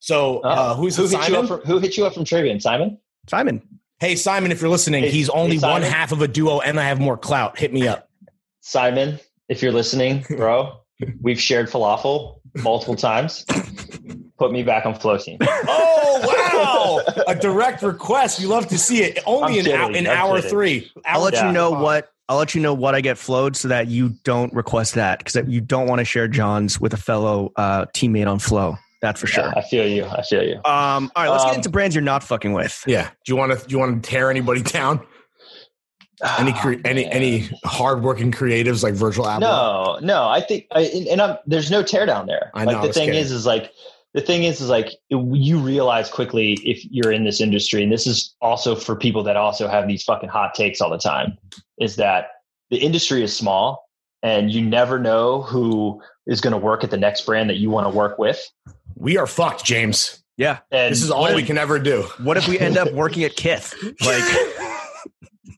[SPEAKER 4] So uh,
[SPEAKER 3] Oh,
[SPEAKER 4] who's
[SPEAKER 3] who
[SPEAKER 4] it,
[SPEAKER 3] hit you up
[SPEAKER 4] Simon?
[SPEAKER 3] from who hit you up from Trivian? Simon?
[SPEAKER 1] Simon,
[SPEAKER 4] hey, Simon, if you're listening,
[SPEAKER 3] Hey,
[SPEAKER 4] he's only
[SPEAKER 3] hey,
[SPEAKER 4] one
[SPEAKER 3] Simon?
[SPEAKER 4] half of a duo, and I have more clout. Hit me up.
[SPEAKER 3] Simon, if you're listening, bro, we've shared falafel multiple times. Put me back on flow team.
[SPEAKER 4] oh wow, a direct request. You love to see it. Only in,
[SPEAKER 3] I'm
[SPEAKER 4] hou-
[SPEAKER 3] kidding,
[SPEAKER 4] in
[SPEAKER 3] I'm
[SPEAKER 4] hour
[SPEAKER 3] kidding.
[SPEAKER 4] three.
[SPEAKER 1] I'll
[SPEAKER 4] Hour
[SPEAKER 1] let you
[SPEAKER 3] Yeah.
[SPEAKER 1] know
[SPEAKER 4] Fine.
[SPEAKER 1] what I'll let you know what I get flowed so that you don't request that because you don't want to share John's with a fellow uh, teammate on flow. That for sure.
[SPEAKER 3] Yeah, I feel you. I feel you.
[SPEAKER 1] Um, all right, let's get
[SPEAKER 3] Um,
[SPEAKER 1] into brands you're not fucking with.
[SPEAKER 4] Yeah. Do you want to? Do you want to tear anybody down? Any
[SPEAKER 3] Ah,
[SPEAKER 4] cre- any
[SPEAKER 3] man.
[SPEAKER 4] any hardworking creatives like Virgil Abloh?
[SPEAKER 3] No, no. I think, I, and, and I'm, there's no teardown there.
[SPEAKER 4] I know,
[SPEAKER 3] like
[SPEAKER 4] I
[SPEAKER 3] the
[SPEAKER 4] was
[SPEAKER 3] thing
[SPEAKER 4] kidding.
[SPEAKER 3] is, is like the thing is, is like you realize quickly if you're in this industry, and this is also for people that also have these fucking hot takes all the time, is that the industry is small, and you never know who is going to work at the next brand that you want to work with.
[SPEAKER 4] We are fucked, James.
[SPEAKER 1] Yeah.
[SPEAKER 3] And
[SPEAKER 4] This is all
[SPEAKER 3] what
[SPEAKER 4] we
[SPEAKER 3] if-
[SPEAKER 4] can ever do.
[SPEAKER 1] What if we end up working at Kith? Like,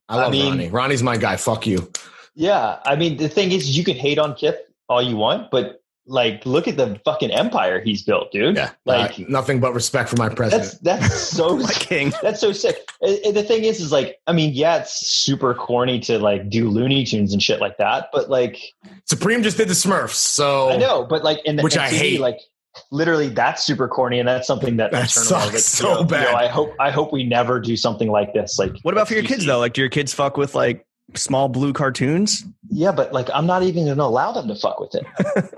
[SPEAKER 4] I love
[SPEAKER 3] mean-
[SPEAKER 4] Ronnie. Ronnie's my guy. Fuck you.
[SPEAKER 3] Yeah, I mean, the thing is, you can hate on Kith all you want, but like, look at the fucking empire he's built, dude.
[SPEAKER 4] Yeah.
[SPEAKER 3] like
[SPEAKER 4] Uh, nothing but respect for my president.
[SPEAKER 3] that's that's so
[SPEAKER 1] my king.
[SPEAKER 3] that's so sick. And- and the thing is, is like, I mean, yeah, it's super corny to like do Looney Tunes and shit like that, but like,
[SPEAKER 4] Supreme just did the Smurfs, so
[SPEAKER 3] I know, but like, in
[SPEAKER 4] Oh.
[SPEAKER 3] the
[SPEAKER 4] Which
[SPEAKER 3] and
[SPEAKER 4] I
[SPEAKER 3] to me,
[SPEAKER 4] hate.
[SPEAKER 3] like. Literally, that's super corny, and that's something that,
[SPEAKER 4] That
[SPEAKER 3] internalize,
[SPEAKER 4] sucks
[SPEAKER 3] like,
[SPEAKER 4] so
[SPEAKER 3] you know, you
[SPEAKER 4] bad.
[SPEAKER 3] know, I hope I hope we never do something like this. Like,
[SPEAKER 1] What about for your
[SPEAKER 3] you
[SPEAKER 1] kids
[SPEAKER 3] see-
[SPEAKER 1] though? Like, do your kids fuck with like small blue cartoons?
[SPEAKER 3] Yeah, but like, I'm not even going to allow them to fuck with it.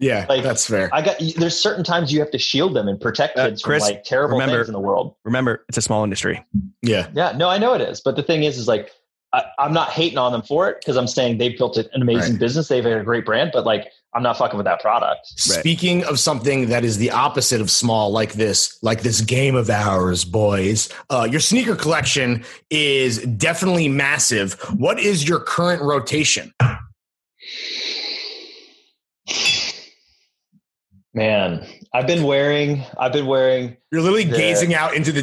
[SPEAKER 4] Yeah,
[SPEAKER 3] Like-
[SPEAKER 4] that's fair.
[SPEAKER 3] I got there's certain times you have to shield them and protect
[SPEAKER 1] Uh,
[SPEAKER 3] kids
[SPEAKER 1] Chris,
[SPEAKER 3] from like terrible
[SPEAKER 1] remember-
[SPEAKER 3] things in the world.
[SPEAKER 1] Remember, it's a small industry.
[SPEAKER 4] yeah.
[SPEAKER 3] Yeah, no, I know it is, but the thing is, is like I, I'm not hating on them for it because I'm saying they've built an amazing
[SPEAKER 4] Right.
[SPEAKER 3] business, they've had a great brand, but like I'm not fucking with that product.
[SPEAKER 4] Speaking of something that is the opposite of small, like this, like this game of ours, boys. Uh, your sneaker collection is definitely massive. What is your current rotation?
[SPEAKER 3] Man, I've been wearing, I've been wearing.
[SPEAKER 4] You're literally
[SPEAKER 3] Yeah.
[SPEAKER 4] gazing out into the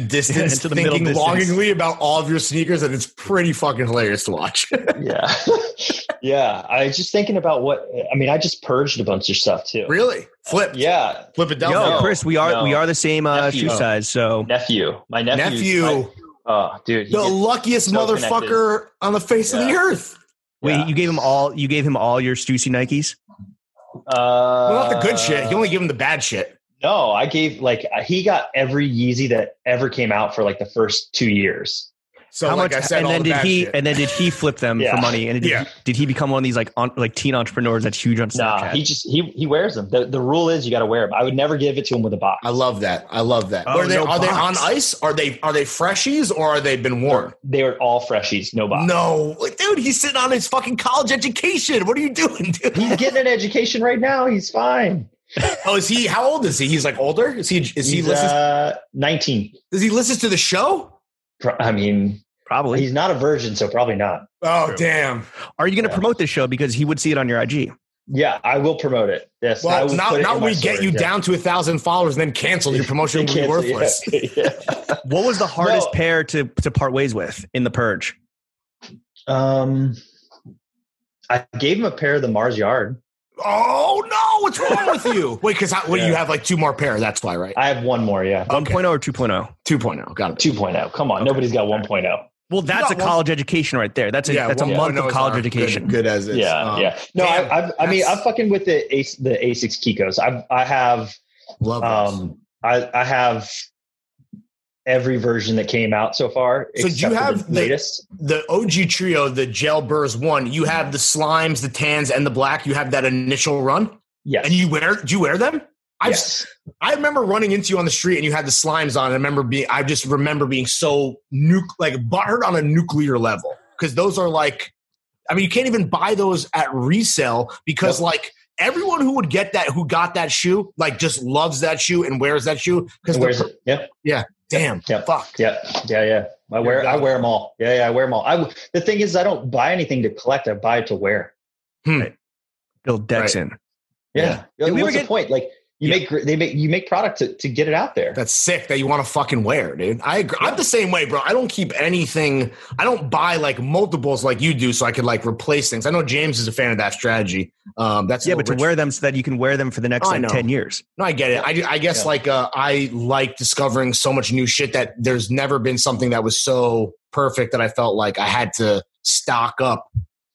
[SPEAKER 4] distance,
[SPEAKER 1] Into the middle
[SPEAKER 4] thinking
[SPEAKER 1] distance.
[SPEAKER 4] longingly about all of your sneakers, and it's pretty fucking hilarious to watch.
[SPEAKER 3] Yeah, yeah. I was just thinking about what. I mean, I just purged a bunch of stuff too.
[SPEAKER 4] really? Flip,
[SPEAKER 3] Yeah,
[SPEAKER 4] flip it down.
[SPEAKER 1] Yo,
[SPEAKER 3] no,
[SPEAKER 1] Chris, we are
[SPEAKER 3] no.
[SPEAKER 1] we are the same uh,
[SPEAKER 3] Nephew.
[SPEAKER 1] shoe size. So
[SPEAKER 3] nephew, my nephew,
[SPEAKER 4] Nephew,
[SPEAKER 3] oh, dude, he
[SPEAKER 4] the
[SPEAKER 3] gets-
[SPEAKER 4] luckiest
[SPEAKER 3] so
[SPEAKER 4] motherfucker on the face of the
[SPEAKER 3] Yeah.
[SPEAKER 4] earth.
[SPEAKER 1] wait,
[SPEAKER 3] yeah.
[SPEAKER 1] you gave him all you gave him all your Stussy Nikes?
[SPEAKER 3] uh,
[SPEAKER 4] Well, not the good shit. You only give him the bad shit.
[SPEAKER 3] No, I gave like he got every Yeezy that ever came out for like the first two years.
[SPEAKER 4] So,
[SPEAKER 1] How
[SPEAKER 4] like
[SPEAKER 1] much?
[SPEAKER 4] I said,
[SPEAKER 1] and
[SPEAKER 4] all
[SPEAKER 1] then
[SPEAKER 4] the
[SPEAKER 1] did
[SPEAKER 4] bad
[SPEAKER 1] he?
[SPEAKER 4] shit.
[SPEAKER 1] And then did he flip them
[SPEAKER 3] Yeah.
[SPEAKER 1] for money? And did,
[SPEAKER 4] Yeah.
[SPEAKER 1] he, did he become one of these like on, like teen entrepreneurs that's huge on Snapchat?
[SPEAKER 3] Nah, he just he he wears them. The, the rule is you got to wear them. I would never give it to him with a box.
[SPEAKER 4] I love that. I love that.
[SPEAKER 1] Oh,
[SPEAKER 4] are they
[SPEAKER 1] no
[SPEAKER 4] are they on
[SPEAKER 1] box.
[SPEAKER 4] ice? Are they are they freshies or are they been worn?
[SPEAKER 3] They were all freshies, no box.
[SPEAKER 4] No, Like, dude, he's sitting on his fucking college education. What are you doing, dude?
[SPEAKER 3] He's getting an education right now. He's fine.
[SPEAKER 4] oh, is he? How old is he? He's like older. Is he? Is he?
[SPEAKER 3] He's,
[SPEAKER 4] Listens,
[SPEAKER 3] uh, nineteen.
[SPEAKER 4] does he listen to the show?
[SPEAKER 3] Pro- I mean,
[SPEAKER 1] probably.
[SPEAKER 3] he's not a virgin, so probably not.
[SPEAKER 4] Oh,
[SPEAKER 1] True.
[SPEAKER 4] damn.
[SPEAKER 1] Are you going to
[SPEAKER 3] Yeah.
[SPEAKER 1] promote this show because he would see it on your IG?
[SPEAKER 3] Yeah, I will promote it. Yes, I
[SPEAKER 4] Well,
[SPEAKER 3] will
[SPEAKER 4] now
[SPEAKER 3] put it
[SPEAKER 4] now
[SPEAKER 3] in my
[SPEAKER 4] we get
[SPEAKER 3] story,
[SPEAKER 4] you
[SPEAKER 3] yeah.
[SPEAKER 4] down to a thousand followers, and then canceled your promotion will be
[SPEAKER 3] Cancel, yeah.
[SPEAKER 4] worthless.
[SPEAKER 3] Yeah.
[SPEAKER 1] What was the hardest
[SPEAKER 3] No.
[SPEAKER 1] pair to to part ways with in the purge?
[SPEAKER 3] Um, I gave him a pair of the Mars Yard.
[SPEAKER 4] Oh no, what's wrong with you? Wait, because what do you
[SPEAKER 3] Yeah.
[SPEAKER 4] have? Like two more pair. That's why, right?
[SPEAKER 3] I have one more. Yeah,
[SPEAKER 4] Okay.
[SPEAKER 1] 1.0 or 2.0?
[SPEAKER 4] 2.0. Got it.
[SPEAKER 3] 2.0. Come on, nobody's got oh. 1.0.
[SPEAKER 1] Well, that's a
[SPEAKER 4] got one-
[SPEAKER 1] college education right there. That's a that's a
[SPEAKER 4] 1.0
[SPEAKER 1] month of
[SPEAKER 4] is
[SPEAKER 1] college
[SPEAKER 4] not
[SPEAKER 1] education.
[SPEAKER 4] Good, good as is.
[SPEAKER 3] yeah,
[SPEAKER 4] Um,
[SPEAKER 3] yeah. No,
[SPEAKER 4] damn,
[SPEAKER 3] I, I've, I mean,
[SPEAKER 4] that's-
[SPEAKER 3] I'm fucking with the Ace, the A6 Kikos. I've, I have,
[SPEAKER 4] Love those.
[SPEAKER 3] um, I, I have every version that came out so far.
[SPEAKER 4] So do
[SPEAKER 3] except
[SPEAKER 4] you
[SPEAKER 3] for
[SPEAKER 4] have
[SPEAKER 3] the
[SPEAKER 4] the-
[SPEAKER 3] latest?
[SPEAKER 4] the OG trio, the gel burrs one, you have the slimes, the tans, and the black. You have that initial run,
[SPEAKER 3] Yes.
[SPEAKER 4] and you wear. Do you wear them? I
[SPEAKER 3] yes.
[SPEAKER 4] I remember running into you on the street, and you had the slimes on. And I remember being. I just remember being so nuke like buttered on a nuclear level because those are like. I mean, you can't even buy those at resale because like. Everyone who would get that, who got that shoe, like just loves that shoe and wears that shoe because
[SPEAKER 3] Where's it? Yep.
[SPEAKER 4] damn,
[SPEAKER 3] Yep.
[SPEAKER 4] fuck,
[SPEAKER 3] Yeah, yeah, yeah. I wear I wear them all. Yeah, yeah, I wear them all. I w- the thing is, I don't buy anything to collect. I buy it to wear.
[SPEAKER 1] Bill Dexon.
[SPEAKER 3] Yeah.
[SPEAKER 6] Like, we
[SPEAKER 3] Like,
[SPEAKER 6] were
[SPEAKER 3] what's the
[SPEAKER 6] getting-
[SPEAKER 3] point? Like you make make they make you make product to, to get it out there.
[SPEAKER 4] That's sick that you want to fucking wear, dude. I agree. I'm the same way, bro. I don't keep anything. I don't buy like multiples like you do, so I could like replace things. I know James is a fan of that strategy. Um, that's
[SPEAKER 1] yeah,
[SPEAKER 4] a
[SPEAKER 1] but to
[SPEAKER 4] rich-
[SPEAKER 1] wear them so that you can wear them for the next
[SPEAKER 4] Oh, I
[SPEAKER 1] like
[SPEAKER 4] know.
[SPEAKER 1] ten years.
[SPEAKER 4] No, I get it. I, I guess
[SPEAKER 3] Yeah.
[SPEAKER 4] like uh, I like discovering so much new shit that there's never been something that was so perfect that I felt like I had to stock up.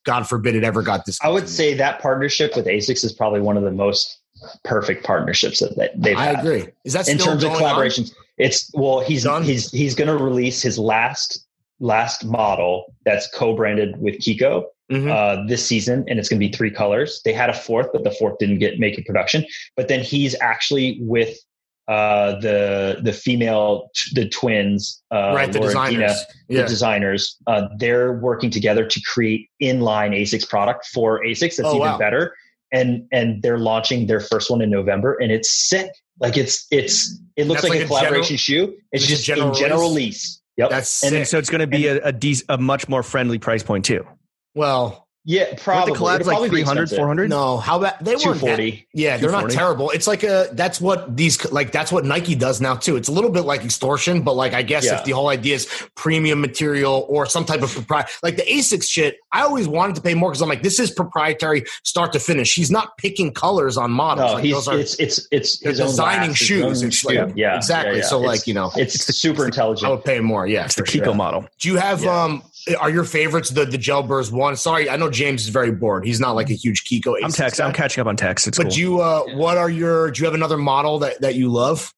[SPEAKER 4] God forbid it ever got this.
[SPEAKER 3] I would say that partnership with ASICS is probably one of the most perfect partnerships that they- they've
[SPEAKER 4] I
[SPEAKER 3] had.
[SPEAKER 4] agree. Is that
[SPEAKER 3] in
[SPEAKER 4] still
[SPEAKER 3] terms of
[SPEAKER 4] going on?
[SPEAKER 3] collaborations. It's well, he's
[SPEAKER 4] Done?
[SPEAKER 3] he's he's going to release his last last model that's co-branded with Kiko
[SPEAKER 4] Mhm.
[SPEAKER 3] uh, this season, and it's going to be three colors. They had a fourth, but the fourth didn't get make it production. But then he's actually with uh, the the female t- the twins, uh,
[SPEAKER 4] right, the
[SPEAKER 3] Laura and Dina,
[SPEAKER 4] designers.
[SPEAKER 3] the
[SPEAKER 4] Yeah.
[SPEAKER 3] designers. Uh, they're working together to create inline ASICS product for ASICS that's
[SPEAKER 4] Oh,
[SPEAKER 3] even
[SPEAKER 4] wow.
[SPEAKER 3] better. And and they're launching their first one in November, and it's sick. Like it's it's it looks
[SPEAKER 4] That's
[SPEAKER 3] like,
[SPEAKER 4] like
[SPEAKER 3] a
[SPEAKER 4] a
[SPEAKER 3] collaboration shoe. It's
[SPEAKER 4] just a
[SPEAKER 3] just
[SPEAKER 4] general
[SPEAKER 3] in general
[SPEAKER 4] release?
[SPEAKER 3] lease. Yep.
[SPEAKER 4] That's sick.
[SPEAKER 1] And then, so it's going to be a, a, dec- a much more friendly price point too.
[SPEAKER 4] well,
[SPEAKER 3] yeah,
[SPEAKER 1] Aren't
[SPEAKER 3] probably.
[SPEAKER 1] the collabs
[SPEAKER 3] It'll
[SPEAKER 1] like
[SPEAKER 3] probably be
[SPEAKER 1] 300,
[SPEAKER 3] expensive.
[SPEAKER 1] 400?
[SPEAKER 4] no, how about they weren't that
[SPEAKER 3] 240.
[SPEAKER 4] Yeah, they're not
[SPEAKER 1] 240.
[SPEAKER 4] terrible. It's like a that's what these like that's what Nike does now too. It's a little bit like extortion, but like I guess
[SPEAKER 3] Yeah.
[SPEAKER 4] if the whole idea is premium material or some type of proprietary, like the Asics shit, I always wanted to pay more because I'm like, this is proprietary start to finish. He's not picking colors on models.
[SPEAKER 3] No,
[SPEAKER 4] Like,
[SPEAKER 3] he's
[SPEAKER 4] those are-
[SPEAKER 3] it's it's it's
[SPEAKER 4] they're
[SPEAKER 3] his own
[SPEAKER 4] designing
[SPEAKER 3] last, his own
[SPEAKER 4] shoes. It's like-
[SPEAKER 3] shoe. yeah,
[SPEAKER 4] exactly.
[SPEAKER 3] yeah, yeah.
[SPEAKER 4] So
[SPEAKER 3] It's-
[SPEAKER 4] like you know,
[SPEAKER 3] it's, super
[SPEAKER 4] I
[SPEAKER 3] intelligent.
[SPEAKER 4] would pay more. Yeah,
[SPEAKER 1] It's the
[SPEAKER 4] for
[SPEAKER 1] Kiko
[SPEAKER 4] sure.
[SPEAKER 1] model.
[SPEAKER 4] Do you have
[SPEAKER 3] Yeah.
[SPEAKER 4] um? Are your favorites the the Gel Burrs one? Sorry, I know James is very bored. He's not like a huge Kiko.
[SPEAKER 1] I'm
[SPEAKER 4] Asics
[SPEAKER 1] text.
[SPEAKER 4] guy.
[SPEAKER 1] I'm catching up on text. It's
[SPEAKER 4] but
[SPEAKER 1] cool.
[SPEAKER 4] do you uh what are your do you have another model that that you love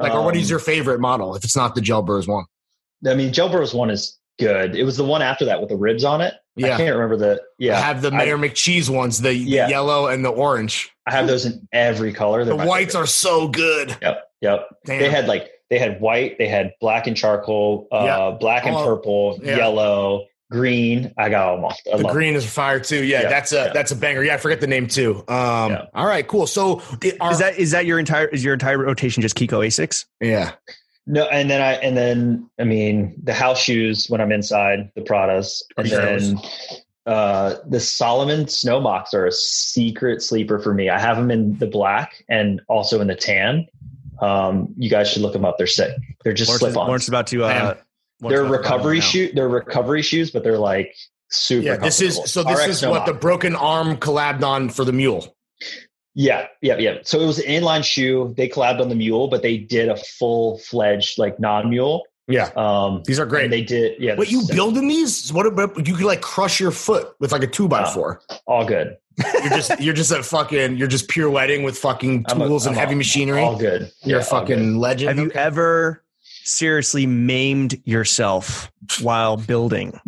[SPEAKER 4] like or what
[SPEAKER 3] Um,
[SPEAKER 4] is your favorite model if it's not the gel burrs one oh.
[SPEAKER 3] I mean, Joe Burrow's one is good. It was the one after that with the ribs on it. I
[SPEAKER 4] yeah
[SPEAKER 3] can't remember the yeah.
[SPEAKER 4] I have the
[SPEAKER 3] I-
[SPEAKER 4] Mayor McCheese ones, the, the
[SPEAKER 3] Yeah.
[SPEAKER 4] yellow and the orange.
[SPEAKER 3] I have those in every color.
[SPEAKER 4] The whites are so good.
[SPEAKER 3] are. Yep.
[SPEAKER 4] Damn.
[SPEAKER 3] They had like they had white, they had black and charcoal, uh,
[SPEAKER 4] Yeah.
[SPEAKER 3] black and
[SPEAKER 4] Oh,
[SPEAKER 3] purple,
[SPEAKER 4] yeah.
[SPEAKER 3] yellow, green. I got them all. I
[SPEAKER 4] the
[SPEAKER 3] love
[SPEAKER 4] green is fire too. Yeah,
[SPEAKER 3] Yeah,
[SPEAKER 4] that's a
[SPEAKER 3] yeah.
[SPEAKER 4] that's a banger. Yeah, I forget the name too. Um,
[SPEAKER 3] Yeah.
[SPEAKER 4] all right, cool. So it, are,
[SPEAKER 1] is that is that your entire is your entire rotation just Kiko Asics?
[SPEAKER 4] yeah,
[SPEAKER 3] It. No, and then I and then I mean the house shoes when I'm inside the Pradas, and
[SPEAKER 4] Are
[SPEAKER 3] then uh, the Solomon Snowbox are a secret sleeper for me. I have them in the black and also in the tan. Um, you guys should look them up. They're sick. They're just
[SPEAKER 1] Lawrence, is,
[SPEAKER 3] slip
[SPEAKER 1] Lawrence
[SPEAKER 3] ons.
[SPEAKER 1] is about to. Uh,
[SPEAKER 4] Damn.
[SPEAKER 1] Lawrence
[SPEAKER 3] They're
[SPEAKER 1] is about to
[SPEAKER 3] recovery
[SPEAKER 1] now.
[SPEAKER 3] shoe. They're recovery shoes, but they're like super.
[SPEAKER 4] yeah? This is
[SPEAKER 3] comfortable.
[SPEAKER 4] so. This
[SPEAKER 3] RX
[SPEAKER 4] is what
[SPEAKER 3] Snowbox.
[SPEAKER 4] the broken arm collabed on for the mule.
[SPEAKER 3] Yeah, yeah, yeah. So it was an inline shoe. They collabed on the mule, but they did a full fledged like non mule.
[SPEAKER 4] Yeah,
[SPEAKER 3] Um,
[SPEAKER 4] these are great.
[SPEAKER 3] and they did. Yeah,
[SPEAKER 4] What you
[SPEAKER 3] so-
[SPEAKER 4] building these? What about you could like crush your foot with like a two by
[SPEAKER 3] Uh,
[SPEAKER 4] four?
[SPEAKER 3] All good.
[SPEAKER 4] You're just you're just a fucking you're just pirouetting with fucking
[SPEAKER 3] I'm a-
[SPEAKER 4] tools
[SPEAKER 3] I'm
[SPEAKER 4] and
[SPEAKER 3] a-
[SPEAKER 4] heavy machinery.
[SPEAKER 3] All good.
[SPEAKER 4] you're
[SPEAKER 3] Yeah,
[SPEAKER 4] a
[SPEAKER 3] all good.
[SPEAKER 4] fucking legend.
[SPEAKER 1] Have you ever seriously maimed yourself while building?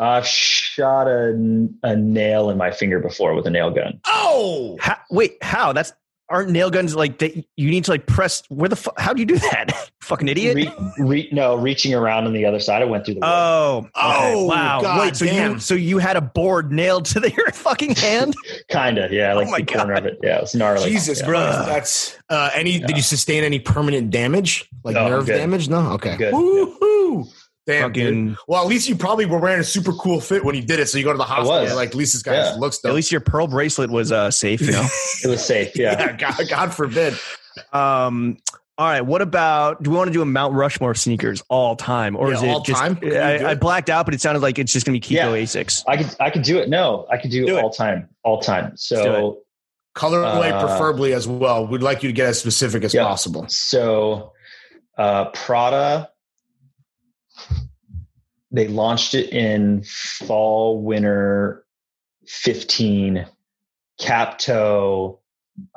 [SPEAKER 3] I've shot a, a nail in my finger before with a nail gun.
[SPEAKER 4] oh,
[SPEAKER 1] How, wait, how? That's aren't nail guns like that? You need to like press. Where the fuck? How do you do that? Fucking idiot.
[SPEAKER 3] Re, re, no, reaching around on the other side. I went through the. wood.
[SPEAKER 1] Oh, okay.
[SPEAKER 4] Oh,
[SPEAKER 1] wow!
[SPEAKER 4] God
[SPEAKER 1] Wait, so
[SPEAKER 4] damn.
[SPEAKER 1] you so you had a board nailed to the, your fucking hand?
[SPEAKER 3] Kinda. Yeah, like
[SPEAKER 1] Oh my
[SPEAKER 3] the corner of it. Yeah, it's gnarly.
[SPEAKER 4] Jesus
[SPEAKER 3] yeah. Ah.
[SPEAKER 4] Christ!
[SPEAKER 1] Bruh.
[SPEAKER 4] That's uh, any. Did you sustain any permanent damage, like
[SPEAKER 3] No, I'm
[SPEAKER 4] nerve
[SPEAKER 3] good.
[SPEAKER 4] damage? No. Okay.
[SPEAKER 3] Good.
[SPEAKER 4] Woohoo! Damn. dude.
[SPEAKER 1] fucking.
[SPEAKER 4] Well, at least you probably were wearing a super cool fit when you did it. So you go to the hospital,
[SPEAKER 3] was.
[SPEAKER 4] you're like, at least this guy
[SPEAKER 3] Yeah.
[SPEAKER 4] looks
[SPEAKER 1] At
[SPEAKER 4] dope.
[SPEAKER 1] least your pearl bracelet was uh, safe. You know.
[SPEAKER 3] It was safe. Yeah.
[SPEAKER 4] yeah. God, God forbid.
[SPEAKER 1] um. All right. What about? Do we want to do a Mount Rushmore of sneakers all time, or
[SPEAKER 4] Yeah,
[SPEAKER 1] is it
[SPEAKER 4] all
[SPEAKER 1] just?
[SPEAKER 4] time? Can you do
[SPEAKER 1] I, I
[SPEAKER 4] it?
[SPEAKER 1] blacked out, but it sounded like it's just gonna be Kiko
[SPEAKER 3] Yeah.
[SPEAKER 1] Asics.
[SPEAKER 3] I could I could do it. No, I could do,
[SPEAKER 1] Do it.
[SPEAKER 3] all time. All time. So
[SPEAKER 4] Colorway,
[SPEAKER 3] Uh,
[SPEAKER 4] preferably as well. We'd like you to get as specific as
[SPEAKER 3] Yeah.
[SPEAKER 4] possible.
[SPEAKER 3] So uh, Prada, they launched it in fall, winter 15, cap toe,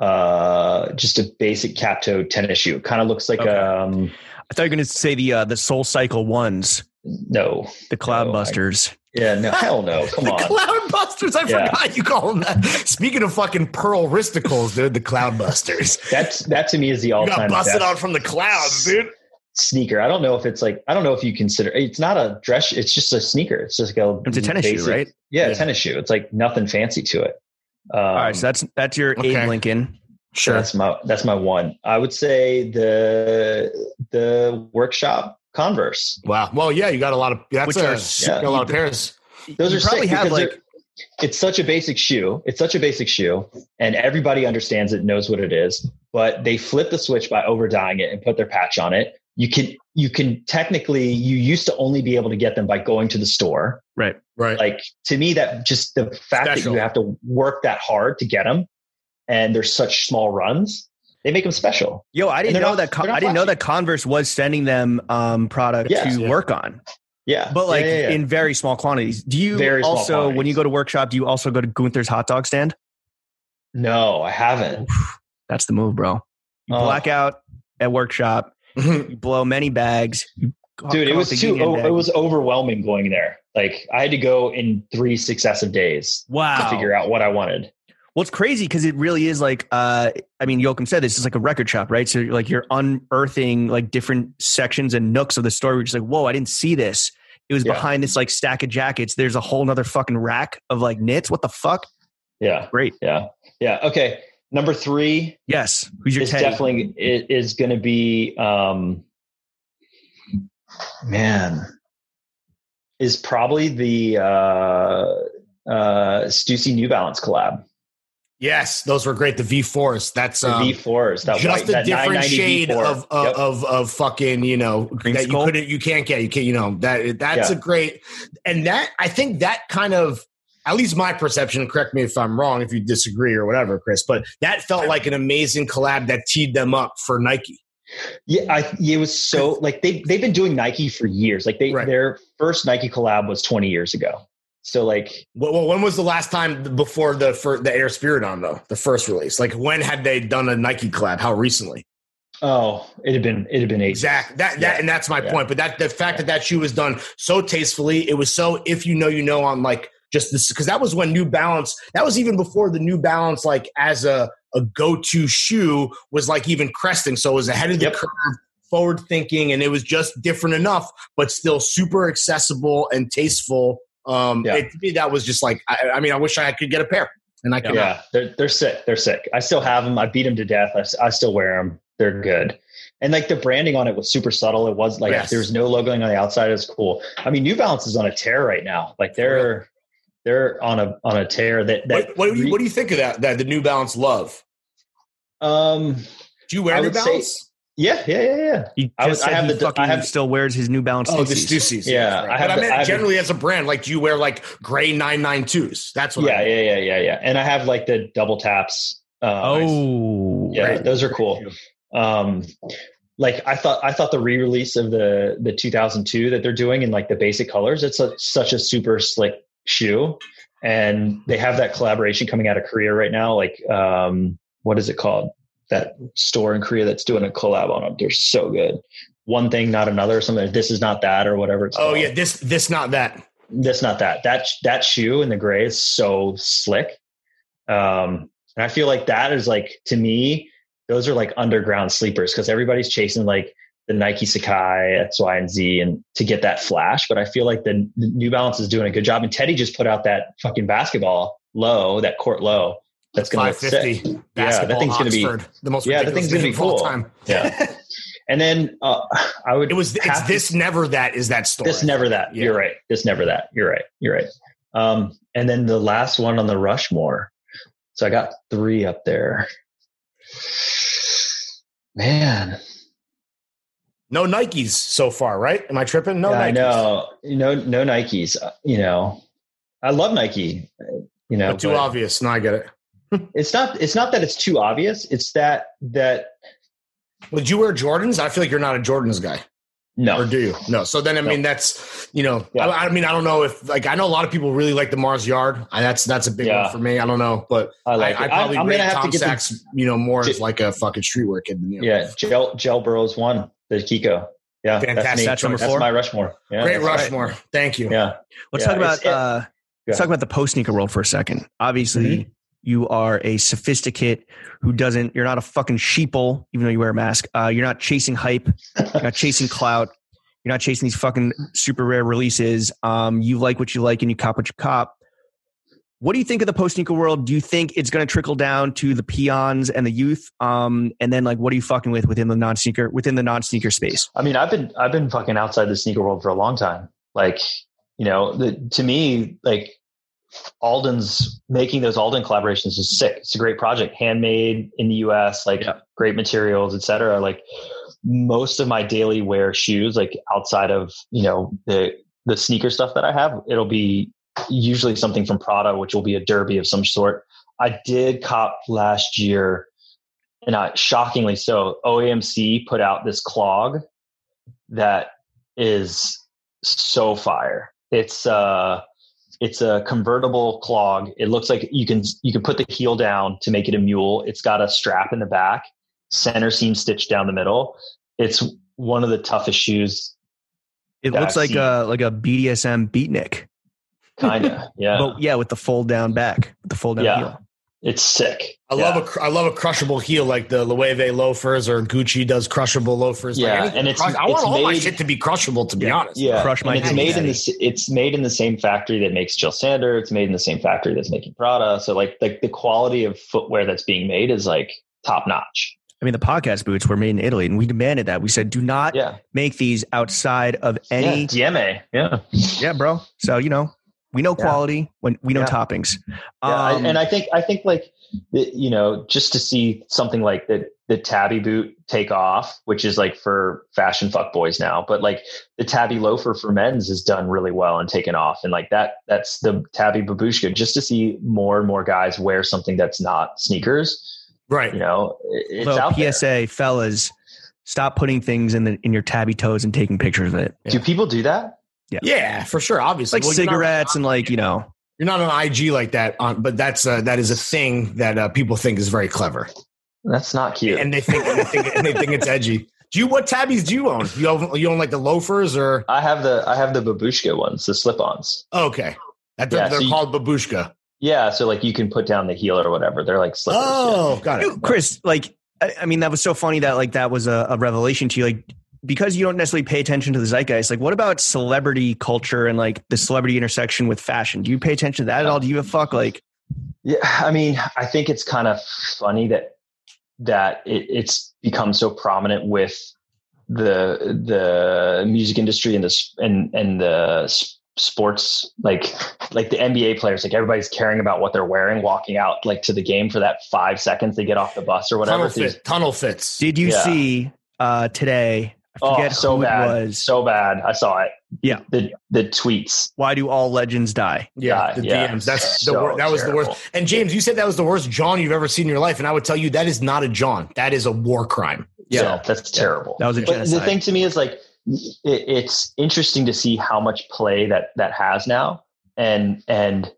[SPEAKER 3] uh, just a basic cap toe tennis shoe. Kind of looks like
[SPEAKER 1] Okay.
[SPEAKER 3] um,
[SPEAKER 1] I thought you were gonna say the uh, the Soul Cycle ones,
[SPEAKER 3] no,
[SPEAKER 1] the Cloud
[SPEAKER 3] No, I-
[SPEAKER 1] Busters.
[SPEAKER 3] yeah, no, hell no, come
[SPEAKER 4] the
[SPEAKER 3] on.
[SPEAKER 4] Cloudbusters. I
[SPEAKER 3] Yeah.
[SPEAKER 4] forgot you call them that. Speaking of fucking pearl risticles, dude, the Cloudbusters.
[SPEAKER 3] That's that to me is the all
[SPEAKER 4] You got
[SPEAKER 3] time
[SPEAKER 4] busted out from the clouds, dude.
[SPEAKER 3] sneaker. I don't know if it's like I don't know if you consider it's not a dress. It's just a sneaker. It's just like a
[SPEAKER 1] It's a tennis shoe,
[SPEAKER 3] basic-
[SPEAKER 1] right?
[SPEAKER 3] Yeah,
[SPEAKER 4] Yeah.
[SPEAKER 3] a tennis shoe. It's like nothing fancy to it. Um,
[SPEAKER 1] all right. So that's that's your
[SPEAKER 4] okay.
[SPEAKER 1] Abe Lincoln.
[SPEAKER 3] So
[SPEAKER 4] Sure.
[SPEAKER 3] that's my that's my one. I would say the the workshop Converse.
[SPEAKER 4] Wow. Well, yeah, you got a lot of that's
[SPEAKER 1] Which
[SPEAKER 4] a,
[SPEAKER 1] are
[SPEAKER 4] you got a lot of pairs.
[SPEAKER 3] Those
[SPEAKER 1] you
[SPEAKER 3] are
[SPEAKER 1] probably
[SPEAKER 3] sick
[SPEAKER 1] have
[SPEAKER 3] because
[SPEAKER 1] like
[SPEAKER 3] they're- it's such a basic shoe. It's such a basic shoe, and everybody understands it, knows what it is. But they flip the switch by overdying it and put their patch on it. You can you can technically you used to only be able to get them by going to the store.
[SPEAKER 4] Right.
[SPEAKER 3] Like to me, that just the fact
[SPEAKER 4] Special.
[SPEAKER 3] that you have to work that hard to get them, and they're such small runs, they make them special.
[SPEAKER 1] Yo, I didn't
[SPEAKER 3] they're
[SPEAKER 1] know
[SPEAKER 3] not-
[SPEAKER 1] that. Con-
[SPEAKER 3] they're not
[SPEAKER 1] I didn't know
[SPEAKER 3] flashy.
[SPEAKER 1] that Converse was sending them um, product
[SPEAKER 3] Yeah.
[SPEAKER 1] to
[SPEAKER 4] Yeah.
[SPEAKER 1] work on,
[SPEAKER 3] Yeah,
[SPEAKER 1] but like
[SPEAKER 3] Yeah, yeah, yeah.
[SPEAKER 1] in very small quantities. Do you
[SPEAKER 3] Very small
[SPEAKER 1] also, when
[SPEAKER 3] quantities.
[SPEAKER 1] you go to workshop, do you also go to Gunther's hot dog stand?
[SPEAKER 3] no, I haven't.
[SPEAKER 1] That's the move, bro. You
[SPEAKER 3] Oh.
[SPEAKER 1] black out at workshop.
[SPEAKER 4] Mm-hmm.
[SPEAKER 1] You blow many bags. You go-
[SPEAKER 3] dude it
[SPEAKER 1] come
[SPEAKER 3] was
[SPEAKER 1] up the
[SPEAKER 3] too
[SPEAKER 1] union
[SPEAKER 3] o-
[SPEAKER 1] bag.
[SPEAKER 3] it was overwhelming going there like i had to go in three successive days to
[SPEAKER 1] wow.
[SPEAKER 3] figure out what i wanted
[SPEAKER 1] Well, it's crazy because it really is like, uh, I mean, Joachim said this is like a record shop, right? So like you're unearthing like different sections and nooks of the store. We're just like, whoa, I didn't see this. It was
[SPEAKER 3] Yeah.
[SPEAKER 1] behind this like stack of jackets. There's a whole nother fucking rack of like knits. What the fuck?
[SPEAKER 3] yeah
[SPEAKER 1] Great.
[SPEAKER 3] yeah yeah okay number three
[SPEAKER 1] Yes. Who's your
[SPEAKER 3] is
[SPEAKER 1] Teddy?
[SPEAKER 3] definitely it is going to be um man is probably the uh uh stussy new balance collab
[SPEAKER 4] Yes, those were great. The V Force. That's
[SPEAKER 3] the
[SPEAKER 4] um,
[SPEAKER 3] v4s that
[SPEAKER 4] just
[SPEAKER 3] white,
[SPEAKER 4] a
[SPEAKER 3] that
[SPEAKER 4] different
[SPEAKER 3] 990
[SPEAKER 4] shade
[SPEAKER 3] V4.
[SPEAKER 4] of of,
[SPEAKER 3] Yep.
[SPEAKER 4] of of fucking you know that you
[SPEAKER 1] skull?
[SPEAKER 4] couldn't you can't get you can not you know that that's
[SPEAKER 3] Yeah.
[SPEAKER 4] a great and that I think that kind of at least my perception correct me if I'm wrong if you disagree or whatever Chris but that felt like an amazing collab that teed them up for Nike
[SPEAKER 3] Yeah, I, it was so like they they've been doing Nike for years. Like they
[SPEAKER 4] Right.
[SPEAKER 3] their first Nike collab was 20 years ago. So like
[SPEAKER 4] well, well when was the last time before the for the Air Spirit on though the first release like when had they done a Nike collab how recently
[SPEAKER 3] oh, it had been it had been ages.
[SPEAKER 4] Exactly. That that
[SPEAKER 3] Yeah.
[SPEAKER 4] and that's my
[SPEAKER 3] Yeah.
[SPEAKER 4] point. But that the fact that that shoe was done so tastefully, it was so if you know you know on like just this because that was when New Balance that was even before the New Balance like as a a go to shoe was like even cresting, so it was ahead of the
[SPEAKER 3] Yep.
[SPEAKER 4] curve, forward thinking, and it was just different enough, but still super accessible and tasteful. Um,
[SPEAKER 3] Yeah.
[SPEAKER 4] it, to me, that was just like I, I mean, I wish I could get a pair, and I
[SPEAKER 3] Yeah,
[SPEAKER 4] could.
[SPEAKER 3] they're they're sick. They're sick. I still have them. I beat them to death. I, s- I still wear them. They're good. And like the branding on it was super subtle. It was like
[SPEAKER 4] Yes.
[SPEAKER 3] there was no logoing on the outside. It was cool. I mean, New Balance is on a tear right now. Like they're they're on a on a tear that that
[SPEAKER 4] What, what do you what do you think of that? That the New Balance love?
[SPEAKER 3] um
[SPEAKER 4] Do you wear
[SPEAKER 3] I
[SPEAKER 4] New
[SPEAKER 3] would say-
[SPEAKER 4] Balance?
[SPEAKER 3] yeah yeah yeah yeah
[SPEAKER 1] He
[SPEAKER 3] I
[SPEAKER 1] just
[SPEAKER 3] was- I
[SPEAKER 1] said
[SPEAKER 3] have
[SPEAKER 1] he
[SPEAKER 3] the- I
[SPEAKER 1] fucking
[SPEAKER 3] have-
[SPEAKER 1] still wears his New Balance.
[SPEAKER 4] Oh, the
[SPEAKER 1] Stootsies.
[SPEAKER 4] Stussies.
[SPEAKER 3] Yeah,
[SPEAKER 4] right.
[SPEAKER 3] I have
[SPEAKER 4] but I
[SPEAKER 3] the-
[SPEAKER 4] meant
[SPEAKER 3] I have the-
[SPEAKER 4] generally as a brand, like do you wear like gray 992s? That's what
[SPEAKER 3] yeah,
[SPEAKER 4] I mean.
[SPEAKER 3] yeah, yeah, yeah, yeah. And I have like the double taps. Uh,
[SPEAKER 1] Oh,
[SPEAKER 3] yeah, those are cool. Um, like I thought, I thought the re-release of the the 2002 that they're doing in like the basic colors. It's a, such a super slick shoe, and they have that collaboration coming out of Korea right now. Like, um, what is it called? That store in Korea that's doing a collab on them. They're so good. One thing, not another. or Something. This is not that, or whatever. It's
[SPEAKER 4] Oh
[SPEAKER 3] called.
[SPEAKER 4] yeah, this this not that.
[SPEAKER 3] that's not that that that shoe in the gray is so slick um and i feel like that is like to me those are like underground sleepers because everybody's chasing like the nike sakai x y and z and to get that flash but i feel like the, the new balance is doing a good job and teddy just put out that fucking basketball low that court low that's gonna look sick
[SPEAKER 4] 550
[SPEAKER 3] Yeah, that
[SPEAKER 4] basketball
[SPEAKER 3] thing's gonna be-
[SPEAKER 4] Oxford, the most
[SPEAKER 3] Yeah, that
[SPEAKER 4] ridiculous
[SPEAKER 3] thing's gonna
[SPEAKER 4] thing
[SPEAKER 3] be
[SPEAKER 4] of all
[SPEAKER 3] cool.
[SPEAKER 4] time.
[SPEAKER 3] yeah and then uh, i would
[SPEAKER 4] It was it's
[SPEAKER 3] have to-
[SPEAKER 4] this never that is that story.
[SPEAKER 3] This never that.
[SPEAKER 4] Yeah.
[SPEAKER 3] You're right. This never that. You're right. You're right. Um, and then the last one on the Rushmore. So I got three up there. Man,
[SPEAKER 4] No Nikes so far, right? Am I tripping? No
[SPEAKER 3] yeah, I
[SPEAKER 4] Nikes.
[SPEAKER 3] know. No, no Nikes. uh, You know, I love Nike. uh, You know,
[SPEAKER 4] But too
[SPEAKER 3] but
[SPEAKER 4] obvious. No, I get it.
[SPEAKER 3] it's not. It's not that it's too obvious. It's that that
[SPEAKER 4] Would you wear Jordans? I feel like you're not a Jordans guy.
[SPEAKER 3] no.
[SPEAKER 4] Or do you? No. So then, I
[SPEAKER 3] No.
[SPEAKER 4] mean, that's you know,
[SPEAKER 3] Yeah.
[SPEAKER 4] I, I mean, I don't know if like I know a lot of people really like the Mars Yard. I, that's that's a big
[SPEAKER 3] Yeah.
[SPEAKER 4] one for me. I don't know, but
[SPEAKER 3] I like.
[SPEAKER 4] I, I
[SPEAKER 3] it.
[SPEAKER 4] probably
[SPEAKER 3] I'm
[SPEAKER 4] rate
[SPEAKER 3] gonna have
[SPEAKER 4] Tom
[SPEAKER 3] to get the-
[SPEAKER 4] Sachs, you know, more
[SPEAKER 3] J-
[SPEAKER 4] as like a fucking streetwear kid. Than, you know.
[SPEAKER 3] yeah, gel gel Burrows one the Kiko. Yeah,
[SPEAKER 4] Fantastic
[SPEAKER 3] That's, me.
[SPEAKER 1] That's number
[SPEAKER 3] That's
[SPEAKER 1] four?
[SPEAKER 3] my Rushmore. Yeah,
[SPEAKER 4] Great
[SPEAKER 3] that's right.
[SPEAKER 4] Rushmore. Thank you.
[SPEAKER 3] Yeah.
[SPEAKER 1] Let's
[SPEAKER 3] Yeah,
[SPEAKER 1] talk about
[SPEAKER 3] it's- it- Mm-hmm.
[SPEAKER 1] uh, let's
[SPEAKER 3] Yeah.
[SPEAKER 1] talk about the post sneaker world for a second. Obviously, you are a sophisticate who doesn't. You're not a fucking sheeple, even though you wear a mask. Uh, you're not chasing hype. You're not chasing clout. You're not chasing these fucking super rare releases. Um, you like what you like, and you cop what you cop. What do you think of the post sneaker world? Do you think it's going to trickle down to the peons and the youth? Um, and then like, what are you fucking with within the non sneaker within the non sneaker space?
[SPEAKER 3] I mean, I've been I've been fucking outside the sneaker world for a long time. Like, you know, the, to me, like Alden's making those Alden collaborations is sick. It's a great project, handmade in the U.S., like
[SPEAKER 1] Yeah.
[SPEAKER 3] great materials, etc. Like most of my daily wear shoes, like outside of you know the the sneaker stuff that I have, it'll be usually something from Prada, which will be a derby of some sort. I did cop last year, and I shockingly so OAMC put out this clog that is so fire. It's uh it's a convertible clog. It looks like you can you can put the heel down to make it a mule. It's got a strap in the back, center seam stitched down the middle. It's one of the toughest shoes,
[SPEAKER 1] It
[SPEAKER 3] Yeah,
[SPEAKER 1] looks
[SPEAKER 3] I've
[SPEAKER 1] like
[SPEAKER 3] seen
[SPEAKER 1] a like a BDSM beatnik,
[SPEAKER 3] kind of. Yeah,
[SPEAKER 1] but yeah, with the fold down back, with the fold down
[SPEAKER 3] Yeah.
[SPEAKER 1] heel.
[SPEAKER 3] it's sick.
[SPEAKER 4] I
[SPEAKER 3] yeah.
[SPEAKER 4] love a cr- I love a crushable heel like the Loewe loafers or Gucci does crushable loafers.
[SPEAKER 3] Yeah,
[SPEAKER 4] like anything
[SPEAKER 3] and it's-
[SPEAKER 4] crush- I want
[SPEAKER 3] it's
[SPEAKER 4] all my
[SPEAKER 3] made-
[SPEAKER 4] shit to be crushable. To be honest,
[SPEAKER 3] Yeah,
[SPEAKER 1] Crush my
[SPEAKER 3] and it's
[SPEAKER 1] titty
[SPEAKER 3] made in
[SPEAKER 1] daddy.
[SPEAKER 3] the s- it's made in the same factory that makes Jill Sander. It's made in the same factory that's making Prada. So like like the quality of footwear that's being made is like top notch.
[SPEAKER 1] I mean, the podcast boots were made in Italy, and we demanded that. We said, do not
[SPEAKER 3] Yeah,
[SPEAKER 1] make these outside of any.
[SPEAKER 3] yeah, DMA. Yeah,
[SPEAKER 1] Yeah, bro. So you know, we know
[SPEAKER 3] Yeah.
[SPEAKER 1] quality when we know
[SPEAKER 3] Yeah.
[SPEAKER 1] toppings.
[SPEAKER 3] Yeah, I-
[SPEAKER 1] Um,
[SPEAKER 3] and I think I think like the- you know just to see something like the the tabby boot take off, which is like for fashion fuck boys now, but like the tabby loafer for men's is done really well and taken off, and like that that's the tabby babushka. Just to see more and more guys wear something that's not sneakers,
[SPEAKER 4] right.
[SPEAKER 3] you know, it- it's
[SPEAKER 1] although
[SPEAKER 3] out
[SPEAKER 1] PSA, fellas, stop putting things in the in your tabby toes and taking pictures of it.
[SPEAKER 3] there. Do people do that?
[SPEAKER 4] Yeah, for sure.
[SPEAKER 1] It's
[SPEAKER 4] Obviously,
[SPEAKER 1] like
[SPEAKER 4] Well, you're not-
[SPEAKER 1] cigarettes and like you know.
[SPEAKER 4] You're not on IG like that, on, but that's uh, that is a thing that uh, people think is very clever,
[SPEAKER 3] That's not cute.
[SPEAKER 4] and they think and they think, and they think it's edgy. Do you what tabbies do you own? You own you own like the loafers or
[SPEAKER 3] I have the I have the babushka ones, the slip-ons.
[SPEAKER 4] okay? That,
[SPEAKER 3] Yeah,
[SPEAKER 4] they're
[SPEAKER 3] so you-
[SPEAKER 4] called babushka.
[SPEAKER 3] Yeah, so like you can put down the heel or whatever. They're like slippers. yeah.
[SPEAKER 4] Oh, got it.
[SPEAKER 1] You- Chris, like, I, I mean, that was so funny that like that was a, a revelation to you, like because you don't necessarily pay attention to the zeitgeist. Like, what about celebrity culture and like the celebrity intersection with fashion? Do you pay attention to that at all? Do you give a fuck? Like,
[SPEAKER 3] Yeah, I mean, I think it's kind of funny that that it, it's become so prominent with the the music industry and the s- and and the s- sports like like the NBA players like everybody's caring about what they're wearing walking out like to the game for that 5 seconds they get off the bus or whatever
[SPEAKER 4] tunnel, fit, tunnel fits.
[SPEAKER 1] did you
[SPEAKER 3] Yeah.
[SPEAKER 1] see uh, today? I
[SPEAKER 3] oh
[SPEAKER 1] forget
[SPEAKER 3] so
[SPEAKER 1] who
[SPEAKER 3] bad
[SPEAKER 1] it was.
[SPEAKER 3] so bad I saw it
[SPEAKER 1] Yeah.
[SPEAKER 3] the the tweets
[SPEAKER 1] Why do all legends die?
[SPEAKER 4] Yeah,
[SPEAKER 3] Yeah,
[SPEAKER 4] the
[SPEAKER 3] yeah.
[SPEAKER 4] DMs. That's the
[SPEAKER 3] So
[SPEAKER 4] wor- that was the
[SPEAKER 3] terrible.
[SPEAKER 4] worst. And James, you said that was the worst John you've ever seen in your life, and I would tell you that is not a John. That is a war crime.
[SPEAKER 3] yeah that's terrible
[SPEAKER 1] That was a
[SPEAKER 3] But
[SPEAKER 1] genocide.
[SPEAKER 3] the thing to me is like it, it's interesting to see how much play that that has now, and and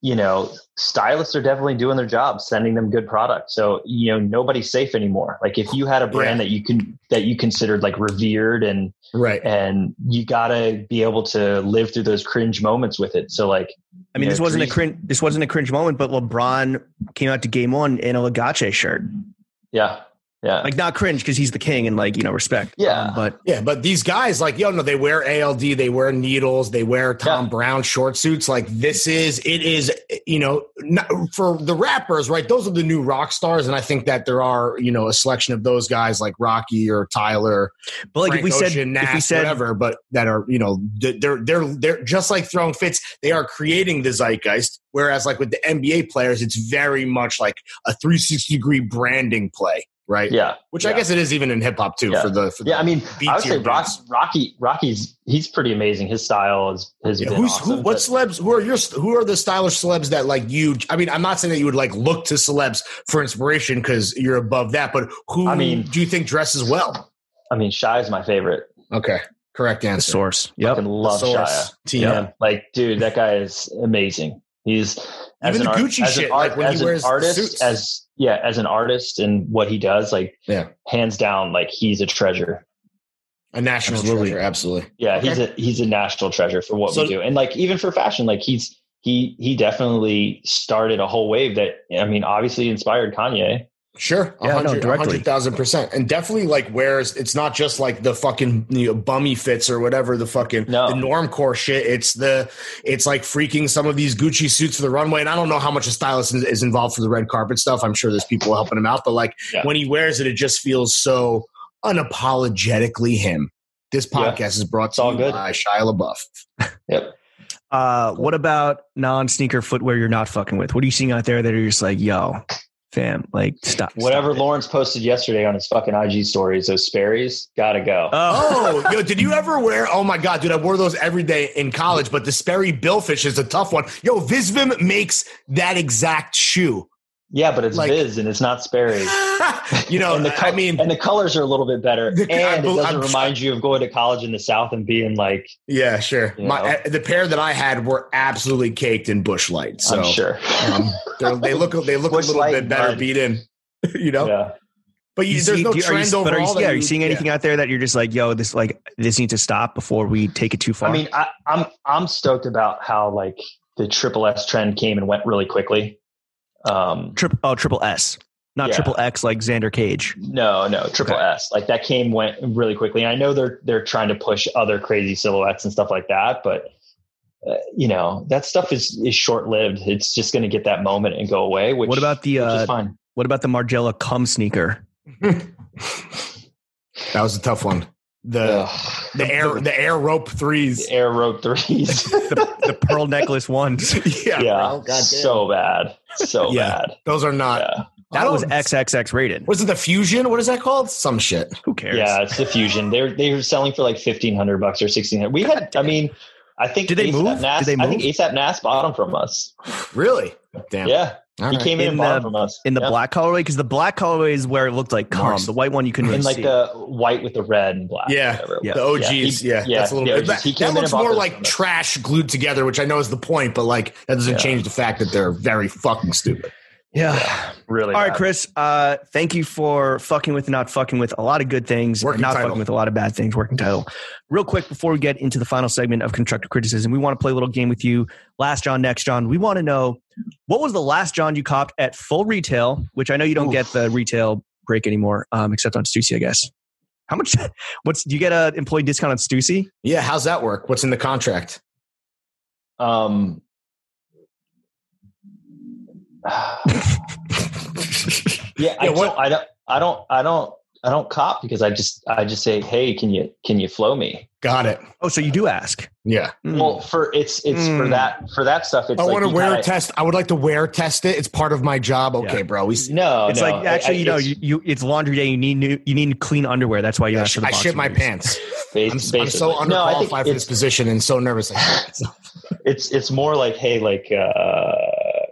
[SPEAKER 3] you know stylists are definitely doing their job, sending them good product. So you know nobody's safe anymore. Like if you had a brand that you can that you considered like revered and
[SPEAKER 4] Right.
[SPEAKER 3] and you gotta be able to live through those cringe moments with it. So like
[SPEAKER 1] I mean,
[SPEAKER 3] Yeah,
[SPEAKER 1] this wasn't a
[SPEAKER 3] Drees-
[SPEAKER 1] cringe. This wasn't a cringe moment, but LeBron came out to game one in a Legace shirt,
[SPEAKER 3] yeah yeah
[SPEAKER 1] like not cringe because he's the king and like you know respect.
[SPEAKER 3] Yeah.
[SPEAKER 1] Um, but
[SPEAKER 4] Yeah, but these guys, like, yo, no, they wear ALD, they wear needles, they wear Tom
[SPEAKER 3] Yeah.
[SPEAKER 4] Brown short suits. Like, this is, it is, you know, not, for the rappers, right? Those are the new rock stars. And I think that there are, you know, a selection of those guys like Rocky or Tyler,
[SPEAKER 1] but like
[SPEAKER 4] Frank
[SPEAKER 1] if we said
[SPEAKER 4] Ocean,
[SPEAKER 1] if we
[SPEAKER 4] Nas,
[SPEAKER 1] said
[SPEAKER 4] whatever, but that are, you know, th- they're, they're, they're just like throwing fits. They are creating the zeitgeist. Whereas, like, with the NBA players, it's very much like a 360 degree branding play, right?
[SPEAKER 3] yeah
[SPEAKER 4] Which I
[SPEAKER 3] yeah.
[SPEAKER 4] guess it is even in hip hop too
[SPEAKER 3] Yeah.
[SPEAKER 4] for the, for the
[SPEAKER 3] Yeah, I mean,
[SPEAKER 4] B
[SPEAKER 3] I would
[SPEAKER 4] tier
[SPEAKER 3] say Rock,
[SPEAKER 4] dudes.
[SPEAKER 3] Rocky. Rocky's he's pretty amazing. His style is has
[SPEAKER 4] Yeah,
[SPEAKER 3] been
[SPEAKER 4] who's
[SPEAKER 3] awesome,
[SPEAKER 4] who?
[SPEAKER 3] but-
[SPEAKER 4] What celebs? Who are your? Who are the stylish celebs that like you? I mean, I'm not saying that you would like look to celebs for inspiration because you're above that, but who?
[SPEAKER 3] I mean-
[SPEAKER 4] do you think dresses well?
[SPEAKER 3] I mean, Shia's my favorite.
[SPEAKER 4] Okay, correct
[SPEAKER 1] the
[SPEAKER 4] answer.
[SPEAKER 1] source.
[SPEAKER 3] I
[SPEAKER 1] Yep.
[SPEAKER 3] fucking love Shia.
[SPEAKER 4] TM.
[SPEAKER 3] Yeah. Like, dude, that guy is amazing. He's as
[SPEAKER 4] Even
[SPEAKER 3] an
[SPEAKER 4] the
[SPEAKER 3] art-
[SPEAKER 4] Gucci
[SPEAKER 3] as an
[SPEAKER 4] shit,
[SPEAKER 3] art-
[SPEAKER 4] like when he
[SPEAKER 3] as an
[SPEAKER 4] wears the
[SPEAKER 3] artist,
[SPEAKER 4] suits.
[SPEAKER 3] as yeah, as an artist and what he does, like
[SPEAKER 4] Yeah.
[SPEAKER 3] hands down, like he's a treasure.
[SPEAKER 4] A national
[SPEAKER 1] Absolutely.
[SPEAKER 4] treasure, absolutely.
[SPEAKER 3] Yeah,
[SPEAKER 4] Okay.
[SPEAKER 3] he's a he's a national treasure for what
[SPEAKER 4] So-
[SPEAKER 3] we do, and like even for fashion, like he's he he definitely started a whole wave that I mean, obviously inspired Kanye.
[SPEAKER 4] Sure,
[SPEAKER 1] Yeah, no,
[SPEAKER 4] 100
[SPEAKER 1] directly.
[SPEAKER 4] 100,000%. And definitely like wears, it's not just like the fucking you know, bummy fits or whatever the fucking
[SPEAKER 3] No.
[SPEAKER 4] the norm core shit. It's the, it's like freaking some of these Gucci suits for the runway. And I don't know how much a stylist is, is involved for the red carpet stuff. I'm sure there's people helping him out, but like
[SPEAKER 3] Yeah.
[SPEAKER 4] when he wears it, it just feels so unapologetically him. This
[SPEAKER 3] Yeah.
[SPEAKER 4] podcast is brought
[SPEAKER 3] It's
[SPEAKER 4] to
[SPEAKER 3] all
[SPEAKER 4] you
[SPEAKER 3] good.
[SPEAKER 4] by Shia LaBeouf.
[SPEAKER 3] Yep.
[SPEAKER 1] Uh, what about non-sneaker footwear you're not fucking with? What are you seeing out there that are just like, yo, fam, like stop. stop
[SPEAKER 3] Whatever
[SPEAKER 1] it.
[SPEAKER 3] Lawrence posted yesterday on his fucking IG stories, those Sperry's gotta go.
[SPEAKER 1] Oh,
[SPEAKER 4] Oh, yo, did you ever wear? Oh my god, dude, I wore those every day in college. But the Sperry Billfish is a tough one. Yo, Visvim makes that exact shoe.
[SPEAKER 3] yeah, but it's
[SPEAKER 4] like-
[SPEAKER 3] Viz and it's not Sperry's.
[SPEAKER 4] you know,
[SPEAKER 3] and the
[SPEAKER 4] I mean,
[SPEAKER 3] and the colors are a little bit better,
[SPEAKER 4] The- I
[SPEAKER 3] and
[SPEAKER 4] bel-
[SPEAKER 3] it doesn't
[SPEAKER 4] I'm-
[SPEAKER 3] remind you of going to college in the South and being like,
[SPEAKER 4] yeah, sure.
[SPEAKER 3] You
[SPEAKER 4] My,
[SPEAKER 3] know.
[SPEAKER 4] uh, the pair that I had were absolutely caked in bush light. So
[SPEAKER 3] I'm sure.
[SPEAKER 4] um, they're- they look they look a
[SPEAKER 3] Bush
[SPEAKER 4] little
[SPEAKER 3] Light
[SPEAKER 4] bit better
[SPEAKER 3] mud.
[SPEAKER 4] beat in. You know,
[SPEAKER 3] yeah.
[SPEAKER 4] but you,
[SPEAKER 1] You
[SPEAKER 4] there's
[SPEAKER 1] see-
[SPEAKER 4] no
[SPEAKER 1] do- are
[SPEAKER 4] trend
[SPEAKER 1] you, but are you-
[SPEAKER 4] overall. that
[SPEAKER 1] yeah, are you seeing
[SPEAKER 4] yeah.
[SPEAKER 1] anything out there that you're just like, yo, this like this needs to stop before we take it too far?
[SPEAKER 3] I mean, I, I'm I'm stoked about how like the triple S trend came and went really quickly. Um,
[SPEAKER 1] triple oh triple S, not
[SPEAKER 3] Yeah.
[SPEAKER 1] triple X like Xander Cage.
[SPEAKER 3] no, no, triple S like that came went really quickly. And I know they're they're trying to push other crazy silhouettes and stuff like that, but uh, you know that stuff is is short lived. It's just going to get that moment and go away. Which
[SPEAKER 1] What about the,
[SPEAKER 3] which
[SPEAKER 1] uh,
[SPEAKER 3] is fine.
[SPEAKER 1] What about the Margiela cum sneaker?
[SPEAKER 4] That was a tough one. The
[SPEAKER 3] Ugh,
[SPEAKER 4] the air the air rope
[SPEAKER 3] the
[SPEAKER 4] threes.
[SPEAKER 3] air rope threes.
[SPEAKER 1] The, the pearl necklace ones.
[SPEAKER 4] yeah,
[SPEAKER 3] yeah,
[SPEAKER 4] bro, Oh, goddamn.
[SPEAKER 3] so bad, so
[SPEAKER 4] Yeah.
[SPEAKER 3] bad.
[SPEAKER 4] those are
[SPEAKER 1] Uh,
[SPEAKER 4] not.
[SPEAKER 3] Yeah,
[SPEAKER 4] I
[SPEAKER 1] That
[SPEAKER 4] don't-
[SPEAKER 1] was XXX rated.
[SPEAKER 4] Was it the fusion? What is that called? Some shit.
[SPEAKER 1] Who cares?
[SPEAKER 3] yeah, it's the fusion. They're they were selling for like fifteen hundred bucks or sixteen hundred. We had, I mean, I think
[SPEAKER 1] Did they
[SPEAKER 3] A$AP
[SPEAKER 1] move?
[SPEAKER 3] Nas,
[SPEAKER 1] Did they
[SPEAKER 3] I think ASAP Nas bought them from us.
[SPEAKER 4] Really? Damn.
[SPEAKER 3] Yeah,
[SPEAKER 4] All
[SPEAKER 3] he
[SPEAKER 4] right.
[SPEAKER 3] came in,
[SPEAKER 1] In
[SPEAKER 3] and bought
[SPEAKER 1] the-
[SPEAKER 3] them from us
[SPEAKER 1] in the
[SPEAKER 3] Yeah.
[SPEAKER 1] black colorway because the black colorway is where it looked like cum.
[SPEAKER 4] Mars.
[SPEAKER 1] The white one you couldn't really
[SPEAKER 3] in like
[SPEAKER 1] see.
[SPEAKER 3] the white with the red and black.
[SPEAKER 4] Yeah.
[SPEAKER 3] whatever.
[SPEAKER 1] Yeah.
[SPEAKER 4] The OGs,
[SPEAKER 3] He-
[SPEAKER 4] yeah,
[SPEAKER 3] yeah,
[SPEAKER 4] that's a little
[SPEAKER 3] the
[SPEAKER 4] bit. That,
[SPEAKER 3] OGs. He came
[SPEAKER 4] that
[SPEAKER 3] in and
[SPEAKER 4] looks
[SPEAKER 3] bought
[SPEAKER 4] more
[SPEAKER 3] those
[SPEAKER 4] like
[SPEAKER 3] from us.
[SPEAKER 4] trash glued together, which I know is the point, but like that doesn't
[SPEAKER 3] Yeah.
[SPEAKER 4] change the fact that they're very fucking stupid.
[SPEAKER 1] yeah.
[SPEAKER 3] Really.
[SPEAKER 1] All right,
[SPEAKER 3] bad.
[SPEAKER 1] Chris. Uh, thank you for fucking with, and not fucking with a lot of good things,
[SPEAKER 4] Working
[SPEAKER 1] not
[SPEAKER 4] title.
[SPEAKER 1] fucking with a lot of bad things. Working title. Real quick before we get into the final segment of constructive criticism, we want to play a little game with you. Last John, next John. We want to know what was the last John you copped at full retail, which I know you don't get the retail break anymore, um, except on Stussy, I guess. How much? What's do you get a employee discount on Stussy?
[SPEAKER 4] Yeah, how's that work? What's in the contract?
[SPEAKER 3] Um, yeah, I,
[SPEAKER 4] Yeah, what-
[SPEAKER 3] don't, I don't, I don't, I don't, I don't cop because I just, I just say, hey, can you, can you flow me?
[SPEAKER 4] Got it.
[SPEAKER 1] Oh, so you do ask.
[SPEAKER 4] Yeah,
[SPEAKER 1] Hmm.
[SPEAKER 3] Well, for it's, it's for
[SPEAKER 1] Mm.
[SPEAKER 3] that, for that stuff. It's
[SPEAKER 4] I
[SPEAKER 3] like
[SPEAKER 4] want to
[SPEAKER 3] you
[SPEAKER 4] wear
[SPEAKER 3] gotta-
[SPEAKER 4] test. I would like to wear test it. It's part of my job. Okay, bro. We.
[SPEAKER 3] No,
[SPEAKER 1] It's
[SPEAKER 3] no,
[SPEAKER 1] like actually,
[SPEAKER 3] I-
[SPEAKER 1] you know,
[SPEAKER 3] it's
[SPEAKER 1] you, you it's laundry day. You need new, you need clean underwear. That's why you
[SPEAKER 4] I,
[SPEAKER 1] asked for the. box
[SPEAKER 4] shit my
[SPEAKER 1] briefs.
[SPEAKER 4] pants.
[SPEAKER 3] bas-
[SPEAKER 4] I'm, s- I'm so
[SPEAKER 3] basically- No, I
[SPEAKER 4] underqualified
[SPEAKER 3] think
[SPEAKER 4] for this
[SPEAKER 3] it's-
[SPEAKER 4] position and so nervous. I shit myself.
[SPEAKER 3] it's it's more like hey like uh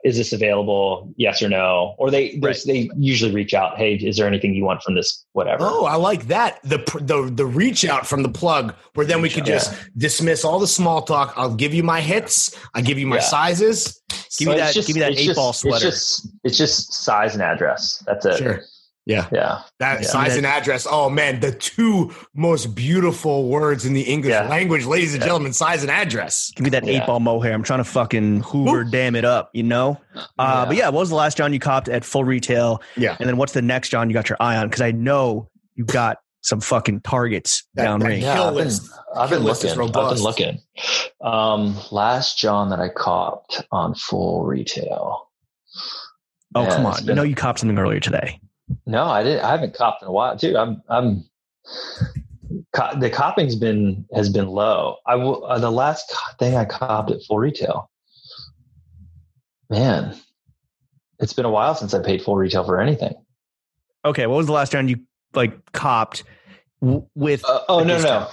[SPEAKER 3] is this available yes or no or they they-
[SPEAKER 1] Right.
[SPEAKER 3] they usually reach out hey is there anything you want from this whatever
[SPEAKER 4] oh, I like that. The pr- the the reach out from the plug, where then we could
[SPEAKER 3] Yeah.
[SPEAKER 4] just dismiss all the small talk. I'll give you my hits. I give you my
[SPEAKER 3] Yeah.
[SPEAKER 4] sizes.
[SPEAKER 1] Give me
[SPEAKER 3] So it's
[SPEAKER 1] that.
[SPEAKER 3] just-
[SPEAKER 1] give me that
[SPEAKER 3] it's
[SPEAKER 1] eight
[SPEAKER 3] just-
[SPEAKER 1] ball sweater.
[SPEAKER 3] it's just it's just size and address that's it
[SPEAKER 4] Sure.
[SPEAKER 3] yeah
[SPEAKER 4] That
[SPEAKER 3] Yeah.
[SPEAKER 4] size and address. Oh man, the two most beautiful words in the English
[SPEAKER 3] Yeah.
[SPEAKER 4] language, ladies and gentlemen, size and address.
[SPEAKER 1] give me that
[SPEAKER 3] Yeah.
[SPEAKER 1] eight ball mohair. I'm trying to fucking Hoover
[SPEAKER 4] Woo.
[SPEAKER 1] dam it up. You know. Uh, But yeah, what was the last John you copped at full retail?
[SPEAKER 4] Yeah.
[SPEAKER 1] And then what's the next John you got your eye on? Because I know you got some fucking targets
[SPEAKER 4] That- that-
[SPEAKER 1] downrange.
[SPEAKER 3] yeah
[SPEAKER 4] Kill
[SPEAKER 3] I've been,
[SPEAKER 4] list.
[SPEAKER 3] I've been
[SPEAKER 4] Kill list
[SPEAKER 3] looking
[SPEAKER 4] is
[SPEAKER 3] i've been
[SPEAKER 4] robust.
[SPEAKER 3] looking um last john that i copped on full retail
[SPEAKER 1] oh
[SPEAKER 3] Yeah,
[SPEAKER 1] come
[SPEAKER 3] it's
[SPEAKER 1] on! You
[SPEAKER 3] been-
[SPEAKER 1] know you copped something earlier today.
[SPEAKER 3] No, I didn't. I haven't copped in a while, dude. I'm, I'm. Co- the copping's been has been low. I will. Uh, the last co- thing I copped at full retail. Man, it's been a while since I paid full retail for anything.
[SPEAKER 1] Okay, what was the last John you like copped w- with?
[SPEAKER 3] Uh, oh
[SPEAKER 1] A
[SPEAKER 3] no no.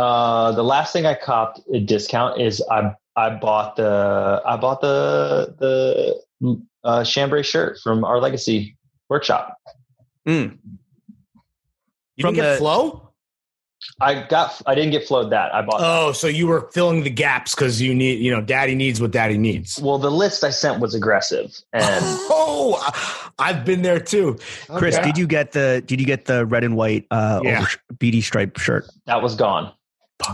[SPEAKER 3] Uh, the last thing I copped a discount is I I bought the I bought the the uh, chambray shirt from our legacy workshop.
[SPEAKER 4] You
[SPEAKER 1] From
[SPEAKER 4] didn't get
[SPEAKER 1] the-
[SPEAKER 4] flow?
[SPEAKER 3] I got I didn't get flowed that I bought
[SPEAKER 4] Oh, so you were filling the gaps because you need, you know, daddy needs what daddy needs.
[SPEAKER 3] Well, the list I sent was aggressive, and
[SPEAKER 4] oh, I- I've been there too.
[SPEAKER 1] Chris,
[SPEAKER 4] Okay.
[SPEAKER 1] did you get the did you get the red and white uh
[SPEAKER 4] Yeah.
[SPEAKER 1] over, BD stripe shirt?
[SPEAKER 3] that was gone.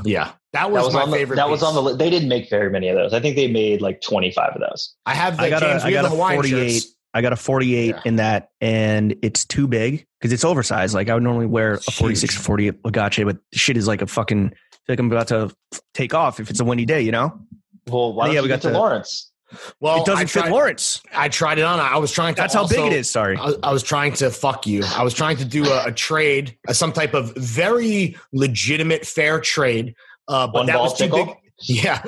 [SPEAKER 4] yeah, that
[SPEAKER 3] That
[SPEAKER 4] was,
[SPEAKER 3] was,
[SPEAKER 4] my
[SPEAKER 3] on the,
[SPEAKER 4] favorite.
[SPEAKER 3] That was
[SPEAKER 4] piece.
[SPEAKER 3] on the. li- They didn't make very many of those. I think they made like twenty five of those.
[SPEAKER 4] I have the
[SPEAKER 1] I got a-
[SPEAKER 4] James.
[SPEAKER 1] I
[SPEAKER 4] we have
[SPEAKER 1] got
[SPEAKER 4] the
[SPEAKER 1] a
[SPEAKER 4] Hawaiian
[SPEAKER 1] 48.
[SPEAKER 4] shirts.
[SPEAKER 1] I got a 48
[SPEAKER 4] Yeah.
[SPEAKER 1] in that, and it's too big because it's oversized. Like I would normally wear a
[SPEAKER 4] It's
[SPEAKER 1] 46
[SPEAKER 4] huge.
[SPEAKER 1] or 48 Lagache, but shit is like a fucking. I feel like I'm about to f- take off if it's a windy day, you know.
[SPEAKER 3] Well, why
[SPEAKER 1] Yeah,
[SPEAKER 3] don't you
[SPEAKER 1] we
[SPEAKER 3] get
[SPEAKER 1] got
[SPEAKER 3] to
[SPEAKER 1] the-
[SPEAKER 3] Lawrence?
[SPEAKER 4] Well,
[SPEAKER 1] it doesn't
[SPEAKER 4] Oh, I tried,
[SPEAKER 1] fit Lawrence.
[SPEAKER 4] I tried it on. I was trying. To
[SPEAKER 1] That's how
[SPEAKER 4] also-
[SPEAKER 1] big it is. Sorry.
[SPEAKER 4] I, I was trying to fuck you. I was trying to do a, a trade, a, some type of very legitimate fair trade. Uh, but
[SPEAKER 3] One
[SPEAKER 4] that
[SPEAKER 3] ball
[SPEAKER 4] was too
[SPEAKER 3] tickle?
[SPEAKER 4] big. Yeah,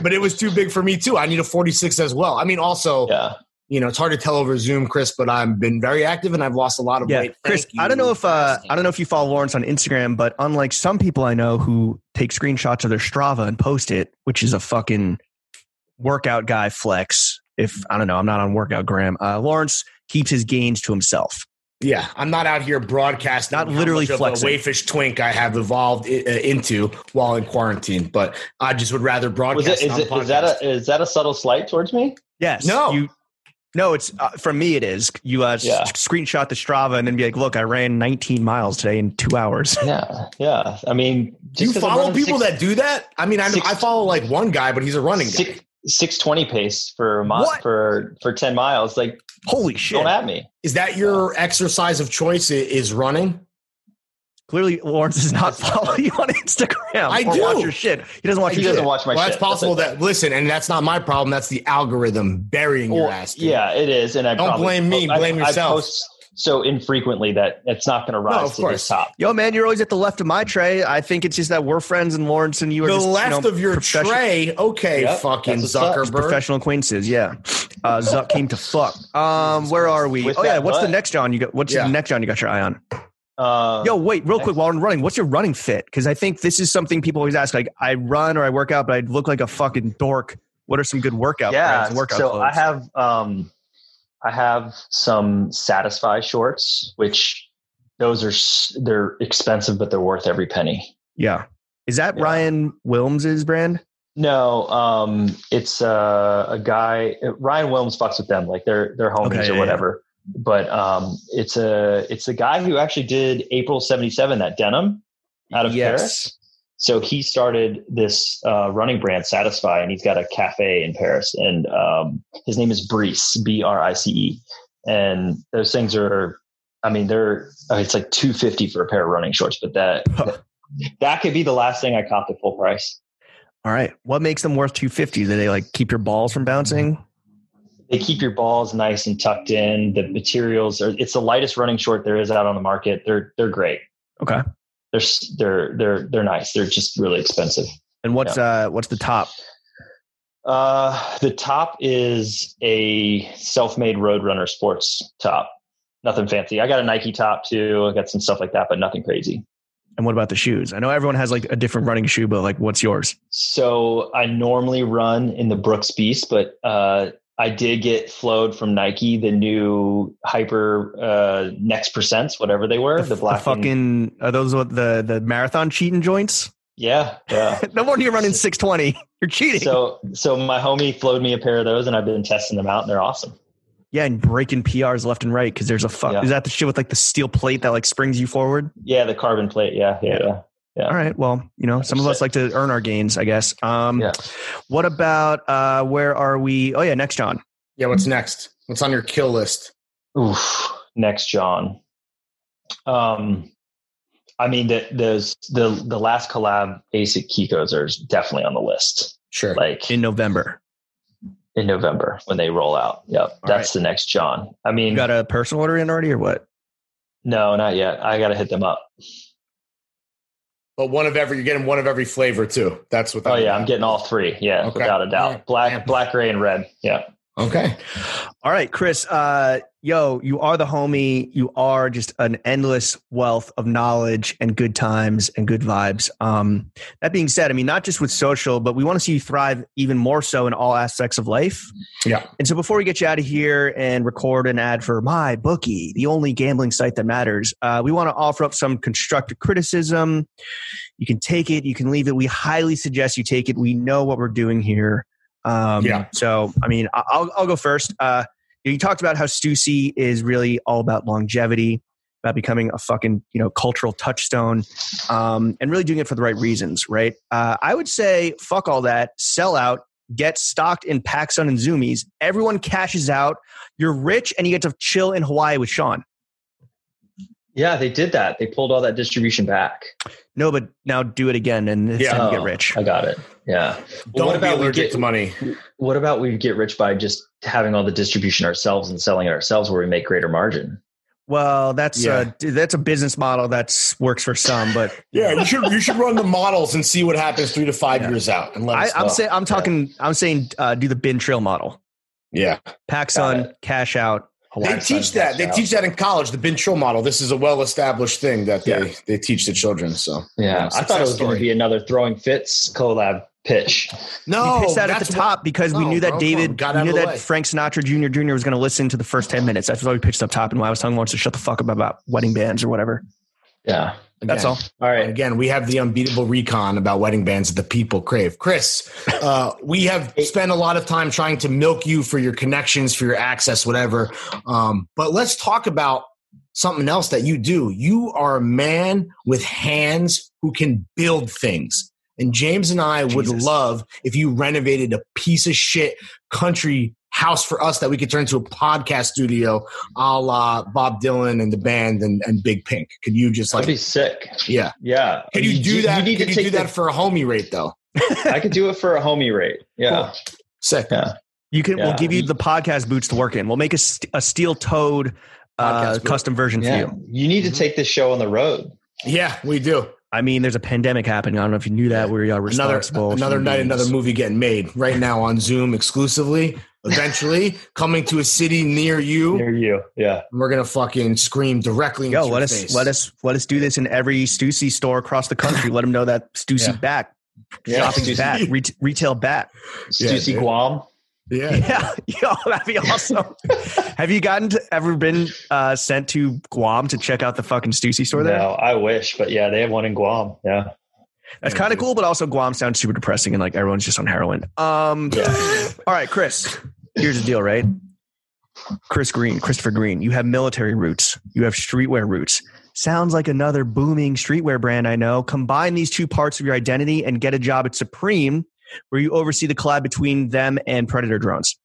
[SPEAKER 4] but it was too big for me too. I need a 46 as well. I mean, also,
[SPEAKER 3] Yeah.
[SPEAKER 4] you know, it's hard to tell over Zoom, Chris, but I've been very active and I've lost a lot of
[SPEAKER 1] Yeah,
[SPEAKER 4] weight.
[SPEAKER 1] Chris,
[SPEAKER 4] Thank
[SPEAKER 1] I don't
[SPEAKER 4] you
[SPEAKER 1] know if
[SPEAKER 4] for
[SPEAKER 1] uh,
[SPEAKER 4] asking.
[SPEAKER 1] I don't know if you follow Lawrence on Instagram, but unlike some people I know who take screenshots of their Strava and post it, which is a fucking workout guy flex. If I don't know, I'm not on workout gram. Uh, Lawrence keeps his gains to himself.
[SPEAKER 4] Yeah, I'm not out here broadcasting.
[SPEAKER 1] Not
[SPEAKER 4] how
[SPEAKER 1] literally
[SPEAKER 4] much of
[SPEAKER 1] flexing.
[SPEAKER 4] a wayfish twink I have evolved i- uh, into while in quarantine, but I just would rather
[SPEAKER 3] Was
[SPEAKER 4] broadcast.
[SPEAKER 3] it,
[SPEAKER 4] it
[SPEAKER 3] is,
[SPEAKER 4] on
[SPEAKER 3] it,
[SPEAKER 4] the
[SPEAKER 3] is that
[SPEAKER 4] podcast.
[SPEAKER 3] a is that a subtle slight towards me?
[SPEAKER 1] Yes.
[SPEAKER 4] No.
[SPEAKER 1] You, no, it's uh, from me. It is you uh, s-
[SPEAKER 3] Yeah.
[SPEAKER 1] screenshot the Strava and then be like, "Look, I ran 19 miles today in two hours."
[SPEAKER 3] Yeah, yeah. I mean,
[SPEAKER 4] Do you follow people that do that? I mean, I,
[SPEAKER 3] six-
[SPEAKER 4] I follow like one guy, but he's a running guy.
[SPEAKER 3] six twenty pace for a mi-
[SPEAKER 1] What?
[SPEAKER 3] for for ten miles? Like,
[SPEAKER 1] Holy shit!
[SPEAKER 3] don't at me.
[SPEAKER 4] Is that your exercise of choice? i- Is running?
[SPEAKER 1] Clearly, Lawrence does not follow you on Instagram.
[SPEAKER 4] I
[SPEAKER 1] or
[SPEAKER 4] do.
[SPEAKER 1] Watch your shit. He doesn't watch
[SPEAKER 3] He
[SPEAKER 1] your
[SPEAKER 3] doesn't
[SPEAKER 1] shit.
[SPEAKER 3] watch my
[SPEAKER 4] well,
[SPEAKER 3] shit.
[SPEAKER 4] that's possible
[SPEAKER 3] it.
[SPEAKER 4] that listen, and that's not my problem. That's the algorithm burying your
[SPEAKER 3] Well,
[SPEAKER 4] ass. dude.
[SPEAKER 3] yeah, it is. And I
[SPEAKER 4] Don't
[SPEAKER 3] probably-
[SPEAKER 4] blame me,
[SPEAKER 3] I-
[SPEAKER 4] blame
[SPEAKER 3] I
[SPEAKER 4] yourself.
[SPEAKER 3] post so infrequently that it's not going to rise
[SPEAKER 4] of
[SPEAKER 3] to
[SPEAKER 4] course.
[SPEAKER 3] the top.
[SPEAKER 1] Yo, man, you're always at the left of my tray. I think it's just that we're friends, and Lawrence and you are
[SPEAKER 4] the
[SPEAKER 1] just, you
[SPEAKER 4] left
[SPEAKER 1] know,
[SPEAKER 4] of your
[SPEAKER 1] profession-
[SPEAKER 4] tray. Okay,
[SPEAKER 3] Yep,
[SPEAKER 4] fucking
[SPEAKER 3] that's what's up.
[SPEAKER 4] Zuckerberg.
[SPEAKER 1] professional acquaintances. Yeah, uh, Zuck came to fuck. Um, where are we?
[SPEAKER 3] With
[SPEAKER 1] oh yeah,
[SPEAKER 3] that
[SPEAKER 1] what's the
[SPEAKER 3] butt.
[SPEAKER 1] next John? You got what's
[SPEAKER 4] Yeah.
[SPEAKER 1] the next John? You got your eye on?
[SPEAKER 3] Uh,
[SPEAKER 1] Yo, wait, real quick
[SPEAKER 3] next-
[SPEAKER 1] while I'm running, what's your running fit? Because I think this is something people always ask. Like, I run or I work out, but I look like a fucking dork. What are some good workout?
[SPEAKER 3] yeah.
[SPEAKER 1] brands and workout
[SPEAKER 3] so I
[SPEAKER 1] clothes?
[SPEAKER 3] have um, I have some Satisfy shorts, which those are s- they're expensive, but they're worth every penny.
[SPEAKER 1] Yeah, is that
[SPEAKER 3] Yeah.
[SPEAKER 1] Ryan Wilms's brand?
[SPEAKER 3] No, um, it's uh, a guy. Ryan Williams fucks with them, like they're they're homies
[SPEAKER 1] Okay, yeah,
[SPEAKER 3] or
[SPEAKER 1] yeah.
[SPEAKER 3] whatever. But um, it's a it's the guy who actually did April '77 that denim out of
[SPEAKER 1] Yes.
[SPEAKER 3] Paris. So he started this uh, running brand, Satisfy, and he's got a cafe in Paris. And um, his name is Brice, B R I C E, and those things are, I mean, they're uh, it's like two fifty for a pair of running shorts, but that that could be the last thing I cop at full price.
[SPEAKER 1] All right, what makes them worth two fifty? Do they like keep your balls from
[SPEAKER 3] Mm-hmm.
[SPEAKER 1] bouncing?
[SPEAKER 3] they keep your balls nice and tucked in. The materials are it's the lightest running short there is out on the market. They're they're great.
[SPEAKER 1] Okay.
[SPEAKER 3] They're s- they're they're they're nice. They're just really expensive.
[SPEAKER 1] And what's uh what's the top?
[SPEAKER 3] Uh the top is a self-made roadrunner sports top. Nothing fancy. I got a Nike top too. I got some stuff like that, but nothing crazy.
[SPEAKER 1] And what about the shoes? I know everyone has like a different running shoe, but like what's yours?
[SPEAKER 3] So I normally run in the Brooks Beast, but uh, I did get flowed from Nike the new Hyper uh, Next Percents, whatever they were, the, black and-
[SPEAKER 1] fucking are those what the the marathon cheating joints?
[SPEAKER 3] yeah, yeah.
[SPEAKER 1] no wonder you're running six twenty. You're cheating.
[SPEAKER 3] so so my homie flowed me a pair of those, and I've been testing them out, and they're awesome.
[SPEAKER 1] yeah, and breaking PRs left and right because there's a fuck.
[SPEAKER 3] Yeah.
[SPEAKER 1] Is that the shit with like the steel plate that like springs you forward?
[SPEAKER 3] Yeah, the carbon plate. Yeah, yeah, yeah.
[SPEAKER 1] All right. Well, you know, some of us like to earn our gains, I guess. Um,
[SPEAKER 3] Yeah.
[SPEAKER 1] What about uh, where are we? Oh yeah, next John.
[SPEAKER 4] Yeah, what's next? What's on your kill list?
[SPEAKER 3] Oof. Next, John. Um, I mean the those the the last collab ASIC Kikos are definitely on the list.
[SPEAKER 4] Sure.
[SPEAKER 3] Like
[SPEAKER 1] In November,
[SPEAKER 3] in November when they roll out. Yep. that's the next John. I mean,
[SPEAKER 1] you got a personal order in already or what?
[SPEAKER 3] no, not yet. I got to hit them up.
[SPEAKER 4] But one of every, you're getting one of every flavor too. That's what.
[SPEAKER 3] Oh yeah, I'm getting all three. Yeah,
[SPEAKER 4] Okay.
[SPEAKER 3] without a doubt.
[SPEAKER 4] All right.
[SPEAKER 3] Black,
[SPEAKER 4] Damn.
[SPEAKER 3] black, gray, and red. Yeah.
[SPEAKER 4] Okay.
[SPEAKER 1] All right, Chris. Uh, yo, you are the homie. You are just an endless wealth of knowledge and good times and good vibes. Um, that being said, I mean, not just with social, but we want to see you thrive even more so in all aspects of life.
[SPEAKER 4] Yeah.
[SPEAKER 1] And so before we get you out of here and record an ad for my bookie, the only gambling site that matters, uh, we want to offer up some constructive criticism. You can take it, you can leave it. We highly suggest you take it. We know what we're doing here. Um,
[SPEAKER 4] Yeah.
[SPEAKER 1] So, I mean, I- I'll, I'll go first. Uh, you talked about how Stussy is really all about longevity, about becoming a fucking you know cultural touchstone, um, and really doing it for the right reasons, right? Uh, I would say fuck all that, sell out, get stocked in Paxson and Zoomies. Everyone cashes out. You're rich, and you get to chill in Hawaii with Sean.
[SPEAKER 3] Yeah, they did that. They pulled all that distribution back.
[SPEAKER 1] No, but now do it again, and this
[SPEAKER 4] Yeah.
[SPEAKER 1] time you
[SPEAKER 3] Oh,
[SPEAKER 1] get rich.
[SPEAKER 3] I got it. Yeah.
[SPEAKER 4] Don't
[SPEAKER 3] Well, what
[SPEAKER 4] be
[SPEAKER 3] about we
[SPEAKER 4] allergic
[SPEAKER 3] get-
[SPEAKER 4] to money.
[SPEAKER 3] What about we get rich by just having all the distribution ourselves and selling it ourselves, where we make greater margin?
[SPEAKER 1] Well, that's
[SPEAKER 4] Yeah.
[SPEAKER 1] a, that's a business model that works for some, but
[SPEAKER 4] Yeah, you should you should run the models and see what happens three to five
[SPEAKER 1] Yeah.
[SPEAKER 4] years out. And let
[SPEAKER 1] I,
[SPEAKER 4] us
[SPEAKER 1] I'm
[SPEAKER 4] know.
[SPEAKER 1] saying I'm talking I'm saying uh, do the bin trail model.
[SPEAKER 4] yeah,
[SPEAKER 1] Paxson, cash out. Hawaii
[SPEAKER 4] they teach that. They teach that in college. The bin chill model. This is a well established thing that they they teach the children. So
[SPEAKER 3] Yeah, I thought it was going
[SPEAKER 4] story.
[SPEAKER 3] to be another throwing fits collab pitch.
[SPEAKER 4] no,
[SPEAKER 1] we pitched that at
[SPEAKER 4] Oh, that's
[SPEAKER 1] the
[SPEAKER 4] what-
[SPEAKER 1] top because we
[SPEAKER 4] No,
[SPEAKER 1] knew
[SPEAKER 4] bro,
[SPEAKER 1] that David,
[SPEAKER 4] got
[SPEAKER 1] we
[SPEAKER 4] out
[SPEAKER 1] knew
[SPEAKER 4] of the
[SPEAKER 1] that
[SPEAKER 4] way.
[SPEAKER 1] Frank Sinatra Jr. Jr. was going to listen to the first ten minutes. That's why we pitched up top, and why I was telling Lawrence to shut the fuck up about wedding bands or whatever.
[SPEAKER 3] Yeah.
[SPEAKER 1] That's
[SPEAKER 4] Again.
[SPEAKER 1] all.
[SPEAKER 3] All
[SPEAKER 4] And
[SPEAKER 3] right.
[SPEAKER 4] again, we have the unbeatable recon about wedding bands that the people crave. Chris, uh, we have spent a lot of time trying to milk you for your connections, for your access, whatever. Um, but let's talk about something else that you do. You are a man with hands who can build things. And James and I would
[SPEAKER 1] Jesus.
[SPEAKER 4] love if you renovated a piece of shit country house for us that we could turn into a podcast studio a la Bob Dylan and the band and, and Big Pink. Could you just
[SPEAKER 3] That'd
[SPEAKER 4] like,
[SPEAKER 3] be sick.
[SPEAKER 4] yeah.
[SPEAKER 3] Yeah.
[SPEAKER 4] Could you do that?
[SPEAKER 3] need
[SPEAKER 4] could
[SPEAKER 3] to
[SPEAKER 4] you
[SPEAKER 3] take
[SPEAKER 4] do that for a homie rate though?
[SPEAKER 3] the- I could do it for a homie rate. Yeah.
[SPEAKER 4] Sick.
[SPEAKER 1] You can. We'll
[SPEAKER 3] Yeah.
[SPEAKER 1] give you the podcast boots to work in. We'll make a, st- a steel toed
[SPEAKER 4] Podcast
[SPEAKER 1] uh,
[SPEAKER 4] boot.
[SPEAKER 1] custom version for
[SPEAKER 3] Yeah.
[SPEAKER 1] you.
[SPEAKER 3] You need to
[SPEAKER 4] Mm-hmm.
[SPEAKER 3] take this show on the road.
[SPEAKER 4] Yeah, we do.
[SPEAKER 1] I mean, there's a pandemic happening. I don't know if you knew that. We are
[SPEAKER 4] Another
[SPEAKER 1] responsible.
[SPEAKER 4] another
[SPEAKER 1] human
[SPEAKER 4] night,
[SPEAKER 1] beings.
[SPEAKER 4] another movie getting made right now on Zoom exclusively. Eventually, coming to a city near you, and
[SPEAKER 3] Near you. Yeah.
[SPEAKER 4] we're gonna fucking scream directly.
[SPEAKER 1] Yo,
[SPEAKER 4] into
[SPEAKER 1] let
[SPEAKER 4] your
[SPEAKER 1] us
[SPEAKER 4] face.
[SPEAKER 1] let us let us do this in every Stussy store across the country. let them know that Stussy
[SPEAKER 4] Yeah.
[SPEAKER 1] back,
[SPEAKER 3] Yeah.
[SPEAKER 1] shopping
[SPEAKER 3] Stussy-
[SPEAKER 1] back, ret- retail back.
[SPEAKER 4] Yeah,
[SPEAKER 3] Stussy
[SPEAKER 4] dude.
[SPEAKER 3] Guam.
[SPEAKER 4] Yeah,
[SPEAKER 1] Yeah, yo, that'd be awesome. Have you gotten to, ever been uh, sent to Guam to check out the fucking Stussy store there?
[SPEAKER 3] No, I wish, but yeah, they have one in Guam. Yeah.
[SPEAKER 1] That's kind of cool, but also Guam sounds super depressing and like everyone's just on heroin. Um, all right, Chris. Here's the deal, right? Chris Green, Christopher Green. You have military roots. You have streetwear roots. Sounds like another booming streetwear brand I know. Combine these two parts of your identity and get a job at Supreme, where you oversee the collab between them and Predator drones.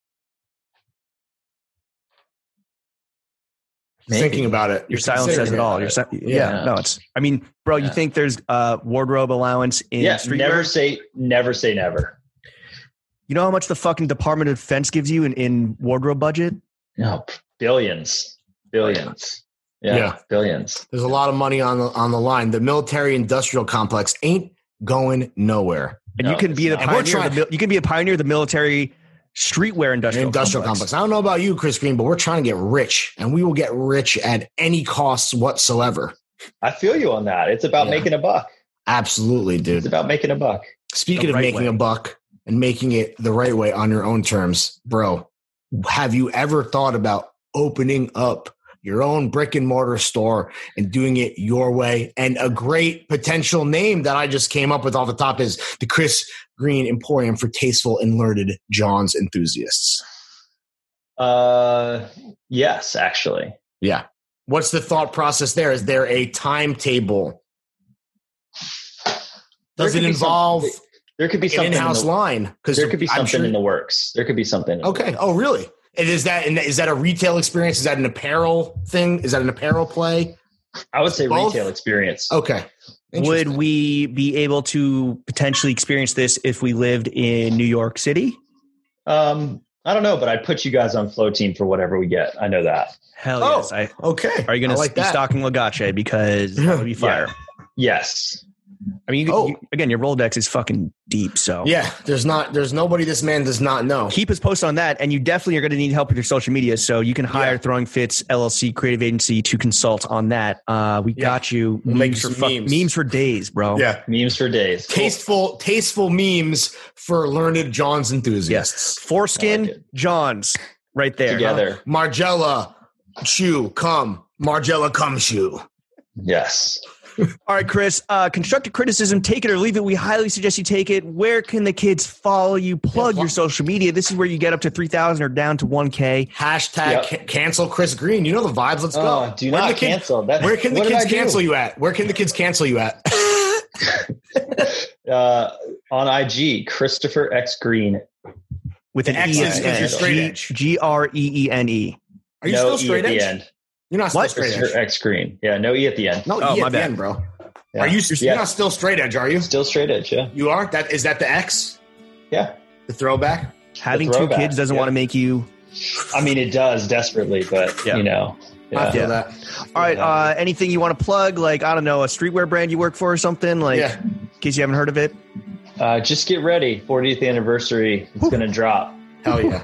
[SPEAKER 4] thinking about it.
[SPEAKER 1] Your silence says it all. Your si- yeah.
[SPEAKER 3] Yeah.
[SPEAKER 1] no, it's. I mean, bro, you
[SPEAKER 3] Yeah.
[SPEAKER 1] think there's uh, wardrobe allowance in
[SPEAKER 3] yeah.
[SPEAKER 1] streetwear?
[SPEAKER 3] Never say never say never.
[SPEAKER 1] You know how much the fucking Department of Defense gives you in, in wardrobe budget?
[SPEAKER 3] No. Billions. Billions. Yeah.
[SPEAKER 4] Yeah.
[SPEAKER 3] Billions.
[SPEAKER 4] There's a lot of money on the on the line. The military industrial complex ain't going nowhere.
[SPEAKER 1] And
[SPEAKER 3] No,
[SPEAKER 1] you can be the
[SPEAKER 3] it's
[SPEAKER 4] not. And we're
[SPEAKER 1] pioneer. Of the, mil- you can be a pioneer of the military streetwear industrial,
[SPEAKER 4] industrial complex.
[SPEAKER 1] complex.
[SPEAKER 4] I don't know about you, Chris Green, but we're trying to get rich, and we will get rich at any costs whatsoever.
[SPEAKER 3] I feel you on that. It's about
[SPEAKER 4] Yeah.
[SPEAKER 3] making a buck.
[SPEAKER 4] Absolutely, dude.
[SPEAKER 3] It's about making a buck.
[SPEAKER 4] Speaking
[SPEAKER 1] The
[SPEAKER 4] of
[SPEAKER 1] right
[SPEAKER 4] making
[SPEAKER 1] way.
[SPEAKER 4] a buck and making it the right way on your own terms, bro, have you ever thought about opening up your own brick and mortar store and doing it your way? And a great potential name that I just came up with off the top is the Chris Green Emporium for Tasteful and Learned John's Enthusiasts.
[SPEAKER 3] Uh, yes, actually.
[SPEAKER 4] Yeah. What's the thought process there? Is there a timetable?
[SPEAKER 3] There
[SPEAKER 4] Does
[SPEAKER 3] could
[SPEAKER 4] it
[SPEAKER 3] be some-
[SPEAKER 4] involve
[SPEAKER 3] There could be
[SPEAKER 4] an
[SPEAKER 3] something in
[SPEAKER 4] in-house
[SPEAKER 3] the-
[SPEAKER 4] line? Because
[SPEAKER 3] There could be something in the works. There could be something. in the
[SPEAKER 4] Okay. Oh, really? And is that and is that a retail experience? Is that an apparel thing? Is that an apparel play?
[SPEAKER 3] I would say
[SPEAKER 4] Both?
[SPEAKER 3] retail experience.
[SPEAKER 4] Okay.
[SPEAKER 1] Would
[SPEAKER 4] Interesting.
[SPEAKER 1] we be able to potentially experience this if we lived in New York City?
[SPEAKER 3] Um, I don't know, but I'd put you guys on flow team for whatever we get. I know that.
[SPEAKER 1] Hell
[SPEAKER 4] Oh.
[SPEAKER 1] yes. I,
[SPEAKER 4] okay?
[SPEAKER 1] are you going
[SPEAKER 4] I
[SPEAKER 1] to
[SPEAKER 4] like
[SPEAKER 1] be
[SPEAKER 4] that?
[SPEAKER 1] stocking Lagache because that would be fire?
[SPEAKER 3] Yes.
[SPEAKER 1] I mean, you,
[SPEAKER 4] Oh.
[SPEAKER 1] you- again, your Rolodex is fucking deep, so
[SPEAKER 4] Yeah. There's not. There's nobody. This man does not know.
[SPEAKER 1] keep us posted on that. And you definitely are going to need help with your social media. So you can hire
[SPEAKER 4] Yeah.
[SPEAKER 1] Throwing Fits LLC Creative Agency to consult on that. Uh, we
[SPEAKER 4] Yeah.
[SPEAKER 1] got you.
[SPEAKER 4] We'll make
[SPEAKER 1] for
[SPEAKER 4] some
[SPEAKER 1] fuck-
[SPEAKER 4] memes.
[SPEAKER 1] memes for days, bro.
[SPEAKER 4] Yeah.
[SPEAKER 3] Memes for days. Cool.
[SPEAKER 4] Tasteful, tasteful memes for learned John's enthusiasts.
[SPEAKER 1] Foreskin,
[SPEAKER 3] I like it.
[SPEAKER 1] Johns, right there.
[SPEAKER 3] together.
[SPEAKER 4] Margella, chew, come. Margella, come, shoe.
[SPEAKER 3] Yes.
[SPEAKER 1] All right, Chris. Uh, constructive criticism, take it or leave it. We highly suggest you take it. Where can the kids follow you? Plug your social media. This is where you get up to three thousand or down to one k.
[SPEAKER 4] Hashtag ca- cancel Chris Green. You know the vibes. Let's
[SPEAKER 3] Oh,
[SPEAKER 4] go.
[SPEAKER 3] do
[SPEAKER 4] Where
[SPEAKER 3] not
[SPEAKER 4] the kid-
[SPEAKER 3] cancel. That,
[SPEAKER 4] Where can the
[SPEAKER 3] what did
[SPEAKER 4] kids
[SPEAKER 3] I do?
[SPEAKER 4] cancel you at? Where can the kids cancel you at?
[SPEAKER 3] Uh, on IG, Christopher X Green.
[SPEAKER 1] With an
[SPEAKER 4] The X
[SPEAKER 1] E
[SPEAKER 4] is-
[SPEAKER 1] at the
[SPEAKER 4] is your
[SPEAKER 1] end.
[SPEAKER 4] straight
[SPEAKER 1] G-
[SPEAKER 4] edge.
[SPEAKER 1] G R E E N E.
[SPEAKER 4] Are you
[SPEAKER 3] no
[SPEAKER 4] still straight
[SPEAKER 3] e at
[SPEAKER 4] edge?
[SPEAKER 3] the end.
[SPEAKER 4] You're not still
[SPEAKER 1] What?
[SPEAKER 4] straight edge.
[SPEAKER 3] Christopher X Green. Yeah, no E at the end.
[SPEAKER 4] No,
[SPEAKER 1] Oh,
[SPEAKER 4] E
[SPEAKER 1] my
[SPEAKER 4] at the
[SPEAKER 1] bad.
[SPEAKER 4] end, bro.
[SPEAKER 3] Yeah.
[SPEAKER 4] Are you? You're
[SPEAKER 3] Yeah.
[SPEAKER 4] not still straight edge, are you?
[SPEAKER 3] Still straight edge, yeah.
[SPEAKER 4] You are. That is that the X.
[SPEAKER 3] Yeah.
[SPEAKER 4] The throwback.
[SPEAKER 1] Having two
[SPEAKER 3] throwback,
[SPEAKER 1] kids doesn't
[SPEAKER 3] yeah.
[SPEAKER 1] want to make you.
[SPEAKER 3] I mean, it does desperately, but
[SPEAKER 1] Yeah.
[SPEAKER 3] you know,
[SPEAKER 4] I
[SPEAKER 3] Yeah.
[SPEAKER 4] feel
[SPEAKER 1] Yeah.
[SPEAKER 4] that.
[SPEAKER 1] All right. Uh, anything you want to plug? Like I don't know, a streetwear brand you work for or something. Like
[SPEAKER 4] Yeah.
[SPEAKER 1] in case you haven't heard of it.
[SPEAKER 3] Uh, just get ready. 40th anniversary. It's going to drop.
[SPEAKER 4] Hell yeah.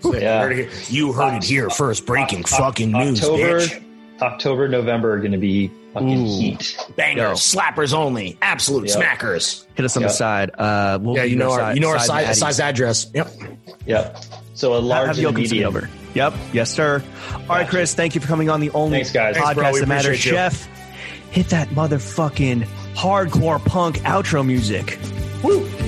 [SPEAKER 4] Sick.
[SPEAKER 3] Yeah.
[SPEAKER 4] You heard it here, you heard it here first. Breaking fucking news,
[SPEAKER 3] October,
[SPEAKER 4] bitch.
[SPEAKER 3] October, November are going to be fucking
[SPEAKER 4] Ooh.
[SPEAKER 3] heat.
[SPEAKER 4] Bangers, slappers only, absolute
[SPEAKER 3] Yep.
[SPEAKER 4] smackers.
[SPEAKER 1] Hit us on
[SPEAKER 3] Yeah.
[SPEAKER 1] the side. Uh, we'll
[SPEAKER 4] yeah,
[SPEAKER 1] give
[SPEAKER 4] you know our,
[SPEAKER 1] si-
[SPEAKER 4] you know our
[SPEAKER 1] and
[SPEAKER 4] size,
[SPEAKER 1] Addy.
[SPEAKER 4] size address. Yep.
[SPEAKER 3] Yep. So a large
[SPEAKER 1] Have Yoakum
[SPEAKER 3] and a
[SPEAKER 1] send it
[SPEAKER 3] medium.
[SPEAKER 1] over. Yep. Yes, sir. All right, Chris. Thank you for coming on the only
[SPEAKER 3] Thanks, guys.
[SPEAKER 1] podcast
[SPEAKER 4] Thanks, bro. We
[SPEAKER 1] that matters.
[SPEAKER 4] appreciate you.
[SPEAKER 1] Chef, hit that motherfucking hardcore punk outro music. Woo.